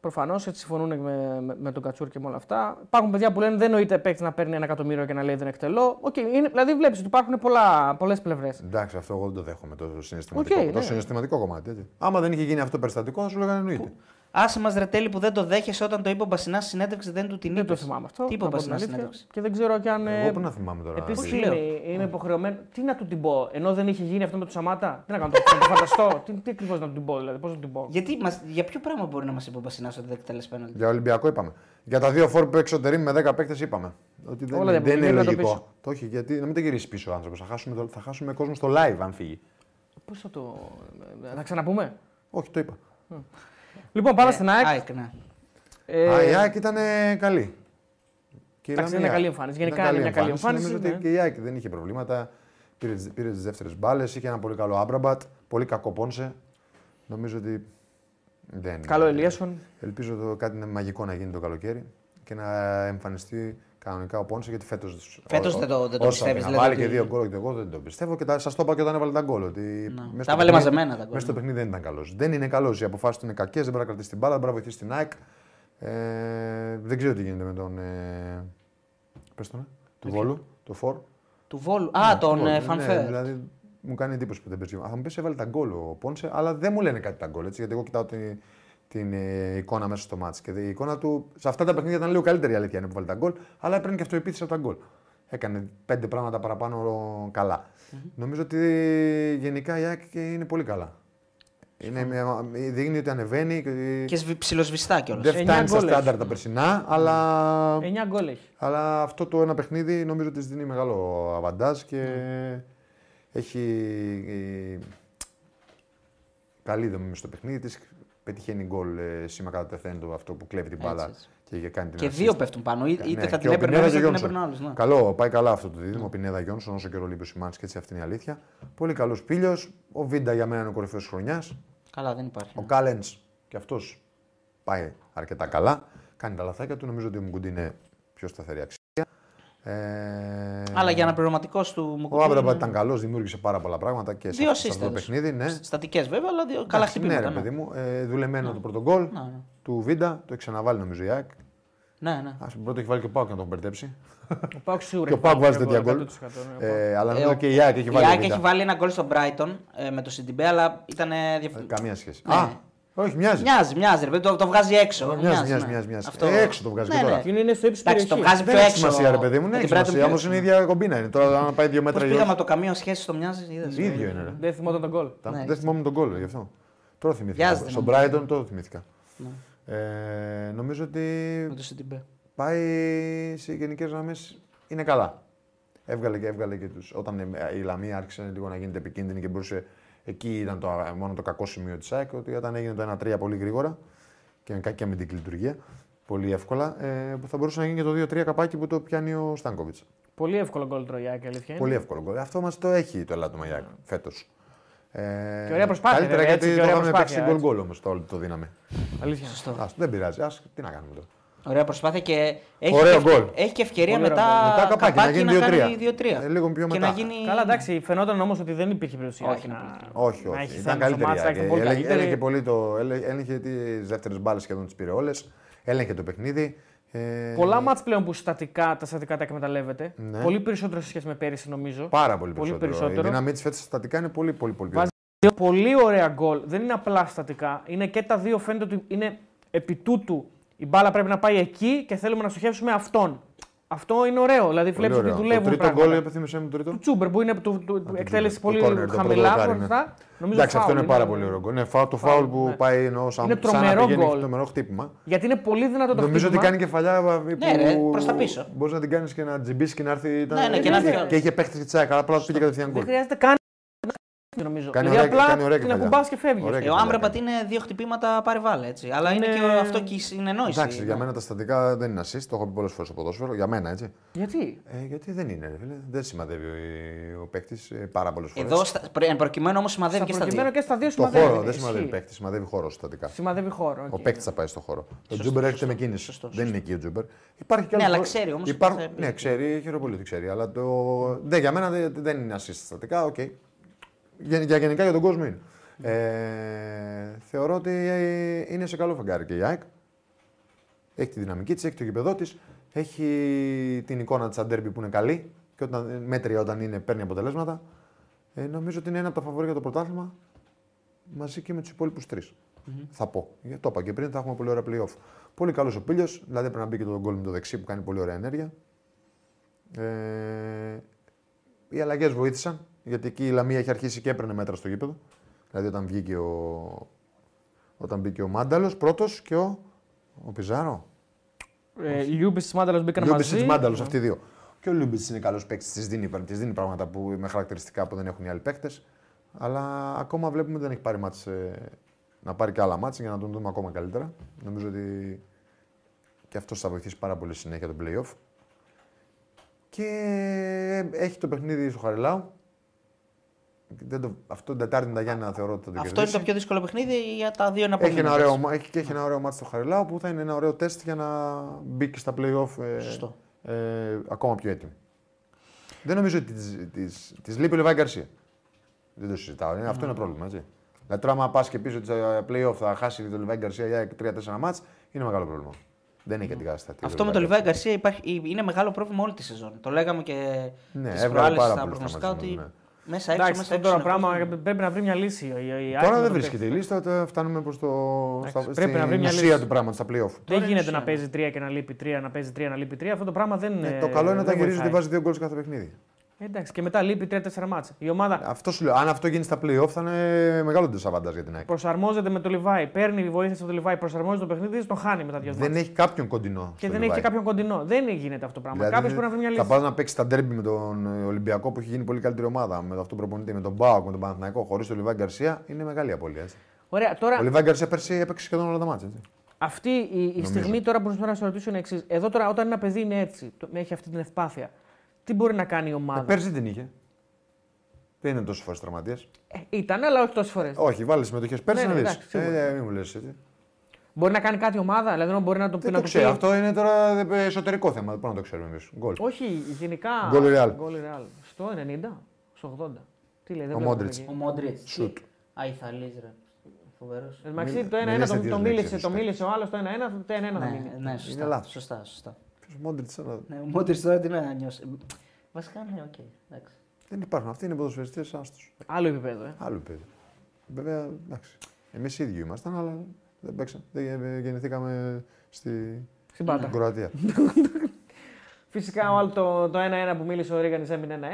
C: Προφανώς έτσι συμφωνούν με, με, με τον Κατσούρ και με όλα αυτά. Υπάρχουν παιδιά που λένε δεν νοείται παίκτης να παίρνει ένα εκατομμύριο και να λέει δεν εκτελώ. Οκ, είναι, δηλαδή βλέπεις ότι υπάρχουν πολλές πλευρές.
D: Εντάξει, αυτό εγώ δεν το δέχομαι το συναισθηματικό,
C: Οκ,
D: το
C: ναι.
D: συναισθηματικό κομμάτι. έτσι. Άμα δεν είχε γίνει αυτό περιστατικό, θα σου λέγανε εννοείται.
B: Άσε μας ρετέλη που δεν το δέχεσαι όταν το είπε ο Μπασινάς στη συνέντευξη, δεν του την είπε.
C: Δεν το θυμάμαι αυτό.
B: Τι είπε
C: να
B: ο
C: πω την
B: Μπασινάς στη
C: αλήθεια.
B: συνέντευξη.
C: Και δεν ξέρω και αν. ε,
D: Εγώ που να θυμάμαι τώρα. δηλαδή. να
C: Επίση
D: πει.
C: είμαι,
B: λέω.
C: είμαι υποχρεωμένο. Τι να του την πω, ενώ δεν είχε γίνει αυτό με του Σαμάτα. Τι να κάνω, να το φανταστώ. Τι, τι ακριβώς να του την πω, δηλαδή, πώς να του την πω.
B: Γιατί μας, για ποιο πράγμα μπορεί να μας είπε ο Μπασινάς ότι δεν εκτελέσει πέναλτι.
D: Για Ολυμπιακό είπαμε. Για τα δύο φόρ που εξωτερεί με 10 παίκτες είπαμε. Ότι δεν,
C: Όλα
D: είναι-
C: τα
D: δεν είναι
C: υπόλοιπα
D: λογικό.
C: πίσω.
D: Το, όχι, γιατί να μην το γυρίσεις πίσω ο άνθρωπος. Θα, χάσουμε το- θα χάσουμε κόσμο στο live αν φύγει.
C: Πώς θα το. Θα ξαναπούμε.
D: Όχι, το είπα.
C: Λοιπόν, πάμε
B: Ε,
C: στην ΑΕΚ.
B: ΑΕΚ, ναι.
C: Ε,
D: Α, η ΑΕΚ ήταν καλή. Και η
C: Εντάξει,
D: Λαμία.
C: είναι καλή εμφάνιση.
D: Ήταν
C: Γενικά είναι μια καλή εμφάνιση,
D: Νομίζω ότι
C: ναι.
D: και η ΑΕΚ δεν είχε προβλήματα. Πήρε, τις- πήρε τις δεύτερες μπάλες. Είχε ένα πολύ καλό άμπραμπατ. Πολύ κακό πόνσε. Νομίζω ότι. Δεν είναι.
C: Καλό Ελίασον.
D: Ελπίζω το κάτι να- μαγικό να γίνει το καλοκαίρι και να εμφανιστεί κανονικά ο Πόνσε γιατί φέτος.
B: Φέτος δεν το- δεν το πιστεύεις,
D: Να
B: δηλαδή,
D: βάλει
B: ότι-
D: και δύο γκολ και εγώ δεν το πιστεύω και σας το είπα και όταν έβαλε τα γκολ. Ότι μέσα στο
B: Τα
D: παιχνίδι-
B: βάλε μαζεμένα τα γκολ,
D: Μέσα στο
B: ναι.
D: παιχνίδι δεν ήταν καλός. Δεν είναι καλός. Οι αποφάσεις του είναι κακές, δεν μπορεί να κρατήσει την μπάλα, δεν μπορεί να βοηθήσει την ΑΕΚ. Ε, δεν ξέρω τι γίνεται με τον. Ε, πες τον, ε, του Βόλου, το Φορ.
B: Του Βόλου. Α, τον
D: Γκολ.
B: ε,
D: Ναι,
B: Φανφέρ.
D: δηλαδή μου κάνει εντύπωση που δεν παίζει. Θα μου πει έβαλε τα γκολ ο Πόνσε, αλλά δεν μου λένε κάτι τα γκολ. Έτσι, γιατί εγώ κοιτάω τη, την ε, εικόνα μέσα στο μάτς. Και η εικόνα του σε αυτά τα παιχνίδια ήταν λίγο καλύτερη η αλήθεια είναι που βάλει τα γκολ, αλλά έπαιρνε και αυτοεπίθεση από τα γκολ. Έκανε πέντε πράγματα παραπάνω καλά. Νομίζω ότι γενικά η ΑΕΚ είναι πολύ καλά. Είναι, μια- δείχνει ότι ανεβαίνει. Και... ότι
B: Και σβη- ψιλοσβηστά κιόλας.
D: Δεν
C: Εννιά
D: φτάνει στα
C: γκολ
D: στάνταρ τα περσινά, αλλά
C: 9 γκολ έχει.
D: αλλά αυτό το ένα παιχνίδι νομίζω ότι της δίνει μεγάλο αβαντάζ και
B: Ναι.
D: έχει ε, καλή δομή μες στο παιχνίδι της. Πετυχαίνει γκολ ε, σήμα κατά το εθέντο αυτό που κλέβει την
B: Έτσι,
D: μπάλα
B: έτσι.
D: και κάνει την
B: Και
D: assist.
B: δύο πέφτουν πάνω. Ή-
D: Ναι,
B: Είτε θα
D: και
B: την
D: ο
B: έπαιρνε
D: Πινέδα
B: ένα,
D: και
B: είτε θα την
D: Γιόνσον.
B: έπαιρνε άλλος. Ναι.
D: Καλό, πάει καλά αυτό το δίδυμο. Πινέδα Γιόνσον, όσο καιρό λείπει ο Σιμάνσκι, έτσι αυτή είναι η αλήθεια. Πολύ καλός πύλιο. Ο Βίντα για μένα είναι ο κορυφαίος χρονιάς.
B: Καλά, δεν υπάρχει. ναι.
D: Ο Κάλεν και αυτός πάει αρκετά καλά. Κάνει τα λαθάκια του. Νομίζω ότι ο Μουκουντή είναι πιο σταθερή αξία. Ε,
B: Αλλά για αναπληρωματικό του Μουκουντή.
D: Ο Άμπραμπατ ήταν καλός, δημιούργησε πάρα πολλά πράγματα και σε,
B: Δύο
D: σε αυτό το
B: assistants.
D: παιχνίδι. Ναι.
B: Στατικές βέβαια, αλλά δύο καλά
D: Εντάξει, Ναι,
B: χτυπήματα.
D: ρε
B: Ναι,
D: παιδί μου. Ε, δουλεμένο το πρώτο γκολ
B: Ναι, ναι.
D: του Βίντα, το έχει ξαναβάλει νομίζω η ΑΕΚ.
B: ναι, ναι.
D: Ας, τον πρώτο έχει βάλει και ο Πάουκ να τον μπερδέψει.
C: Ο Πάουκ σίγουρα
D: Και ο
C: έχει
D: Πάουκ βάζει
C: βάλει
D: τέτοια
C: γκολ,
D: γκολ.
C: 100%, ναι, ο Πάουκ.
D: Ε, αλλά
B: Ε,
D: νομίζω
B: ο-
D: και η ΑΕΚ έχει
B: Η
D: βάλει.
B: ΑΕΚ
D: ο
B: έχει
D: Βίντα.
B: βάλει ένα γκολ στον Brighton ε, με το Σιντιμπέ, αλλά ήταν.
D: Ε, Καμία σχέση.
B: Ναι.
D: Α, όχι, μοιάζει.
B: Μοιάζει, μοιάζει. Ρε, παιδί, το, το βγάζει έξω.
D: Μοιάζει, μοιάζει, μοιάζει, μοιάζει. Ε, έξω το βγάζει
B: Ναι,
D: και τώρα.
B: ναι.
C: Εκείνο είναι στο ύψο
B: Εντάξει, το βγάζει
D: Δεν
B: πιο
D: έχει
B: έξω.
D: σημασία, ρε παιδί μου. Ναι,
B: με
D: έχει
B: την Brighton
D: σημασία.
B: πιο
D: Όμω
B: έξω.
D: είναι η ίδια κομπίνα. Είναι. Τώρα, αν πάει δύο
B: Πώς
D: μέτρα ή
B: πήγαμε
D: όχι.
B: από το καμίο σχέση στο μοιάζει. είδες.
D: ίδιο είναι. Ρε.
C: Δεν θυμόταν τον γκολ.
D: Τα-
B: Ναι,
D: Δεν θυμόμουν τον κόλλο γι' αυτό. Τώρα θυμήθηκα.
B: Βιάζεται
D: Στον
B: να μην
D: Brighton τώρα θυμήθηκα. Ε, νομίζω ότι
B: Με το Σιντιμπέ.
D: πάει σε γενικές γραμμές. Είναι καλά. Έβγαλε και έβγαλε και τους. Όταν ε, η Λαμία άρχισε λίγο να γίνεται επικίνδυνη και μπορούσε. Εκεί ήταν το, ε, μόνο το κακό σημείο της ΑΕΚ. Ότι όταν έγινε το 1-3 πολύ γρήγορα και με κάποια με την λειτουργία πολύ εύκολα, ε, που θα μπορούσε να γίνει και το 2-3 καπάκι που το πιάνει ο Στάνκοβιτ.
C: Πολύ εύκολο γκολ τρώει η ΑΕΚ, αλήθεια. είναι.
D: Πολύ εύκολο γκολ. Αυτό μας το έχει το ελάττωμα Γιάκ φέτος. Ε,
C: Ναι. Και ωραία προσπάθεια,
D: Καλύτερα
C: βέβαια,
D: γιατί
C: έτσι, και
D: το
C: ωραία
D: είχαμε παίξεις
C: προσπάθεια,
D: γκολ γκολ όμως το όλο το δίναμε.
C: Αλήθεια.
B: Σωστό.
D: Ας, δεν πειράζει. Ας, τι να κάνουμε τώρα.
B: Ωραία προσπάθεια και έχει,
D: Ωραίο
B: και, ευκαι-
D: γκολ.
B: έχει και ευκαιρία
C: Πολύ ωραίο
B: μετά,
D: γκολ. Μετά καπάκι, να γίνει 2-3.
B: κάνει 2-3.
D: Ε, λίγο πιο
B: και
D: μετά.
B: να γίνει...
C: Καλά, εντάξει, φαινόταν όμως ότι δεν υπήρχε περιουσία.
B: Όχι,
C: να-
B: να-
D: Όχι,
C: να
D: όχι.
C: έχει
D: Ήταν
C: θέμα στο
D: καλύτερη. η
C: μάτς,
D: ΑΕΚ.
C: ήταν πολύ
D: Έλεγε,
C: καλύτερη.
D: έλεγε πολύ το. έλε- Έλεγε τις δεύτερες μπάλες σχεδόν τις πήρε όλες. Έλεγε το παιχνίδι. Ε,
C: Πολλά μάτς πλέον που στατικά, τα στατικά τα εκμεταλλεύεται.
D: Ναι.
C: Πολύ περισσότερο σε σχέση με πέρυσι, νομίζω.
D: Πάρα πολύ
C: πολύ
D: περισσότερο. Η
C: περισσότερο.
D: δύναμη της φέτο στατικά είναι πολύ, πολύ, πολύ.
C: Βάζει Δύο πολύ ωραία γκολ. Δεν είναι απλά στατικά. Είναι και τα δύο φαίνεται ότι είναι επί τούτου. Η μπάλα πρέπει να πάει εκεί και θέλουμε να στοχεύσουμε αυτόν. Αυτό είναι ωραίο. Δηλαδή
D: Πολύ
C: βλέπεις ότι
D: ωραίο.
C: δουλεύουν.
D: Το τρίτο
C: πράγματα.
D: γκολ, επιθύμησε μου το τρίτο.
C: Του Τσούμπερ που είναι του, του,
D: του
C: εκτέλεση
D: Τσούμπερ.
C: πολύ
D: Το corner, το
C: χαμηλά
D: πρωτοκάρι,
C: μπροστά. Νομίζω
D: Εντάξει, αυτό
C: φάουλ
D: είναι πάρα πολύ ωραίο γκολ. Ναι, φάου- το
C: Φάουλ,
D: φάουλ που
C: ναι.
D: πάει εννοώ σαν,
C: Είναι
D: σαν να
C: τρομερό
D: πηγαίνει
C: γκολ.
D: τρομερό χτύπημα.
C: Γιατί είναι πολύ δυνατό το
D: Νομίζω ότι
C: χτύπημα.
D: κάνει κεφαλιά ε, που
B: Ναι, ρε, προς τα πίσω.
D: Μπορείς να την κάνεις και να τζιμπήσεις και να έρθει. Ήταν...
B: Ναι, ναι, και να έρθει.
D: είχε παίχτη τη τσάκα, αλλά απλά πήγε κατευθείαν γκολ.
C: Δεν χρειάζεται καν. Νομίζω.
D: Κάνει
C: δηλαδή
D: ωραία-
C: απλά
D: κάνει ωραία
C: την
D: κεφαλιά.
C: ακουμπά και φεύγεις.
D: Ωραία.
B: Ε, Ο Άμπραμπατ είναι δύο χτυπήματα παρεβάλλε, έτσι. Αλλά είναι,
C: Είναι-
B: και αυτό και η συνεννόηση.
D: Εντάξει, για μένα τα στατικά δεν είναι assist, το έχω πει πολλές φορές στο ποδόσφαιρο. Για μένα έτσι.
C: Γιατί.
D: Ε, γιατί δεν είναι, ρε, φίλε. δεν σημαδεύει ο- ο παίκτης πάρα πολλές φορέ.
B: Εδώ, στα- προ- εν προκειμένου όμως σημαδεύει
C: Στα
B: και στα
C: προκειμένου
B: δύο.
C: και στα δύο
D: Το
C: σημαδεύει.
D: χώρο δεν
C: Ισχύει.
D: σημαδεύει παίκτης, σημαδεύει χώρο στατικά.
C: Σημαδεύει χώρο.
D: Ο
C: οκ.
D: παίκτης θα πάει στο χώρο. Το Τζούμπερ έρχεται με κίνηση. δεν είναι εκεί ο Τζούμπερ. Υπάρχει κι
B: Ναι,
D: άλλος
B: αλλά
D: χώρος.
B: ξέρει όμως
D: Υπάρχουν-
B: ότι θα
D: Ναι,
B: μπει.
D: ξέρει, χειροπολίτη το ξέρει. Αλλά το... Ναι, για μένα δεν, δεν είναι assist στατικά. οκ. Για, για γενικά για τον κόσμο είναι. Ε, θεωρώ ότι ε, είναι σε καλό φεγγάρι και η ΑΕΚ. Έχει τη δυναμική της, έχει το γήπεδό της, έχει την εικόνα της αντέρμπι που είναι καλή και όταν, ε, μέτρια όταν είναι παίρνει αποτελέσματα. Ε, νομίζω ότι είναι ένα από τα φαβορή για το πρωτάθλημα μαζί και με τους υπόλοιπους Θα πω. Γιατί το είπα και πριν, θα έχουμε πολύ ωραία playoff. Πολύ καλός ο Πίλιο, δηλαδή πρέπει να μπει και το γκολ με το δεξί που κάνει πολύ ωραία ενέργεια. Ε, οι αλλαγές βοήθησαν, γιατί εκεί η Λαμία έχει αρχίσει και έπαιρνε μέτρα στο γήπεδο. Δηλαδή όταν, βγήκε ο... όταν μπήκε ο Μάνταλος πρώτος και ο, ο Πιζάρο.
C: Ε, Λιούμπης Μάνταλος μπήκαν μαζί.
D: Λιούμπισιτ Μάνταλο,
B: Ναι.
D: αυτοί οι δύο. Και ο Λιούμπισιτ είναι καλός παίκτης, της δίνει, της δίνει πράγματα που, με χαρακτηριστικά που δεν έχουν οι άλλοι παίκτες. Αλλά ακόμα βλέπουμε ότι δεν έχει πάρει μάτς, ε, να πάρει και άλλα μάτς για να τον δούμε ακόμα καλύτερα. Νομίζω ότι και αυτό θα βοηθήσει πάρα πολύ στη συνέχεια τον playoff. Και ε, έχει το παιχνίδι στο Χαριλάου. Δεν το, αυτό την Τετάρτη με τα Γιάννη θεωρώ ότι θα
B: Αυτό
D: το
B: είναι
D: κερδίσει.
B: το πιο δύσκολο παιχνίδι για τα δύο να
D: Έχει ένα ωραίο, μα- έχει, και έχει ένα ωραίο μάτι στο Χαριλάου που θα είναι ένα ωραίο τεστ για να μπει και στα playoff ε,
B: Σωστό.
D: ε, ακόμα πιο έτοιμη. Δεν νομίζω ότι της, της, της λείπει ο Λιβάη Γκαρσία. Δεν το συζητάω. Είναι, Αυτό είναι πρόβλημα. Έτσι. Δηλαδή τώρα, άμα πας και πίσω τα playoff θα χάσει το Λιβάη Γκαρσία για 3-4 μάτς, είναι μεγάλο πρόβλημα. Δεν έχει αντικατασταθεί. ο
B: Αυτό με
D: Λιβάη
B: τον Λιβάη Γκαρσία
D: Γκαρσία.
B: υπάρχει, είναι μεγάλο πρόβλημα όλη τη σεζόν. Το λέγαμε και
D: Ναι,
B: τις
D: έβγαλε
B: προάλλες
D: πάρα
B: στα
D: πολύ στα
B: προγνωστικά
D: μάτια,
B: ότι
D: ναι.
B: Μέσα έξω,
C: Εντάξει,
B: μέσα
C: αυτό
B: έξω.
C: τώρα
B: είναι
C: πράγμα
B: αυτό.
C: πρέπει να βρει μια λύση. Η, η, η
D: Τώρα
C: Άκη να
D: δεν
C: το
D: βρίσκεται η
C: παίξει.
D: λίστα, τώρα φτάνουμε προς το.
C: Εντάξει,
D: στα-
C: πρέπει να βρει
D: Στην
C: μια
D: ουσία
C: λύση.
D: του πράγματος, στα playoff.
C: Δεν
B: είναι
C: γίνεται να
B: ουσία.
C: παίζει τρία και να λείπει τρία, να παίζει τρία, να λείπει τρία. Αυτό το πράγμα δεν
D: Ναι,
C: είναι.
D: το καλό είναι
C: δεν
D: όταν γυρίζονται
C: βοηθάει.
D: βάζει δύο γκολ σε κάθε παιχνίδι.
C: Εντάξει, και μετά λείπει τρία-τέσσερα μάτσα. Η ομάδα
D: Αυτό σου λέω. Αν αυτό γίνει στα playoff θα είναι μεγάλο το σαβαντάζ για την ΑΕΚ.
C: προσαρμόζεται με το Λιβάη, παίρνει βοήθεια από το Λιβάη, προσαρμόζεται το παιχνίδι, τον χάνει μετά δύο
D: Δεν
C: μάτσα.
D: έχει κάποιον κοντινό.
C: Και δεν
D: στο
C: έχει και
D: Λιβάι.
C: κάποιον κοντινό. Δεν γίνεται αυτό το πράγμα.
D: Δηλαδή,
C: Κάποιος πρέπει να βρει μια λύση.
D: Θα πας να παίξεις τα ντέρμπι με τον ε, Ολυμπιακό που έχει γίνει πολύ καλύτερη ομάδα. Με αυτόν τον προπονητή, με τον Μπάουκ, με τον Παναθηναϊκό, χωρίς τον Λιβάη Γκαρσία είναι μεγάλη απώλεια. έτσι.
C: Ωραία,
D: Ο
C: τώρα
D: Λιβάη Γκαρσία πέρσι έπαιξε σχεδόν όλα τα Ε, μάτια.
C: Αυτή η, η στιγμή τώρα που προσπαθώ να σα ρωτήσω είναι εξής. Εδώ τώρα, όταν ένα παιδί είναι έτσι, το- έχει αυτή την ευπάθεια, τι μπορεί να κάνει η ομάδα.
D: Πέρσι την είχε. Δεν είναι τόσο φορές τραυματίας.
C: Ε, ήταν, αλλά όχι τόσες φορές.
D: Όχι, βάλεις συμμετοχές πέρσι
C: Ναι,
D: να
C: ναι,
D: δεις.
C: εντάξει, σίγουρα.
D: μην μου λες έτσι.
C: Μπορεί να κάνει κάτι η ομάδα, δηλαδή μπορεί να το πει.
D: Δεν
C: να
D: το
C: του
D: ξέρω.
C: πει-
D: Αυτό είναι τώρα ε, εσωτερικό θέμα. Δεν μπορούμε να το ξέρουμε εμείς. Γκολ.
C: Όχι, γενικά.
D: Γκολ Real.
C: Γκολ Real. Στο 90, στο 80. Τι λέει, δεν
D: Ο
C: βλέπω
D: Μόντριτς.
C: εκεί.
B: Ο Μόντριτ.
D: Σουτ.
B: Αϊθαλή, ρε. Φοβερός.
C: Εν τω μεταξύ,
D: Μην-
C: το
D: μην
C: 1-1
D: λες
C: το,
D: τέτοιες
C: το,
D: λέξεις,
C: μίλησε, το
D: respect.
C: μίλησε ο άλλος το 1-1, το 1-1 θα
B: Ναι,
C: μείνει.
B: ναι,
D: Είναι
B: σωστά.
D: λάθος.
B: Σωστά, σωστά.
D: Μόντριτς, αλλά
B: Ναι, ο Μόντριτ τώρα τι να νιώσει. Ε, Βασικά, ναι, οκ. εντάξει.
D: Δεν υπάρχουν. Αυτοί είναι ποδοσφαιριστές άστος.
C: Άλλο επίπεδο. Ε.
D: Άλλο παιδί. Βέβαια, εντάξει. Εμείς ίδιοι ήμασταν, αλλά δεν παίξαμε. Δεν ε, γεννηθήκαμε στη
C: Στην πάτα.
D: στην Κροατία.
C: Φυσικά, όλο το, το 1-1 που μίλησε ο Ρίγανης έμεινε 1-1.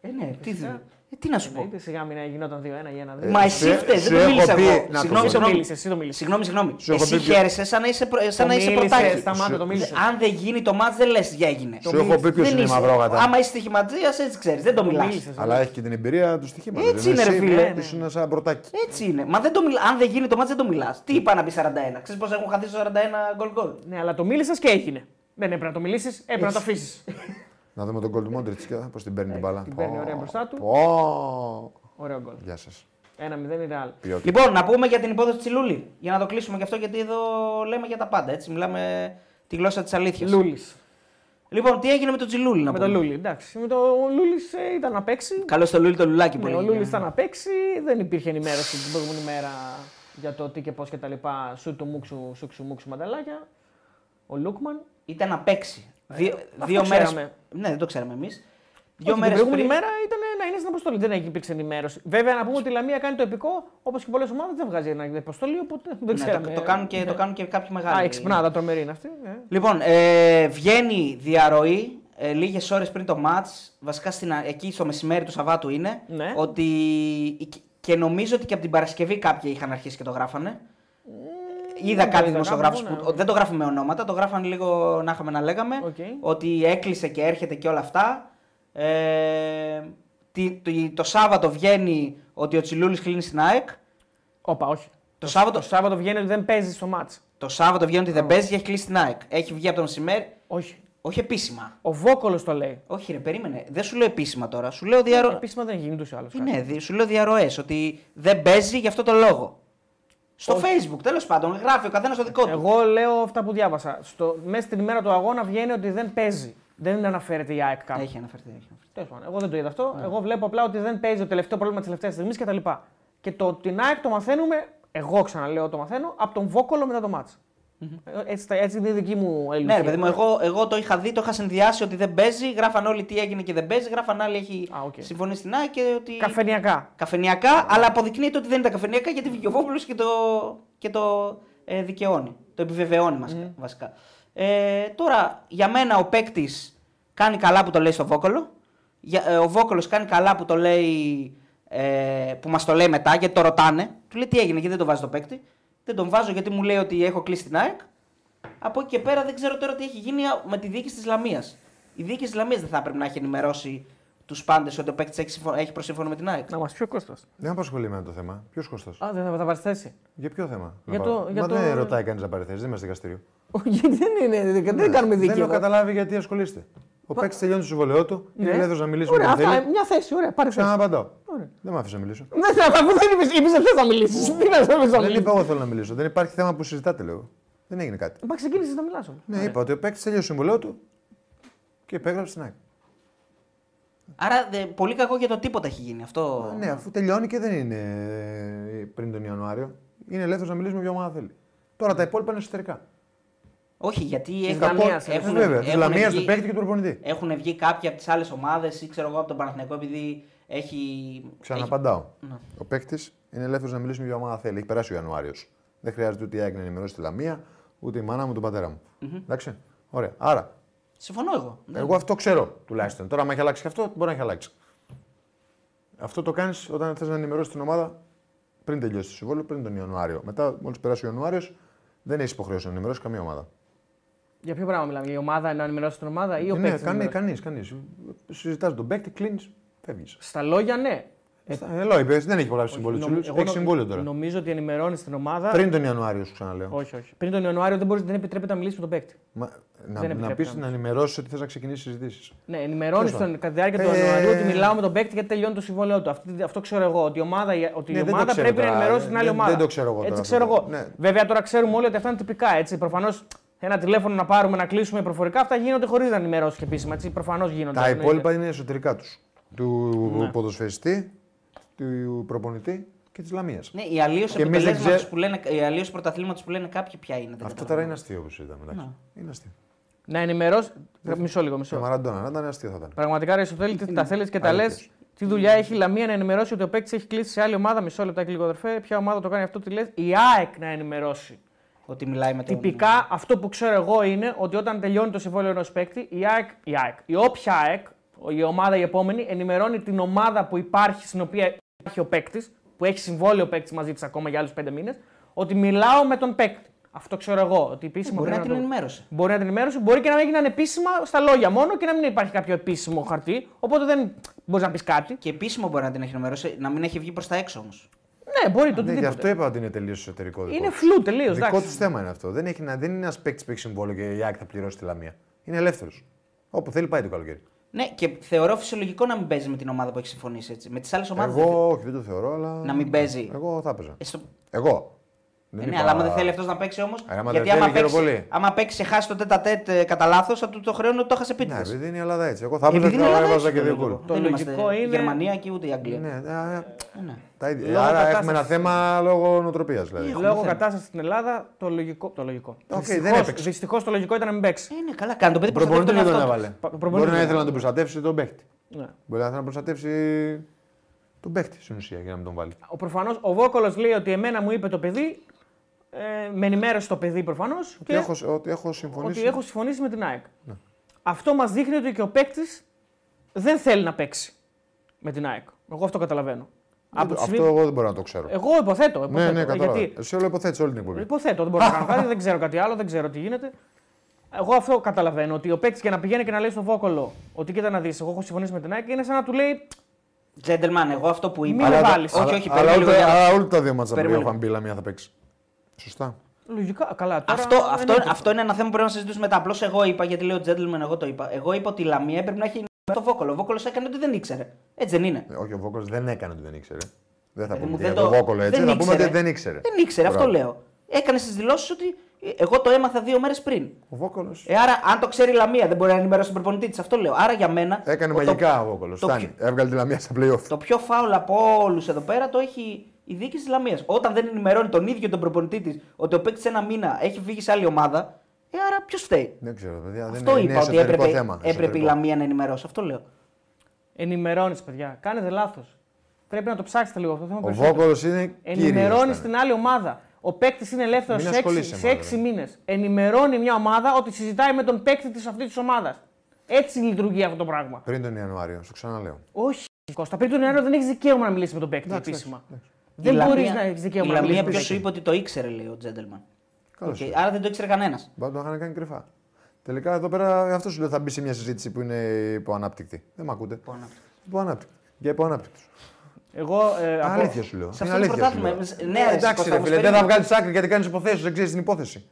B: Ε, ναι, τι,
C: Φυσικά.
B: ε, ναι, τι να σου πω.
C: Εννοείται, σιγά μην γινόταν 2-1 ή 1-2.
B: Μα
D: Ε,
B: εσύ
D: σε-
B: φταίς,
D: σε
B: δεν το
D: έχω
B: μίλησα
D: πει-
B: εγώ.
D: να
B: Συγγνώμη,
D: το πω.
C: Εσύ το
B: συγγνώμη.
C: μίλησες, εσύ το μίλησες.
B: Συγγνώμη, συγγνώμη.
D: Σου έχω
B: Εσύ
D: πει πιο-
B: χαίρεσαι σαν να είσαι, προ... σαν να είσαι πρωτάκι.
C: Σταμάτα, το μίλησες.
B: Αν δεν γίνει το μάτς, δεν λες για έγινε.
D: Σου έχω πει ποιος
B: Δεν
D: είναι
B: είσαι.
D: μαυρόγατα.
B: Άμα είσαι τυχηματία, έτσι ξέρεις, δεν το μιλάς.
C: Μίλησες,
D: Αλλά έχει και την εμπειρία του στοιχήματο.
B: Έτσι είναι, ρε φίλε. Ναι, ναι.
D: Ήσουν σαν μπροτάκι.
B: Έτσι είναι. Μα δεν το μιλά. Αν δεν γίνει το μάτς, δεν το μιλάς. Τι είπα να πει 41. Ξέρεις πώς έχουν χαθεί στο 41 γκολ γκολ.
C: Ναι, αλλά το μίλησες και έγινε. Δεν έπρεπε να το μιλήσεις, έπρεπε να το αφήσεις.
D: Να δούμε τον κόλ του Μόντριτ και πώς την παίρνει την μπαλά.
C: Ε, την παίρνει
D: Πω,
C: ωραία μπροστά του.
D: πω.
C: Ωραίο γκολ.
D: Γεια σας.
C: 1-0 η Real.
D: Ποιότητα.
B: Λοιπόν, να πούμε για την υπόθεση της Λούλη. Για να το κλείσουμε και αυτό, γιατί εδώ λέμε για τα πάντα. Έτσι, μιλάμε τη γλώσσα της αλήθειας.
C: Λούλης.
B: Λοιπόν, τι έγινε με τον Τζιλούλη, να
C: Με τον
B: πούμε.
C: Λούλη. Εντάξει. Με τον Λούλης ήταν να παίξει.
B: Καλό στο Λούλη το λουλάκι που
C: Ναι, ο
B: λέγεται.
C: Λούλης ήταν να παίξει. Δεν υπήρχε ενημέρωση την προηγούμενη μέρα για το τι και πώς και τα λοιπά. Σου του μουξου, σου ξου μουξου μανταλάκια. Ο Λούκμαν.
B: Ήταν να παίξει. Δύο,
C: Ε, αυτό
B: δύο μέρες...
C: ξέραμε.
B: Ναι, δεν το ξέραμε εμείς.
C: Δύο
B: Δύο μέρε
C: την
B: πριν.
C: προηγούμενη μέρα ήταν να είναι στην αποστολή. Δεν υπήρξε ενημέρωση. Βέβαια, να πούμε ότι η Λαμία κάνει το επικό, όπως και πολλές ομάδες δεν βγάζει ένα αποστολή, οπότε
B: Ναι,
C: δεν ξέραμε.
B: το, το, κάνουν και, το κάνουν και κάποιοι μεγάλοι.
C: ε, Α, η ξυπνάδα τρομερή είναι αυτή. ε.
B: Λοιπόν, ε, βγαίνει διαρροή ε, λίγες ώρες πριν το ματ. Βασικά στην, α- εκεί στο μεσημέρι του Σαββάτου είναι.
C: Ναι.
B: Ότι, και νομίζω ότι και από την Παρασκευή κάποιοι είχαν αρχίσει και το γράφανε. Είδα
C: δεν το
B: κάτι
C: είδα,
B: δημοσιογράφου
C: κάπου,
B: που
C: ναι.
B: δεν το γράφουν με ονόματα, το γράφαν λίγο να είχαμε να λέγαμε.
C: Οκ.
B: Ότι έκλεισε και έρχεται και όλα αυτά. Ε, τι- το, το Σάββατο βγαίνει ότι ο Τσιλούλης κλείνει στην ΑΕΚ.
C: Όπα, όχι.
B: Το Σάββατο,
C: Το Σάββατο βγαίνει ότι δεν παίζει στο μάτς.
B: το Σάββατο βγαίνει ότι δεν παίζει και έχει κλείσει την ΑΕΚ. Έχει βγει από το μεσημέρι.
C: Όχι.
B: Όχι επίσημα.
C: Ο Βόκολος το λέει.
B: Όχι, ρε, περίμενε. Δεν σου λέω επίσημα τώρα. Σου λέω, διαρρο...
C: Επίσημα δεν γίνει ούτω ή άλλω.
B: ναι, δι- σου λέω διαρροές. Ότι δεν παίζει γι' αυτό το λόγο. Στο Facebook, τέλος πάντων. Γράφει ο καθένας το δικό του.
C: Εγώ λέω αυτά που διάβασα. Στο, μέσα στην ημέρα του αγώνα βγαίνει ότι δεν παίζει. Δεν αναφέρεται η ΑΕΚ κάπου.
B: Έχει αναφερθεί. Έχει αναφερθεί.
C: Τέλος πάντων, εγώ δεν το είδα αυτό. Εγώ βλέπω απλά ότι δεν παίζει το τελευταίο πρόβλημα της τελευταίας στιγμής κτλ. Και το ότι την ΑΕΚ το μαθαίνουμε, εγώ ξαναλέω το μαθαίνω, από τον Βόκολο μετά το μάτς. Ε, Έτσι, τα- έτσι είναι η δική μου ελληνική.
B: Ναι, ρε παιδί μου, εγώ, εγώ το είχα δει, το είχα συνδυάσει ότι δεν παίζει. Γράφαν όλοι τι έγινε και δεν παίζει. Γράφαν άλλοι έχει
C: Α, οκ.
B: συμφωνήσει στην ΑΕΚ και ότι.
C: Καφενιακά.
B: Καφενιακά, αλλά αποδεικνύεται ότι δεν ήταν καφενιακά γιατί βγήκε ο Βόβουλος και το, και το ε, δικαιώνει. Το επιβεβαιώνει μας, βασικά. Ε, τώρα, για μένα ο παίκτης κάνει καλά που το λέει στο Βόκολο. Για, ε, ο Βόκολος κάνει καλά που το λέει. Ε, που μας το λέει μετά γιατί το ρωτάνε. Του λέει τι έγινε γιατί δεν τον βάζει το παίκτη. Δεν τον βάζω γιατί μου λέει ότι έχω κλείσει την ΑΕΚ. Από εκεί και πέρα δεν ξέρω τώρα τι έχει γίνει με τη διοίκηση της Λαμίας. Η διοίκηση της Λαμίας δεν θα έπρεπε να έχει ενημερώσει τους πάντες ότι ο παίκτης έχει, συμφω- έχει προσύμφωνο με την ΑΕΚ.
C: Να μας πει ο Κώστας.
D: Δεν απασχολεί εμένα το θέμα. Ποιος Κώστας.
C: Α, δεν θα τα πάρεις θέση.
D: Για ποιο θέμα. να
C: Για το-
D: πάρω.
C: για
D: Μα
C: το-
D: δεν ρωτάει κανείς να πάρει θέση. Δεν είμαστε δικαστήριο.
C: Όχι, δεν είναι. Δεν, Ναι. δεν κάνουμε δίκαιο.
D: Δεν έχω καταλάβει γιατί ασχολείστε. Ο παίκτης τελειώνει το συμβολέο του. Είναι ελεύθερος να μιλήσει με
C: Ναι. Ωραία,
D: τον
C: αυτά,
D: θέλει.
C: μια θέση, ωραία, πάρε θέση.
D: Ξαναπαντάω.
C: Ωραία.
D: Δεν με άφησες να μιλήσω.
C: Ναι, ναι, αφού δεν είπες, είπες δεν θες να μιλήσεις. Τι να θες να
D: Δεν
C: μιλήσεις.
D: είπα εγώ θέλω να μιλήσω. Δεν υπάρχει θέμα που συζητάτε, λέω. Δεν έγινε κάτι.
C: Μα ξεκίνησες να μιλάς όμως.
D: Ναι, είπα ότι ο παίκτης τελείωσε το συμβολέο του και υπέγραψε την ΑΕΚ.
B: Άρα δε, πολύ κακό για το τίποτα έχει γίνει αυτό.
D: Ναι, αφού τελειώνει και δεν είναι ε, πριν τον Ιανουάριο. Είναι ελεύθερος να μιλήσει με ποια ομάδα θέλει. Τώρα τα υπόλοιπα είναι εσωτερικά.
B: Όχι, γιατί έχουν,
C: Λαμίας,
B: έχουν-
D: Βέβαια, τη
B: έχουν
D: Λαμία,
B: βγει-
D: του παίκτη και του προπονητή.
B: έχουν βγει κάποιοι από τις άλλες ομάδες ή ξέρω εγώ από τον Παναθηναϊκό επειδή Έχει.
D: Ξαναπαντάω.
B: Ναι.
D: Ο παίκτη είναι ελεύθερος να μιλήσουμε για ομάδα θέλει. Έχει περάσει ο Ιανουάριος. Δεν χρειάζεται ούτε η ΑΕΚ να ενημερώσει τη Λαμία, ούτε η μάνα μου, τον πατέρα μου. Εντάξει. Ωραία. Άρα,
B: έχει- Συμφωνώ εγώ. Ναι.
D: εγώ αυτό ξέρω τουλάχιστον. Τώρα, αν έχει αλλάξει και αυτό, μπορεί να έχει αλλάξει. Αυτό το κάνεις όταν θες να ενημερώσεις την ομάδα πριν τελειώσει το συμβόλαιο, πριν τον Ιανουάριο. Μετά, μόλις περάσει ο Ιανουάριος, δεν έχεις υποχρέωση να ενημερώσεις καμία ομάδα.
C: Για ποιο πράγμα μιλάμε, για η ομάδα να ενημερώσει την ομάδα ή ο
D: ναι,
C: παίκτης να ενημερώσει.
D: κανείς, κανείς. Συζητάς τον παίκτη, κλείνεις, φεύγεις.
C: Στα λόγια ναι.
D: Ε, Ελό, είπες, δεν έχει υπογράψει συμβόλαιο.
C: Νομ-
D: Τσούλης.
C: εγώ
D: Έχει
C: νο-
D: συμβόλαιο τώρα.
C: Νομίζω ότι ενημερώνεις την ομάδα.
D: Πριν τον Ιανουάριο, σου ξαναλέω.
C: Όχι, όχι. Πριν τον Ιανουάριο δεν, μπορείς, δεν επιτρέπεται να μιλήσεις με τον παίκτη.
D: Μα, να,
C: επιτρέπει
D: να
C: να
D: πεις
C: μιλήσει.
D: να ενημερώσεις ότι θες να ξεκινήσεις συζητήσεις.
C: Ναι, ενημερώνεις
D: Τέλος πάντων.
C: τον κατά τη διάρκεια του
D: Ε,
C: Ιανουαρίου ότι μιλάω με τον παίκτη γιατί τελειώνει το συμβόλαιό του. Αυτή, αυτό ξέρω εγώ. Ότι η ομάδα, ότι
D: Ναι,
C: η
D: δεν το
C: ομάδα
D: ξέρω
C: πρέπει να
D: τώρα.
C: ενημερώσει την άλλη
D: Δεν-
C: ομάδα.
D: δεν το ξέρω εγώ τώρα
C: Έτσι
D: αυτό.
C: ξέρω εγώ.
D: Ναι.
C: Βέβαια τώρα ξέρουμε όλοι ότι αυτά είναι τυπικά. Έτσι. Προφανώς ένα τηλέφωνο να πάρουμε, να κλείσουμε προφορικά. Αυτά γίνονται χωρίς να ενημερώσει και επίσημα. Έτσι. Προφανώς γίνονται.
D: Τα
C: εννοείται.
D: υπόλοιπα είναι εσωτερικά τους. Του
C: Ναι.
D: ποδοσφαιριστή, του προπονητή και της Λαμίας.
B: Ναι, η αλλίωση
D: Και εμείς δεν
B: αποτελέσματος
D: ξέ-
B: που λένε, η αλλίωση πρωταθλήματος που λένε κάποιοι ποια είναι. δεν
D: Αυτό τώρα
B: καταλαβαίνω.
D: είναι αστείο όπως ήταν. εντάξει. Είναι αστείο.
C: Να ενημερώσει. Μισό λίγο, μισό.
D: Σε Μαραντόνα, να ήταν αστείο θα ήταν.
C: Πραγματικά ρε Αριστοτέλη, τι τα θέλεις και τα λε.
D: Αλήθεια.
C: Τι δουλειά έχει η Λαμία να ενημερώσει ότι ο παίκτης έχει κλείσει σε άλλη ομάδα. Μισό λεπτάκι λίγο, αδερφέ. Ποια ομάδα το κάνει αυτό, τι λες. Η ΑΕΚ να ενημερώσει.
B: Ότι μιλάει με τον.
C: Τυπικά αυτό που ξέρω εγώ είναι ότι όταν τελειώνει το συμβόλαιο ενός παίκτη, η ΑΕΚ, η, ΑΕΚ, η όποια ΑΕΚ, η ομάδα η επόμενη, ενημερώνει την ομάδα που υπάρχει, στην οποία υπάρχει ο παίκτης, που έχει συμβόλαιο παίκτης μαζί της ακόμα για άλλους πέντε μήνες, ότι μιλάω με τον παίκτη. Αυτό ξέρω εγώ. Ότι επίσημα
B: Ε, Μπορεί να
C: πρέπει
B: την
C: το-
B: ενημέρωσε.
C: Μπορεί να την ενημέρωσε, μπορεί και να έγιναν επίσημα στα λόγια μόνο και να μην υπάρχει κάποιο επίσημο χαρτί. Οπότε δεν μπορείς να πεις κάτι.
B: Και επίσημο μπορεί να την έχει ενημερώσει, να μην έχει βγει προς τα έξω όμως.
C: Ναι, μπορεί το
D: Ναι, γι' αυτό
C: οτιδήποτε.
D: είπα ότι είναι τελείως εσωτερικό. δικό
C: Είναι
D: τους.
C: φλου τελείως.
D: Δικό τους θέμα είναι αυτό. Δεν, έχει, να- δεν είναι ένας παίκτης που έχει συμβόλαιο και η Άκη θα πληρώσει τη Λαμία. Είναι ελεύθερος. Όπου θέλει πάει το καλοκαίρι.
B: Ναι, και θεωρώ φυσιολογικό να μην παίζει με την ομάδα που έχει συμφωνήσει έτσι. Με τις άλλες ομάδε.
D: Εγώ, όχι, δεν το θεωρώ, αλλά.
B: Να μην παίζει. Ε,
D: Εγώ θα έπαιζα.
B: Στο...
D: Εγώ.
B: Ναι,
D: Δεν είπα-
B: αλλά άμα δεν θέλει αυτός να παίξει όμως.
D: Ε, άμα
B: Γιατί
D: δεν
B: άμα
D: θέλει, χαίρομαι
B: παίξει,
D: πολύ.
B: άμα παίξει και χάσει το τέτα τέτ ε, κατά λάθος, θα του το χρέωνε ότι το έχασε Ε,
D: Ναι,
B: επίτηδε.
D: επειδή είναι η Ελλάδα έτσι. Εγώ θα έπαιζα και θα έβαζα και δύο γκολ.
C: Το
B: Δεν είμαστε
C: λογικό
B: η
C: είναι-
B: Γερμανία και ούτε η Αγγλία.
D: Ναι, α, α,
B: Ναι.
D: τα ίδια.
C: Λόγω
D: Άρα
C: κατάστασης.
D: έχουμε ένα θέμα λόγω νοοτροπίας δηλαδή.
B: Έχουμε
C: Λόγω
B: θέμα.
C: κατάστασης στην Ελλάδα, το λογικό. Το λογικό.
D: Οκ,
C: Δυστυχώς-
D: δεν έπαιξε.
C: δυστυχώς το λογικό ήταν να μην παίξει.
B: Ε, ναι, καλά κάνει. Το παιδί
D: Ο προπονητή δεν
B: προστατεύει
D: τον
B: εαυτό
D: έβαλε.
C: Πα- προπονητής
D: Μπορεί να
C: δεν
D: ήθελε να τον προστατεύσει τον παίχτη.
C: Ναι.
D: Μπορεί να ήθελε να προστατεύσει τον παίχτη στην ουσία για να μην τον βάλει.
C: Ο, προφανώς, ο Βόκολος λέει ότι εμένα μου είπε το παιδί, ε, με ενημέρωσε το παιδί προφανώς
D: Ότι έχω, ότι έχω συμφωνήσει. Ναι.
C: ότι έχω συμφωνήσει με την ΑΕΚ. Αυτό μας δείχνει ότι και ο παίκτης δεν θέλει να παίξει με την ΑΕΚ. Εγώ αυτό καταλαβαίνω.
D: Δεν το-
C: τη
D: Αυτό
C: στιγμή-
D: εγώ δεν μπορώ να το ξέρω.
C: Εγώ υποθέτω.
D: ναι,
C: υποθέτω ε,
D: ναι, κατάλαβα.
C: γιατί
D: Εσύ όλο υποθέτει όλη την εκπομπή.
B: Λοιπόν,
C: Υποθέτω, δεν μπορώ να κάνω κάτι, δεν ξέρω κάτι άλλο, δεν ξέρω τι γίνεται. Εγώ αυτό καταλαβαίνω. Ότι ο παίκτης και να πηγαίνει και να λέει στον Βόκολο ότι κοίτα να δεις, εγώ έχω συμφωνήσει με την ΑΕΚ, είναι σαν να του λέει
B: Τζέντελμαν, εγώ αυτό που είπα.
C: Μην με
B: Αλλά-
C: βάλεις.
B: Όχι, όχι,
D: αλλά,
B: περίμενε λίγο.
D: ούτε-
B: για να-
D: αλλά όλα τα δύο μάτσα που
B: Περίμενε
D: έχω
B: λίγο.
D: μπει μία θα παίξει. Σωστά.
C: Λογικά, καλά. Τώρα
B: Αυτό,
C: δεν
B: αυτό,
C: έπαιξε.
B: αυτό είναι ένα θέμα που πρέπει να συζητήσουμε μετά. Απλώς εγώ είπα, γιατί λέω gentleman, εγώ το είπα. Εγώ είπα ότι η Λαμία έπρεπε να έχει με το Βόκολο. Ο Βόκολος έκανε ότι δεν ήξερε. Έτσι δεν είναι.
D: Ε, Όχι, ο Βόκολος δεν έκανε ότι δεν ήξερε. Δεν
B: Δηλαδή
D: θα πούμε
B: μου
D: ότι
B: δεν
D: για τον
B: το-
D: Βόκολο έτσι.
B: δεν
D: Θα πούμε ότι
B: ήξερε.
D: δεν ήξερε.
B: Δεν ήξερε, αυτό
D: Μπράβο.
B: λέω. Έκανε τι δηλώσεις ότι ε, εγώ το έμαθα δύο μέρες πριν.
D: Ο Βόκολος.
B: Ε, άρα, αν το ξέρει η Λαμία, δεν μπορεί να ενημερώσει τον προπονητή της. Αυτό λέω. Άρα για μένα.
D: Έκανε
B: ο- το-
D: μαγικά ο Βόκολος.
B: το
D: Φτάνει.
B: πιο-
D: Έβγαλε τη λαμία στα playoff.
B: Το πιο φάουλ από όλους εδώ πέρα το έχει η διοίκηση της Λαμίας. Όταν δεν ενημερώνει τον ίδιο τον προπονητή της ότι ο παίκτης ένα μήνα έχει φύγει σε άλλη ομάδα, ε, άρα ποιος φταίει.
D: Δεν ξέρω, παιδιά. Δεν
B: Αυτό
D: είναι
B: είπα ότι
D: εσωτερικό
B: έπρεπε,
D: θέμα.
B: έπρεπε η
D: εσωτερικό.
B: Λαμία να ενημερώσει. Αυτό λέω.
C: Ενημερώνεις, παιδιά. Κάνετε λάθος. Πρέπει να το ψάξετε λίγο αυτό το θέμα.
D: Ο
C: περισσότερο.
D: Βόκολος είναι.
C: Ενημερώνει
D: κύριος,
C: την άλλη ομάδα. Ο παίκτης είναι ελεύθερος
D: Μην
C: σε
D: ασχολείσαι
C: 6, σε
D: με
C: έξι
D: όλα.
C: μήνες. Ενημερώνει μια ομάδα ότι συζητάει με τον παίκτη της αυτής της ομάδας. Έτσι λειτουργεί αυτό το πράγμα.
D: Πριν τον Ιανουάριο, σου ξαναλέω.
C: Όχι. Κώστα, πριν τον Ιανουάριο δεν έχεις δικαίωμα να μιλήσεις με τον παίκτη επίσημα.
B: Η
C: Δεν
B: Λαμία-
C: μπορείς να έχεις δικαίωμα
B: Η
C: να
B: Λαμία
C: μιλήσει με τον
B: ποιος σου
C: παίκτη.
B: είπε ότι το ήξερε, λέει ο Τζέντελμαν.
D: Καλώς.
B: Οκ, Άρα δεν το ήξερε κανένας.
D: Μπορεί να το είχαν κάνει κρυφά. Τελικά εδώ πέρα αυτός σου λέω θα μπει σε μια συζήτηση που είναι υποανάπτυκτη. Δεν με ακούτε. Υποανάπτυκτη. Για υποανάπτυκτους.
C: Εγώ ε, από-
D: Αλήθεια σου λέω.
B: αυτό
D: Είναι
B: το
D: αλήθεια σου
B: πρωτάθλημα,
D: λέω. Ε,
B: ναι, ρε,
D: Εντάξει,
B: Κώστα,
D: ρε
B: όμως
D: φίλε, δεν θα
B: περίμενε.
D: βγάλεις άκρη γιατί κάνεις υποθέσεις, δεν ξέρεις την υπόθεση.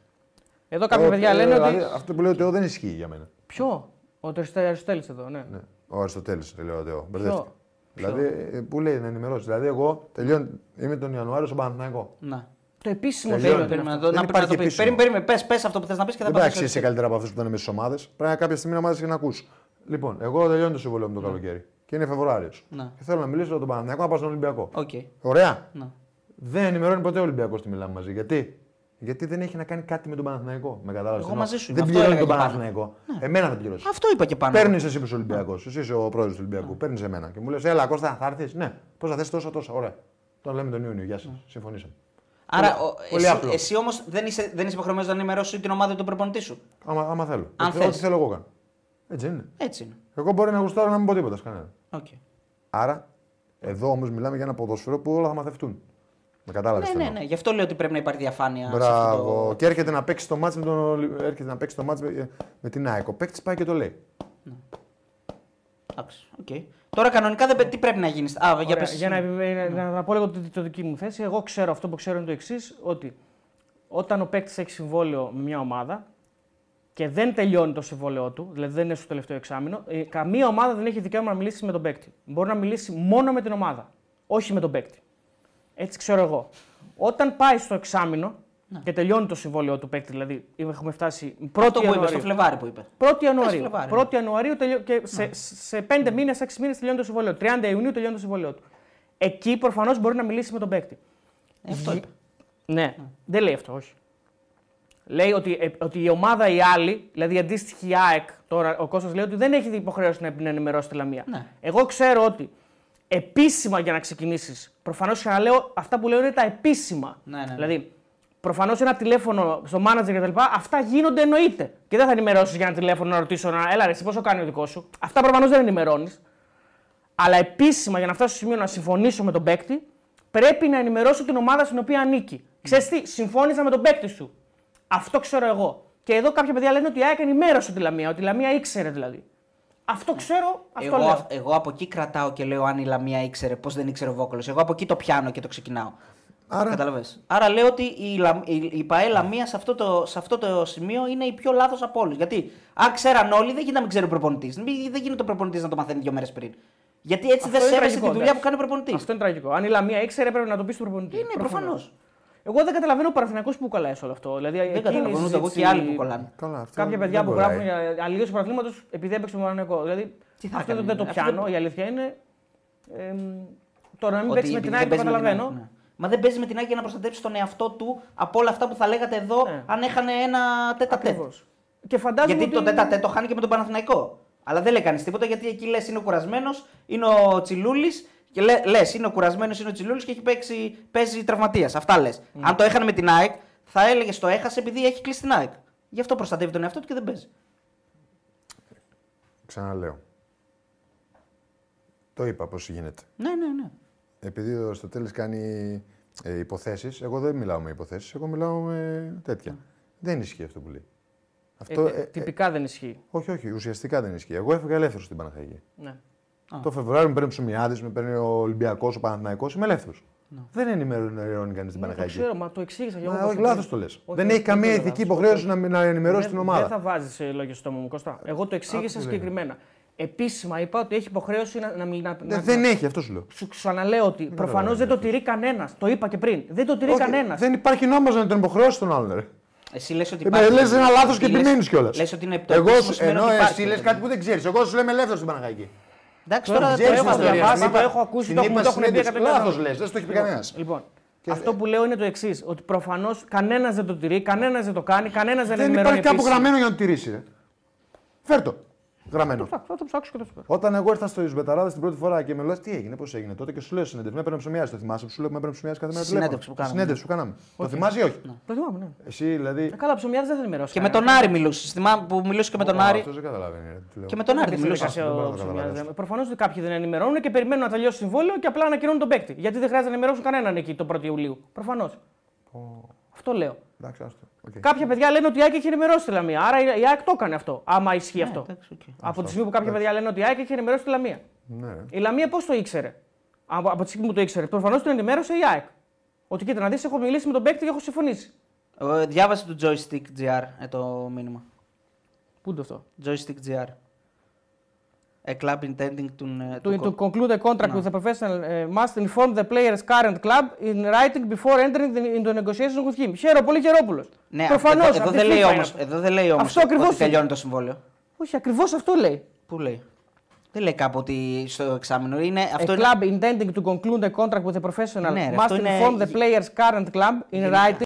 C: Εδώ κάποια
D: Ε,
C: παιδιά
D: ε,
C: λένε
D: δηλαδή,
C: ότι.
D: Αυτό που λέω ότι δεν ισχύει για μένα.
C: Ποιο? Ο Αριστοτέλης εδώ, ναι.
D: Ναι. Ο Αριστοτέλης, λέω ο Θεό.
C: Ποιο?
D: Δηλαδή, ε, που λέει να ενημερώσεις. Δηλαδή, εγώ τελειώνω, είμαι τον Ιανουάριο στον Παναθηναϊκό.
B: Να.
C: Το επίσημο
D: Τελειώνει.
C: τέλο.
B: Περίμενε να
D: Δεν
B: το- να πρέπει να το
D: υπάρχει
B: πει.
D: επίσημο.
B: Περίμενε, περίμενε, πες, πες αυτό που θες να πεις και θα
D: Δεν
B: πάω.
D: πειράξει εσύ καλύτερα από αυτούς που ήταν μέσα στις ομάδες. Πρέπει να κάποια στιγμή να μάθει και να ακού. Λοιπόν, εγώ τελειώνω το συμβόλαιο μου
B: Ναι.
D: το καλοκαίρι και είναι Φεβρουάριος.
B: Να.
D: Και θέλω να μιλήσω για τον Παναθηναϊκό να πάω στον Ολυμπιακό.
B: Ναι. Οκ. Ναι.
D: Ωραία.
B: Να.
D: Δεν ενημερώνει ποτέ ο Ολυμπιακός τι μιλάμε μαζί. Γιατί Γιατί δεν έχει να κάνει κάτι με τον Παναθηναϊκό. Με κατάλαβες.
B: Εγώ μαζί σου είμαι,
D: Δεν
B: αυτό
D: πληρώνει τον
B: έλεγα και Ναι.
D: Παναθηναϊκό. Εμένα δεν πληρώνει.
B: Αυτό είπα και πάνω.
D: Παίρνεις εσύ που
B: Ναι.
D: είσαι Ολυμπιακό. Εσύ είσαι ο πρόεδρος του Ολυμπιακού. Παίρνεις εμένα και μου λες: Ελά, Κώστα, θα έρθεις. Ναι, πώς θα θες τόσα τόσα. Ωραία. Τώρα λέμε τον Ιούνιο. Γεια σας.
B: Ναι.
D: Συμφωνήσαμε.
B: Άρα
D: Πολύ-
B: ο-
D: πολύ
B: εσύ,
D: απλό.
B: εσύ όμως δεν είσαι, δεν είσαι υποχρεωμένος να ενημερώσεις την ομάδα του προπονητή σου.
D: Άμα, άμα θέλω.
B: Αν
D: Ό,τι-
B: θες.
D: Ό,τι θέλω εγώ κάνω. Έτσι δεν είναι.
B: Έτσι είναι.
D: Εγώ μπορεί να γουστάρω να μην πω τίποτα σε κανέναν.
B: Okay.
D: Άρα, εδώ όμως μιλάμε για ένα ποδόσφαιρο που όλα θα μαθευτούν. Με κατάλαβες.
B: Ναι, ναι, ναι. Γι' αυτό λέω ότι πρέπει να υπάρχει διαφάνεια. σε
D: Μπράβο.
B: αυτό το-
D: Και έρχεται να παίξει το μάτς με, τον... Ολυ- έρχεται να παίξει το μάτς με, ε, με την ΑΕΚ. Ο παίκτης πάει και το λέει.
B: Εντάξει, οκ. Τώρα κανονικά δεν... πε- τι πρέπει να γίνεις. Α, για,
C: Ωραία,
B: πες...
C: για να, επιβε- να, να πω λίγο τη, τη δική μου θέση, εγώ ξέρω αυτό που ξέρω είναι το εξής, ότι όταν ο παίκτης έχει συμβόλαιο με μια ομάδα και δεν τελειώνει το συμβόλαιό του, δηλαδή δεν είναι στο τελευταίο εξάμεινο, ε, καμία ομάδα δεν έχει δικαίωμα να μιλήσει με τον παίκτη. Μπορεί να μιλήσει μόνο με την ομάδα, όχι με τον παίκτη. Έτσι ξέρω εγώ. Όταν πάει στο εξάμεινο και τελειώνει το συμβόλαιο του παίκτη, δηλαδή έχουμε φτάσει 1η
B: Αυτό που είπες, στο
C: Ιανουαρίου.
B: Φλεβάρι που είπες.
C: 1η Ιανουαρίου.
B: Φλεβάρι,
C: 1η Ιανουαρίου τελειω... και σε, σε 5 μήνε, 6 μήνες τελειώνει το συμβόλαιο. 30 Ιουνίου τελειώνει το συμβόλαιο του. Εκεί προφανώς μπορεί να μιλήσει με τον παίκτη.
B: Ε, Αυτό
C: Γι-
B: είπε.
C: Ναι, δεν λέει αυτό, όχι. Λέει ότι, ε, ότι η ομάδα η άλλη, δηλαδή η αντίστοιχη ΑΕΚ, τώρα ο Κώστας λέει ότι δεν έχει υποχρέωση να, να ενημερώσει τη Λαμία.
B: Ναι.
C: Εγώ ξέρω ότι επίσημα για να ξεκινήσεις, προφανώς ξαναλέω, αυτά που λέω είναι τα επίσημα.
B: Ναι, ναι, ναι.
C: Δηλαδή, προφανώς ένα τηλέφωνο στο manager κτλ. Αυτά γίνονται εννοείται. Και δεν θα ενημερώσεις για ένα τηλέφωνο να ρωτήσω, να, έλα ρε, εσύ πόσο κάνει ο δικός σου. Αυτά προφανώς δεν ενημερώνεις. Αλλά επίσημα για να φτάσω στο σημείο να συμφωνήσω με τον παίκτη, πρέπει να ενημερώσω την ομάδα στην οποία ανήκει. Ξέρεις τι, συμφώνησα με τον παίκτη σου. Αυτό ξέρω εγώ. Και εδώ κάποια παιδιά λένε ότι η ΑΕΚ ενημέρωσε τη Λαμία, ότι η Λαμία ήξερε δηλαδή. Αυτό ξέρω, αυτό
B: Εγώ,
C: λέω.
B: αυ- εγώ από εκεί κρατάω και λέω αν η Λαμία ήξερε, πώς δεν ήξερε ο Βόκολος. Εγώ από εκεί το πιάνω και το ξεκινάω.
D: Άρα-
B: Καταλαβες. Άρα λέω ότι η, Λα... η, η ΠαΕ Λαμία σε αυτό, το, σε αυτό το σημείο είναι η πιο λάθος από όλους. Γιατί αν ξέραν όλοι, δεν γίνεται να μην ξέρει ο προπονητής. Δεν γίνεται ο προπονητής να το μαθαίνει δύο μέρες πριν. Γιατί έτσι
C: Αυτό
B: δεν
C: είναι
B: σέβεσαι
C: τραγικό,
B: τη δουλειά
C: εντάξει.
B: που κάνει ο προπονητής.
C: Αυτό είναι τραγικό. Αν η Λαμία ήξερε, έπρεπε να το πεις στον προπονητή.
B: Ε, ναι, προφανώς.
C: Εγώ δεν καταλαβαίνω παραθυνακούς που κολλάει σε όλο αυτό. Δηλαδή,
B: Δεν καταλαβαίνω ούτε εγώ και οι άλλοι που κολλάνε.
D: Καλά, αυτό
C: Κάποια
D: δεν
C: παιδιά που
D: κολλάει.
C: γράφουν για αλλίωση του πρωταθλήματο επειδή έπαιξε με τον Παναγενικό. Δηλαδή,
B: Τι θα
C: αυτό
B: έκανε,
C: δεν το
B: αυτό
C: πιάνω.
B: δεν-
C: Η αλήθεια είναι. εμ, το να μην
B: Ότι
C: παίξεις με
B: επειδή
C: την
B: δεν
C: ΑΕΚ
B: παίζει με
C: το
B: την ΑΕΚ,
C: καταλαβαίνω.
B: ναι. Μα δεν παίζει με την ΑΕΚ για να προστατέψει τον εαυτό του από όλα αυτά που θα λέγατε εδώ
C: Ναι.
B: αν έχανε ένα τέτα τέτ.
C: Ακριβώς. Και φαντάζομαι
B: Γιατί το
C: ότι...
B: τέτα
D: Ε,
B: τέτ το χάνει και με τον Παναθηναϊκό. Αλλά δεν λέει κανείς τίποτα γιατί εκεί λες είναι ο κουρασμένος, είναι ο Τσιλούλης και λε λες, είναι ο κουρασμένος, είναι ο Τσιλούλης και έχει παίξει, παίζει τραυματίας. Αυτά λες. Αν το έχανε με την ΑΕΚ, θα έλεγε το έχασε επειδή έχει κλείσει την ΑΕΚ. Γι' αυτό προστατεύει τον εαυτό του και δεν παίζει.
D: Ξαναλέω. Το είπα πώς γίνεται.
B: Ναι, ναι, ναι.
D: Επειδή ο Αριστοτέλης κάνει ε, υποθέσεις, εγώ δεν μιλάω με υποθέσεις, εγώ μιλάω με τέτοια. Δεν ισχύει αυτό που λέει. Αυτό,
C: Ε,
D: ε, ε,
C: τυπικά δεν ισχύει.
D: όχι, όχι, ουσιαστικά δεν ισχύει. Εγώ έφυγα ελεύθερο στην Παναχαϊκή.
C: Ναι.
D: Το Φεβρουάριο με παίρνει ο Ψουμιάδη, με παίρνει ο Ολυμπιακός, ο Παναθηναϊκός, είμαι ελεύθερος. Δεν ενημερώνει κανείς την
C: Ναι, Το
D: Παναχαϊκή.
C: ξέρω, μα το εξήγησα και εγώ.
D: Μα,
C: πώς
D: όχι,
C: το
D: λάθος
C: κάνω.
D: το λες.
C: Όχι,
D: Δεν
C: όχι,
D: έχει καμία
C: το
D: ηθική
C: λάθος.
D: υποχρέωση να, να ενημερώσει
C: Δεν-
D: την
C: Δεν θα
D: ομάδα.
C: βάζει λόγια στο μου, Κώστα. Εγώ το
D: άκου τι
C: εξήγησα
D: λέει.
C: συγκεκριμένα. Επίσημα είπα ότι έχει υποχρέωση να, να, μιλ- να,
D: Δε-
C: να-
D: Ε, Δεν έχει, αυτό σου λέω.
C: Σου ξαναλέω ότι προφανώ δεν το τηρεί κανένας. Το είπα και πριν. Δεν το τηρεί
D: Όχι,
C: κανένας.
D: Δεν υπάρχει νόμος να τον υποχρεώσει τον άλλον. ρε.
B: Εσύ λες ότι.
D: Ε, με λες ένα λάθος και επιμένει κιόλας.
B: Λες ότι είναι επιτοπισμό,
D: Εγώ σου-
B: σημαίνει
D: ενώ
B: ότι υπάρχει
D: εσύ λε
B: επιτοπισμό.
D: κάτι που δεν ξέρεις. Εγώ σου λέμε ελεύθερος στην Παναγάκη.
B: Εντάξει, τώρα
C: το
B: το
C: έχω
B: έχω
C: διαβάσει,
B: διαβάσει.
C: το έχω ακούσει, το έχουν- το έχουν πει εκατομμύρια
D: Λάθος
C: φορές.
D: λες, δεν σου το έχει πει κανένας.
C: Λοιπόν, αυτό που λέω είναι το εξής: Ότι προφανώς κανένας δεν το τηρεί, κανένας δεν το κάνει, κανένας δεν,
D: Δεν
C: ενημερώνει.
D: υπάρχει κάπου
C: επίσημα.
D: γραμμένο για να το τηρήσει. ρε. Φέρ το. Γραμμένο.
C: Θα- Θα το ψάξω και το σου πω.
D: Όταν εγώ ήρθα στο Ισβεταράδε την πρώτη φορά και με λες τι έγινε, πώς έγινε τότε και σου λέω συνέντευξη. Με έπαιρνε ψωμιάζει, το θυμάσαι που σου λέω με έπαιρνε ψωμιάζει κάθε μέρα.
B: Συνέντευξη
D: τηλέφωνο.
B: που κάναμε.
D: Συνέντευξη που κάναμε. Το θυμάσαι ή όχι.
C: Το θυμάμαι, ναι.
D: Εσύ δηλαδή.
C: Ε, Καλά, ψωμιάδε δεν θα ενημερώσει.
B: Και με τον Άρη μιλούσες. Θυμάμαι που μιλούσε και με τον Άρη.
D: Αυτός δεν καταλαβαίνει. ρε, τι λέω.
B: Και με τον Άρη δεν μιλούσε.
D: δεν μπορώ να το καταλάβω αυτό.
C: Προφανώς ότι κάποιοι δεν ενημερώνουν και περιμένουν να τελειώσει το συμβόλαιο και απλά ανακοινώνουν τον παίκτη. Γιατί δεν χρειάζεται να ενημερώσουν κανέναν εκεί το 1η Ιουλίου. Προφανώς. Αυτό λέω.
D: Εντάξει, άστο. Οκ.
C: Κάποια παιδιά λένε ότι η ΑΕΚ έχει ενημερώσει τη Λαμία. Άρα η ΑΕΚ το έκανε αυτό. Άμα
D: Ναι,
C: ισχύει αυτό.
B: Ε, εντάξει, οκ.
C: Από τη στιγμή που κάποια παιδιά λένε ότι η ΑΕΚ έχει ενημερώσει τη Λαμία.
D: Ναι, ρε.
C: Η Λαμία πώς το ήξερε. Από, από τη στιγμή που το ήξερε. Προφανώς την ενημέρωσε η ΑΕΚ. Ότι κοίτα να δεις, έχω μιλήσει με τον παίκτη και έχω συμφωνήσει.
B: Ε, Διάβασε του joystick GR ε, το μήνυμα.
C: Πού είναι αυτό.
B: Joystick GR. A club intending to.
C: To,
B: to
C: to
B: co-
C: conclude a contract with the professional uh, must inform the player's current club in writing before entering the, into negotiations with him. Χαίρο, πολύ χαιρόπουλος.
B: Ναι,
C: Προφανώς.
B: εδώ, εδώ, δεν λέει όμως, εδώ δεν λέει όμως
C: Αυτό ακριβώς
B: ότι
C: είναι.
B: τελειώνει το συμβόλαιο.
C: Όχι, ακριβώς αυτό λέει.
B: Πού λέει. Δεν λέει κάπου ότι στο εξάμεινο είναι. Αυτό
C: a
B: είναι.
C: club intending to conclude a contract with a professional
B: Ναι, ρε,
C: must
B: αυτό είναι
C: inform the
B: γε-
C: player's current club in writing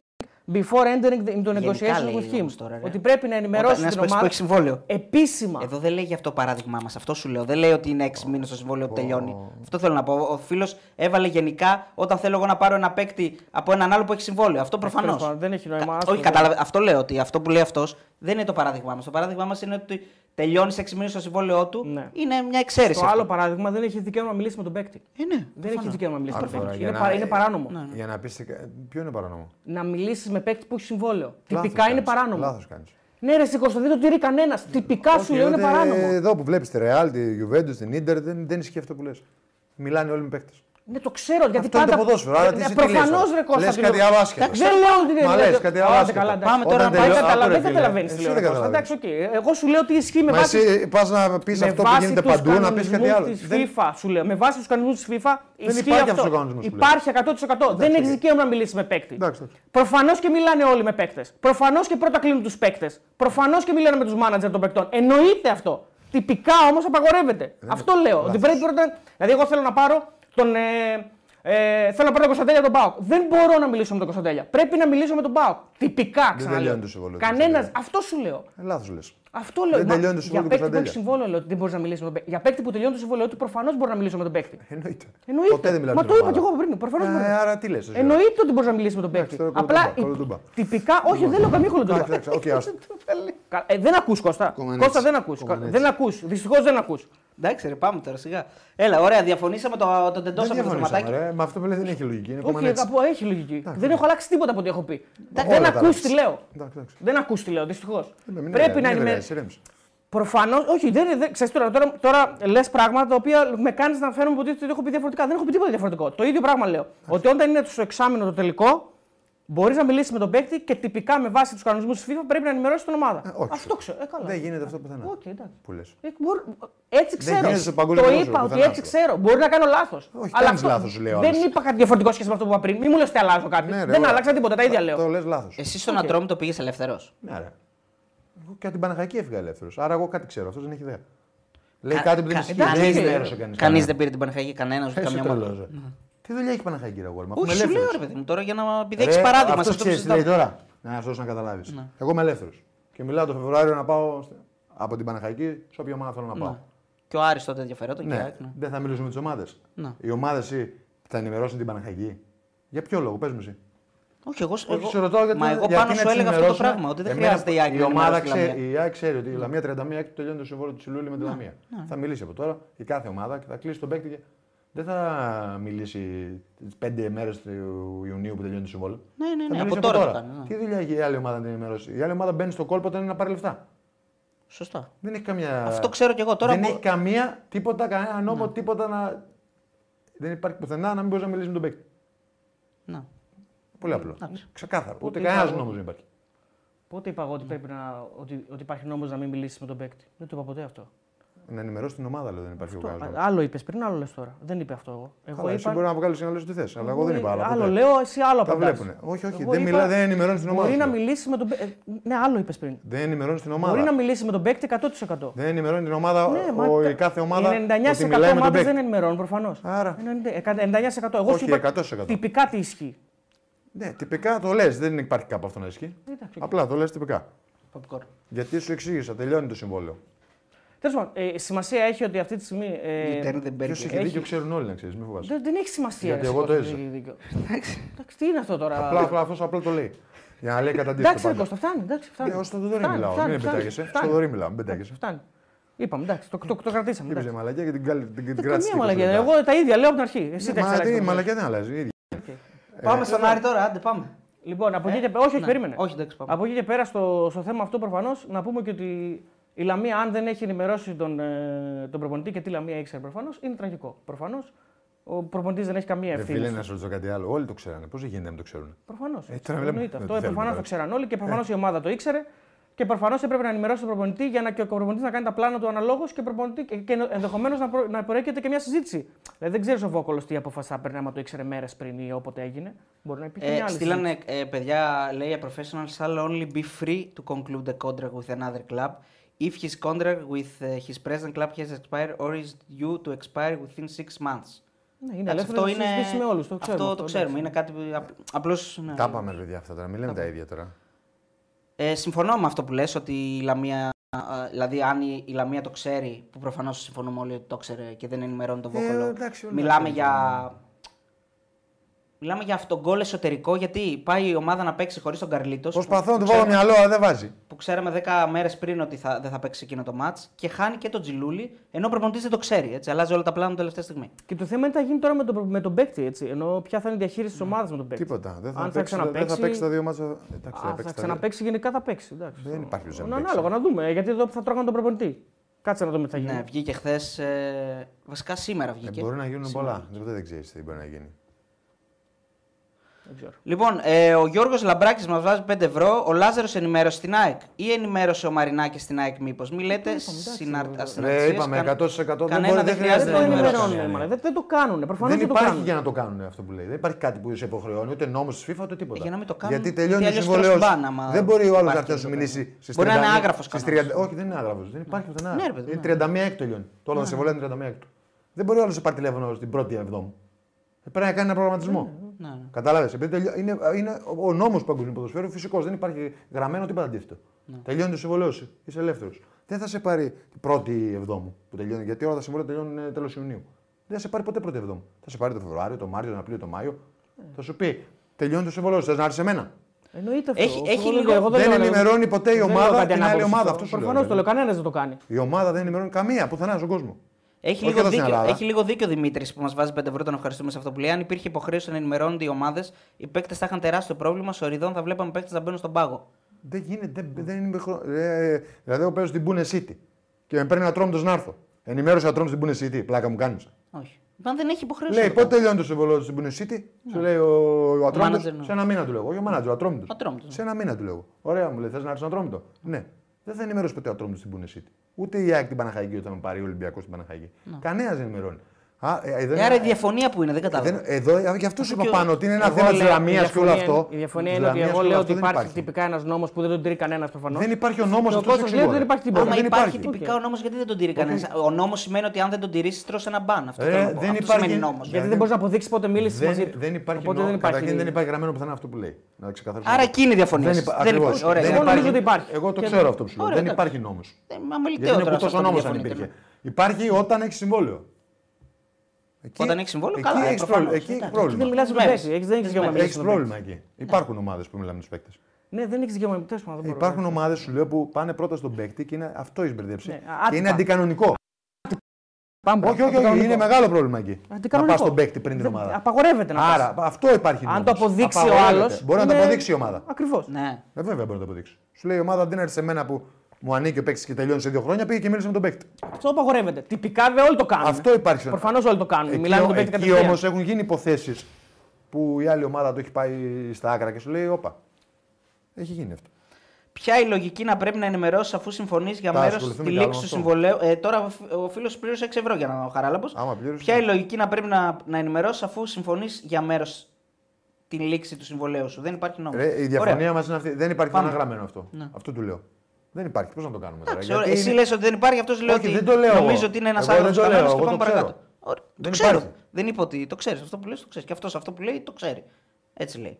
C: Before entering the- into
B: Γενικά
C: negotiations
B: λέει
C: with him.
B: όμως τώρα, ρε.
C: ότι πρέπει να ενημερώσει
B: Όταν ένας
C: την
B: παίκτης που
C: ομάδα.
B: έχει συμβόλαιο.
C: Επίσημα.
B: Εδώ δεν λέει για αυτό παράδειγμά μας. Αυτό σου λέω. Δεν λέει ότι είναι 6 μήνες το συμβόλαιο που τελειώνει. Αυτό θέλω να πω. Ο φίλος έβαλε γενικά όταν θέλω εγώ να πάρω ένα παίκτη από έναν άλλο που έχει συμβόλαιο. Αυτό προφανώ.
C: Ε, τέλος πάντων, δεν έχει νόημα, άστο
B: Όχι,
C: το.
B: κατάλαβε. Αυτό λέω ότι αυτό που λέει αυτός δεν είναι το παράδειγμά μας. Το παράδειγμά μας είναι ότι τελειώνεις 6 μήνε το συμβόλαιό του.
C: Ναι.
B: Είναι μια εξαίρεση.
C: Το
B: αυτό.
C: άλλο παράδειγμα δεν έχεις δικαίωμα να μιλήσεις με τον παίκτη.
B: Ε, ναι,
C: δεν έχεις δικαίωμα να μιλήσεις με τον
D: Άρα,
C: παίκτη.
D: για
C: Είναι,
D: να-
C: παρα- είναι παράνομο.
D: Για να πεις. τι κα- Ποιο είναι παράνομο.
C: Να μιλήσεις με παίκτη που έχει συμβόλαιο.
D: Λάθος
C: Τυπικά είναι
D: κάνεις.
C: παράνομο.
D: Λάθος κάνεις.
C: Ναι, ρε, σηκώστε, δεν το τηρεί κανένας.
B: Ναι.
C: Τυπικά σου
D: Όχι,
C: λέω είναι
D: ούτε
C: παράνομο.
D: Εδώ που βλέπεις τη Real, τη Juventus, την Inter, δεν, δεν ισχύει αυτό που λες. Μιλάνε όλοι με παίχτε.
C: Ναι, το ξέρω. Γιατί
D: Αυτό είναι το ποδόσφαιρο. Άρα τι εσύ τι λες
C: Προφανώς
D: τώρα.
C: ρε Κώστα.
D: Λες
C: του
D: κάτι
C: λέω.
D: αβάσχετο.
C: Εντάξει, Δεν λέω ότι δεν
D: Μα
C: δεν-
D: λες κάτι
C: Άντε,
D: αβάσχετο.
C: καλά, εντάξει.
B: Πάμε τώρα
D: Όταν
B: να πάει
C: Δεν
D: τελειώ-
C: καταλαβα-
D: Άκου, ρε,
C: Δεν
D: φίλε.
C: καταλαβαίνεις
D: Εσύ
C: τι λέω.
D: δεν
C: ρε Κώστα.
D: καταλαβαίνεις.
C: Εντάξει, οκ. Εγώ σου λέω ότι ισχύει με
D: Μα
C: βάση.
D: εσύ πας να πεις
C: με
D: αυτό που
C: βάση
D: γίνεται
C: τους
D: παντού, να πεις κάτι
C: κανονισμούς
D: άλλο.
C: της
D: Δεν-
C: FIFA, σου λέω. Με βάση τους κανονισμούς της FIFA ισχύει
D: υπάρχει
C: αυτό.
D: αυτός ο κανονισμός που λέμε.
C: Υπάρχει 100%. Δεν έχει
D: οκ.
C: δικαίωμα να μιλήσεις με παίκτη.
D: Εντάξει, εντάξει.
C: Προφανώς και μιλάνε όλοι με παίκτες. Προφανώς και πρώτα κλείνουν τους παίκτες. Προφανώς και μιλάνε με τους μάνατζερ των παίκτων. Εννοείται αυτό. Τυπικά όμως απαγορεύεται.
D: Ε,
C: αυτό λέω. Ότι πρέπει πρώτα. Δηλαδή, εγώ θέλω να πάρω τον. Ε, ε, θέλω να πάρω τον Κωνσταντέλια τον Πάοκ. Δεν μπορώ να μιλήσω με τον Κωνσταντέλια. Πρέπει να μιλήσω με τον Πάοκ. Τυπικά ξαναλέω.
D: τελειώνει το συμβόλαιο του
C: Κανένα.
D: Κωνσταντέλια.
C: Αυτό σου λέω.
D: Λάθος λες.
C: Αυτό λέω.
D: Δεν
C: Μα,
D: τελειώνει το συμβόλαιο
C: Για παίκτη
D: του
C: που έχει
D: Κωνσταντέλια.
C: συμβόλαιο λέω ότι δεν μπορείς να μιλήσεις με τον παίκτη. Για παίκτη που τελειώνει το συμβόλαιο του προφανώς μπορεί να μιλήσω με τον παίκτη.
D: Εννοείται.
C: Εννοείται.
D: Ποτέ δεν μιλάμε
C: Μα
D: με
C: το
D: την
C: είπα και
D: ομάδα.
C: εγώ πριν. Προφανώς μπορεί.
D: Ε, άρα τι λες.
C: Εννοείται ότι μπορείς να μιλήσεις με τον παίκτη.
D: Εντάξει, τώρα
C: Απλά
D: κολοτούμπα,
C: η-
D: κολοτούμπα.
C: τυπικά, όχι, δεν λέω καμία κολοτούμπα.
D: Εντάξει, εντάξει, οκ, άστο.
C: Κα- ε, δεν ακούς Κώστα.
D: Κομμανέτσι.
C: Κώστα δεν ακούς.
D: Κομμανέτσι.
C: Δεν ακούς. Δυστυχώς δεν ακούς.
B: Εντάξει, ρε, πάμε τώρα σιγά. Έλα, ωραία, διαφωνήσαμε το, το
D: Δεν
B: τεντώσαμε το
D: διαφωνήσαμε.
B: στοματάκι.
D: ρε. Μα αυτό που λέει δεν έχει λογική. Είναι
C: Όχι,
D: κομμανέτσι.
C: κάπου έχει λογική. Δεν έχω αλλάξει τίποτα από ό,τι έχω πει. Δεν
D: Όλα τα
C: ακούς
D: άλλαξες.
C: τι λέω.
D: Εντάξει, εντάξει.
C: Δεν ακούς τι λέω, δυστυχώς.
D: Ε, μην
C: Πρέπει
D: είναι-
C: να
D: μην
C: είμαι.
D: βαρέσεις, ηρέμησε.
C: Προφανώς, όχι, δεν, δεν, ξέρεις, τώρα, τώρα, τώρα λες πράγματα τα οποία με κάνεις να φαίνομαι ότι το έχω πει διαφορετικά. Δεν έχω πει τίποτα διαφορετικό. Το ίδιο πράγμα λέω. Ότι όταν είναι στο εξάμεινο το τελικό, μπορείς να μιλήσεις με τον παίκτη και τυπικά με βάση τους κανονισμούς της FIFA πρέπει να ενημερώσεις την ομάδα.
D: όχι.
C: Αυτό ξέρω. Ε, καλά.
D: Δεν γίνεται αυτό πουθενά.
C: Οκ, εντάξει.
D: Που λες.
C: Ε, μπορεί- Έτσι ξέρω.
D: γίνεται στο παγκόσμιο
C: το
D: ποδόσφαιρο,
C: είπα ότι
D: πουθενά
C: έτσι
D: αυτό.
C: ξέρω. Μπορεί να κάνω λάθος.
D: Όχι, κάνεις λάθος, λέω,
C: Δεν
D: άλλωστε.
C: είπα κάτι διαφορετικό σχέση με αυτό που είπα πριν. Μην μου λες ότι αλλάζω κάτι.
D: Ναι, ρε,
C: δεν
D: όλα.
C: άλλαξα τίποτα. Τα ίδια
D: Το- Το
C: λέω.
D: λες λάθος.
B: Εσύ στον
C: Οκ.
B: Ατρόμητο το πήγες ελεύθερος.
D: Ναι, ρε. Εγώ και από την Παναχαϊκή έφυγα ελεύθερος. Άρα εγώ κάτι ξέρω. Αυτός δεν έχει ιδέα. Λέει κάτι που δεν ισχύει. Δεν ενημέρωσε κανείς.
B: Κανείς δεν πήρε την Παναχαϊκή, κανένα ούτε
D: Εσύ
B: καμιά
D: το
B: ομάδα.
D: λέω, ρε.
C: Ναι.
D: Τι δουλειά έχει η Παναχαϊκή, ρε Γουέλμα.
B: Όχι, σου λέω ρε παιδί μου τώρα για να. Επειδή έχεις παράδειγμα σε αυτό που
D: λέει
B: συζητάμε. Ναι.
D: τώρα. Να σου δώσω να καταλάβεις. Εγώ είμαι ελεύθερος. Και μιλάω το Φεβρουάριο να πάω στε- από την Παναχαϊκή σε όποια ομάδα θέλω να πάω.
B: Και ο Άρης τότε ενδιαφερόταν. και η
D: Ναι,
B: ΑΕΚ, ναι.
D: δεν θα μιλήσουμε με τις ομάδες.
B: Ναι.
D: Οι ομάδες θα ενημερώσουν την Παναχαϊκή. Για ποιο λόγο, πες μου εσύ.
B: Όχι, εγώ,
D: Όχι,
B: εγώ-
D: σε ρωτάω γιατί.
B: Μα εγώ
D: γιατί
B: πάνω
D: να
B: σου
D: τις
B: έλεγα αυτό το
D: ενημερώσουμε.
B: πράγμα. Ότι δεν
D: Εμένα
B: χρειάζεται η ΑΕΚ
D: Η
B: να
D: ομάδα
B: ενημερώσει τη
D: ξέρει,
B: Λαμία. Ναι.
D: η ΑΕΚ ξέρει ότι η Λαμία 31 του τελειώνει το συμβόλαιο του Σιλούλη με τη Λαμία. Θα μιλήσει από τώρα η κάθε ομάδα και θα κλείσει τον παίκτη. και Δεν θα μιλήσει τι πέντε μέρες του Ιουνίου που τελειώνει το συμβόλαιο.
B: Ναι, ναι,
D: Θα
B: ναι,
D: μιλήσει
B: από τώρα το κάνει, ναι.
D: Τι δουλειά έχει η άλλη ομάδα να την ενημερώσει. Η άλλη ομάδα μπαίνει στο κόλπο όταν είναι να πάρει λεφτά.
B: Σωστά.
D: Δεν έχει καμία.
B: Αυτό ξέρω κι εγώ. Τώρα
D: δεν
B: μπο- Ναι.
D: έχει καμία τίποτα, κανένα νόμο, τίποτα να. Δεν υπάρχει πουθενά να μην μπορείς να μιλήσεις με τον παίκτη.
B: Να.
D: Πολύ απλό.
B: Εντάξει.
D: Ξεκάθαρο. Ούτε
C: είπα
D: κανένα
C: εγώ.
D: νόμος δεν υπάρχει.
C: Πότε είπα εγώ ότι, πρέπει να, ότι, ότι υπάρχει νόμος να μην μιλήσεις με τον παίκτη. Δεν το είπα ποτέ αυτό.
D: Να ενημερώσει την ομάδα, λέω, δεν υπάρχει
C: Αυτό,
D: αυτό,
C: α- άλλο είπες πριν, άλλο λες τώρα. Δεν είπε αυτό εγώ. Εγώ
D: Καλά, εσύ μπορεί να βγάλεις ένα λες τι θες. Αλλά εγώ δεν είπα. άλλα
C: Άλλο
D: ποτέ.
C: λέω, εσύ άλλο
D: Τα
C: απαντάς.
D: βλέπουνε. Όχι, όχι.
C: Εγώ
D: δεν
C: είπα,
D: μιλά, δεν ενημερώνει την ομάδα.
C: Μπορεί
D: σου
C: να
D: λέω.
C: μιλήσει με τον παίκτη. Ναι, άλλο είπες πριν.
D: Δεν ενημερώνει την ομάδα.
C: Μπορεί να μιλήσει με τον παίκτη 100%.
D: Δεν ενημερώνει την ομάδα.
C: Ναι, μα
D: ο,
C: τα-
D: η κάθε ομάδα.
C: οι
D: ότι
C: 99%
D: μιλάει με τον
C: ομάδες
D: παίκτη.
C: δεν ενημερώνουν ε, προφανώ.
D: Άρα.
C: 99%. Εγώ
D: Όχι,
C: σου είπα
D: 100%.
C: τυπικά τι ισχύει.
D: Ναι, τυπικά το λες. Δεν υπάρχει κάπου αυτό να ισχύει.
C: Εντάξει, οκ.
D: Απλά το λες τυπικά.
B: Popcorn.
D: Γιατί σου εξήγησα, τελειώνει το συμβόλαιο.
C: Τέλος πάντων, ε, σημασία έχει ότι αυτή τη στιγμή. ε,
B: Λιτέρν δεν
D: Ποιο
B: παίρνει.
D: έχει
C: έχει.
D: δίκιο, ξέρουν όλοι να ξέρεις. Μην φοβάσαι.
C: δεν, δεν έχει σημασία.
D: Γιατί
C: ρε,
D: εγώ το
C: Κώστα,
D: έζησα.
C: τι- δίκιο. Εντάξει, τι είναι αυτό τώρα.
D: Απλά, απλά αυτός απλά το λέει. Για να λέει κατά
C: Εντάξει, ρε
D: αντίθετο.
C: Κώστα, φτάνει. Εντάξει, φτάνει.
D: Εγώ στον Δωρή
C: Φτάνει,
D: μιλάω.
C: φτάνει,
D: Μην
C: φτάνει,
D: πετάγεσαι.
C: φτάνει.
D: Στον Δωρή μιλάω. Μην πετάγεσαι.
C: Φτάνει. Είπαμε, εντάξει, το, το, το κρατήσαμε.
D: Χτύπησε
C: εντάξει.
D: μαλακιά και την κάλυ- την- την
C: Δεν
D: κράτησε.
C: Ε, καμία
D: 20
C: μαλακία.
D: λεπτά.
C: Εγώ τα ίδια λέω από την αρχή. Εσύ
D: Ναι,
C: τα έχεις
D: μα
C: αλλάξει
D: τι,
C: το
D: μαλακιά δεν αλλάζει. η ίδια.
C: πρόβλημα.
D: Ε,
B: Πάμε στον Άρη τώρα, άντε πάμε.
C: Λοιπόν, από εκεί
D: Ναι.
C: και πέρα. Όχι, όχι, περίμενε.
B: Όχι, εντάξει, πάμε.
C: Από εκεί και πέρα στο, στο θέμα αυτό προφανώς να πούμε και ότι η Λαμία, αν δεν έχει ενημερώσει τον, ε, τον προπονητή και τη Λαμία ήξερε προφανώς, είναι τραγικό. Προφανώς ο προπονητής δεν έχει καμία
D: Ρε Ε, φίλε,
C: ευθύνη.
D: να σου ρωτήσω κάτι άλλο. Όλοι το ξέρανε. Πώς γίνεται να μην το ξέρουν.
C: Προφανώς.
D: Ε, τώρα λέμε, δεν
C: αυτό
D: θέλουμε
C: προφανώς
D: τώρα.
C: το ξέραν όλοι
D: Ε.
C: και προφανώς η ομάδα το ήξερε. Και προφανώς έπρεπε να ενημερώσει τον προπονητή για να και ο προπονητής να κάνει τα πλάνα του αναλόγως και, προπονητή- και, και ενδεχομένως να, προ, να προέρχεται και μια συζήτηση. Δηλαδή δεν ξέρεις ο Βόκολος τι αποφασά παίρνει άμα το ήξερε μέρες πριν ή όποτε έγινε. Μπορεί να υπήρχε μια
B: Ε,
C: άλλη συζήτηση.
B: στείλανε ε, παιδιά, λέει, a professional shall only be free to conclude a contract with another club if his eh, contract with uh, his present club has expired or is due to expire within six months.
C: Ναι, είναι
B: Εντάξει,
C: ελεύθερο να συζητήσει με όλους, το
B: αυτό
C: ξέρουμε αυτό,
B: το ξέρουμε. Είναι
C: εντάξει.
B: κάτι που απ- απλώς... ναι.
D: Τα πάμε, ρε παιδιά, αυτά τώρα. Μην λέμε τα ίδια τώρα.
B: Ε, συμφωνώ με αυτό που λες ότι η Λαμία, ε, δηλαδή αν η, η Λαμία το ξέρει, που προφανώς συμφωνούμε όλοι ότι το ξέρει και δεν ενημερώνει τον Βόκολο.
D: Ε, εντάξει, όλα
B: μιλάμε
D: τα
B: για... Μιλάμε για αυτογκόλ εσωτερικό γιατί πάει η ομάδα να παίξει χωρίς τον Καρλίτος.
D: Προσπαθώ να
B: που
D: του βάλω
B: ξέρουμε-
D: μυαλό, αλλά δεν βάζει.
B: Που ξέραμε 10 μέρες πριν ότι θα, δεν θα παίξει εκείνο το μάτ και χάνει και τον Τζιλούλη, ενώ ο προπονητής δεν το ξέρει. Έτσι, αλλάζει όλα τα πλάνα τελευταία στιγμή.
C: Και το θέμα είναι τι θα γίνει τώρα με τον, προ- με τον παίκτη. Έτσι. Ενώ ποια θα είναι η διαχείριση
B: Ναι.
C: τη ομάδας με τον παίκτη.
D: Τίποτα. Δεν
C: Αν
D: θα,
C: θα
D: παίξει, δεν θα
C: ξαναπαίξει-
D: παίξει τα δύο μάτια. Εντάξει,
C: Α, θα
D: παίξει τα
C: ξαναπέξει, γενικά θα παίξει. Εντάξει.
D: Δεν υπάρχει λόγος να μην
C: Να Ανάλογα, να δούμε. Ε, Γιατί εδώ θα τρώγανε τον προπονητή. Κάτσε να δούμε τι θα γίνει.
B: Ναι, βγήκε χθες. Ε, βασικά σήμερα
D: δύο.
B: βγήκε.
D: Ε, μπορεί να γίνουν
B: Σήμερα.
D: πολλά. Δεν, δεν ξέρεις τι μπορεί να γίνει.
C: Δεν ξέρω.
B: Λοιπόν, ε, ο Γιώργος Λαμπράκης μας βάζει 5 ευρώ. Ο Λάζαρος ενημέρωσε την ΑΕΚ. Ή ενημέρωσε ο Μαρινάκης την ΑΕΚ, μήπως. Μη λέτε συναρτησίε.
D: Ρε, Ε, είπαμε 100% δεν
B: κανένα
D: μπορεί,
B: δεν χρειάζεται
D: δεν χρειάζεται
C: Δεν το
B: να ενημερώνει.
C: ενημερώνουν. μάλλον. Δεν, δεν το κάνουν. Προφανώς
D: δεν
C: δεν το
D: υπάρχει
C: κάνουν.
D: για να το κάνουν αυτό που λέει. Δεν υπάρχει κάτι που σε υποχρεώνει, ούτε νόμος της FIFA ούτε τίποτα.
B: Για να μην το κάνουν,
D: Γιατί
B: γιατί
D: τελειώνει ο
B: αλλιώς
D: συμβολέο.
B: τρως μπαν άμα
D: Δεν μπορεί ο άλλος
B: υπάρχει
D: αυτός να σου
B: τίποτα.
D: μιλήσει στι 30.
B: Μπορεί να είναι άγραφος
D: στις
B: κανένας.
D: 30 Όχι, δεν είναι άγραφος. Δεν υπάρχει πουθενά.
B: Ναι, ρε παιδί,
D: Είναι
B: ναι.
D: 31 έκτο τελειώνει. Το όλο τα συμβολέο είναι 31 έκτο. Δεν μπορεί ο άλλος να πάρει τηλέφωνο στην πρώτη εβδόμου. Ε, Πρέπει να κάνει ένα προγραμματισμό.
B: Ναι, ναι.
D: Κατάλαβε. Είναι, είναι ο νόμος του παγκοσμίου ποδοσφαίρου φυσικός. Δεν υπάρχει γραμμένο τίποτα αντίθετο.
B: Ναι.
D: Τελειώνει το συμβολέο σου. Είσαι ελεύθερος. Δεν θα σε πάρει την πρώτη εβδόμου που τελειώνει. Γιατί όλα τα συμβόλαια τελειώνουν τέλος Ιουνίου. Δεν θα σε πάρει ποτέ πρώτη εβδόμου. Θα σε πάρει το Φεβρουάριο, το Μάρτιο, τον Απρίλιο, το Μάιο.
B: Ναι.
D: Θα σου πει τελειώνει το συμβολέο σου. Θες να έρθεις σε μένα.
C: Εννοείται αυτό.
B: Έχει-
C: Ο
B: έχει
C: Βόλος-
B: λίγο-
C: εγώ
D: δεν
C: λέω-
D: ενημερώνει ποτέ η
C: δεν λέω
D: ομάδα
C: κάτι
D: την άλλη
C: ανάποδο σε
D: ομάδα.
C: αυτό.
D: Αυτό σου λέω,
C: Προφανώς το
D: δηλαδή.
C: λέω. Κανένας δεν το κάνει.
D: Η ομάδα δεν ενημερώνει καμία πουθενά στον κόσμο.
B: Έχει,
D: Όχι
B: λίγο
D: εδώ στην
B: δίκιο,
D: Ελλάδα.
B: έχει λίγο δίκιο ο Δημήτρης που μας βάζει 5 ευρώ, τον ευχαριστούμε σε αυτό που λέει. Αν υπήρχε υποχρέωση να ενημερώνονται οι ομάδες, οι παίκτες θα είχαν τεράστιο πρόβλημα. Σοριδών θα βλέπαμε παίκτες να μπαίνουν στον πάγο.
D: Δεν γίνεται, δεν, δεν είναι χρο... ε, Δηλαδή, εγώ παίζω στην Πούνε City και με παίρνει ένα τρόμο να έρθω. Ενημέρωσε ένα τρόμο στην Πούνε City, πλάκα μου κάνεις.
B: Όχι. Μα δεν έχει υποχρέωση.
D: Λέει,
B: να το
D: πότε τελειώνει το συμβολό του στην Πούνε City, σου λέει ο, ο Ατρόμητος,
B: manager, ναι.
D: Σε ένα μήνα του λέω. Όχι ο μάνατζερ, ο Ατρόμητος.
C: ναι.
B: Ατρόμητος,
D: Σε ένα μήνα του λέω. Ωραία, μου λέει, θες να έρθεις Ατρόμητο. Ναι. Δεν θα ενημερώσει ποτέ ο Ατρόμητος στην Πούνε City. Ούτε η ΑΕΚ την Παναχαϊκή όταν με πάρει, ο Ολυμπιακός την Παναχαϊκή.
C: Ναι.
D: Κανένας δεν ενημερώνει. Α, ε, ε, δεν-
B: Ε, Άρα η διαφωνία που είναι, δεν
D: ε,
B: κατάλαβα.
D: δεν- εδώ, ε, γι' αυτό σου
B: και
D: είπα
B: ο-
D: πάνω ότι είναι ένα
C: Εγώ
D: θέμα της
C: λέω- η
D: Λαμία και όλο
C: διαφωνία
D: αυτό.
C: είναι- Η διαφωνία
D: Της
C: είναι ότι
D: Λαμίας
C: εγώ
D: και όλο
C: λέω
D: αυτό
C: ότι
D: δεν
C: υπάρχει τυπικά ένας νόμος που δεν τον τηρεί κανένας προφανώς.
D: Δεν υπάρχει ο νόμος
C: Το
D: αυτό.
C: Κώστας λέει ότι δεν υπάρχει τίποτα.
B: Άμα
C: δεν
B: υπάρχει
C: υπάρχει.
B: τυπικά
C: Οκ.
B: ο νόμος, γιατί δεν τον τηρεί κανένας. Ο νόμος σημαίνει ότι αν δεν τον τηρήσει, τρώσει ένα μπαν. Αυτό,
D: Ρε,
B: θέλω να πω.
D: Ε, δεν
B: αυτό
D: υπάρχει-
B: σημαίνει νόμος.
D: Για-
C: Γιατί δεν μπορείς να αποδείξεις πότε μίλησες μαζί
D: Δεν,
C: του.
D: δεν υπάρχει
C: Οπότε
D: νόμο.
C: δεν
D: Καταρχήν δεν
C: υπάρχει.
D: υπάρχει γραμμένο πουθενά αυτό που λέει. Να ξεκαθαρίσουμε.
B: Άρα εκείνη η διαφωνία.
D: Δεν
B: σας.
D: υπά-
B: δεν
D: ακριβώς.
B: υπάρχει. Ωραία.
D: Δεν
C: Εγώ νομίζω
D: υπάρχει-
C: ότι υπάρχει.
D: Εγώ το
C: Και-
D: ξέρω αυτό που σου λέω.
B: Ωραία,
D: Δεν
B: εντάξει.
D: υπάρχει νόμος.
B: Ε, μα αμεληταίο
D: Γιατί είναι
B: τώρα
D: κουτός
B: αυτό
D: ο
B: που
D: νόμο αν
B: διαφωνείτε,
D: υπήρχε. Υπάρχει όταν έχει συμβόλαιο. Εκεί-
B: Όταν έχεις συμβόλαιο,
D: εκεί
B: καλά, ε,
D: έχεις
B: προφανώς.
D: πρόβλημα.
B: Εντάξει,
D: Εκεί έχει
B: εκεί
C: Δεν
D: πρόβλημα.
C: μιλάς με
B: Σμένες.
C: παίκτη. έχεις- Δεν έχεις δικαίωμα να μιλήσεις
D: Έχει
C: με τον
D: πρόβλημα εκεί. Υπάρχουν ομάδες που μιλάνε με του παίκτε.
C: παίκτη. Ναι, δεν έχεις δικαίωμα. τέλος πάντων, δεν μπορώ.
D: Υπάρχουν ομάδες, σου λέω, που πάνε πρώτα στον παίκτη και είναι αυτό εις μπερδέψει.
C: Ναι,
D: Και είναι
C: άτυπα.
D: αντικανονικό.
C: Πάμε.
D: Όχι, όχι, όχι,
C: Αντικανονικό.
D: είναι μεγάλο πρόβλημα εκεί. Να
C: Αντικανονικό.
D: πα στον παίκτη πριν την
C: Δεν-
D: ομάδα.
C: Απαγορεύεται να πας.
D: Άρα αυτό υπάρχει.
C: Αν
D: νόμος.
C: το αποδείξει ο ναι.
D: Απαγορεύεται.
C: άλλος.
D: Μπορεί να το αποδείξει η ομάδα.
C: Ακριβώς.
B: Ναι.
D: Ε, βέβαια μπορεί να το αποδείξει. Σου λέει η ομάδα αντί να έρθει σε μένα που μου ανήκει ο παίκτης και τελειώνει σε δύο χρόνια, πήγε και μίλησε με τον παίκτη.
C: Αυτό απαγορεύεται. Τυπικά δεν όλοι το κάνουν.
D: Αυτό υπάρχει.
C: Προφανώς όλοι το κάνουν.
D: Εκεί,
C: Μιλάνε με τον παίκτη
D: εκεί
C: κατευθείαν.
D: όμως έχουν γίνει υποθέσεις που η άλλη ομάδα το έχει πάει στα άκρα και σου λέει: Όπα. Έχει γίνει αυτό.
B: Ποια η λογική να πρέπει να ενημερώσεις αφού συμφωνείς για
D: Τα
B: μέρος
D: ασχοληθούμε
B: τη
D: κι άλλο
B: λήξη
D: με
B: του
D: αυτό.
B: συμβολέου. Ε, τώρα ο φι- ο φίλος πλήρωσε 6 ευρώ για να ο Χαράλαμπος.
D: Άμα πλήρωσε.
B: Ποια η λογική να πρέπει να, να ενημερώσεις αφού συμφωνείς για μέρος τη λήξη του συμβολέου σου. Δεν υπάρχει νόμος.
D: Ρε, η διαφωνία μας είναι αυτή. Δεν υπάρχει
B: Πάμε.
D: ένα γραμμένο αυτό.
B: Ναι.
D: Αυτό του λέω. Δεν υπάρχει. Πώς να το κάνουμε τώρα.
B: Εντάξει,
D: γιατί
B: ωραία. Εσύ
D: είναι-
B: λες ότι δεν υπάρχει, αυτός λέει
D: Όχι,
B: ότι
D: δεν το λέω
B: νομίζω
D: εγώ.
B: ότι είναι ένας
D: Εγώ δεν
B: άλλο
D: το λέω,
B: κανόνας και
D: εγώ
B: πάμε
D: το ξέρω.
B: παρακάτω. Ωραία, Το
D: Δεν
B: ξέρω.
D: υπάρχει.
B: Δεν είπα ότι το ξέρεις. Αυτό που λες το ξέρεις. Και αυτός αυτό που λέει το ξέρει. Έτσι λέει.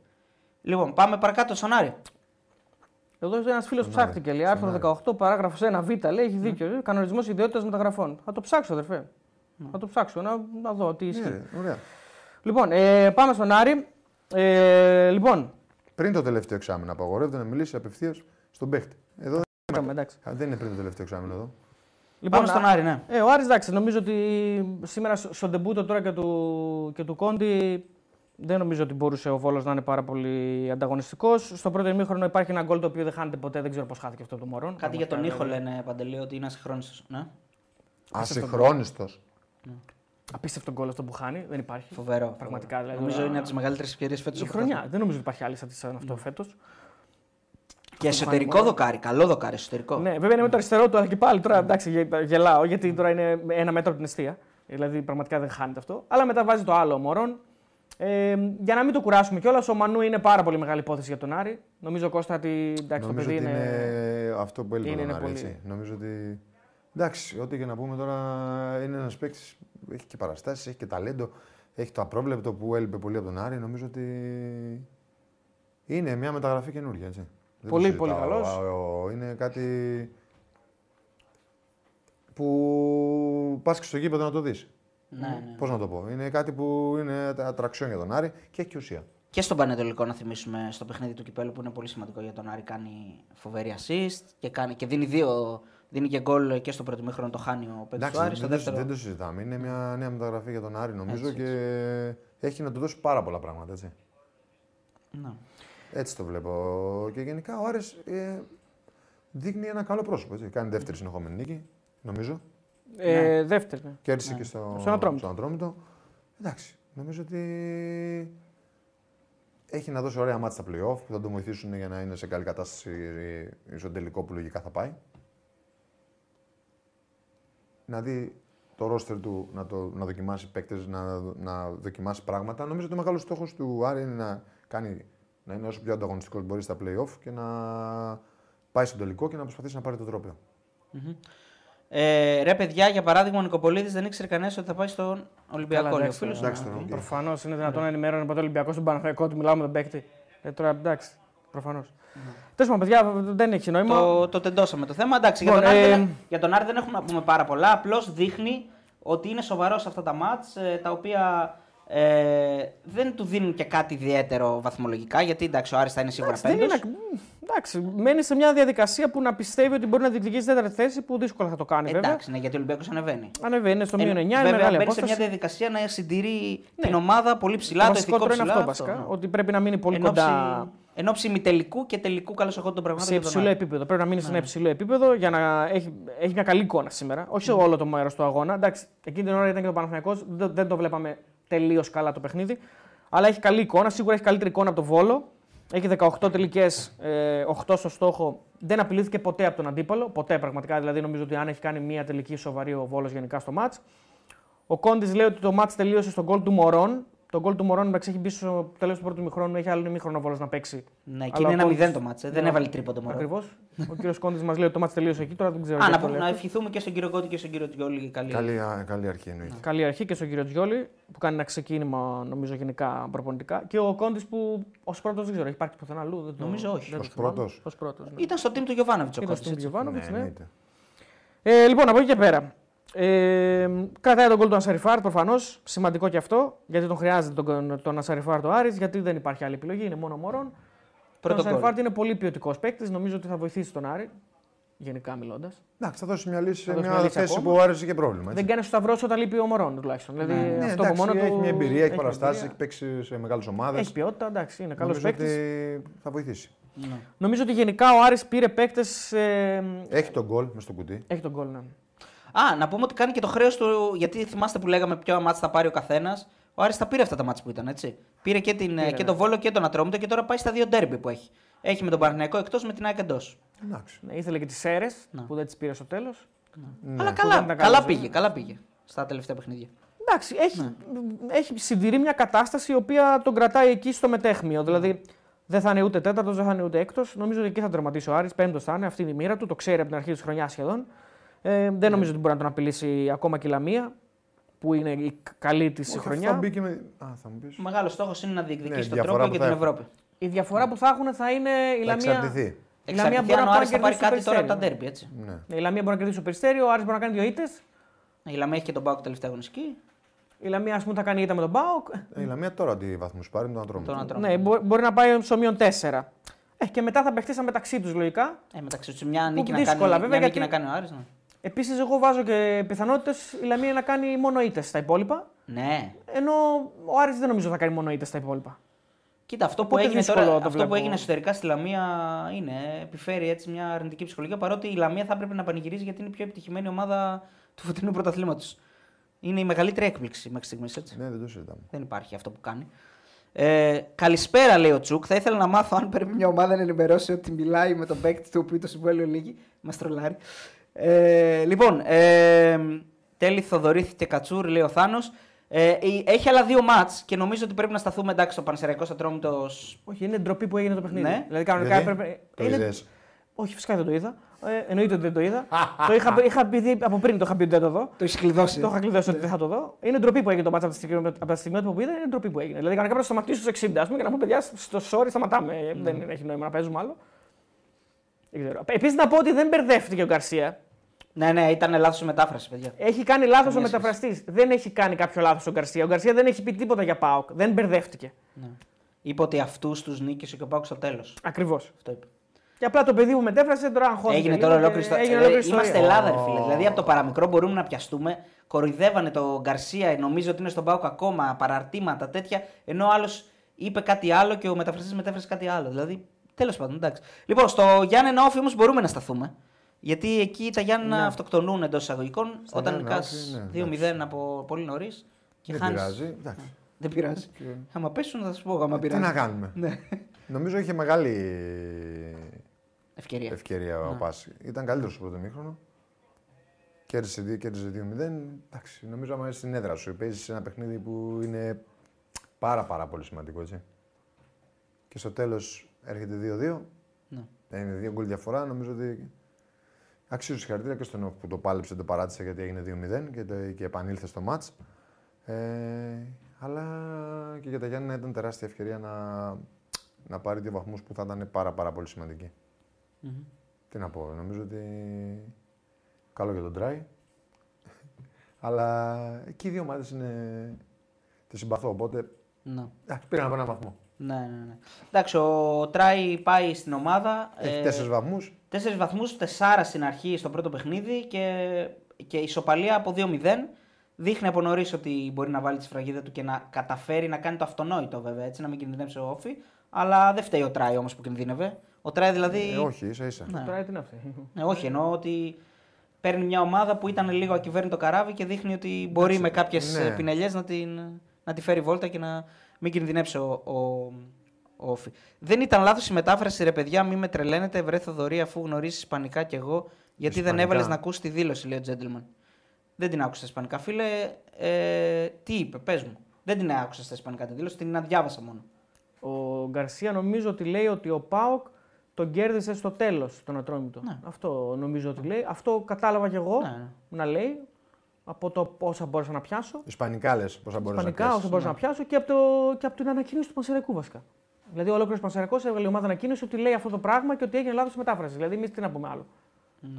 B: Λοιπόν, πάμε παρακάτω, Σονάρι.
C: Εδώ ένας φίλος ψάχτη και λέει: Άρθρο 18, παράγραφο 1, Β, λέει: Έχει δίκιο. Κανονισμός ιδιότητας μεταγραφών. Θα το ψάξω, αδερφέ. Θα το ψάξω, να, να δω τι
D: Ναι,
C: ισχύει.
D: ρε, ωραία.
C: Λοιπόν, ε, πάμε στον Άρη. Ε, λοιπόν,
D: Πριν το τελευταίο εξάμεινο απαγορεύεται να μιλήσει απευθείας στον παίκτη. Εδώ
C: είπαμε, εντάξει.
D: Α, δεν είναι πριν το τελευταίο εξάμεινο εδώ.
B: Πάμε στον
C: α-
B: Άρη, ναι.
C: Ε, ο Άρης, εντάξει, νομίζω ότι σήμερα σ- στον τεμπούτο τώρα και του, και του Κόντι δεν νομίζω ότι μπορούσε ο Βόλος να είναι πάρα πολύ ανταγωνιστικός. Στο πρώτο ημίχρονο υπάρχει ένα γκολ το οποίο δεν χάνεται ποτέ, δεν ξέρω πώς χάθηκε αυτό το Μωρόν.
B: Κάτι για τον ήχο λένε παντελή ότι είναι ασυγχρόνιστος. Ναι.
D: Ασυγχρόνιστο.
C: Απίστευτο γκολ αυτό που χάνει, δεν υπάρχει.
B: Φοβερό.
C: Πραγματικά, δηλαδή,
B: Νομίζω
C: τώρα-
B: είναι από τις μεγαλύτερες ευκαιρίες φέτος.
C: Η χρονιά, δεν νομίζω ότι υπάρχει άλλη σαν τη- σαν
B: Ναι.
C: αυτό φέτος.
B: Και εσωτερικό δοκάρι. Καλό δοκάρι, εσωτερικό.
C: Ναι, βέβαια είναι με το αριστερό του, αλλά και πάλι τώρα εντάξει, γε- γελάω, γιατί τώρα είναι ένα μέτρο από την αιστεία. Δηλαδή πραγματικά δεν χάνεται αυτό. Αλλά μετά βάζει το άλλο ο Μωρόν. Ε, για να μην το κουράσουμε κιόλας, ο Μανού είναι πάρα πολύ μεγάλη υπόθεση για τον Άρη. Νομίζω Κώστα ότι εντάξει, το
D: Νομίζω
C: παιδί
D: ότι
C: είναι.
D: είναι... αυτό που έλειπε
C: είναι-
D: είναι,
C: είναι πολύ.
D: έτσι. Νομίζω ότι. Εντάξει, ό,τι και να πούμε τώρα είναι ένας παίκτης. Έχει και παραστάσεις, έχει και ταλέντο. Έχει το απρόβλεπτο που έλειπε πολύ από τον Άρη. Νομίζω ότι είναι μια μεταγραφή καινούργια. Έτσι. Δεν το
C: Πολύ,
D: συζητάω.
C: πολύ καλός.
D: Α, ο- Είναι κάτι που πας και στο γήπεδο να το δεις.
B: Ναι, ναι.
D: Πώς να το πω. Είναι κάτι που είναι ατραξιόν για τον Άρη και έχει και ουσία.
B: Και στον Πανετολικό, να θυμίσουμε, στο παιχνίδι του Κυπέλου που είναι πολύ σημαντικό για τον Άρη, κάνει φοβερή assist και, κάνει, και δίνει, δύο, δίνει και γκολ και στο πρώτο μήχρονο το χάνει ο παίκτης του Άρη.
D: Εντάξει,
B: Στο
D: δεν, το,
B: δεύτερο.
D: δεν το συζητάμε. Είναι μια νέα μεταγραφή για τον Άρη νομίζω
B: Έτσι,
D: και έχει να του δώσει πάρα πολλά πράγματα. Έτσι.
B: Ναι.
D: Έτσι το βλέπω. Και γενικά ο Άρης ε, δείχνει ένα καλό πρόσωπο. Έτσι. Κάνει δεύτερη συνεχόμενη νίκη, νομίζω.
C: Ε, Δεύτερη. ναι.
D: Κέρδισε και στο,
C: Στον Ατρόμητο.
D: στον Ατρόμητο. Εντάξει, νομίζω ότι έχει να δώσει ωραία μάτια στα playoff που θα τον βοηθήσουν για να είναι σε καλή κατάσταση στον τελικό που λογικά θα πάει. Να δει το ρόστερ του, να, το, να δοκιμάσει παίκτες, να, να δοκιμάσει πράγματα. Νομίζω ότι ο μεγάλος στόχος του Άρη είναι να, κάνει, να είναι όσο πιο ανταγωνιστικός μπορεί στα play-off και να πάει στον τελικό και να προσπαθήσει να πάρει το τρόπαιο.
B: Ε, ρε παιδιά, για παράδειγμα, ο Νικοπολίδη δεν ήξερε κανένας ότι θα πάει στον Ολυμπιακό.
C: Καλά,
B: λέει Ο
C: εντάξει,
B: φίλος
C: τώρα.
D: Εντάξει,
B: μου.
D: τώρα, οκ.
C: Προφανώς Ναι. είναι
D: Ναι.
C: δυνατόν να ενημερώνει από το Ολυμπιακός στον Παναγιακό του, μιλάμε με τον παίκτη. Ε, τώρα εντάξει, προφανώς.
D: Ναι.
C: Τέλος πάντων, παιδιά, δεν έχει νόημα.
B: Το, το τεντώσαμε το θέμα. Εντάξει, για,
C: Λοιπόν,
B: τον Άρη,
C: ε,
B: δεν- για τον Άρη δεν έχουμε να πούμε πάρα πολλά. Απλώς δείχνει ότι είναι σοβαρός σε αυτά τα μάτς, ε, τα οποία ε, δεν του δίνουν και κάτι ιδιαίτερο βαθμολογικά. Γιατί εντάξει, ο Άρης θα είναι σίγουρα
C: Εντάξει, δεν
B: πέμπτος.
C: είναι... εντάξει, μένει σε μια διαδικασία που να πιστεύει ότι μπορεί να διεκδικήσει τέταρτη θέση που δύσκολα θα το κάνει βέβαια.
B: Εντάξει, ναι, γιατί ο Ολυμπιακός ανεβαίνει.
C: Ανεβαίνει είναι στο
B: Ε,
C: μείον 9, είναι
B: βέβαια,
C: μεγάλη
B: μπαίνει σε μια
C: απόσταση.
B: διαδικασία να συντηρεί
C: Ναι.
B: την ομάδα πολύ ψηλά,
C: το
B: το,
C: βασικό
B: ηθικό
C: τώρα είναι
B: ψηλά.
C: αυτό βασικά.
B: ναι.
C: Ότι πρέπει να μείνει πολύ
B: Εν
C: κοντά
B: ώψη- Εν ώψη ημιτελικού και τελικού καλώ εγώ των πραγμάτων.
C: σε
B: για τον
C: υψηλό
B: Άρη.
C: επίπεδο. Πρέπει να μείνει σε
B: Ναι.
C: ένα υψηλό επίπεδο για να έχει, έχει μια καλή εικόνα σήμερα. Όχι σε
B: Ναι.
C: όλο το μέρος του αγώνα. Εντάξει, εκείνη την ώρα ήταν και το Παναθυναϊκό, δεν, δεν το βλέπαμε τελείως καλά το παιχνίδι. Αλλά έχει καλή εικόνα, σίγουρα έχει καλύτερη εικόνα από το Βόλο. Έχει 18 τελικέ, 8 στο στόχο. Δεν απειλήθηκε ποτέ από τον αντίπαλο. Ποτέ πραγματικά. Δηλαδή, νομίζω ότι αν έχει κάνει μια τελική σοβαρή ο Βόλος γενικά στο μάτ. Ο Κόντι λέει ότι το μάτ τελείωσε στον γκολ του Μωρών. Το γκολ του Μωρών εντάξει, έχει μπει στο τέλος του πρώτου μηχρόνου, έχει άλλο ένα μήχρονο Βόλος να παίξει.
B: Ναι, και
C: Αλλά
B: είναι
C: ο
B: ένα
C: Κόντις-
B: μηδέν το μάτσε. Δεν
C: Ναι.
B: έβαλε τρίποντο μόνο.
C: Ακριβώς. Ο κύριος Κόντι μας λέει ότι το μάτι τελείωσε εκεί, τώρα δεν ξέρω.
B: Α,
C: γιατί
B: να,
C: το
B: πούμε,
C: λέει
B: να
C: αυτό.
B: ευχηθούμε και στον κύριο Κώτη και στον κύριο Τιόλη. Καλή.
D: Καλή, α, καλή αρχή εννοείται.
C: Καλή αρχή και στον κύριο Τζιόλη που κάνει ένα ξεκίνημα νομίζω γενικά προπονητικά. Και ο Κόντι που ως πρώτος δεν ξέρω, έχει υπάρξει πουθενά αλλού. Δεν το,
B: Νομίζω όχι.
D: Ως πρώτος.
C: Ως πρώτος. Ναι.
B: Ήταν στο team του Γιωβάνοβιτ ο
C: Ήταν στον
B: Κώτη.
C: Γιωβάνοβιτς, ναι.
D: εννοείται.
C: Ε, λοιπόν, από εκεί και πέρα. Ε, κρατάει τον κόλ του Ασαριφάρ προφανώς. Σημαντικό και αυτό. Γιατί τον χρειάζεται τον, τον Ασαριφάρ το Άρης, γιατί δεν υπάρχει άλλη επιλογή. Είναι μόνο μωρών.
B: Πρώτο
C: ο Ασαριφάρ
B: γκολ.
C: είναι πολύ ποιοτικός παίκτης. Νομίζω ότι θα βοηθήσει τον Άρη. Γενικά μιλώντας.
D: Εντάξει, θα δώσει μια λύση σε
C: Θα δώσει
D: μια,
C: μια λύση
D: θέση
C: ακόμα.
D: που άρεσε και πρόβλημα. Έτσι.
C: Δεν κάνει ο Σταυρό όταν λείπει ο Μωρόν τουλάχιστον. Δηλαδή,
D: ναι,
C: αυτό
D: εντάξει,
C: από μόνο
D: έχει
C: του
D: μια εμπειρία, έχει
C: μια
D: παραστάσεις, έχει
C: εμπειρία.
D: παίξει σε μεγάλες ομάδες.
C: Έχει ποιότητα, εντάξει, είναι καλός παίκτη.
D: θα βοηθήσει.
C: Νομίζω ότι γενικά ο Άρης πήρε παίκτες. Ε,
D: Έχει τον γκολ μες στο κουτί.
C: έχει τον κόλ, ναι.
B: Α, να πούμε ότι κάνει και το χρέος του. Γιατί θυμάστε που λέγαμε ποιο μάτς θα πάρει ο καθένας. Ο Άρης τα πήρε αυτά τα μάτς που ήταν, έτσι. Πήρε και, την,
C: Πήρε,
B: και
C: ναι.
B: το Βόλο και τον Ατρόμητο και τώρα πάει στα δύο ντέρμπι που έχει. Έχει με τον Παναγιακό εκτός, με την ΑΕΚ εντός.
D: Εντάξει.
C: Ναι, Ήθελε και τις αίρε
B: Ναι.
C: που δεν τις πήρε στο τέλος.
B: Αλλά
C: Ναι, δεν
B: καλά,
C: ήταν
B: καλά
C: καλός,
B: πήγε,
C: ναι.
B: καλά πήγε στα τελευταία παιχνίδια.
C: Εντάξει, έχει, έχει συντηρεί μια κατάσταση η οποία τον κρατάει εκεί στο μετέχμιο. Δηλαδή δεν θα είναι ούτε τέταρτος, δεν θα είναι ούτε έκτος. Νομίζω ότι εκεί θα τερματίσει ο Άρης. Πέμπτος θα είναι, αυτή είναι η μοίρα του. Το ξέρει από την αρχή της χρονιάς σχεδόν. Ε, δεν νομίζω ότι μπορεί να τον απειλήσει ακόμα και η Λαμία, που είναι η καλή της
D: Όχι,
C: χρονιά.
D: αυτό μπήκε με... Α, θα μου πεις.
B: Ο μεγάλος στόχος είναι να διεκδικήσει τον
D: Ναι, διαφορά
B: τρόπο
D: που
B: και
D: θα
B: την
D: έχουν.
B: Ευρώπη.
C: Η διαφορά που θα έχουν θα είναι η
D: Θα
C: Λαμία.
D: εξαρτηθεί.
C: Η Λαμία
B: Εξαρτηθεί
C: μπορεί
B: αν ο
C: να
B: Άρης
C: πάρει,
B: θα πάρει κάτι τώρα από τα
C: ντέρμπι.
B: ντέρμπι, έτσι.
D: Ναι.
C: Η Λαμία μπορεί να κερδίσει το περιστέριο, ο Άρης μπορεί να κάνει δύο ήττες.
B: Η Λαμία έχει και τον Πάουκ τελευταία αγωνιστική.
C: Η Λαμία, ας πούμε, θα κάνει ήττα με τον Μπάουκ.
D: Ε, Η Λαμία τώρα τι βαθμού πάρει με τον
B: Τον
D: Ατρόμητο.
B: Ατρόμητο.
C: Ναι, μπο- μπορεί να πάει στο μείον 4. Ε, και μετά θα παιχτεί μεταξύ τους λογικά.
B: Ε, μεταξύ τους μια νίκη, να
C: δύσκολα,
B: κάνει,
C: βέβαια,
B: μια νίκη
C: γιατί-
B: να κάνει ο Άρης. Ναι.
C: Επίσης, εγώ βάζω και πιθανότητες η Λαμία να κάνει μόνο ήττε στα υπόλοιπα.
B: ναι.
C: Ενώ ο Άρης δεν νομίζω θα κάνει μόνο ήττε στα υπόλοιπα.
B: Κοίτα, αυτό που,
C: Οπότε
B: έγινε
C: δύσκολο
B: τώρα,
C: το
B: αυτό που
C: βλέπω.
B: έγινε εσωτερικά στη Λαμία είναι, επιφέρει έτσι μια αρνητική ψυχολογία παρότι η Λαμία θα έπρεπε να πανηγυρίζει γιατί είναι η πιο επιτυχημένη ομάδα του φετινού πρωταθλήματος. Είναι η μεγαλύτερη έκπληξη μέχρι στιγμής, έτσι.
D: Ναι, δεν το συζητάμε.
B: Δεν υπάρχει αυτό που κάνει. Ε, καλησπέρα, λέει ο Τσουκ. Θα ήθελα να μάθω αν πρέπει μια ομάδα να ενημερώσει ότι μιλάει με τον παίκτη του οποίου το συμβόλαιο λύγει. Μας τρολάρει. Ε, λοιπόν, ε, τέλει Θοδωρήθη και Κατσούρ, λέει ο Θάνος. Ε, ε, έχει άλλα δύο μάτ και νομίζω ότι πρέπει να σταθούμε εντάξει στο Πανεσαιριακό Ατρόμητο.
C: Όχι, είναι ντροπή που έγινε το παιχνίδι.
B: Ναι.
C: Δηλαδή, κανονικά
D: Γιατί?
C: έπρεπε.
D: Το
C: είναι-
D: είδες.
C: Όχι, φυσικά δεν το είδα. Ε, εννοείται ότι δεν το είδα. το είχα, είχα πει δει- από πριν το είχα πει ότι δεν το δω.
B: Το έχεις κλειδώσει.
C: Το είχα κλειδώσει
D: Ναι.
C: ότι δεν θα το δω. Είναι ντροπή που έγινε το μάτσα από τη στιγμή, από τη στιγμή που είδα. Είναι ντροπή που έγινε. Δηλαδή, κανονικά πρέπει να σταματήσω στου 60 ας πούμε, και να πούμε παιδιά στο sorry σταματάμε. Ε,
D: Ναι.
C: Δεν έχει νόημα να παίζουμε άλλο. Επίσης να πω ότι δεν μπερδεύτηκε ο Γκαρσία.
B: Ναι, ναι, ήταν λάθος μετάφραση, παιδιά.
C: Έχει κάνει λάθος ο
B: Καμία σχέση.
C: μεταφραστής. Δεν έχει κάνει κάποιο λάθος ο Γκαρσία. Ο Γκαρσία δεν έχει πει τίποτα για Πάοκ. Δεν μπερδεύτηκε.
B: Ναι. Είπε ότι αυτούς τους νίκησε και ο Πάουκ στο τέλος.
C: Ακριβώς.
B: Αυτό είπε.
C: Και απλά το παιδί που μετέφρασε τώρα αγχώθηκε.
B: Έγινε
C: λίγο
B: τώρα
C: και
B: ολόκληρη ιστορία.
C: έγινε ολόκληρη
B: Είμαστε
C: ιστορία.
B: Ελλάδα, ρε φίλε. Δηλαδή από το παραμικρό μπορούμε να πιαστούμε. Κοροϊδεύανε τον Γκαρσία, νομίζω ότι είναι στον Πάουκ ακόμα, παραρτήματα τέτοια. Ενώ ο άλλος είπε κάτι άλλο και ο μεταφραστής μετέφρασε κάτι άλλο. Δηλαδή τέλος πάντων, εντάξει. Λοιπόν, στο Γιάννενα Όφη όμως μπορούμε να σταθούμε. Γιατί εκεί τα Γιάννενα αυτοκτονούν εντός εισαγωγικών
D: Ναι. Στα
B: όταν
D: Γιάννενα
B: νικά
D: Όφη, ναι,
B: 2-0 από πολύ νωρίς. Και
D: Δεν
B: χάνεις.
D: πειράζει. Εντάξει.
B: Δεν πειράζει. Άμα πέσουν, θα σου πω. Άμα
D: Τι
B: πειράζει.
D: να κάνουμε.
B: Ναι.
D: Νομίζω είχε μεγάλη
B: Ευκαιρία.
D: ευκαιρία ο Πάση. Ήταν καλύτερος στο πρώτο μήχρονο. Κέρδισε 2, κέρδισε 2-0. Εντάξει, νομίζω άμα είσαι στην έδρα σου, παίζεις ένα παιχνίδι που είναι πάρα πάρα πολύ σημαντικό, έτσι. Και στο τέλος έρχεται 2-2.
B: Ναι.
D: Ε, Είναι δύο γκολ διαφορά. Νομίζω ότι αξίζει συγχαρητήρια και στον Όφη που το πάλεψε, το παράτησε γιατί έγινε 2-0 και, το, και επανήλθε στο μάτ. Ε, αλλά και για τα Γιάννη ήταν τεράστια ευκαιρία να, να πάρει δύο βαθμούς που θα ήταν πάρα, πάρα πολύ σημαντικοί. Τι να πω, νομίζω ότι καλό για τον Τράι. αλλά εκεί οι δύο ομάδες είναι. Τη συμπαθώ, οπότε
B: Ναι.
D: εντάξει, πήραν από έναν βαθμό.
B: Ναι, ναι, ναι. Εντάξει, ο Τράι πάει στην ομάδα.
D: Έχει τέσσερις βαθμούς.
B: Τέσσερις βαθμούς, τεσσάρα στην αρχή στο πρώτο παιχνίδι και, και ισοπαλία από 2-0. Δείχνει από νωρίς ότι μπορεί να βάλει τη σφραγίδα του και να καταφέρει να κάνει το αυτονόητο βέβαια, έτσι, να μην κινδυνεύσει ο Όφη. Αλλά δεν φταίει ο Τράι όμως που κινδύνευε. Ο Τράι δηλαδή.
D: Ε, όχι, ίσα ίσα.
B: Ναι.
C: Τώρα τι είναι αυτή.
B: Ναι, όχι, εννοώ ότι παίρνει μια ομάδα που ήταν λίγο ακυβέρνητο καράβι και δείχνει ότι μπορεί με κάποιες
D: ναι.
B: ναι. πινελιές να, την- να τη φέρει βόλτα και να μην κινδυνεύσει ο, ο, ο Όφη. Δεν ήταν λάθος η μετάφραση, ρε παιδιά, μη με τρελαίνετε, βρε Θοδωρή, αφού γνωρίζεις Ισπανικά κι εγώ, γιατί δεν
D: Ισπανικά.
B: έβαλες να ακούσει τη δήλωση, λέει ο Gentleman. Δεν την άκουσα στα Ισπανικά, φίλε. Ε, τι είπε, πες μου. Δεν την άκουσα στα Ισπανικά τη δήλωση, την διάβασα μόνο.
C: Ο Γκαρσία νομίζω ότι λέει ότι ο Πάοκ τον κέρδισε στο τέλος τον Ατρόμητο.
B: Ναι.
C: Αυτό νομίζω ότι λέει. Αυτό κατάλαβα κι εγώ
B: Ναι, ναι.
C: να λέει από το όσα μπόρεσα να πιάσω.
D: Ισπανικά λες, πώ θα μπορούσε να
C: Ισπανικά, όσα
D: πιάσεις. ναι.
C: μπόρεσα να πιάσω και από, το, και από την ανακοίνωση του Πανσεραϊκού βασικά. Δηλαδή, ο ολόκληρος Πανσεραϊκός έβγαλε η ομάδα ανακοίνωση ότι λέει αυτό το πράγμα και ότι έγινε λάθος μετάφρασης. Δηλαδή, εμείς τι να πούμε άλλο.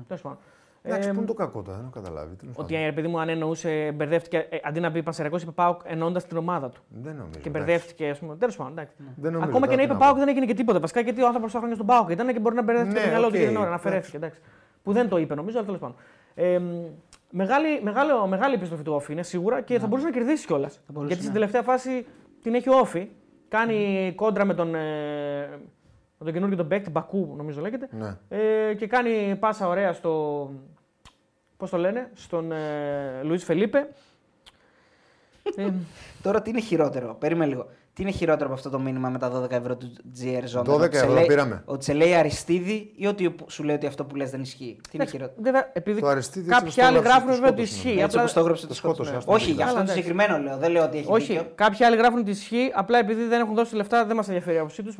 C: Τέλος πάντων.
D: Εντάξει,
C: Ε,
D: πού είναι το κακό τώρα, δεν έχω καταλάβει. τέλος
C: ότι
D: πάντων.
C: ε, παιδί μου, αν εννοούσε, μπερδεύτηκε. ε, αντί να πει Πανσεραϊκός, είπε Πάοκ ενώντας την ομάδα του.
D: Δεν νομίζω.
C: Και
D: εντάξει.
C: μπερδεύτηκε, ας πούμε. Τέλος πάντων, εντάξει.
D: Ναι. Δεν νομίζω,
C: Ακόμα και
D: τώρα
C: να είπε
D: τι να
C: Πάοκ
D: πω.
C: δεν έγινε και τίποτα. Βασικά γιατί ο άνθρωπος τόσα χρόνια στον Πάοκ ήταν και μπορεί να μπερδεύτηκε
D: Ναι,
C: το μυαλό του
D: οκ,
C: για την ώρα, να
D: εντάξει.
C: αφαιρέθηκε. Εντάξει. Που δεν το είπε νομίζω, αλλά τέλος πάντων. Ε, μ, μεγάλη, μεγάλο, μεγάλη επιστροφή του Όφη είναι σίγουρα και
D: Ναι.
C: θα μπορούσε να κερδίσει κιόλας.
B: μπορούσε,
C: Γιατί στην
B: ναι.
C: τελευταία φάση την έχει ο Όφη. Κάνει κόντρα με τον, ε, με τον καινούργιο τον Μπέκ, Μπακού νομίζω λέγεται.
D: Ναι.
C: Ε, και κάνει πάσα ωραία στο. Πώς το λένε, στον ε, Λουίς Φελίπε. ε,
B: Τώρα τι είναι χειρότερο, περίμενε λίγο. Τι είναι χειρότερο από αυτό το μήνυμα με τα 12 ευρώ του GR Zone.
D: 12
B: ότι σε
D: ευρώ
B: λέει-
D: πήραμε.
B: Ότι σε λέει Αριστίδη ή ότι σου λέει ότι αυτό που λες δεν ισχύει. Τι είναι
C: εντάξει,
B: χειρότερο.
C: βέβαια, επειδή
D: Το αριστείδι έτσι όπως
C: κάποιοι
D: το
C: άλλοι
D: έγραψε,
C: γράφουν
D: το
C: βέβαια ότι
D: σκότωσε,
C: ισχύει.
D: ναι.
B: Έτσι
C: Απλά
B: όπως το έγραψε το
D: Το σκότωσε,
B: σκότωσε.
D: ας το
B: Όχι,
D: πούμε.
B: για αυτό
C: Καλά,
B: το
C: εντάξει.
B: συγκεκριμένο λέω. Δεν λέω ότι έχει
C: Όχι,
B: δίκιο.
C: κάποιοι άλλοι γράφουν ότι ισχύει, απλά επειδή δεν έχουν δώσει λεφτά δεν μας ενδιαφέρει η άποψή τους.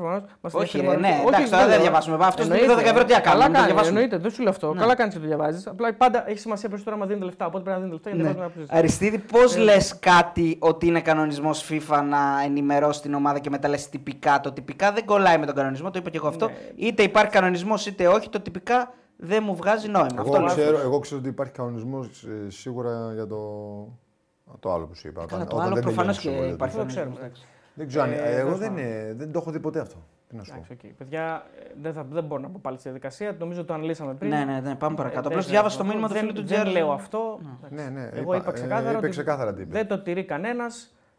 B: Όχι, ρε, ναι, εντάξει, τώρα δεν διαβάσουμε. Βα, αυτός δίνει 12 ευρώ, τι να κάνουμε,
C: Καλά
B: μην το
C: κάνει,
B: διαβάσουμε.
C: εννοείται, δεν σου λέω αυτό.
B: Ναι.
C: Καλά κάνεις και το διαβάζεις. Απλά πάντα έχει σημασία περισσότερο άμα δίνετε λεφτά. Οπότε πρέπει να δίνετε λεφτά για
B: Ναι.
C: να διαβάζουμε άποψή σας.
B: Αριστίδη, πώς
C: Ε.
B: λες κάτι ότι είναι κανονισμός FIFA να ενημερώσει την ομάδα και μετά λε τυπικά. Το τυπικά δεν κολλάει με τον κανονισμό, το είπα και εγώ αυτό.
C: Ναι.
B: Είτε υπάρχει κανονισμός είτε όχι, το τυπικά δεν μου βγάζει νόημα. Αυτό
D: Εγώ
B: λέω.
D: ξέρω, εγώ ξέρω ότι υπάρχει κανονισμός σίγουρα για το, το άλλο που σου είπα.
B: Καλά,
D: όταν-
B: το
D: όταν
B: άλλο
D: δεν
B: προφανώ
D: τελειώνεις
B: και
D: το βόλιο.
B: υπάρχει.
C: Αυτό το ξέρουμε,
B: κανονισμός, ναι, εντάξει.
D: Δεν ξέρω αν.
C: Ε,
D: εγώ
C: τέλος
D: δεν,
C: πάντων.
D: ε, δεν το έχω δει ποτέ αυτό. Τι να σου πω.
C: Εντάξει, οκ. Παιδιά, ε, δεν, θα, δεν μπορώ να πω πάλι στη διαδικασία. Νομίζω το αναλύσαμε πριν.
B: Ναι, ναι, ναι, πάμε παρακάτω.
C: Ε,
B: Απλώ
C: δεν-
B: διάβασα το
C: δεν-
B: μήνυμα του
C: δεν-
B: φίλου του
C: Δεν
B: Τζέρλ.
C: λέω αυτό. Εντάξει.
D: Ναι, ναι,
C: Εγώ είπα
D: ε,
C: ξεκάθαρα.
D: είπε
C: ότι
D: ξεκάθαρα τι είπε.
C: Δεν το τηρεί κανένας.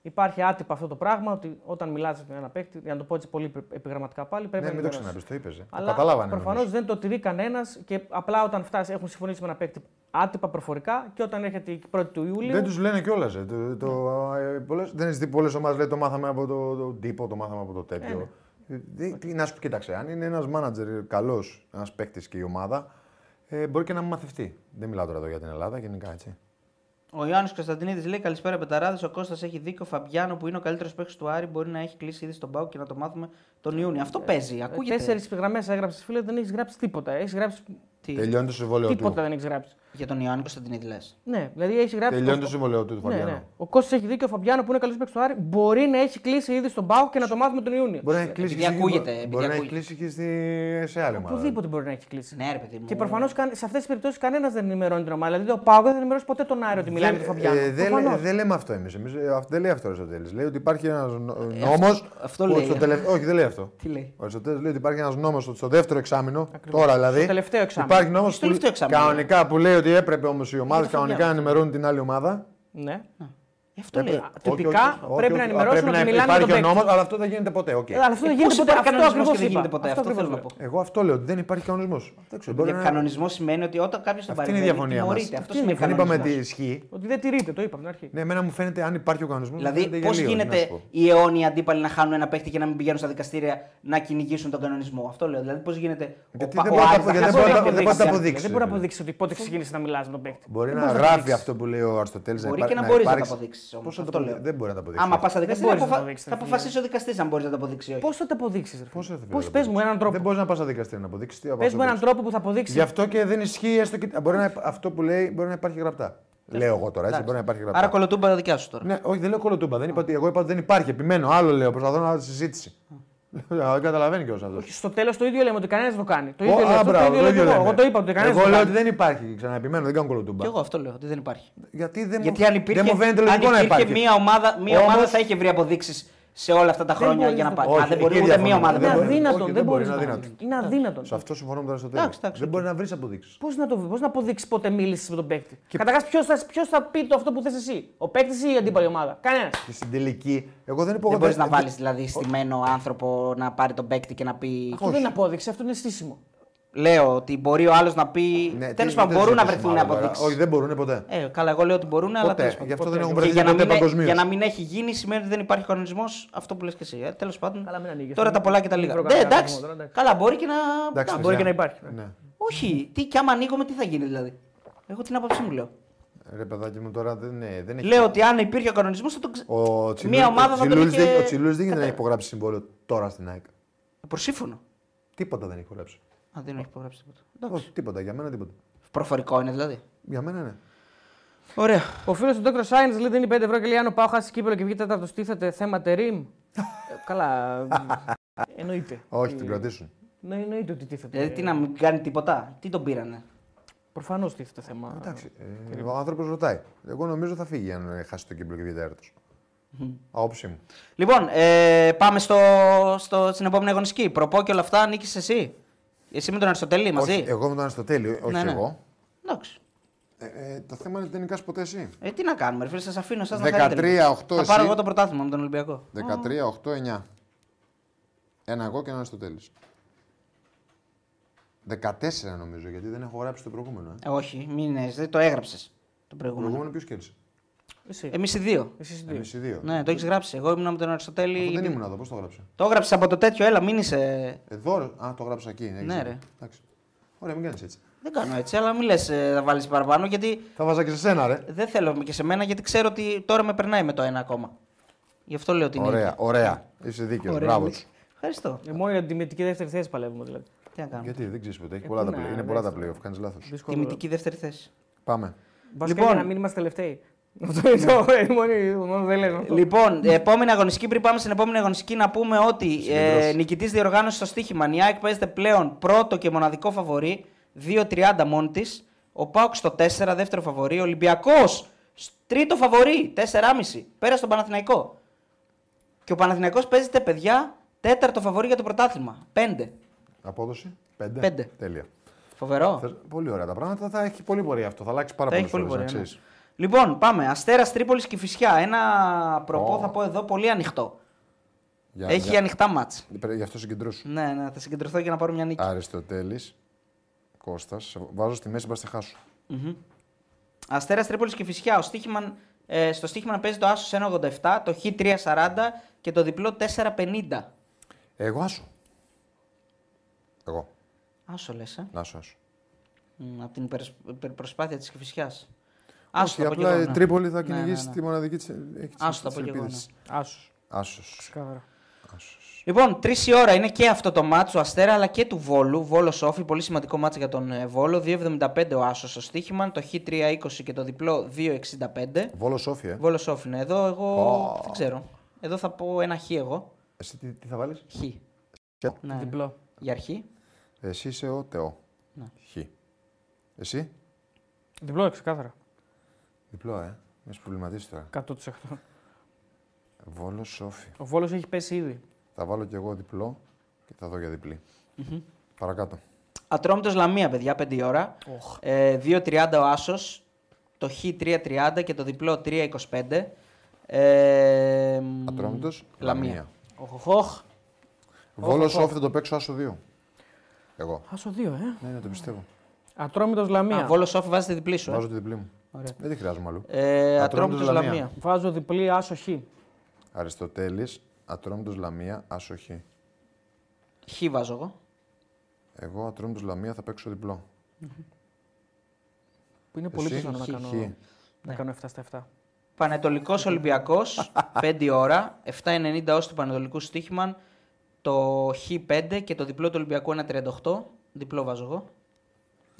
C: Υπάρχει άτυπα αυτό το πράγμα ότι όταν μιλάτε με ένα παίκτη, για να το πω έτσι πολύ επιγραμματικά πάλι, πρέπει
D: Ναι,
C: να
D: μην το
C: ενημερώσεις.
D: ξαναπείς, το είπες. Το
C: Αλλά
D: καταλάβανε.
C: προφανώς
D: νομίζω.
C: δεν το τηρεί κανένας και απλά όταν φτάσει έχουν συμφωνήσει με ένα παίκτη άτυπα προφορικά και όταν έρχεται η 1η του Ιούλιου.
D: Δεν τους λένε κιόλας. Το, το, ε, πολλές- δεν έχει δει πολλές ομάδες λέει το μάθαμε από το, το τύπο, το μάθαμε από το τέτοιο. Ε, δι- τι- Να σου κοίταξε, αν είναι ένας μάνατζερ καλός, ένας παίκτης και η ομάδα, ε, μπορεί και να μαθευτεί. Δεν μιλάω τώρα εδώ για την Ελλάδα, γενικά έτσι.
B: Ο Ιωάννης Κωνσταντινίδης λέει: Καλησπέρα, Πεταράδες. Ο Κώστας έχει δίκιο. Ο Φαμπιάνο, που είναι ο καλύτερος παίκτης του Άρη, μπορεί να έχει κλείσει ήδη στον πάγο και να το μάθουμε τον Ιούνιο. Αυτό
C: Ε,
B: παίζει. Ακούγεται.
C: Τέσσερις γραμμέ έγραψες, φίλε, δεν έχεις γράψει τίποτα. Έχεις γράψει.
B: Τι,
D: Τελειώνει το συμβόλαιο του.
C: Τίποτα δεν έχεις γράψει.
B: Για τον Ιωάννη Κωνσταντινίδη λες.
C: Ναι, δηλαδή έχει γράψει.
D: Τελειώνει το
C: το-
D: συμβόλαιο του του
C: ναι,
D: Φαμπιάνο.
C: ναι. Ο Κώστας έχει δίκιο. Ο Φαμπιάνο που είναι καλός παίκτης του Άρη μπορεί να έχει κλείσει ήδη στον πάγο και να το μάθουμε τον Ιούνιο.
D: Μπορεί να έχει κλείσει
B: Επειδή
D: και στη-
B: ακούγεται, επειδή
D: Μπορεί να έχει
B: ακούγεται.
D: κλείσει και στη- σε άλλη ομάδα.
C: Οπουδήποτε μπορεί να έχει κλείσει.
B: Ναι, ρε παιδί μου.
C: Και προφανώς σε αυτές τις περιπτώσεις κανένας δεν ενημερώνει την ομάδα. Δηλαδή ο Πάοκ δεν ενημερώσει ποτέ τον Άριο ότι μιλάει με τον Φαμπιάνο.
D: ε, δεν, λέ-
C: Προφανώς.
D: δεν λέμε αυτό εμείς. Εμείς, ε, αυ- δεν λέει αυτό ο Αριστοτέλη. Λέει ότι υπάρχει ένας νόμο.
B: Ε, αυτό λέει.
D: Όχι, δεν λέει αυτό.
B: Τι λέει.
D: Ο Αριστοτέλη λέει ότι υπάρχει ένας νόμος ότι στο δεύτερο εξάμεινο, τώρα δηλαδή.
C: Στο τελευταίο εξάμηνο.
D: Υπάρχει νόμος
B: Στο τελευταίο ναι. εξάμηνο.
D: κανονικά που λέει ότι έπρεπε όμως οι ομάδε
C: το Φαμπιάνο.
D: κανονικά να ενημερώνουν την άλλη ομάδα.
C: Ναι.
B: Ε, Αυτό λέει.
D: Έπρεπε-
C: τυπικά
D: όχι, όχι, όχι,
C: πρέπει να
D: όχι,
C: ενημερώσουν
D: πρέπει
C: ότι
D: να
C: μιλάνε με
D: Υπάρχει
C: τον
D: ο
C: παίκτη.
D: νόμος, αλλά αυτό δεν γίνεται ποτέ. οκ.
C: Ε, Αλλά αυτό
B: Ε,
C: δεν
B: πώς
C: γίνεται ποτέ.
B: υπάρχει
C: Αυτό
B: κανονισμός
C: ακριβώ
B: και δεν γίνεται ποτέ. Αυτό θέλω να πω.
D: Εγώ αυτό λέω ότι δεν υπάρχει κανονισμός.
B: Για κανονισμός σημαίνει ότι όταν κάποιος τον
D: Αυτή
B: πάρει.
D: είναι η διαφωνία μας.
B: Αυτό
C: είναι
B: σημαίνει
D: Δεν είπαμε τι
B: κανονισμό.
D: ισχύει.
C: Ότι δεν τηρείται, το είπαμε στην αρχή.
D: Ναι, εμένα μου φαίνεται αν υπάρχει ο κανονισμός.
B: Δηλαδή, πώ γίνεται οι αιώνιοι αντίπαλοι να χάνουν ένα παίχτη και να μην πηγαίνουν στα δικαστήρια να κυνηγήσουν τον κανονισμό. Αυτό λέω. Δηλαδή, πώς γίνεται.
D: Γιατί
B: Πα-
D: Ε, δεν μπορεί να
B: Άρης
D: τα-
B: να χάσει
D: γιατί δεν
B: τον
D: μπορεί να- δεν μπορεί να τα
B: Παναθηναϊκό.
D: αποδείξει.
C: Δεν μπορεί να αποδείξει ότι πότε ξεκίνησε να μιλάς με τον παίκτη.
D: Μπορεί
C: Δεν
D: να
C: μπορείς
D: γράφει
C: δείξεις.
D: αυτό που λέει ο Αριστοτέλης.
B: Μπορεί και να μπορείς να τα
D: υπάρξει-
B: αποδείξεις.
D: Πώς θα το αποδείξει. Δεν μπορεί να τα αποδείξει.
B: Άμα πας στα δικαστήρια,
C: μπορείς να
B: αποφα-
C: το αποδείξεις,
B: θα
C: ρε φίλε.
B: αποφασίσει ο δικαστής αν μπορεί να το αποδείξει ή όχι.
C: Πώς θα το αποδείξεις.
D: Πώς θα το
C: Πώ
D: αποδείξεις.
C: πες μου έναν
D: Δεν
C: τρόπο.
D: μπορείς να πας στα δικαστήρια να αποδείξεις.
C: Πε μου έναν τρόπο που θα
D: Γι'
C: αποδείξει.
D: αυτό και δεν ισχύει έστω και. Μπορεί να, αυτό που λέει μπορεί να υπάρχει γραπτά. Λέω εγώ τώρα, έτσι. Μπορεί να υπάρχει γραπτά.
B: Άρα κολοτούμπα τα δικιά σου τώρα.
D: Ναι, όχι, δεν λέω κολοτούμπα. Δεν είπα ότι εγώ είπα ότι δεν υπάρχει. Επιμένω. Άλλο λέω. Προσπαθώ να συζήτηση. Λέω, «Α, Δεν καταλαβαίνει κιόλας αυτός.
C: Όχι, Στο τέλος το ίδιο λέμε ότι κανένας δεν το κάνει. Το ίδιο
D: Ω,
C: λέμε.
D: α,
C: αυτό, Το
D: μπράβο,
C: ίδιο
D: το
C: λέω και
D: ίδιο
C: εγώ.
D: λέμε.
C: Εγώ το είπα ότι κανένας
D: Εγώ
C: δεν
D: λέω
C: το
D: ότι
C: κάνει.
D: δεν υπάρχει. Ξαναεπιμένω, δεν κάνω κολοτούμπα.
B: Και εγώ αυτό λέω ότι δεν υπάρχει.
D: Γιατί ναι. δεν,
B: Γιατί
D: μου,
B: αν υπήρχε,
D: δεν μου φαίνεται λογικό
B: αν
D: να
B: υπήρχε
D: υπάρχει.
B: μία ομάδα, μία
D: Όμως-
B: ομάδα θα είχε βρει αποδείξεις σε όλα αυτά τα χρόνια
C: μπορείς
B: για να
C: να-
B: πάρει.
D: Όχι,
B: Α, δεν μπορεί
D: εκεί
B: ούτε μία
D: διαφωνώ.
B: ομάδα.
D: Δεν
C: Είναι
B: να
D: μπορεί.
B: βρει.
C: αδύνατο.
D: Όχι,
C: Δεν
D: δεν
C: μπορεί
D: μπορεί,
C: να
D: είναι
C: πάρει.
D: αδύνατο.
C: Είναι αδύνατο.
D: Σε αυτό συμφωνώ με τον Αριστοτέλη.
B: Εντάξει, εντάξει,
D: Δεν μπορεί να βρεις αποδείξεις.
C: Πώς να, το, πώς να αποδείξεις πότε μίλησες με τον παίκτη. Καταρχάς, ποιος θα, ποιος θα πει το αυτό που θες εσύ. Ο παίκτης ή η αντίπαλη ομάδα. Κανένας.
D: Και στην τελική, εγώ δεν Ε, υπογράφω.
B: Δεν μπορείς να βάλεις δηλαδή στημένο άνθρωπο να πάρει τον παίκτη και να πει.
C: Αυτό δεν είναι απόδειξη, αυτό είναι στήσιμο.
B: Λέω ότι μπορεί ο άλλος να πει.
D: Ναι,
B: Τέλος
D: τι-
B: πάντων,
D: δεν
B: μπορούν να
D: συζητήσουμε
B: βρεθούν
D: άλλο τώρα.
B: αποδείξεις.
D: Όχι, δεν μπορούν ποτέ.
B: Ε, καλά, εγώ λέω ότι μπορούν, αλλά
D: Ποτέ.
B: τέλος πάντων.
D: Γι' αυτό
B: Ποτέ.
D: δεν έχουν
B: Και
D: βρεθεί
B: για να
D: ποτέ
B: μην ε-
D: παγκοσμίως.
B: Για να μην έχει γίνει σημαίνει ότι δεν υπάρχει κανονισμός αυτό που λες και εσύ. Ε, Τέλος πάντων.
C: Καλά, μην ανοίγεις.
B: Τώρα τα πολλά και τα
C: Μην
B: λίγα.
C: προκαλώ
B: Ναι,
C: κανένα
B: εντάξει.
C: κόσμο τώρα, εντάξει.
B: Καλά, μπορεί και να.
D: Εντάξει,
B: να-
C: μπορεί
D: παιδιά.
C: και να υπάρχει, ναι.
D: Ναι.
B: Όχι, τι κι άμα ανοίγουμε, τι θα γίνει δηλαδή. Εγώ την άποψή μου λέω.
D: Ρε παιδάκι μου τώρα δεν, ναι, δεν έχει.
B: Λέω ότι αν υπήρχε ο κανονισμός θα τον ξε...
D: Ο Τσιλούλ-
B: Μία ομάδα
D: ο
B: θα τον
D: Τσιλούλης
B: είχε-
D: δεν- Ο Τσιλούλη δεν γίνεται να έχει υπογράψει συμβόλαιο τώρα στην ΑΕΚ.
B: Προσύμφωνο.
D: Τίποτα δεν έχει υπογράψει.
B: Α, δεν έχει υπογράψει τίποτα.
D: Όχι, τίποτα, για μένα τίποτα.
B: Προφορικό είναι δηλαδή.
D: Για μένα ναι.
B: Ωραία.
C: Ο φίλος του Dr. Science λέει δίνει 5 ευρώ και λέει: Αν ο Πάο χάσει κύπελο και βγει τέταρτος, τίθεται θέμα τερήμ. ε, καλά. ε, εννοείται.
D: Όχι,
B: Ε,
D: την κρατήσουν.
C: Ναι, εννοείται ότι τίθεται.
B: Δηλαδή τι να μην κάνει τίποτα. Τι τον πήρανε.
C: Προφανώς τίθεται θέμα.
D: Εντάξει. ε, ο άνθρωπος ρωτάει. Εγώ νομίζω θα φύγει αν ε, χάσει το κύπλο και βγει τέταρτος. Άποψή μου.
B: Λοιπόν, ε, πάμε στο, στο, στην επόμενη αγωνιστική. Προπό και όλα αυτά νίκησες εσύ. Εσύ με τον Αριστοτέλη μαζί.
D: Όχι, εγώ ήμουν στο τέλειο, όχι
B: Ναι, ναι.
D: εγώ.
B: Εντάξει.
D: Ε, ε, το θέμα είναι ότι δεν νικάς ποτέ εσύ.
B: Ε, τι να κάνουμε, ρε φίλε, σας αφήνω. Σας να
D: 13,
B: χαρείτε.
D: οκτώ
B: Θα πάρω
D: εσύ.
B: εγώ το πρωτάθλημα με τον Ολυμπιακό.
D: 13, 8, 9. Ένα εγώ και ένα στο τέλειο. 14 νομίζω, γιατί δεν έχω γράψει το προηγούμενο. Ε.
B: Ε, όχι, μην ε, δεν το έγραψες το
D: Το
B: προηγούμενο.
D: προηγούμενο ποιος κέρδισε.
C: Εσύ.
B: Εμείς οι δύο.
C: Εσείς οι δύο.
D: Εμείς οι δύο.
B: Ναι, το έχεις γράψει. Εγώ ήμουν με τον Αριστοτέλη.
D: Εγώ δεν ήμουν εδώ, πώς το γράψα.
B: Το έγραψε από το τέτοιο, έλα, μην είσαι.
D: Εδώ, ρε. α, το γράψα εκεί. έχεις
B: Ναι,
D: δίκιο.
B: ρε.
D: Εντάξει. Ωραία, μην κάνεις έτσι.
B: Δεν κάνω έτσι, αλλά μην λες να βάλεις παραπάνω γιατί
D: Θα βάζα και σε σένα, ρε.
B: δεν θέλω και σε μένα γιατί ξέρω ότι τώρα με περνάει με το ένα ακόμα. Γι' αυτό λέω ότι είναι.
D: Ωραία, ωραία. Είσαι δίκαιος.
B: Ωραία,
D: Μπράβο
B: Νίκη.
D: σου.
B: Ευχαριστώ.
C: Ε, μόνο για την τιμητική δεύτερη θέση παλεύουμε δηλαδή.
B: Τι να κάνουμε.
D: Γιατί δεν ξέρεις ποτέ. Έχει
C: Ε,
D: πολλά
C: πού
D: τα
C: να,
D: play. Είναι
C: δεν
D: πολλά τα
C: ξέρω.
D: play. Κάνεις λάθος.
C: Δύσκολο.
B: Τιμητική δεύτερη θέση.
D: Πάμε.
C: Βασικά
B: Λοιπόν.
C: για να μην είμαστε τελευταίοι. Αυτό είναι το ε, μόνο- μόνο δεν
D: Ε,
C: λέμε. αυτό.
B: Λοιπόν, επόμενη αγωνιστική, πριν πάμε στην επόμενη αγωνιστική, να πούμε ότι ε,
D: Συγκεντρώσεις.
B: νικητής διοργάνωσης στο στοίχημα. Η ΑΕΚ παίζεται πλέον πρώτο και μοναδικό φαβορή, 2-30 μόνη της. Ο Πάουκ στο 4, δεύτερο φαβορή. Ο Ολυμπιακός, τρίτο φαβορή, 4,5. Πέρα στον Παναθηναϊκό. Και ο Παναθηναϊκός παίζεται, παιδιά, τέταρτο φαβορή για το πρωτάθλημα. 5.
D: Απόδοση. 5.
B: Πέντε.
D: Τέλεια.
B: Φοβερό.
D: Θες- Πολύ ωραία τα πράγματα. Θα έχει πολύ πορεία αυτό. Θα αλλάξει πάρα
B: Τα
D: πολλέ
B: έχει πολύ
D: φορές.
B: πορεία. ναι. Λοιπόν, πάμε. Αστέρας Τρίπολης και Φυσιά. Ένα προπό
D: Ω.
B: θα πω εδώ πολύ ανοιχτό. Έχει ανοιχτά μάτσα.
D: Γι' αυτό συγκεντρώσου.
B: Ναι, ναι, θα συγκεντρωθώ για να πάρω μια νίκη.
D: Αριστοτέλης. Κώστας. Βάζω στη μέση μπαστεχάσου.
B: Αστέρας Τρίπολης και Φυσιά. Ο στοίχημαν, ε, στο στοίχημα να παίζει το άσος 1,87, το χ 3,40 και το διπλό 4,50.
D: Εγώ άσου. Εγώ.
B: Άσο λες, ε.
D: Να σου άσου.
B: Μμ, Από την υπερ- υπερπροσπάθεια τη Φυσιά. Άσο το πω κι
D: απλά η
B: εγώ, ναι.
D: Τρίπολη θα
B: Ναι, ναι,
D: κυνηγήσει
B: ναι.
D: τη μοναδική της ελπίδα.
B: Άσο το πω κι εγώ,
D: ναι.
C: Άσου.
D: Άσο.
C: Καθαρά.
B: Λοιπόν, 3 η ώρα είναι και αυτό το μάτσο Αστέρα αλλά και του Βόλου. Βόλο Σόφι, πολύ σημαντικό μάτσο για τον ε, Βόλο. 2,75 ο Άσος στο στοίχημα, το Χ3,20 και το διπλό 2,65.
D: Βόλο Σόφι, ε.
B: Βόλο Σόφι είναι ναι. εδώ, εγώ
D: Ω.
B: δεν ξέρω. Εδώ θα πω ένα Χ εγώ.
D: Εσύ τι, τι θα βάλεις.
B: Χ. Ναι.
C: Διπλό.
B: Για αρχή.
D: Εσύ είσαι ο Τεό.
B: Ναι.
D: Χ. Εσύ.
C: Διπλό, ξεκάθαρα.
D: Διπλό, ε. Με προβληματίσεις τώρα.
C: 100%.
D: Βόλος Σόφι.
C: Ο Βόλος έχει πέσει ήδη.
D: Θα βάλω κι εγώ διπλό και θα δω για διπλή. Παρακάτω.
B: Ατρόμητος Λαμία, παιδιά, 5 η ώρα. Ε, 2.30 ο Άσος, το Χ 3.30 και το διπλό 3.25. Ε, μ,
D: Ατρόμητος.
B: Λαμία.
C: Οχοχοχ.
D: Βόλο
C: Οχοχοχ.
D: Σόφι θα το παίξω άσο 2. Εγώ.
C: Άσο 2, ε.
D: Ναι, ναι, το πιστεύω.
C: Ατρόμητος Λαμία.
B: Α, Βόλος Σόφι βάζετε διπλή σου. ε.
D: Βάζω τη διπλή μου.
B: Ωραία.
D: Δεν τη χρειάζομαι αλλού.
B: Ε,
D: Ατρόμητος
B: Ατρόμητος
D: Λαμία.
B: Λαμία.
C: Βάζω διπλή άσο χ.
D: Αριστοτέλης, Ατρόμητος Λαμία, άσο Χ.
B: Χ βάζω εγώ.
D: Εγώ Ατρόμητος Λαμία θα παίξω διπλό.
C: Που είναι πολύ
D: Εσύ,
C: πιθανό να
D: χ,
C: κάνω,
D: χ.
C: να
B: Ναι.
C: κάνω 7 στα 7.
B: Πανετολικός Ολυμπιακός, 5 η ώρα, 7.90 ως του Πανετολικού στοίχημαν, το Χ5 και το διπλό του Ολυμπιακού 1.38, διπλό βάζω εγώ.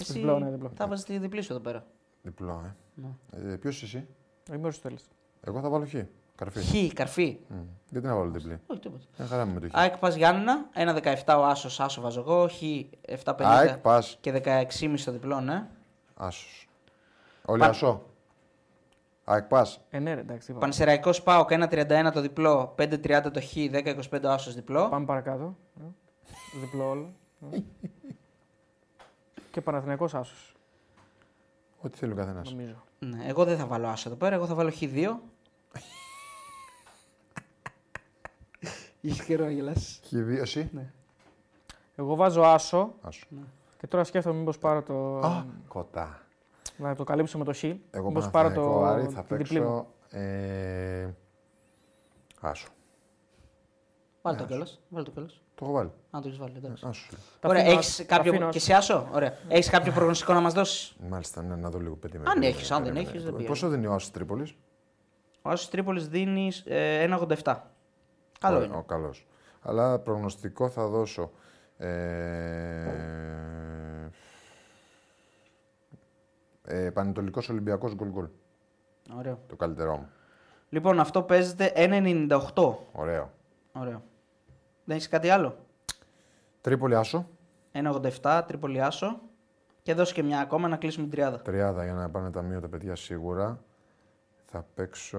B: Εσύ
C: Διπλό, ναι, διπλό.
B: θα βάζεις τη διπλή σου εδώ πέρα.
D: Διπλό, ε.
C: Ναι.
D: ε Ποιος εσύ.
C: Είμαι ο Αριστοτέλης.
D: Εγώ θα βάλω Χ. Καρφί.
B: Χ, καρφί.
D: Μμ. Γιατί να βάλω διπλή.
B: Όχι τίποτα.
D: Δεν χαρά μου με το Χ.
B: ΑΕΚ Πας Γιάννενα, 1.17 ο Άσος, Άσο βάζω εγώ, Χ 7.50
D: ΑΕΚ, πας.
B: και 16.30 το διπλό, ναι.
D: Άσος. Όλοι
B: Πα-
D: ασό. ΑΕΚ, πας.
C: Ε, ναι, ρε, εντάξει. είπαμε.
B: Πανσεραϊκός ΠΑΟΚ 1.31 το διπλό, 5.30 το Χ, 10.25 ο Άσος διπλό.
C: Πάμε παρακάτω. Ε, Διπλό όλο. Ε. Και Παναθηναϊκός άσος,
D: Ό,τι θέλει ο καθένας.
C: νομίζω.
B: Ναι, εγώ δεν θα βάλω άσο εδώ πέρα, εγώ θα βάλω χ2. Είχες καιρό να γελάσεις.
D: Χ2, εσύ.
C: Ναι. Εγώ βάζω άσο
D: Άσο.
C: και τώρα σκέφτομαι μήπως πάρω το...
D: Α, κοντά.
C: να το καλύψω με το χ.
D: Εγώ
C: μήπως
D: Παναθηναϊκό
C: πάρω το...
D: Άρη θα
C: την διπλή μου.
D: παίξω. Ε, άσο.
B: Βάλ το
C: Ναι,
B: κιόλας, βάλ το κιόλας.
D: Το έχω βάλει.
B: Αν το έχεις βάλει, εντάξει.
D: Άσο.
C: Τα
B: Ωραία,
C: αφήνω
B: έχεις
C: άσο, τα αφήνω
B: κάποιο...
C: άσο. Ναι.
B: Και σε άσο, ωραία. Έχεις κάποιο προγνωστικό να μας δώσεις.
D: Μάλιστα, ναι, να δω λίγο πέντε Ναι,
B: Αν έχεις, αν δεν έχεις, δεν πειράζει.
D: Πόσο δίνει ο Άσος Τρίπολης.
B: Ο Άσος Τρίπολης δίνει ε, 1,87. Καλό είναι.
D: Ο, καλός. Αλλά προγνωστικό θα δώσω. Ε, ε, Πανετολικός Ολυμπιακός γκολ γκολ.
B: Ωραίο.
D: Το καλύτερό μου.
B: Λοιπόν, αυτό παίζεται 1,98.
D: Ωραίο.
B: Ωραίο. Δεν έχεις κάτι άλλο.
D: Τρίπολη Άσο.
B: 1,87, Τρίπολη άσο. Και δώσε και μια ακόμα να κλείσουμε την τριάδα.
D: 30 για να πάνε ταμείο τα παιδιά σίγουρα. Θα παίξω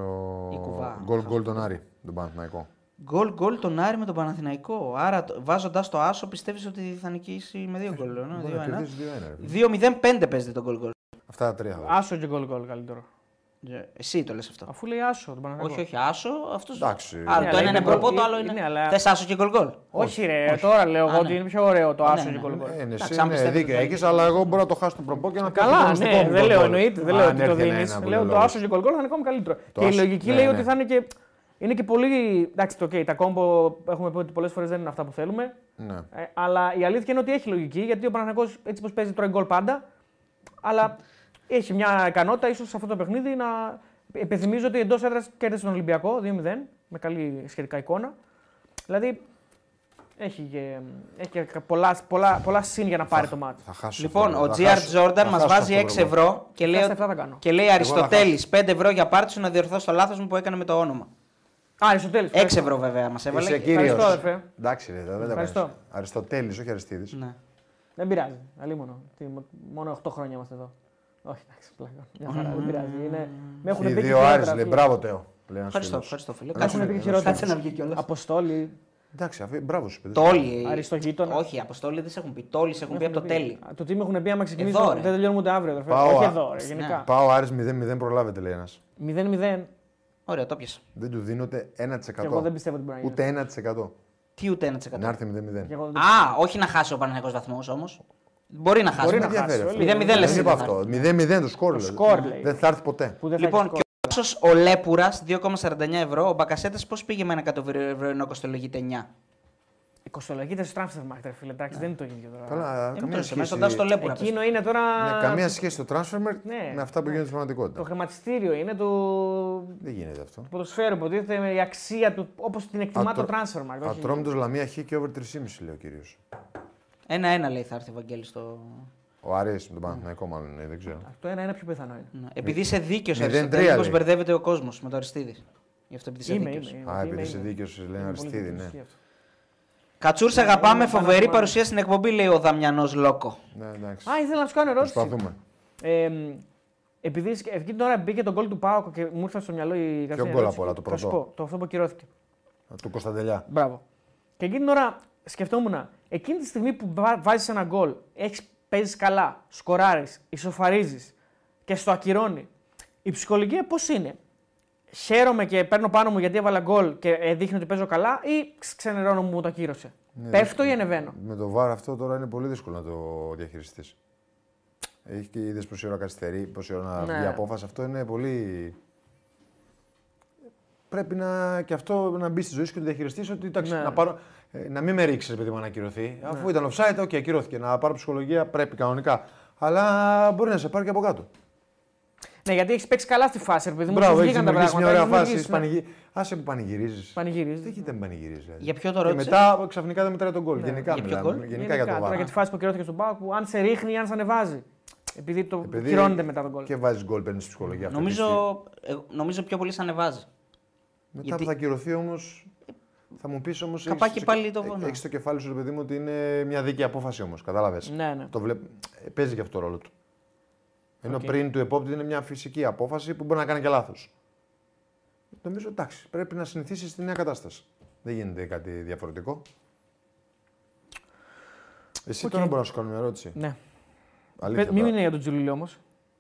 B: Η κουβά.
D: γκολ γκολ τον Άρη, τον Παναθηναϊκό.
B: Γκολ γκολ τον Άρη με τον Παναθηναϊκό. Άρα βάζοντα το άσο πιστεύεις ότι θα νικήσει με δύο γκολ. ενώ,
D: Μπορεί να
B: 2-1.
D: κερδίσει 2-1, ρε παιδί.
B: 2-0-5 παίζεται τον γκολ γκολ.
D: Αυτά τα τρία θα δώσω.
C: Άσο και γκολ γκολ καλύτερο.
B: Εσύ το λες αυτό.
C: Αφού λέει άσο τον
B: Όχι,
C: Παναθηναϊκό.
B: όχι, άσο. Αυτός.
D: Εντάξει.
B: Άρα
D: Ναι,
B: το ένα
D: αλλά
B: είναι
D: είναι γκολ.
B: προπό, το άλλο
C: Είναι,
B: είναι.
C: αλλά-
B: Θες άσο και γκολ γκολ.
C: Όχι, ρε, τώρα λέω εγώ
B: Α,
C: ότι
B: ναι.
C: είναι πιο ωραίο το
B: Ναι,
C: άσο
B: ναι,
C: και γκολ
B: ναι.
C: γκολ.
D: Ε, ναι,
B: Εντάξει,
D: εσύ
B: αν
D: είναι
B: πιστεύετε
D: δίκαιο
B: ότι
D: έχεις, αλλά εγώ μπορώ να το χάσω τον προπό και να κάνω
C: δηλαδή. Καλά, ναι, δεν λέω εννοείται. Δεν λέω ότι το δίνει. Λέω το άσο και γκολ γκολ θα είναι ακόμα καλύτερο.
D: Το
C: και η
D: άσο,
C: λογική
D: ναι,
C: λέει
D: ναι.
C: ότι θα είναι και. Είναι και πολύ. Εντάξει, το okay, τα κόμπο έχουμε πει ότι πολλές φορές δεν είναι αυτά που θέλουμε.
D: Ναι.
C: Ε, αλλά η αλήθεια είναι ότι έχει λογική γιατί ο Παναγενικός έτσι πως παίζει τρώει γκολ πάντα. Αλλά έχει μια ικανότητα ίσως σε αυτό το παιχνίδι να. Επιθυμίζω ότι εντός έδρας κέρδισε τον Ολυμπιακό 2-0 με καλή σχετικά εικόνα. Δηλαδή έχει και, έχει και πολλά, πολλά, πολλά συν για να πάρει το μάτι.
D: Θα χάσω.
B: Λοιπόν,
D: Θόδωρο,
B: ο
D: θα
B: GR
D: χάσω.
B: Jordan
D: Θα
B: μας
D: χάσω
B: βάζει 6
D: αυτό το προπό.
B: ευρώ και λέει,
C: Αυτά θα κάνω.
B: και λέει Αριστοτέλης
D: χάσω.
B: 5 ευρώ για πάρτι σου να διορθώσει το λάθος μου που έκανε με το όνομα.
C: Α, Αριστοτέλης.
B: 6 ευρώ βέβαια μας
D: Είσαι
B: έβαλε.
D: κύριος.
C: Ευχαριστώ, αδερφέ.
D: Εντάξει, ρε, δεν τα
C: Ευχαριστώ.
D: κάνεις. Αριστοτέλης, όχι Αριστίδης.
B: Ναι.
C: Δεν πειράζει. Αλίμονο. Τι, μο- Μόνο 8 χρόνια είμαστε εδώ. Όχι, εντάξει, πλάκα. Μια χαρά, δεν πειράζει. Είναι... Με έχουν
D: Οι
C: μπει και
D: δύο
C: θέατρα,
D: Άρης λέει,
C: φίλε.
D: μπράβο Τέο. λέει ένας
B: Ευχαριστώ,
D: φίλος.
B: ευχαριστώ φίλε.
D: Ένας
C: Κάτσε να
D: φίλος,
C: πει
D: ένας
C: χειρότερα.
D: φίλος.
B: Κάτσε να βγει κιόλας.
C: Αποστόλη.
D: Εντάξει, αφή- μπράβο σου, παιδί.
B: Το όλοι.
C: Αριστογείτονα.
B: Όχι, αποστόλοι δεν σε έχουν πει. Το όλοι σε έχουν πει από το
C: Έχουν
B: τέλει.
C: Α, Το τι μου έχουν πει άμα ξεκινήσω.
B: Εδώ, ρε.
C: δεν τελειώνουμε ούτε αύριο. Αδερφέ.
D: Πάω, Ναι,
C: Όχι
D: α.
C: εδώ, ρε, γενικά.
D: Πάω Άρης 0-0 προλάβετε λέει ένας.
C: 0-0.
B: Ωραία, το πιασα.
D: Δεν του δίνω ούτε 1%.
C: Και εγώ δεν πιστεύω ότι μπορεί να γίνει.
D: Ούτε 1%.
B: Τι ούτε 1%.
D: Να έρθει
C: Και
D: 0-0.
C: εγώ δεν το
B: Α, όχι να χάσει ο Παναγιακό βαθμό όμως. Μπορεί να χάσει.
D: Μπορεί
C: να
D: να
C: χάσει,
D: διαφέρει.
C: όλοι.
D: αυτό.
B: 0-0 λες,
D: Δεν είπα
B: είναι.
D: αυτό. 0-0 το σκόρ. λέει.
C: σκορ, λέει.
D: Δεν θα έρθει ποτέ.
C: Που δεν θα
B: Λοιπόν,
C: έχεις
B: και ο Άσο ο Λέπουρας 2,49 ευρώ. Ο Μπακασέτας πώς πήγε με ένα εκατομμύριο ευρώ ενώ κοστολογείται Ε, 9.
C: σκόρ. Η κοστολογείται στο transfer market, ρε φίλε. Εντάξει, δεν είναι το ίδιο τώρα.
D: Ναι. Καλά,
B: Ε, μην
D: καμία
B: το
D: σχέση.
B: σχέση. το λέπουρα. πες.
C: Εκείνο είναι τώρα.
D: Ναι, καμία σχέση το transfer
C: Ναι,
D: με αυτά που
C: ναι.
D: γίνονται στην
C: Το
D: πραγματικότητα.
C: χρηματιστήριο είναι του
D: Δεν γίνεται αυτό.
C: ποδοσφαίρου. Υποτίθεται με η αξία του όπως την εκτιμά το transfer market. όχι-
D: Ατρόμητος Λαμία Χ και over 3,5 λέει ο κύριος.
B: Ένα-ένα λέει θα έρθει ο Βαγγέλη στο.
D: Ο Αρέση με τον Παναθηναϊκό μάλλον είναι, δεν ξέρω.
C: Το ένα είναι πιο πιθανό. Είναι.
B: Ναι. Επειδή είσαι δίκαιος,
D: 0-3
B: αριστοτέλικο
D: λέει.
B: μπερδεύεται ο κόσμος με το Αριστίδης. Γι' αυτό επειδή είσαι
C: Είμαι,
B: δίκαιος.
C: είμαι, είμαι,
D: Α,
C: είμαι,
D: επειδή είσαι
C: είμαι.
D: δίκαιο, λένε
C: Είναι πολύ
D: Αριστίδη,
C: δίκαιος,
D: ναι.
C: ισχύει αυτό.
B: Κατσούρσα, αγαπάμε,
C: Ναι,
B: φοβερή
C: καλά,
B: παρουσία στην εκπομπή, λέει ο Δαμιανός Λόκο.
D: Ναι, εντάξει.
C: Α, ήθελα να σου κάνω ερώτηση.
D: Προσπαθούμε.
C: Ε, μ, επειδή σκ- εκείνη την ώρα μπήκε το γκολ του Πάοκ και μου ήρθε στο μυαλό η κατευθείαν
D: γκολ
C: ερώτηση
D: απ' όλα, το
C: και θα σου
D: πρωτό.
C: πω, το αυτό που ακυρώθηκε.
D: Του Κωνσταντελιά.
C: Μπράβο. Και εκείνη την ώρα σκεφτόμουν, εκείνη τη στιγμή που βάζεις ένα γκολ, έχεις, παίζεις καλά, σκοράρεις, ισοφαρίζεις και στο ακυρώνει. Η ψυχολογία πώς είναι. Χαίρομαι και παίρνω πάνω μου γιατί έβαλα γκολ και ε, δείχνει ότι παίζω καλά ή ξ- ξενερώνω μου που το ακύρωσε.
D: Ναι,
C: Πέφτω
D: δεν-
C: ή ανεβαίνω.
D: Με το βάρο αυτό τώρα είναι πολύ δύσκολο να το διαχειριστείς. Έχεις και είδες πόση ώρα καθυστερεί, πόση ώρα να
C: Ναι.
D: βγει απόφαση. Αυτό είναι πολύ. Πρέπει να, και αυτό να μπει στη ζωή σου και να το διαχειριστείς. Ότι εντάξει,
C: Ναι.
D: να, πάρω, ε, να μην με ρίξεις επειδή μου ανακυρωθεί. Αφού ήταν offside, οκ, ακυρώθηκε. Να πάρω ψυχολογία πρέπει κανονικά. Αλλά μπορεί να σε πάρει και από κάτω.
C: Ναι, γιατί έχεις παίξει καλά στη φάση, ρε παιδί μου,
D: Μπράβο,
C: σου
D: έχει
C: βγήκαν τα
D: δημιουργήσει
C: πράγματα.
D: μια ωραία
C: έχεις
D: φάση.
C: δημιουργήσει, ναι.
D: Πανηγυ... Άσε που πανηγυρίζεις.
C: Πανηγυρίζεις.
D: Δεν γίνεται να πανηγυρίζεις. Δηλαδή.
B: Για ποιο το
D: Και
B: ρώτησες?
D: μετά ξαφνικά δεν μετράει τον
C: Ναι.
D: κόλ.
B: Για
D: Γενικά,
B: ποιο
D: μιλάμε,
B: γκολ?
D: γενικά, για το
C: τώρα
D: βάρο.
C: για τη φάση που ακυρώθηκε στον Πάοκ, που αν σε ρίχνει ή αν σε ανεβάζει. Επειδή το
D: Επειδή
C: κυρώνεται μετά τον γκολ.
D: Και βάζεις γκολ, παίρνεις ψυχολογία. αυτή τη στιγμή.
B: Νομίζω, ε, νομίζω πιο πολύ σε ανεβάζει.
D: Μετά
B: γιατί-
D: που θα κυρωθεί όμως. Θα μου πεις όμως.
B: Καπάκι πάλι το βόνα.
D: Έχεις το κεφάλι σου, ρε παιδί μου, ότι είναι μια δίκαιη απόφαση όμως. Κατάλαβες.
C: Ναι, ναι.
D: Το βλέπ... ε, Παίζει και αυτό το ρόλο του. Ενώ
C: Οκ.
D: πριν του επόπτη είναι μια φυσική απόφαση που μπορεί να κάνει και λάθος. Νομίζω εντάξει, πρέπει να συνηθίσεις τη νέα κατάσταση. Δεν γίνεται κάτι διαφορετικό. Εσύ
C: Οκ.
D: τώρα μπορώ να σου κάνω μια ερώτηση.
C: Ναι.
D: Αλήθεια.
C: Μην
D: τώρα.
C: είναι για τον Τζιλουλί όμω.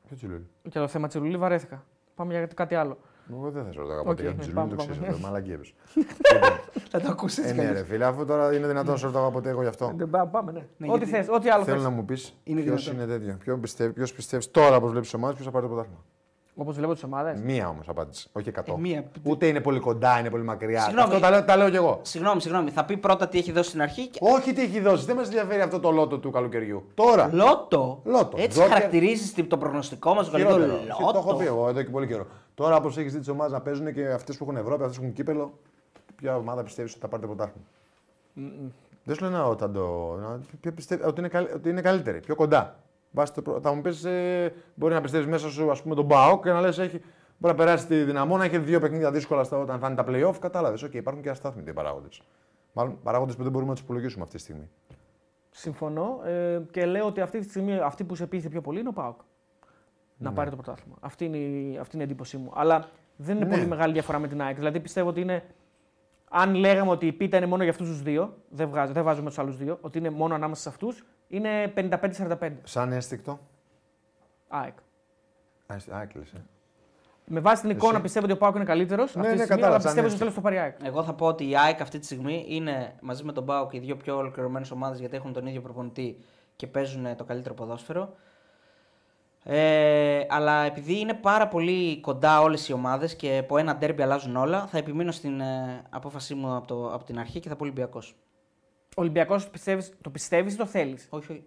D: Ποιο τσιλούλι.
C: Για το θέμα Τσιλουλί βαρέθηκα. Πάμε για κάτι άλλο.
D: Εγώ δεν θα σε ρωτάω
C: Οκ,
D: ποτέ για τον
C: ναι,
D: τσιλούλι,
C: πάμε,
D: το ξέρει.
C: πάμε.
D: αυτό, μαλακίες. Λοιπόν,
B: Θα το ακούσεις.
D: Ε, ναι, ρε φίλε, αφού τώρα είναι δυνατόν να σε ρωτάω ποτέ εγώ γι' αυτό.
C: Ε, πά- Πάμε, ναι.
B: Ναι,
C: Ό,τι
B: γιατί-
C: θες, ό,τι άλλο
D: Θέλω
C: θες.
D: να μου πεις
B: Είναι
D: ποιος
B: δυνατόν.
D: είναι τέτοιο. Ποιο πιστεύει, ποιος πιστεύεις τώρα πώ βλέπεις τι ομάδες, ποιος θα πάρει το πρωτάθλημα.
C: Όπως βλέπω τις ομάδες.
D: Μία όμως απάντηση, όχι 100.
B: Ε, μία.
D: Ούτε είναι πολύ κοντά, είναι πολύ μακριά.
B: Συγγνώμη.
D: Αυτό τα λέω, τα λέω κι εγώ.
B: Συγγνώμη, συγγνώμη. Θα πει πρώτα τι έχει δώσει στην αρχή και.
D: Όχι τι έχει δώσει, δεν μας ενδιαφέρει αυτό το λότο του καλοκαιριού. Τώρα.
B: Λότο.
D: Λότο.
B: Έτσι
D: Τζόκερ.
B: χαρακτηρίζεις το προγνωστικό μας το
D: Χειρότερο. Εσύ Το έχω
B: Λότο.
D: πει εγώ εδώ και πολύ καιρό. Τώρα όπως έχεις δει τις ομάδες να παίζουν και αυτές που έχουν Ευρώπη, αυτές που έχουν κύπελο, ποια ομάδα πιστεύεις ότι θα πάρει το πρωτάθλημα. Δεν σου λέω να όταν το. να- ποιο πιστεύει- ότι, είναι καλ- ότι είναι καλύτερη, πιο κοντά. Βάσει το πρω- θα μου πεις, ε, μπορεί να πιστεύεις μέσα σου ας πούμε, τον Μπάοκ και να λες: έχει... Μπορεί να περάσει τη δυναμό, να έχει δύο παιχνίδια δύσκολα στα, όταν θα είναι τα playoff. Κατάλαβες. Okay, υπάρχουν και αστάθμητοι παράγοντες. Μάλλον παράγοντες που δεν μπορούμε να τους υπολογίσουμε αυτή τη στιγμή.
C: Συμφωνώ ε, και λέω ότι αυτή τη στιγμή αυτή που σε πείθει πιο πολύ είναι ο Πάοκ.
D: Ναι.
C: Να πάρει το πρωτάθλημα. Αυτή είναι, η- αυτή είναι η εντύπωσή μου. Αλλά δεν είναι
D: Ναι.
C: πολύ μεγάλη διαφορά με την ΑΕΚ. Δηλαδή πιστεύω ότι είναι. Αν λέγαμε ότι η πίτα είναι μόνο για αυτούς τους δύο, δεν, βγάζω, δεν βάζουμε τους άλλους δύο, ότι είναι μόνο ανάμεσα σε αυτούς, είναι 55-45
D: Σαν ένστικτο.
C: ΑΕΚ.
D: Α, εσύ- Α, έκλεισε.
C: Με βάση την εικόνα
D: Εσύ.
C: πιστεύω ότι ο Πάοκ είναι καλύτερος.
D: Ναι,
C: αυτή
D: ναι,
C: τη στιγμή,
D: κατάλαβα,
C: αλλά
D: σαν
C: πιστεύω ότι
D: έτσι.
C: στο τέλος το πάρει η ΑΕΚ.
B: Εγώ θα πω ότι η ΑΕΚ αυτή τη στιγμή είναι μαζί με τον Μπάουκ οι δύο πιο ολοκληρωμένες ομάδες γιατί έχουν τον ίδιο προπονητή και παίζουν το καλύτερο ποδόσφαιρο. Ε, αλλά επειδή είναι πάρα πολύ κοντά όλες οι ομάδες και από ένα ντέρμπι αλλάζουν όλα, θα επιμείνω στην ε, απόφασή μου από, το, από την αρχή και θα πω Ολυμπιακός.
C: Ο Ολυμπιακό το πιστεύεις ή το θέλεις.
B: Όχι, όχι.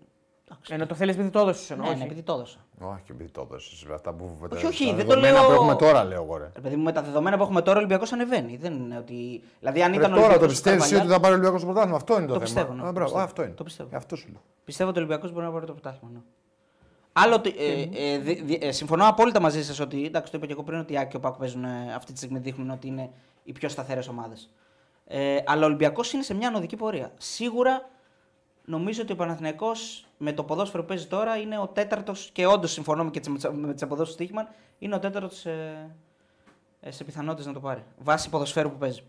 C: Ενώ το θέλεις επειδή το έδωσες
B: Ναι,
C: εννοώ.
B: ναι,
C: όχι.
B: επειδή το έδωσα.
D: Όχι, επειδή το έδωσες. Αυτά που τα-
B: Όχι, όχι,
D: τα
B: δεν το
D: δεδομένα
B: λέω-
D: που έχουμε τώρα, λέω εγώ. Ρε.
B: Ρε παιδί μου, με τα δεδομένα που έχουμε τώρα, ο Ολυμπιακός ανεβαίνει. Δεν είναι ότι. Δηλαδή, αν
D: Ρε,
B: ήταν ο
D: τώρα το
B: Ολυμπιακός στα
D: πιστεύει
B: παλιά,
D: ότι θα πάρει ο Ολυμπιακός στο πρωτάθλημα. Αυτό είναι το,
B: Το
D: θέμα.
B: πιστεύω, ναι,
D: Α,
B: το
D: μπράβο,
B: πιστεύω.
D: αυτό είναι.
B: Το πιστεύω.
D: Ε, Αυτό σου λέω.
B: Πιστεύω ότι ο Ολυμπιακός μπορεί να πάρει το πρωτάθλημα. Ναι. Άλλο ότι. Ε, ε, δι- δι- ε, συμφωνώ απόλυτα μαζί σας ότι. Εντάξει, το είπα και εγώ πριν ότι η ΑΕΚ και ο ΠΑΟΚ παίζουν ε, αυτή τη στιγμή δείχνουν ότι είναι οι πιο σταθερές ομάδες. Ε, αλλά ο Ολυμπιακός είναι σε μια ανωδική πορεία. Σίγουρα νομίζω ότι ο Παναθηναϊκός με το ποδόσφαιρο που παίζει τώρα είναι ο τέταρτος και όντως συμφωνώ με και τις- με τις αποδόσεις του Στίχημαν είναι ο τέταρτος ε, ε, σε πιθανότητες να το πάρει. Βάσει ποδοσφαίρου που παίζει.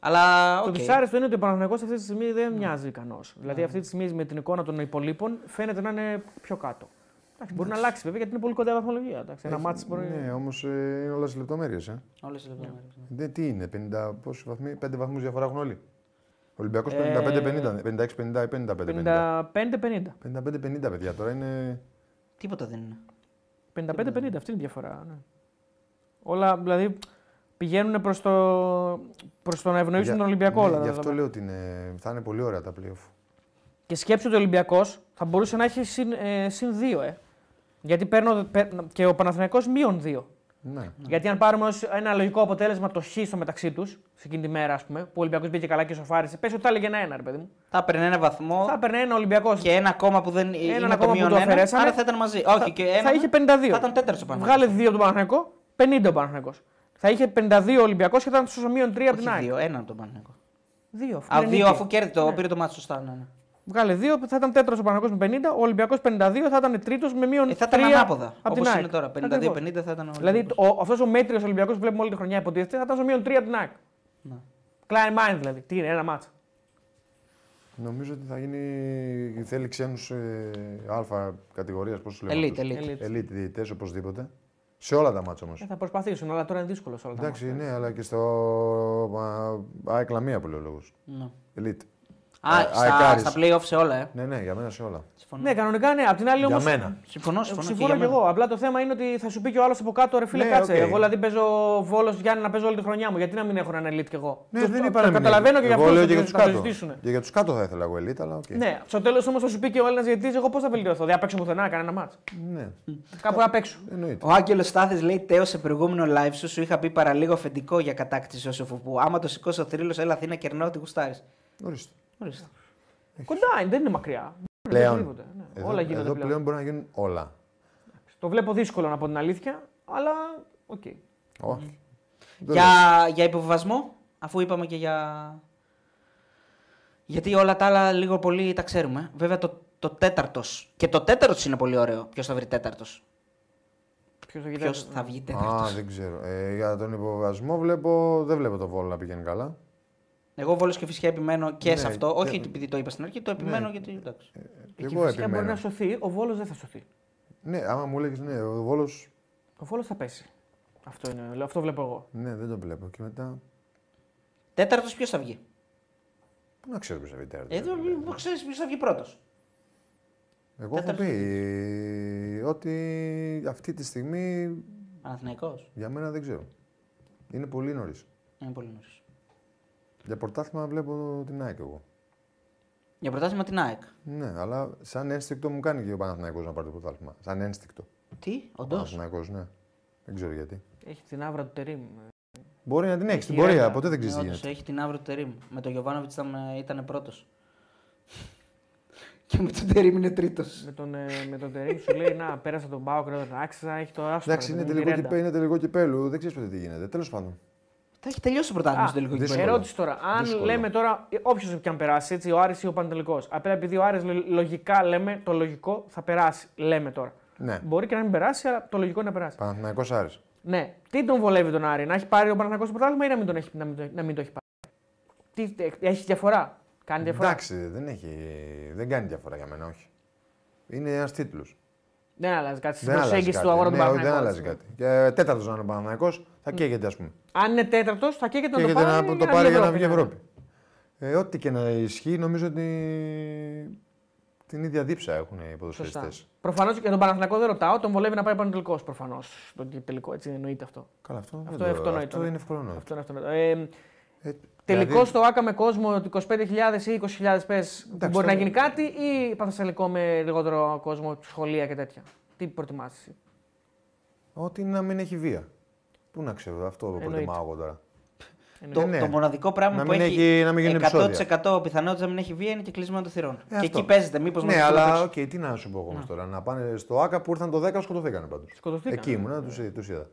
B: Αλλά.
C: Το
B: οκ.
C: δυσάρεστο είναι ότι ο Παναγενικό αυτή τη στιγμή δεν
D: Ναι.
C: μοιάζει ικανός. Δηλαδή αυτή τη στιγμή με την εικόνα των υπολείπων φαίνεται να είναι πιο κάτω. Εντάξει, μπορεί να αλλάξει βέβαια γιατί είναι πολύ κοντά η βαθμολογία. Εντάξει, ένα μάτι μπορεί.
D: Ναι, όμως είναι όλες οι λεπτομέρειες. Ε.
B: Όλες οι λεπτομέρειες.
D: Δεν, τι είναι, 50, πόσοι βαθμοί, 5 βαθμούς διαφορά έχουν όλοι. Ολυμπιακός
C: Ε,
D: 55-50, 56-50 ή 55-50.
C: 55-50.
D: 55-50, παιδιά, τώρα είναι.
B: Τίποτα δεν είναι.
C: 55-50, αυτή είναι η διαφορά. Ναι. Όλα, δηλαδή, πηγαίνουν προς το... προς το να ευνοήσουν
D: Για-
C: τον Ολυμπιακό.
D: ναι,
C: όλα τα
D: Γι' αυτό
C: δεδομένα.
D: λέω ότι είναι, θα είναι πολύ ωραία τα playoff.
C: Και σκέψου ότι ο Ολυμπιακός θα μπορούσε να έχει συν, ε, συν δύο, ε. Γιατί παίρνω, παίρνω- και ο Παναθηναϊκός μείον δύο.
D: Ναι.
C: Γιατί αν πάρουμε ως ένα λογικό αποτέλεσμα το χ στο μεταξύ τους, σε εκείνη τη μέρα, ας πούμε, που ο Ολυμπιακός μπήκε καλά και σοφάρισε, πες ότι θα έλεγε ένα-ένα, ρε παιδί μου.
B: Θα έπαιρνε ένα βαθμό
C: Θα έπαιρνε ένα Ολυμπιακός.
B: και ένα ακόμα που δεν είναι
C: ακόμα
B: το
C: που
B: μείον
C: το
B: ένα,
C: αφαιρέσαμε.
B: άρα θα ήταν μαζί. Όχι, και ένα,
C: θα είχε 52.
B: θα ήταν τέταρτος ο Παναθηναϊκός.
C: Βγάλε δύο από τον Παναθηναϊκό, 50 ο Παναθηναϊκός. Θα είχε 52 ο Ολυμπιακός και ήταν στο μείον 3 από την
B: Όχι
C: ΑΕΚ.
B: δύο, έναν τον Παναθηναϊκό.
C: Δύο, αφού
B: Α,
C: είναι
B: δύο
C: νίκη.
B: αφού κέρδισε το, πήρε το μάτι σωστά. Ναι, ναι.
C: Βγάλε δύο, θα ήταν τέταρτος ο Παναθηναϊκός με 50, ο Ολυμπιακός 52, θα ήταν τρίτος με μείον
B: Ε, θα ήταν
C: τρία
B: ανάποδα.
C: από την
B: Όπω
C: ΑΕΚ.
B: είναι τώρα. 52-50
C: Ακριβώς.
B: θα ήταν. ο
C: Δηλαδή
B: Ολυμπιακός.
C: αυτός ο μέτριος Ολυμπιακός που βλέπουμε όλη τη χρονιά υποτίθεται θα ήταν στο μείον 3 από την ΑΕΚ.
B: Ναι.
C: Klein mind δηλαδή. Τι είναι, ένα μάτσο.
D: Νομίζω ότι θα γίνει. Θέλει ξένου ε, αλφα κατηγορίας, πώς τους λέμε.
B: Elite,
D: αυτούς.
B: elite.
C: Elite.
D: Elite διαιτητές, οπωσδήποτε. Σε όλα τα μάτια όμως.
C: Ε, θα προσπαθήσουν, αλλά τώρα είναι δύσκολο σε όλα τα
D: Εντάξει,
C: μάτς.
D: ναι, αλλά και στο. ΑΕΚ Λαμία που λέει ο λόγος.
B: Ναι.
D: Elite.
B: Α,
D: Α,
B: στα,
D: Αεκάρης.
B: στα playoff σε όλα, ε.
D: Ναι, ναι, για μένα σε όλα.
B: Συμφωνώ.
C: Ναι, κανονικά ναι. Απ' την άλλη
D: Για
C: όμως.
D: μένα.
B: Συμφωνώ, συμφωνώ.
C: Συμφωνώ
B: για
C: κι εγώ. Απλά το θέμα είναι ότι θα σου πει και ο άλλος από κάτω, ρε φίλε,
D: Ναι,
C: κάτσε.
D: οκ.
C: Εγώ δηλαδή παίζω βόλος Γιάννη να παίζω όλη τη χρονιά μου. Γιατί να μην έχω ένα elite κι εγώ.
D: Ναι,
C: Το-
D: δεν
C: το-
D: είπα να
C: το
D: μην
C: Καταλαβαίνω
D: είναι.
C: και γι'
D: Εγώ
C: αυτό
D: λέω
C: θα
D: και για
C: το
D: τους κάτω.
C: συζητήσουν.
D: Και για τους κάτω θα ήθελα εγώ elite, αλλά οκ.
C: Ναι, στο τέλος όμως θα σου πει και ο Έλληνας γιατί εγώ πώς θα βελτιωθώ. Δεν θα παίξω πουθενά κανένα μάτσο.
D: Ναι,
C: Κάπου να παίξω.
D: εννοείται.
B: Ο Άγγελος Στάθης λέει: Τέο σε προηγούμενο live σου, σου είχα πει παραλίγο αφεντικό για κατάκτηση όσου που. Άμα το σηκώσει ο θρύλος, έλα Αθήνα κερνάω ότι γουστάρεις.
D: Ορίστε.
B: Ορίστε.
C: Κοντά είναι, δεν είναι μακριά.
D: Πλέον.
C: Οπωσδήποτε, ναι.
D: Εδώ,
C: Όλα γίνονται
D: εδώ
C: πλέον.
D: πλέον μπορεί να γίνουν όλα.
C: Το βλέπω δύσκολο να πω την αλήθεια, αλλά οκ.
D: Όχι. Δεν
B: Για, για υποβιβασμό, αφού είπαμε και για. Γιατί όλα τα άλλα λίγο πολύ τα ξέρουμε. Βέβαια το, το τέταρτος. Και το τέταρτος είναι πολύ ωραίο. Ποιος θα βρει τέταρτος.
C: Ποιος θα κοιτάξει.
B: Ποιο θα βγει
D: λέω.
B: τέταρτο.
D: Α, δεν ξέρω. Ε, για τον υποβασμό βλέπω, δεν βλέπω το βόλο να πηγαίνει καλά.
B: Εγώ βόλος και φυσικά επιμένω και
D: Ναι,
B: σε αυτό.
D: και-
B: Όχι επειδή το είπα στην αρχή, το επιμένω γιατί. εντάξει.
D: Και
C: Εκεί
D: εγώ
C: φυσικά μπορεί να
D: επιμένω.
C: σωθεί, ο Βόλος δεν θα σωθεί.
D: Ναι, άμα μου λέγεις ναι, ο βόλος.
C: Ο Βόλος θα πέσει. Αυτό, είναι, αυτό βλέπω εγώ.
D: Ναι, δεν τον βλέπω. Και μετά.
B: Τέταρτος ποιος θα βγει.
D: Πού να ξέρω ποιος θα βγει τέταρτος.
B: Εδώ ξέρεις ποιος θα βγει πρώτος.
D: Εγώ έχω
B: τέταρτος.
D: πει ότι αυτή τη στιγμή
B: Παναθηναϊκός.
D: για μένα δεν ξέρω. Είναι πολύ νωρίς.
B: Είναι πολύ νωρίς.
D: Για πρωτάθλημα βλέπω την ΑΕΚ εγώ.
B: Για πρωτάθλημα την ΑΕΚ.
D: Ναι, αλλά σαν ένστικτο μου κάνει και ο Παναθηναϊκός να πάρει το πρωτάθλημα. Σαν ένστικτο.
B: Τι, όντως.
D: Παναθηναϊκός, ναι. Δεν ξέρω γιατί.
C: Έχει την άβρα του Τερήμ.
D: Μπορεί να την έχει στην
C: Έχει
D: πορεία,
C: ρέγγα.
D: ποτέ δεν ξέρεις τι γίνεται.
B: Ναι, έχει την αύριο του Τερήμ. Με τον Γιωβάνοβιτ ήταν, ε, ήταν πρώτος. και με τον Τερήμ είναι τρίτος.
C: Με τον, ε, με τον Τερήμ σου λέει να πέρασα τον Πάο και τον άξιζα, έχει το άσπρο.
D: Εντάξει, είναι τελικό, κυπέ, είναι τελικό κυπέλου, δεν ξέρεις ποτέ τι γίνεται. Τέλος πάντων.
B: Τα έχει τελειώσει το πρωτάθλημα
C: Α,
B: στο τελικό
D: δύσκολο.
B: κυπέλλο.
C: Ερώτηση τώρα. Αν
D: Δύσκολο.
C: λέμε τώρα, όποιος και αν περάσει, έτσι, ο Άρης ή ο Παντελικό. Απέναντι επειδή ο Άρης λο- λογικά λέμε, το λογικό θα περάσει. Λέμε τώρα.
D: Ναι.
C: Μπορεί και να μην περάσει, αλλά το λογικό είναι να περάσει.
D: Παναθηναϊκός Άρης.
C: Ναι. Τι τον βολεύει τον Άρη, να έχει πάρει ο Παναθηναϊκός το πρωτάθλημα ή να μην, τον έχει, να μην, το, να μην το έχει πάρει. Τι, ε, έχει διαφορά. Κάνει διαφορά.
D: Εντάξει, δεν, έχει, δεν κάνει διαφορά για μένα, όχι. Είναι ένας τίτλος.
C: Δεν αλλάζει κάτι. Στην
D: Δεν αλλάζει
C: προσέγγιση
D: κάτι.
C: του αγώνα του
D: ναι, όχι, δεν
C: Παναθηναϊκού,
D: αλλάζει
C: έτσι.
D: κάτι. Και ε, τέταρτο να είναι ο Παναθυναϊκό, θα καίγεται, ας πούμε.
C: Αν είναι τέταρτος, θα καίγεται να το
D: Καίγεται
C: πάρει,
D: να το πάρει για να βγει
C: ναι.
D: Ευρώπη. Ε, ό,τι και να ισχύει, νομίζω ότι την ίδια δίψα έχουν οι
C: Σωστά.
D: ποδοσφαιριστέ.
C: Προφανώς και τον Παναθηναϊκό δεν ρωτάω, τον βολεύει να πάει πανετελικός προφανώς. Τον τελικό, έτσι εννοείται αυτό.
D: Καλά, αυτό,
C: Αυτό
D: δεν το-
C: αυτονόητο,
D: Αυτό
C: ναι.
D: είναι αυτονόητο.
C: Αυτό είναι αυτό. Ε,
D: Ε,
C: τελικό
D: δηλαδή,
C: στο ΑΚΑ με κόσμο ότι 25.000 ή 20.000 πες
D: Εντάξει,
C: μπορεί να
D: τώρα-
C: γίνει κάτι ή παθασαλικό με λιγότερο κόσμο, σχολεία και τέτοια. Τι προτιμάς εσύ.
D: Ότι να μην έχει βία. Πού να ξέρω, αυτό το
C: Εννοείται.
D: προτιμάω εγώ τώρα.
B: Το,
D: Ναι.
B: το μοναδικό πράγμα
D: Να
B: που
D: μην
B: έχει,
D: έχει- να μην γίνουν
B: 100% πιθανότητα να μην έχει βία είναι και κλεισμένο των θυρών. και
D: αυτό.
B: εκεί παίζεται. Μήπως
D: ναι, αλλά οκ, τι να σου πω εγώ όμως τώρα. Να πάνε στο ΑΚΑ που ήρθαν το 10, σκοτωθήκανε πάντως.
C: Σκοτωθήκανε, ναι.
D: Εκεί ήμουνα, τους τους είδα.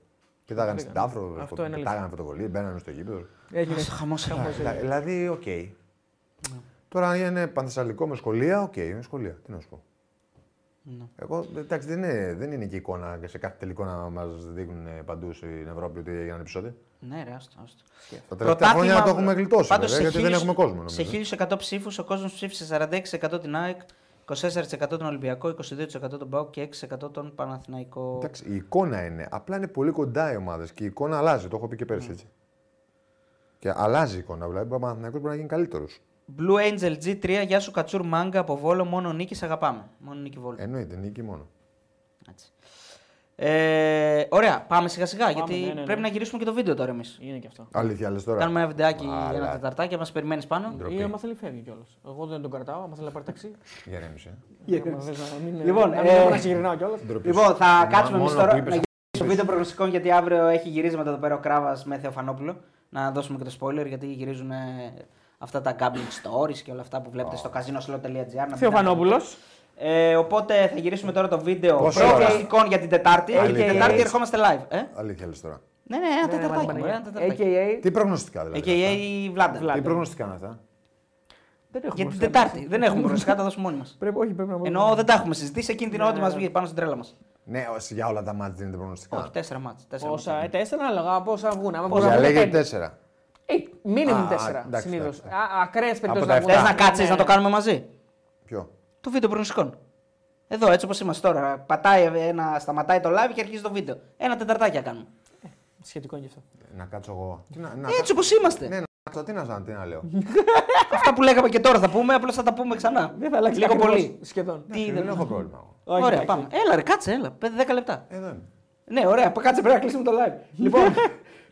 D: Πετάγανε στην τάφρο,
C: Αυτό
D: σκο-
C: είναι
D: πετάγανε
C: αλήθεια.
D: φωτοβολίε, μπαίνανε στο γήπεδο.
C: Έγινε.
B: Χαμός
D: Δηλα- Δηλαδή, οκ.
B: Ναι.
D: Τώρα, αν είναι πανθεσσαλικό με σχολεία, οκ, είναι σχολεία. Τι να σου πω.
B: Ναι.
D: Εγώ, εντάξει, δεν είναι, δεν είναι και εικόνα και σε κάθε τελικό να μας δείχνουν ε, παντούς στην Ευρώπη ότι έγιναν επεισόδια.
B: Ναι, ρε, άστο, άστο.
D: Τα τελευταία χρόνια το έχουμε γλιτώσει.
B: Πάντως,
D: βέβαια,
B: σε
D: γιατί δεν
B: χίλιους-
D: έχουμε κόσμο. Νομίζω.
B: Σε 1.100 ψήφους ο κόσμος ψήφισε 46% την ΑΕΚ, 24% τον Ολυμπιακό, 22% τον ΠΑΟΚ και 6% τον Παναθηναϊκό.
D: Εντάξει, η εικόνα είναι. Απλά είναι πολύ κοντά οι ομάδες και η εικόνα αλλάζει. Το έχω πει και
B: Ναι.
D: πέρσι έτσι. Και αλλάζει η εικόνα. Δηλαδή, ο Παναθηναϊκός μπορεί να γίνει καλύτερος.
B: Blue Angel G3, γεια σου Κατσούρ
D: Ε.
B: Μάγκα από Βόλο, μόνο νίκης, σε αγαπάμε. Μόνο νίκη Βόλο.
D: Εννοείται, νίκη μόνο.
B: Έτσι. Ε, ωραία, πάμε σιγά σιγά
C: Πάμε,
B: γιατί
C: ναι, ναι, ναι.
B: πρέπει να γυρίσουμε και το βίντεο τώρα εμείς.
C: Είναι και αυτό.
D: Αλήθεια, λες τώρα.
B: Κάνουμε ένα βιντεάκι
D: Αλλά-
B: ένα τεταρτάκι, μα περιμένεις πάνω.
D: Ντροπή.
C: Ή άμα θέλει φεύγει κιόλας. Εγώ δεν τον κρατάω, άμα θέλει να πάρει ταξί.
D: Γερέμισε.
C: άμα θες να μην-
B: Λοιπόν,
C: να μην
B: ε,
C: μπορώ να συγκρινάω κιόλα.
D: ε. Ντροπή.
B: Λοιπόν, θα
D: Μα-
B: κάτσουμε εμείς
D: μόνο
B: τώρα
D: που
B: να
D: είπες-
B: γυρίσουμε το βίντεο προγνωστικών γιατί αύριο έχει γυρίσματα εδώ πέρα ο Κράβας με Θεοφανόπουλο. Να δώσουμε και το spoiler γιατί γυρίζουν ε, αυτά τα gambling stories και όλα αυτά που βλέπετε στο casinoslot.gr.
C: Θεοφανόπουλο.
B: Ε, οπότε θα γυρίσουμε τώρα το βίντεο
D: Πόση
B: προγνωστικών για την Τετάρτη. Και
D: Αλήθεια.
B: την Τετάρτη ερχόμαστε live. Ε?
D: Αλήθεια, λες τώρα.
B: Ναι, ναι, ένα τεταρτάκι. μωρέ, ένα τεταρτάκι.
C: AKA.
D: Τι προγνωστικά δηλαδή.
B: AKA Ε, η Βλάντα.
D: αυτά. Τι προγνωστικά είναι αυτά.
C: Δεν έχουμε
B: Για την
C: προσέγγιση.
B: Τετάρτη. Δεν έχουμε προγνωστικά, τα δώσουμε μόνοι μας.
C: Πρέπει, όχι, πρέπει να ναι. μπορούμε.
B: Ενώ δεν τα έχουμε συζητήσει εκείνη την ώρα ότι μα βγήκε πάνω στην τρέλα μας.
D: Ναι, ως- για όλα τα μάτια δίνετε προγνωστικά.
B: Όχι, τέσσερα μάτς. τέσσερα
C: Πόσα,
B: μάτς.
C: ε, τέσσερα, αλλά πόσα βγουν. Άμα
D: Για
C: βγουν
D: λέγεται
C: πέντε.
D: τέσσερα.
C: Ε, μήνυμου
D: Α,
C: τέσσερα
D: εντάξει,
C: συνήθως.
D: εντάξει.
C: Ακραίε περιπτώσεις
D: τα
C: να
D: εφτά.
B: Θε
D: Θες
C: βγουν.
B: να κάτσεις
C: Ναι,
B: να το
C: ναι.
B: κάνουμε μαζί.
D: Ποιο.
B: Το βίντεο προγνωστικών. Εδώ, έτσι όπως είμαστε τώρα. Πατάει ένα, σταματάει το live και αρχίζει το βίντεο. Ένα τεταρτάκι να κάνουμε.
C: Σχετικό είναι και αυτό.
D: Να κάτσω εγώ. Τι να, να
B: Έτσι όπως είμαστε.
D: Ναι, να κάτσω. Τι να, τι να λέω.
B: Αυτά που λέγαμε και τώρα θα πούμε, απλώς θα τα πούμε ξανά.
C: Δεν θα αλλάξει
B: Λίγο
C: ακριβώς Ναι,
B: πολύ.
C: Σχεδόν.
B: Τι
D: δεν
B: δεν
D: έχω πρόβλημα. εγώ.
C: Όχι,
B: Ωραία,
C: εντάξει.
B: πάμε. Έλα, ρε, κάτσε, έλα. Πέντε, δέκα λεπτά.
D: Εδώ είμαι.
B: Ναι, ωραία. πα- Κάτσε, πρέπει να κλείσουμε το live. λοιπόν,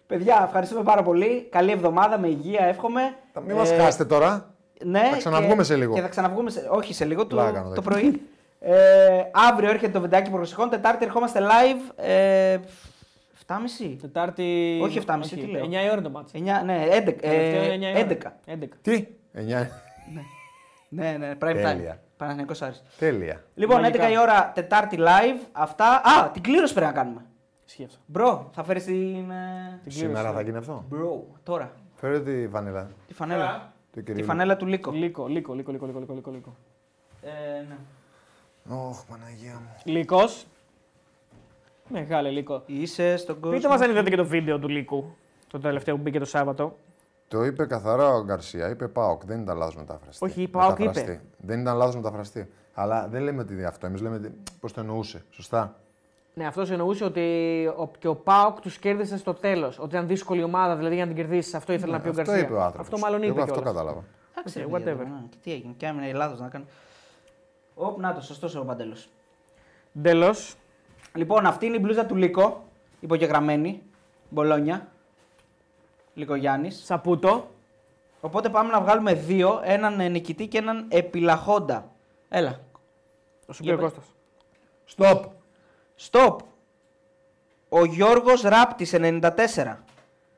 B: παιδιά, ευχαριστούμε πάρα πολύ. Καλή εβδομάδα, με υγεία, εύχομαι. Ε,
D: Τα- Μην μας χάσετε τώρα.
B: Ναι,
D: Θα ξαναβγούμε
B: και-
D: σε λίγο.
B: Και θα ξαναβγούμε σε, όχι σε λίγο,
D: Πλάκα
B: το,
D: κάνω,
B: το
D: εντάξει.
B: πρωί. ε, αύριο έρχεται το βιντεάκι προγνωστικών. Τετάρτη ερχόμαστε live. Ε, 7.30.
C: Τετάρτη.
B: Όχι 7.30, τι λέω.
C: 9 η ώρα είναι το μάτσο.
B: 9, ναι, 11.
C: Τελευταίο
B: Ε,
C: είναι 9 η
B: 11.
C: ώρα. 11.
D: Τι. Εννιά.
B: Ναι, ναι, prime time.
D: Τέλεια.
B: Παναθηναϊκός Άρης.
D: Τέλεια.
B: Λοιπόν,
C: Μαγικά.
B: 11 η ώρα, Τετάρτη live. Αυτά. Α, την κλήρωση πρέπει να κάνουμε.
C: Ισχύει αυτό.
B: Μπρο, θα φέρεις την. ε,
D: Σήμερα
C: ναι.
D: θα γίνει αυτό.
B: Μπρο, τώρα.
D: Φέρε τη βανίλα.
B: Τη φανέλα.
E: Καλά.
D: του
B: Τη
D: κυρίου.
B: φανέλα του Λίκο.
C: Λίκο, λίκο, λίκο, λίκο, λίκο, λίκο, λίκο.
B: Ε, ναι.
D: Ωχ, Παναγία μου.
C: Λίκος. Μεγάλε λίκο.
B: Είσαι στον κόσμο.
C: Πείτε μας αν είδατε και το βίντεο του λίκου. Το τελευταίο που μπήκε το Σάββατο.
D: Το είπε καθαρά ο Γκαρσία. Είπε Πάοκ. Δεν ήταν λάθος μεταφραστή.
C: Όχι, η ΠΑΟΚ είπε.
D: Μεταφραστή. Δεν ήταν λάθος μεταφραστή. Αλλά δεν λέμε ότι είναι αυτό. Εμείς λέμε πώς το εννοούσε. Σωστά.
C: Ναι, αυτός εννοούσε ότι ο, και ο Πάοκ τους κέρδισε στο τέλος. Ότι ήταν δύσκολη ομάδα, δηλαδή για να την κερδίσεις. Αυτό ήθελε να πει ο
D: Ναι, αυτό
C: Γκαρσία.
D: είπε ο άνθρωπος.
C: Αυτό μάλλον είπε.
D: Εγώ αυτό
C: κιόλας.
D: κατάλαβα.
B: Εντάξει,
C: Οκ,
B: ρε παιδιά,
C: whatever.
B: τώρα, να, Και τι έγινε, και άμυνα η λάθος να κάνει. Οπ, να το, σωστός ο Παντέλος.
C: Τέλο.
B: Λοιπόν, αυτή είναι η μπλούζα του Λίκο, υπογεγραμμένη. Μπολόνια. Λίκο Γιάννης.
C: Σαπούτο.
B: Οπότε πάμε να βγάλουμε δύο, έναν ε, νικητή και έναν επιλαχόντα. Έλα.
C: Το σου πει ο
B: πες.
C: Κώστας.
D: Στοπ.
B: Στοπ. Ο Γιώργος Ράπτης 94.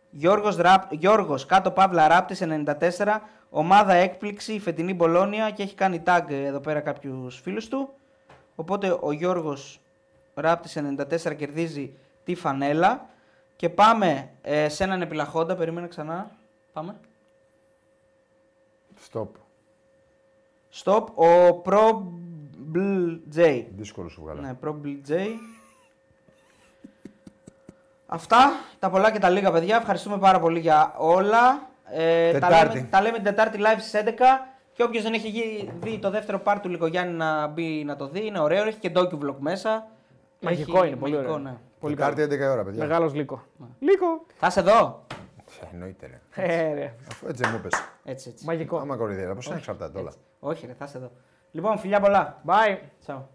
B: Γιώργος, Ραπ... Γιώργος κάτω Παύλα Ράπτης 94. Ομάδα έκπληξη η φετινή Μπολόνια και έχει κάνει tag εδώ πέρα κάποιους φίλους του. Οπότε ο Γιώργος Ράπτης 94 κερδίζει τη φανέλα. Και πάμε ε, σε έναν επιλαχόντα, περίμενα ξανά. Πάμε.
D: Στοπ.
B: Στοπ, ο Probl J.
D: Δύσκολο σου βγάλα.
B: Ναι, Probably J. Αυτά, τα πολλά και τα λίγα, παιδιά. Ευχαριστούμε πάρα πολύ για όλα. Ε, τα,
D: Τετάρτη.
B: λέμε, τα λέμε την Τετάρτη live στις 11. Και όποιος δεν έχει γι- δει το δεύτερο part του Λικογιάννη να μπει να το δει, είναι ωραίο. Έχει και docu-vlog μέσα.
C: Μαγικό
B: Έχει-
C: είναι, πολύ
B: μαγικό,
C: ωραίο.
B: ναι.
C: Πολύ
D: Τετάρτη 11 η ώρα, παιδιά.
C: Μεγάλος λύκο. Λύκο.
B: Θα είσαι εδώ.
D: Ε, Εννοείται, ρε.
C: Ε, ρε.
D: Αφού έτσι μου πες.
B: Έτσι, έτσι.
C: Μαγικό.
D: Άμα κοροϊδέρα, πώ να εξαρτάται όλα.
B: Όχι, ρε, θα είσαι εδώ. Λοιπόν, φιλιά πολλά.
C: Bye.
B: Ciao.